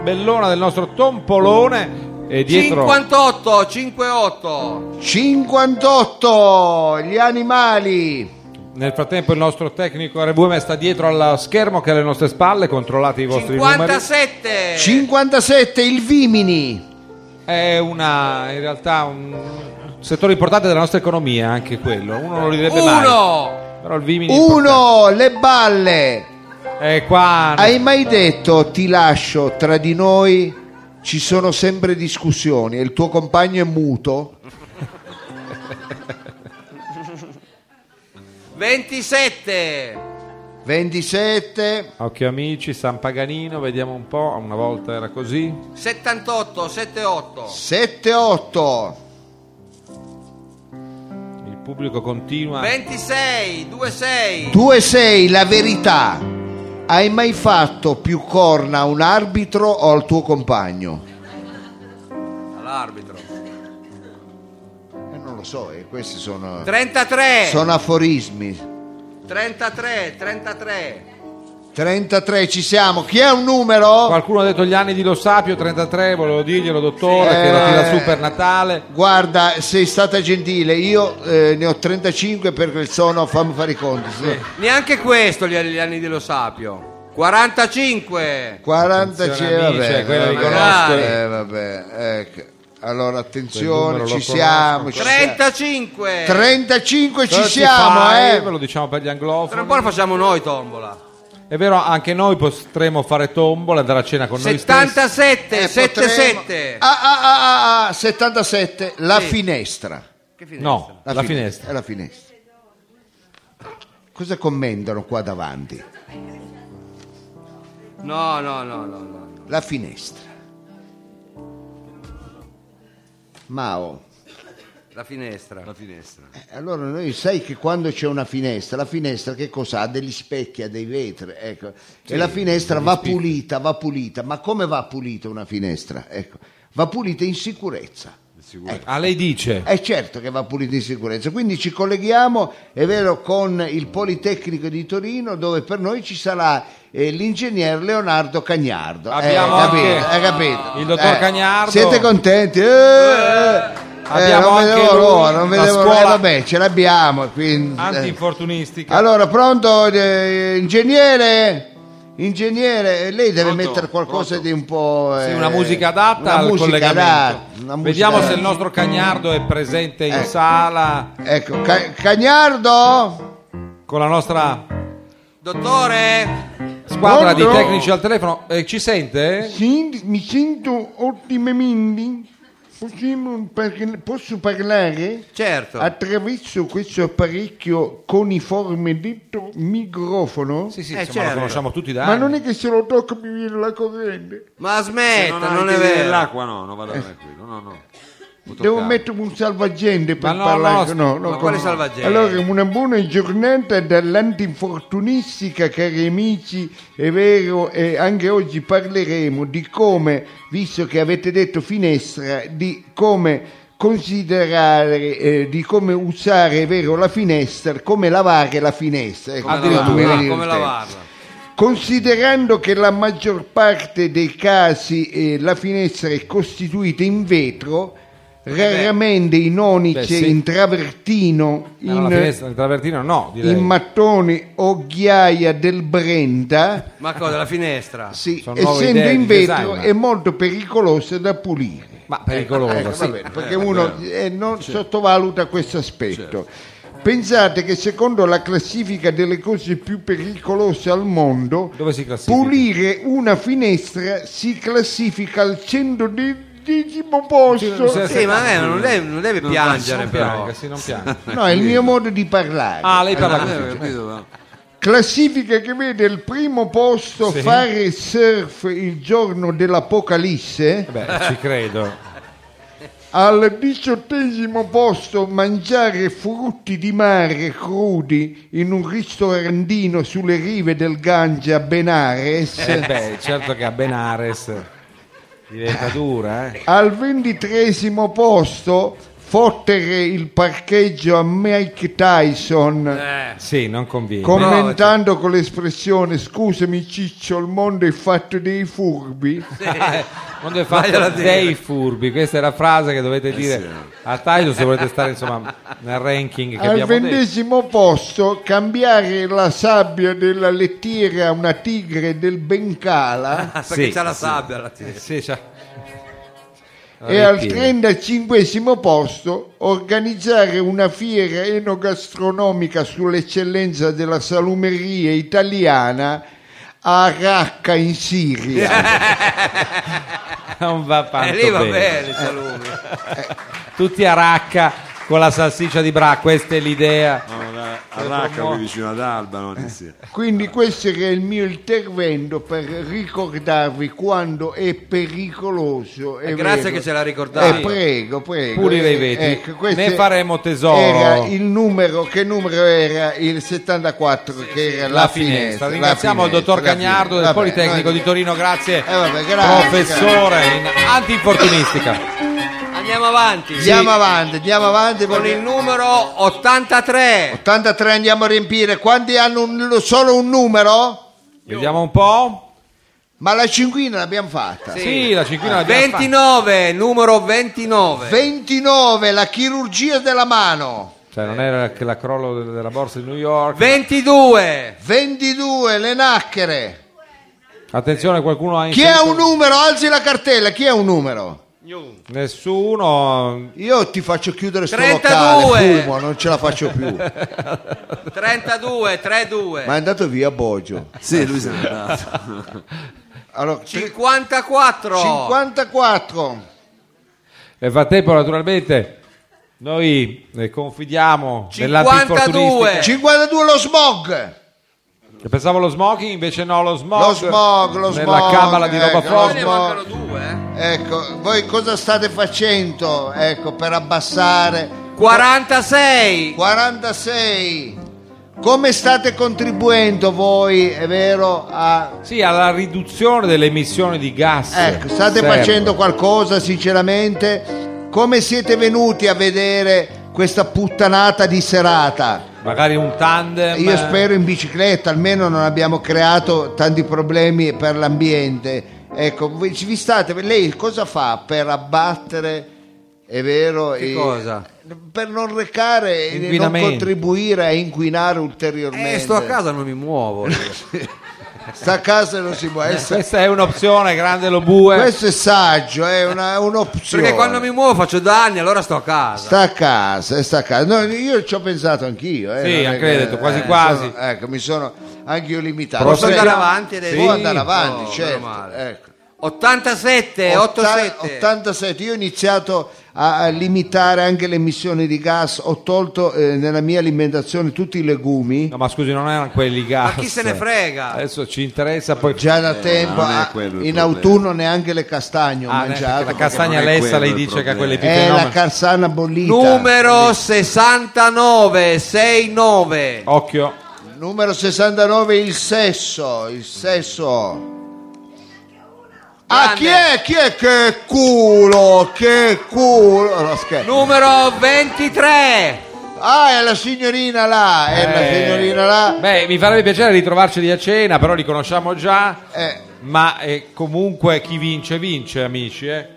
Speaker 3: tabellona del nostro tompolone. E dietro
Speaker 2: 58, 58.
Speaker 6: 58, gli animali.
Speaker 2: Eh.
Speaker 3: Nel frattempo il nostro tecnico RVM sta dietro allo schermo che è alle nostre spalle, controllate i vostri numeri.
Speaker 2: 57.
Speaker 6: 57, il Vimini.
Speaker 3: È una, in realtà un settore importante della nostra economia, anche quello. Uno non lo direbbe mai.
Speaker 2: 1.
Speaker 3: Però il Vimini è importante.
Speaker 6: Uno, le balle.
Speaker 3: E qua
Speaker 6: Hai mai detto ti lascio tra di noi? Ci sono sempre discussioni e il tuo compagno è muto?
Speaker 2: 27.
Speaker 6: 27,
Speaker 3: Occhio amici, San Paganino, vediamo un po', una volta era così.
Speaker 2: 78, 78.
Speaker 6: 7, 8,
Speaker 3: Il pubblico continua.
Speaker 2: 26, 26.
Speaker 6: 2, 6, la verità. Hai mai fatto più corna a un arbitro o al tuo compagno?
Speaker 2: All'arbitro.
Speaker 6: Eh, non lo so, eh, questi sono,
Speaker 2: 33,
Speaker 6: sono aforismi.
Speaker 2: 33, 33.
Speaker 6: 33, ci siamo. Chi è un numero?
Speaker 3: Qualcuno ha detto gli anni di Lo Sapio, 33, volevo dirglielo dottore,
Speaker 6: Sì.
Speaker 3: che lo tira
Speaker 6: Eh.
Speaker 3: su per Natale.
Speaker 6: Guarda, sei stata gentile, io eh, ne ho 35 perché sono, fammi fare i conti. sì.
Speaker 2: Neanche questo gli gli anni dello Sapio. 45.
Speaker 3: Attenzione,
Speaker 6: 45,
Speaker 3: amici,
Speaker 6: vabbè,
Speaker 3: eh, quello
Speaker 6: vabbè,
Speaker 3: li
Speaker 2: conosco.
Speaker 6: eh, vabbè, ecco. Allora
Speaker 3: Quel
Speaker 6: attenzione,
Speaker 3: numero
Speaker 6: ci
Speaker 3: lo
Speaker 6: siamo, ci siamo.
Speaker 2: 35.
Speaker 6: 35 ci
Speaker 3: 35,
Speaker 6: siamo,
Speaker 3: Ve
Speaker 6: eh.
Speaker 3: lo diciamo per gli
Speaker 2: Tra un po'
Speaker 3: anglofoni.
Speaker 2: lo facciamo noi tombola.
Speaker 3: È vero, anche noi potremmo fare tombola, andare a cena con noi stessi.
Speaker 2: 77,
Speaker 6: Eh,
Speaker 2: 77.
Speaker 6: potremmo- Ah, ah, ah, ah, ah, 77, la finestra.
Speaker 2: Che finestra?
Speaker 3: No, la, finestra.
Speaker 6: È la finestra. Cosa commentano qua davanti?
Speaker 2: No, no, no, no, no.
Speaker 6: La finestra. Mao.
Speaker 2: La finestra. La finestra.
Speaker 6: Eh, Allora, noi sai che quando c'è una finestra, la finestra che cosa ha? Degli specchi, ha dei vetri, ecco. e la finestra va pulita, va pulita. Ma come va pulita una finestra? Ecco. Va pulita in sicurezza.
Speaker 3: Ah, lei dice.
Speaker 6: È certo che va pulita in sicurezza. Quindi ci colleghiamo, è vero, con il Politecnico di Torino, dove per noi ci sarà eh, l'ingegner Leonardo Cagnardo.
Speaker 3: Abbiamo
Speaker 6: Eh, capito,
Speaker 3: anche
Speaker 6: eh, capito.
Speaker 3: il dottor
Speaker 6: Eh,
Speaker 3: Cagnardo.
Speaker 6: Siete contenti? Eh, eh,
Speaker 3: Abbiamo
Speaker 6: non
Speaker 3: anche
Speaker 6: vedevo
Speaker 3: lui,
Speaker 6: l'ora, non
Speaker 3: la
Speaker 6: vedevo l'ora. Eh,
Speaker 3: scuola-
Speaker 6: Vabbè, ce l'abbiamo. Quindi, eh.
Speaker 3: Antinfortunistica.
Speaker 6: Allora, pronto, eh, ingegnere? Ingegnere, eh, lei deve
Speaker 5: Pronto,
Speaker 6: mettere qualcosa
Speaker 5: pronto.
Speaker 6: di un po'.
Speaker 3: Sì,
Speaker 6: eh,
Speaker 3: una musica adatta
Speaker 6: una
Speaker 3: al
Speaker 6: musica
Speaker 3: collegamento.
Speaker 6: adatta, una musica
Speaker 3: Vediamo se
Speaker 6: adatta.
Speaker 3: il nostro Cagnardo è presente in
Speaker 6: Eh.
Speaker 3: sala
Speaker 6: Ecco, Ca- Cagnardo?
Speaker 3: con la nostra
Speaker 2: Dottore!
Speaker 3: squadra di
Speaker 6: Pronto?
Speaker 3: tecnici al telefono. Eh, ci sente?
Speaker 6: Sì, mi sento ottimamente. Possiamo parla- Posso parlare?
Speaker 2: Certo.
Speaker 6: Attraverso questo apparecchio coniforme detto microfono?
Speaker 3: Sì, sì,
Speaker 2: Eh,
Speaker 3: insomma,
Speaker 2: certo.
Speaker 3: lo conosciamo tutti da
Speaker 6: Ma
Speaker 3: anni.
Speaker 6: non è che se lo tocco mi viene la corrente.
Speaker 2: Ma
Speaker 5: Se
Speaker 2: smetta,
Speaker 5: ha
Speaker 2: non,
Speaker 5: i
Speaker 2: è
Speaker 5: piedi
Speaker 2: vero.
Speaker 5: nell'acqua, no, non vado tranquillo. No, no, no. Può
Speaker 6: Devo
Speaker 5: toccare.
Speaker 6: mettere un salvagente per
Speaker 3: Ma no,
Speaker 6: parlare.
Speaker 3: no,
Speaker 2: ma quale salvagente?
Speaker 6: Allora, una buona giornata dall'antinfortunistica, cari amici, è vero, e anche oggi parleremo di come, visto che avete detto finestra, di come considerare, eh, di come usare, è vero, la finestra, come lavare la finestra. Ecco,
Speaker 3: Addirittura,
Speaker 6: come
Speaker 2: Ah,
Speaker 6: veniva
Speaker 2: come
Speaker 6: il
Speaker 2: lavarla?
Speaker 6: Considerando che la maggior parte dei casi eh, la finestra è costituita in vetro, raramente in onice,
Speaker 3: Eh Beh, sì.
Speaker 6: in travertino,
Speaker 3: Eh, no, la
Speaker 6: in,
Speaker 3: finestra, il travertino no, direi.
Speaker 6: in mattoni o ghiaia del Brenta,
Speaker 2: Ma cosa, la finestra?
Speaker 6: sì,
Speaker 3: Sono nuove
Speaker 6: essendo
Speaker 3: idee
Speaker 6: in
Speaker 3: di
Speaker 6: vetro
Speaker 3: design.
Speaker 6: è molto pericolosa da pulire.
Speaker 3: Ma pericoloso,
Speaker 6: Ecco,
Speaker 3: Eh, sì.
Speaker 6: va bene, perché uno eh, non sottovaluta questo
Speaker 3: Certo.
Speaker 6: aspetto. Pensate che secondo la classifica delle cose più pericolose al mondo,
Speaker 3: Dove si classifica?
Speaker 6: pulire una finestra si classifica al 110 posto.
Speaker 3: Sì,
Speaker 2: Sì, ma eh, non deve, non deve piangere
Speaker 3: Non
Speaker 2: però.
Speaker 3: pianga, sì, non pianga.
Speaker 6: No, è il mio modo di parlare.
Speaker 3: Ah, lei parla
Speaker 5: Eh,
Speaker 3: così.
Speaker 5: ho capito, ma-
Speaker 6: Classifica che vede al primo posto
Speaker 3: Sì.
Speaker 6: fare surf il giorno dell'Apocalisse.
Speaker 3: Beh, ci credo.
Speaker 6: Al diciottesimo posto mangiare frutti di mare crudi in un ristorandino sulle rive del Gange a
Speaker 3: Eh,
Speaker 6: Benares.
Speaker 3: beh, certo che a Benares diventa dura, eh.
Speaker 6: Al ventitresimo posto fottere il parcheggio a Mike Tyson
Speaker 2: Eh,
Speaker 3: Sì, non conviene.
Speaker 6: commentando con l'espressione scusami Ciccio il mondo è fatto dei furbi.
Speaker 3: Eh, non deve fare dei furbi, questa è la frase che dovete dire a Tyson se volete stare insomma nel ranking che
Speaker 6: Al
Speaker 3: abbiamo detto.
Speaker 6: ventesimo posto cambiare la sabbia della lettiera a una tigre del Bengala.
Speaker 2: sa
Speaker 3: Sì,
Speaker 2: che c'ha la
Speaker 3: sì.
Speaker 2: sabbia alla testa.
Speaker 3: Sì, cioè- Ah,
Speaker 6: e al
Speaker 3: Ripetere.
Speaker 6: 35 posto organizzare una fiera enogastronomica sull'eccellenza della salumeria italiana a Raqqa in Siria.
Speaker 3: non va
Speaker 2: E
Speaker 3: tanto
Speaker 2: Eh, lì va
Speaker 3: bene.
Speaker 2: bene, Eh. i salumi.
Speaker 3: Tutti a racca con la salsiccia di bra, questa è l'idea.
Speaker 5: no, dai, Arracca qui vicino ad Alba. no? Che sia.
Speaker 6: Quindi questo che è il mio intervento per ricordarvi quando è pericoloso.
Speaker 3: Eh,
Speaker 6: È
Speaker 2: grazie
Speaker 6: vero.
Speaker 2: che ce l'ha ricordato.
Speaker 6: Eh, prego, prego.
Speaker 3: Pulire i
Speaker 6: Eh,
Speaker 3: vetri.
Speaker 6: ecco, questo
Speaker 3: Ne faremo tesoro.
Speaker 6: Era il numero, che numero era? Il 74, che era la,
Speaker 3: La
Speaker 6: finestra.
Speaker 3: finestra.
Speaker 6: la
Speaker 3: Ringraziamo il
Speaker 6: finestra,
Speaker 3: dottor
Speaker 6: la
Speaker 3: Cagnardo del
Speaker 6: finestra. Vabbè,
Speaker 3: Politecnico
Speaker 6: noi-
Speaker 3: di Torino, grazie,
Speaker 6: Eh, vabbè, grazie.
Speaker 3: professore in antinfortunistica.
Speaker 2: Andiamo avanti
Speaker 6: Andiamo avanti, andiamo avanti.
Speaker 2: con
Speaker 6: perché-
Speaker 2: il numero 83.
Speaker 6: 83 andiamo a riempire. Quanti hanno un- solo un numero?
Speaker 3: Vediamo un po'.
Speaker 6: Ma la cinquina l'abbiamo fatta.
Speaker 3: Sì, la
Speaker 6: Ah,
Speaker 3: cinquina l'abbiamo fatta.
Speaker 2: 29, numero 29.
Speaker 6: 29, la chirurgia della mano.
Speaker 3: Cioè, non era che la crollo de- della borsa di New York.
Speaker 2: 22.
Speaker 6: 22, le nacchere.
Speaker 3: Attenzione, qualcuno ha
Speaker 6: Chi ha
Speaker 3: inserito-
Speaker 6: un numero? Alzi la cartella, chi ha un numero?
Speaker 3: Nessuno.
Speaker 6: Io ti faccio chiudere sto
Speaker 2: 32.
Speaker 6: locale, fumo, non ce la faccio più.
Speaker 2: 32, 32.
Speaker 6: Ma è andato via Boggio.
Speaker 5: Sì, lui se n'è andato.
Speaker 6: Allora, tre-
Speaker 2: 54.
Speaker 6: 54.
Speaker 3: Nel frattempo, naturalmente, noi eh, confidiamo
Speaker 2: 52.
Speaker 3: nell'antinfortunistica.
Speaker 6: 52 lo smog.
Speaker 3: Che Pensavo allo smoking, invece no, lo smog.
Speaker 6: Lo smog, lo
Speaker 3: Nella
Speaker 6: smog,
Speaker 3: camera di
Speaker 6: ecco,
Speaker 3: roba
Speaker 6: lo
Speaker 2: Ne
Speaker 6: smog.
Speaker 2: mancano due. eh.
Speaker 6: Ecco, voi cosa state facendo? Ecco, per abbassare.
Speaker 2: eh. 46.
Speaker 6: 46. Come state contribuendo voi, è vero, a...
Speaker 3: Sì, alla riduzione delle emissioni di gas.
Speaker 6: Ecco, state
Speaker 3: Serve.
Speaker 6: facendo qualcosa, sinceramente? Come siete venuti a vedere questa puttanata di serata?
Speaker 3: Magari un
Speaker 2: Eh,
Speaker 3: tandem.
Speaker 6: Io spero in bicicletta, almeno non abbiamo creato tanti problemi per l'ambiente. Ecco, voi- vi state, lei cosa fa per abbattere, è vero,
Speaker 2: Che
Speaker 6: i-
Speaker 2: cosa?
Speaker 6: per non recare e non
Speaker 3: Inquinamento.
Speaker 6: contribuire a inquinare ulteriormente?
Speaker 2: Eh, sto a casa, non mi muovo.
Speaker 6: Sta a casa e non si può
Speaker 2: Eh,
Speaker 6: essere.
Speaker 3: Questa è un'opzione, grande lo bue.
Speaker 6: Questo è saggio, è una- un'opzione.
Speaker 2: Perché quando mi muovo faccio danni, allora sto a casa.
Speaker 6: Sta a casa, eh, sta a casa. No, io ci ho pensato anch'io. Eh,
Speaker 3: Sì,
Speaker 6: non è
Speaker 3: anche
Speaker 6: che-
Speaker 3: lei ha detto, quasi
Speaker 6: eh,
Speaker 3: quasi.
Speaker 6: sono- ecco, mi sono anche io limitato.
Speaker 2: Posso
Speaker 6: Però-
Speaker 2: andare avanti adesso?
Speaker 6: Può andare avanti,
Speaker 2: Oh, meno
Speaker 6: certo.
Speaker 2: male.
Speaker 6: ecco.
Speaker 2: 87,
Speaker 6: Eh, Otta-
Speaker 2: 87.
Speaker 6: 87. Io ho iniziato a, a limitare anche le emissioni di gas. Ho tolto eh, nella mia alimentazione tutti i legumi.
Speaker 3: No, ma scusi, non erano quelli gas.
Speaker 2: Ma chi se ne frega?
Speaker 3: Adesso ci interessa poi.
Speaker 6: Già da tempo,
Speaker 5: non è
Speaker 6: ah,
Speaker 5: quello il
Speaker 6: in
Speaker 5: problema.
Speaker 6: autunno neanche le castagne ho
Speaker 3: Ah,
Speaker 6: mangiato.
Speaker 3: la castagna
Speaker 5: non è
Speaker 3: lessa
Speaker 5: quello
Speaker 3: lei
Speaker 5: il
Speaker 3: dice che ha
Speaker 5: problema.
Speaker 3: quelle
Speaker 6: è Eh, la
Speaker 3: piccole
Speaker 6: carsana bollita.
Speaker 2: Numero 69,
Speaker 3: Oh.
Speaker 2: 69.
Speaker 3: Occhio.
Speaker 6: Numero 69, il sesso, il sesso. Ah,
Speaker 2: Grande.
Speaker 6: chi è? Chi è? Che culo, che culo. No, scherzo.
Speaker 2: Numero 23.
Speaker 6: Ah, è la signorina là, è la
Speaker 3: Eh.
Speaker 6: signorina là.
Speaker 3: Beh, mi farebbe piacere ritrovarceli a cena, però li conosciamo già.
Speaker 6: Eh,
Speaker 3: Ma eh, comunque chi vince, vince, amici. Eh.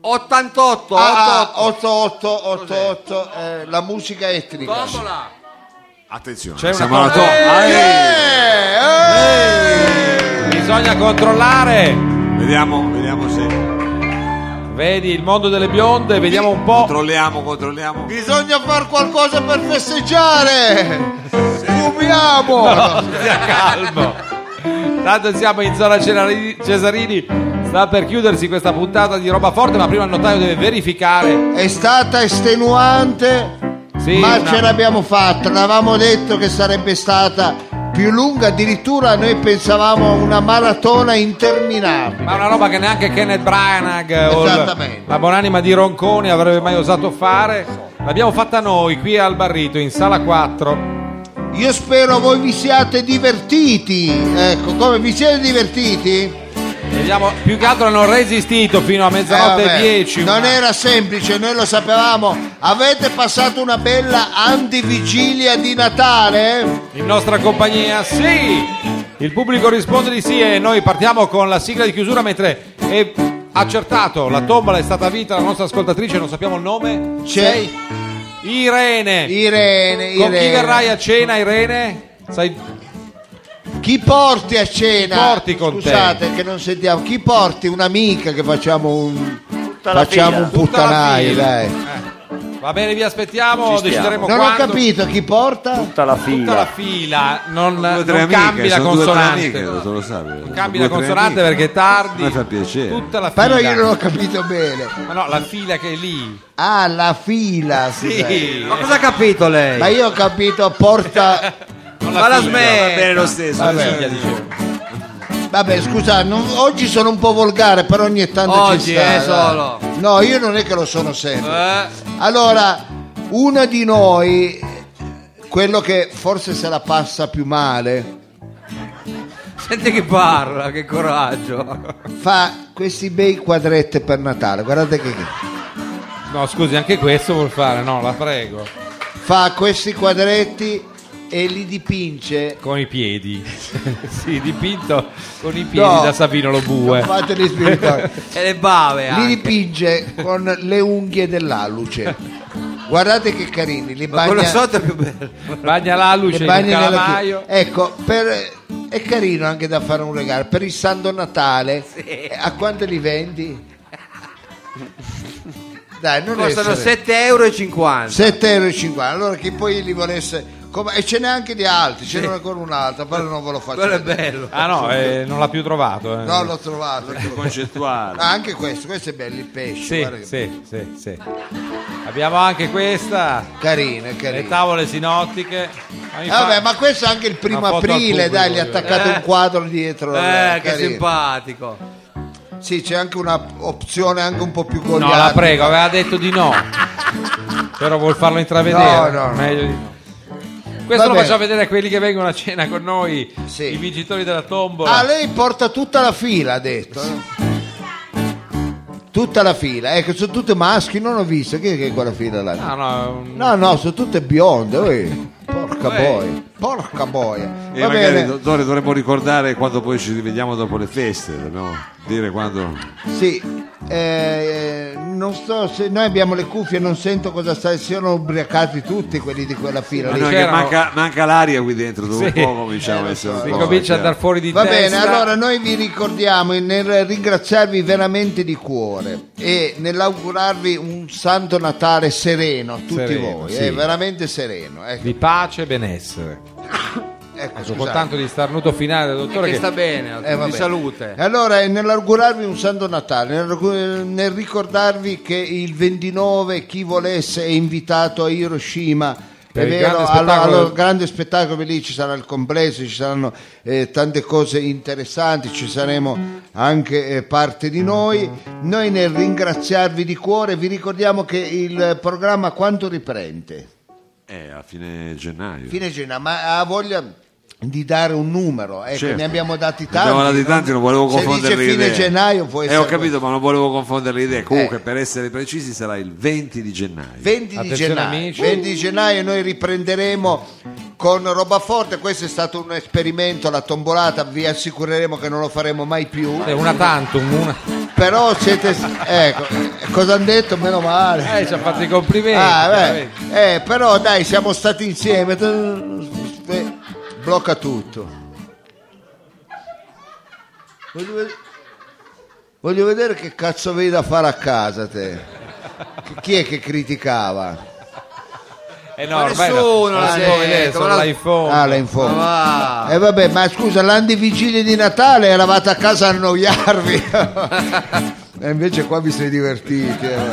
Speaker 2: 88,
Speaker 6: ah,
Speaker 2: 88.
Speaker 6: 88, 88, eh, la musica etnica.
Speaker 2: Tombola.
Speaker 5: Attenzione,
Speaker 3: C'è una
Speaker 5: siamo alla
Speaker 3: cosa-
Speaker 5: to-
Speaker 6: Eh, eh.
Speaker 3: Bisogna controllare.
Speaker 5: Vediamo, vediamo se
Speaker 3: Vedi il mondo delle bionde, vediamo un po'.
Speaker 5: controlliamo, controlliamo.
Speaker 6: Bisogna fare qualcosa per festeggiare. Fumiamo.
Speaker 3: Sia calmo. Tanto siamo in zona Cesari- Cesarini. Sta per chiudersi questa puntata di roba forte, ma prima il notaio deve verificare.
Speaker 6: È stata estenuante,
Speaker 3: Sì,
Speaker 6: ma
Speaker 3: una-
Speaker 6: ce l'abbiamo fatta. L'avevamo detto che sarebbe stata più lunga, addirittura noi pensavamo a una maratona interminabile.
Speaker 3: Ma una roba che neanche Kenneth Branagh o il-
Speaker 6: Esattamente.
Speaker 3: la buonanima di Ronconi avrebbe mai osato fare. L'abbiamo fatta noi qui al Barrito in sala 4.
Speaker 6: Io spero voi vi siate divertiti. Ecco, come vi siete divertiti?
Speaker 3: Vediamo, più che altro hanno resistito fino a
Speaker 6: Eh,
Speaker 3: mezzanotte
Speaker 6: vabbè,
Speaker 3: e 10.
Speaker 6: Non
Speaker 3: una-
Speaker 6: era semplice, noi lo sapevamo. Avete passato una bella antivigilia di Natale?
Speaker 3: In nostra compagnia, sì! Il pubblico risponde di sì e noi partiamo con la sigla di chiusura mentre è accertato, la tombola è stata vinta la nostra ascoltatrice, non sappiamo il nome.
Speaker 6: C'è
Speaker 3: Irene.
Speaker 6: Irene, Irene.
Speaker 3: Con chi verrai a cena, Irene? Sai,
Speaker 6: Chi porti a cena?
Speaker 3: Chi porti con te?
Speaker 6: Scusate che non sentiamo. Chi porti un'amica che facciamo un
Speaker 4: la
Speaker 6: facciamo
Speaker 4: fila.
Speaker 6: un
Speaker 3: Tutta la
Speaker 6: puttanaio,
Speaker 3: fila.
Speaker 6: dai.
Speaker 3: Eh. Va bene, vi aspettiamo,
Speaker 4: Ci stiamo.
Speaker 3: decideremo
Speaker 6: Non ho
Speaker 3: quando.
Speaker 6: capito chi porta.
Speaker 4: Tutta la
Speaker 3: Tutta la
Speaker 4: fila.
Speaker 3: fila, non,
Speaker 5: Due,
Speaker 3: non
Speaker 5: tre amiche,
Speaker 3: cambi la
Speaker 5: sono due, tre
Speaker 3: consonante.
Speaker 5: amiche, lo- lo sai, sono
Speaker 3: Cambi
Speaker 5: due,
Speaker 3: la
Speaker 5: tre
Speaker 3: consonante
Speaker 5: amiche.
Speaker 3: perché è tardi.
Speaker 5: A me fa piacere.
Speaker 3: Tutta la fila.
Speaker 6: Però io non ho capito bene.
Speaker 3: Ma no, la fila che è lì.
Speaker 6: Ah, la fila. Scusa.
Speaker 3: Sì.
Speaker 2: Ma cosa ha capito lei?
Speaker 6: Ma io ho capito porta.
Speaker 2: Ma la smetta!
Speaker 5: lo stesso.
Speaker 6: Vabbè, Vabbè, scusa, non- oggi sono un po' volgare, però ogni tanto
Speaker 2: Oggi,
Speaker 6: ci sta.
Speaker 2: eh,
Speaker 6: dai.
Speaker 2: solo.
Speaker 6: No, io non è che lo sono sempre.
Speaker 3: Eh,
Speaker 6: Allora, una di noi, quello che forse se la passa più male,
Speaker 2: Senti che parla, che coraggio.
Speaker 6: fa questi bei quadretti per Natale. Guardate che
Speaker 3: No, scusi, anche questo vuol fare, no, la prego.
Speaker 6: fa questi quadretti e li dipinge.
Speaker 3: Con i piedi. sì, dipinto con i piedi
Speaker 6: No.
Speaker 3: da Savino Lobue.
Speaker 6: Non fateli spirituali.
Speaker 2: E le bave
Speaker 6: Li
Speaker 2: anche.
Speaker 6: dipinge con le unghie dell'alluce. Guardate che carini, li
Speaker 2: Ma quello
Speaker 6: bagna,
Speaker 2: sotto è più bello.
Speaker 3: Bagna la luce
Speaker 6: le
Speaker 3: in un
Speaker 6: bagna nella
Speaker 3: calamaio.
Speaker 6: chi- Ecco, per- è carino anche da fare un regalo. Per il Santo Natale, eh, a quanto li vendi? Dai, non
Speaker 2: Costano
Speaker 6: essere-
Speaker 2: 7,50 euro.
Speaker 6: 7,50 euro. Allora chi poi li volesse... come- E ce n'è anche di altri, ce n'è ancora un'altra, però non ve lo faccio
Speaker 2: Quello è
Speaker 6: vedere.
Speaker 2: bello.
Speaker 3: Ah no, eh, non l'ha più trovato. eh.
Speaker 6: No, l'ho trovato.
Speaker 5: concettuale.
Speaker 6: Ah, anche questo, questo è bello, il pesce. guarda
Speaker 3: Sì,
Speaker 6: che-
Speaker 3: sì, sì, sì. Abbiamo anche questa.
Speaker 6: Carino, è
Speaker 3: Le
Speaker 6: carino.
Speaker 3: tavole sinottiche. Ma
Speaker 6: Eh,
Speaker 3: infa-
Speaker 6: Vabbè, ma questo è anche il primo
Speaker 3: Una foto al
Speaker 6: aprile,
Speaker 3: pubblico,
Speaker 6: dai, gli ha
Speaker 3: voglio dire.
Speaker 6: attaccato un quadro dietro.
Speaker 2: Eh, che
Speaker 6: carino.
Speaker 2: simpatico.
Speaker 6: Sì, c'è anche un'opzione anche un po' più
Speaker 3: No,
Speaker 6: goliardica.
Speaker 3: la prego, aveva detto di no. Però vuol farlo intravedere.
Speaker 6: No, no, no.
Speaker 3: Meglio di no. Questo
Speaker 6: Va
Speaker 3: lo
Speaker 6: bene.
Speaker 3: facciamo vedere a quelli che vengono a cena con noi,
Speaker 6: Sì.
Speaker 3: i vincitori della tombola.
Speaker 6: Ah, lei porta tutta la fila, ha detto. Tutta la fila, ecco, sono tutte maschi, non ho visto. Che, che è quella fila là?
Speaker 3: No,
Speaker 5: Ah.
Speaker 3: no, è un-
Speaker 6: No, no, sono tutte bionde. oi. Porca
Speaker 3: Uè.
Speaker 6: boia, porca boia.
Speaker 5: E
Speaker 6: Va
Speaker 5: magari
Speaker 6: bene,
Speaker 5: do- Dore, dovremmo ricordare quando poi ci rivediamo dopo le feste, dobbiamo dire quando
Speaker 6: sì. eh, non so se noi abbiamo le cuffie, non sento cosa sta. Siano ubriacati tutti quelli di quella fila.
Speaker 5: Ma
Speaker 6: lì.
Speaker 5: no, che
Speaker 3: c'erano-
Speaker 5: manca, manca l'aria qui dentro, dopo un
Speaker 3: Sì. Eh,
Speaker 5: po' cominciamo a essere un
Speaker 3: si
Speaker 5: po'
Speaker 3: comincia a
Speaker 5: cioè.
Speaker 3: andare fuori di
Speaker 6: Ah, Va
Speaker 3: testa.
Speaker 6: bene, allora noi vi ricordiamo e nel ringraziarvi veramente di cuore e nell'augurarvi un santo Natale sereno a tutti
Speaker 3: Sereno,
Speaker 6: voi,
Speaker 3: sì.
Speaker 6: eh, veramente sereno. Ecco,
Speaker 3: Di pace e benessere.
Speaker 6: ecco,
Speaker 3: Con
Speaker 6: scusate.
Speaker 3: tanto di starnuto finale del
Speaker 2: E
Speaker 3: dottore
Speaker 2: che
Speaker 3: che
Speaker 2: sta bene,
Speaker 6: Eh, va
Speaker 2: di
Speaker 6: bene.
Speaker 2: salute.
Speaker 6: E Allora, e nell'augurarvi un santo Natale, nel, regu- nel ricordarvi che il 29 chi volesse è invitato a Hiroshima.
Speaker 3: Per
Speaker 6: È
Speaker 3: il
Speaker 6: vero,
Speaker 3: grande
Speaker 6: allo,
Speaker 3: spettacolo-
Speaker 6: allo grande spettacolo lì ci sarà il complesso, ci saranno eh, tante cose interessanti, ci saremo anche eh, parte di noi. Noi nel ringraziarvi di cuore vi ricordiamo che il programma quanto riprende?
Speaker 5: Eh, a fine gennaio.
Speaker 6: Fine gennaio, ma ha voglia di dare un numero, ecco,
Speaker 5: Certo.
Speaker 6: ne abbiamo dati
Speaker 5: Ne abbiamo dati tanti, non volevo confondere
Speaker 6: Se
Speaker 5: le
Speaker 6: dice fine
Speaker 5: idee.
Speaker 6: gennaio può
Speaker 5: Eh,
Speaker 6: essere
Speaker 5: ho capito, ma non volevo confondere le idee. Comunque,
Speaker 6: Eh.
Speaker 5: per essere precisi, sarà il 20 di gennaio.
Speaker 6: 20 di,
Speaker 3: Attenzione,
Speaker 6: gennaio,
Speaker 3: amici.
Speaker 6: 20 di gennaio noi riprenderemo con roba forte, questo è stato un esperimento, la tombolata, vi assicureremo che non lo faremo mai più,
Speaker 3: è Eh, una tantum, una...
Speaker 6: però siete... ecco, cosa hanno detto? Meno male.
Speaker 3: Eh, ci ha fatto i complimenti.
Speaker 6: Ah, beh,
Speaker 3: eh.
Speaker 6: eh, però dai, siamo stati insieme. Eh, Blocca tutto. Voglio, ved- voglio vedere che cazzo avevi da fare a casa te. Chi- Chi è che criticava?
Speaker 3: Eh no,
Speaker 2: Ma
Speaker 3: ormai
Speaker 2: nessuno
Speaker 3: no,
Speaker 2: l'ha
Speaker 3: non si può
Speaker 2: detto,
Speaker 3: vedere,
Speaker 2: ecco, ma
Speaker 3: solo
Speaker 2: Ah, la-
Speaker 3: l'iPhone.
Speaker 6: Ah, la informa. E Eh, vabbè, ma scusa, l'anno di vigilia di Natale eravate a casa a annoiarvi. e invece qua vi siete divertiti. eh.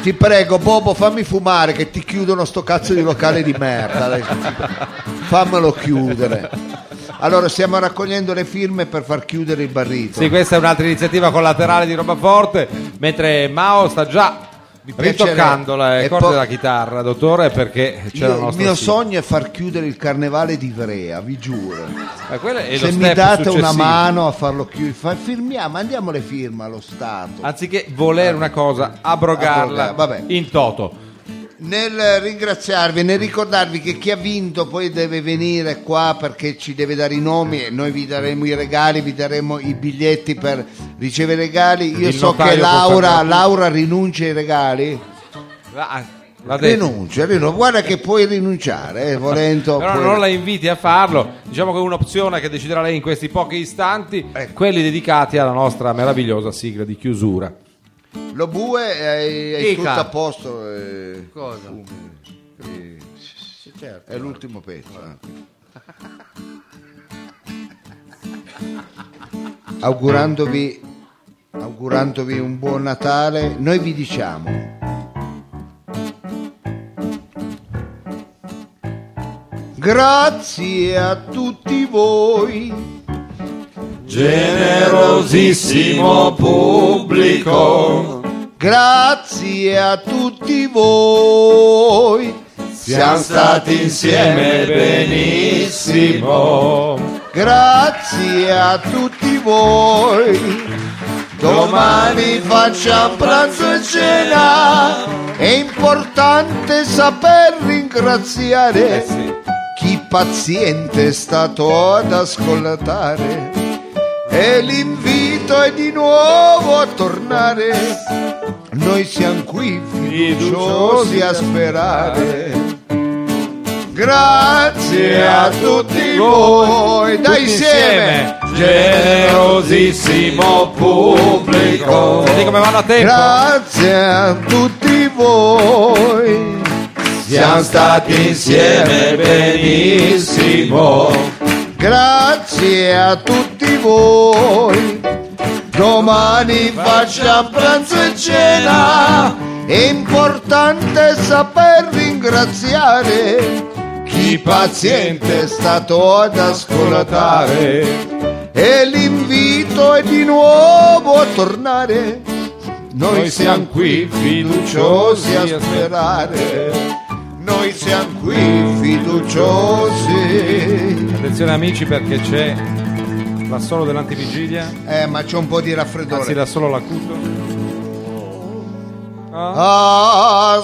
Speaker 6: Ti prego, Bobo, fammi fumare che ti chiudono sto cazzo di locale di merda. Dai. Fammelo chiudere. Allora, stiamo raccogliendo le firme per far chiudere il barrito.
Speaker 3: Sì, questa è un'altra iniziativa collaterale di roba forte, mentre Mao sta già
Speaker 6: piacerebbe-
Speaker 3: ritoccando le
Speaker 6: e
Speaker 3: corde
Speaker 6: po-
Speaker 3: della chitarra, dottore, perché c'è la
Speaker 6: Io- il
Speaker 3: nostra
Speaker 6: mio
Speaker 3: sigla.
Speaker 6: sogno è far chiudere il carnevale di Ivrea, vi giuro.
Speaker 3: Ma quello è lo
Speaker 6: Se mi
Speaker 3: step
Speaker 6: date una
Speaker 3: successivo.
Speaker 6: mano a farlo chiudere, fa- firmiamo, andiamo le firme allo Stato.
Speaker 3: Anziché volere una cosa, abrogarla
Speaker 6: Abrogarla, vabbè.
Speaker 3: in toto.
Speaker 6: Nel ringraziarvi, nel ricordarvi che chi ha vinto poi deve venire qua perché ci deve dare i nomi e noi vi daremo i regali, vi daremo i biglietti per ricevere i regali. Io
Speaker 3: Il
Speaker 6: so che
Speaker 3: notaio può
Speaker 6: Laura,
Speaker 3: farlo.
Speaker 6: Laura rinuncia ai regali.
Speaker 3: Va- ah, l'ha detto.
Speaker 6: Rinuncia, rinuncia, guarda che puoi rinunciare, eh, volendo.
Speaker 3: Però
Speaker 6: puoi-
Speaker 3: non la inviti a farlo. Diciamo che è un'opzione che deciderà lei in questi pochi istanti,
Speaker 6: Ecco.
Speaker 3: quelli dedicati alla nostra meravigliosa sigla di chiusura.
Speaker 1: Lo bue è, è
Speaker 2: Dica.
Speaker 1: tutto a posto. eh,
Speaker 2: Cosa? certo.
Speaker 1: fumi, eh, È l'ultimo pezzo. eh. augurandovi, augurandovi un buon Natale, noi vi diciamo. Grazie a tutti voi
Speaker 6: Generosissimo pubblico,
Speaker 1: Grazie a tutti voi,
Speaker 6: siamo stati insieme benissimo.
Speaker 1: grazie a tutti voi. Domani facciamo pranzo e cena, è importante saper
Speaker 2: Eh
Speaker 1: ringraziare chi paziente è stato ad ascoltare. E l'invito è di nuovo a tornare, noi siamo qui fiduciosi a sperare. Grazie a tutti voi, dai insieme.
Speaker 6: Generosissimo pubblico,
Speaker 3: Senti come vanno a
Speaker 1: Eh.
Speaker 6: Eh.
Speaker 3: tempo.
Speaker 1: Grazie a tutti voi,
Speaker 6: siamo stati insieme benissimo.
Speaker 1: grazie a tutti voi. Domani facciamo pranzo e cena, è importante saper ringraziare chi paziente è stato ad ascoltare. E l'invito è di nuovo a tornare, noi siamo qui fiduciosi a sperare. Noi siamo qui fiduciosi.
Speaker 3: Attenzione amici perché c'è l'assolo dell'antivigilia,
Speaker 1: Eh, ma c'è un po' di raffreddore.
Speaker 3: anzi l'assolo l'acuto.
Speaker 1: a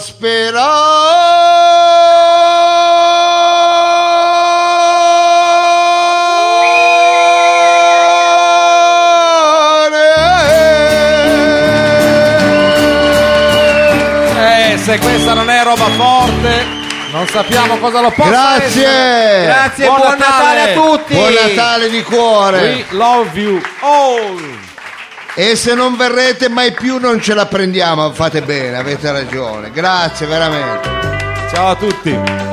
Speaker 1: sperare.
Speaker 3: Eh, se questa non è roba forte, non sappiamo cosa lo possa essere.
Speaker 1: Grazie.
Speaker 2: Grazie, buon,
Speaker 3: Buon
Speaker 2: Natale.
Speaker 3: Natale.
Speaker 2: a tutti.
Speaker 1: Buon Natale di cuore.
Speaker 3: We love you all.
Speaker 1: E se non verrete mai più non ce la prendiamo, fate bene, avete ragione. Grazie veramente.
Speaker 3: Ciao a tutti.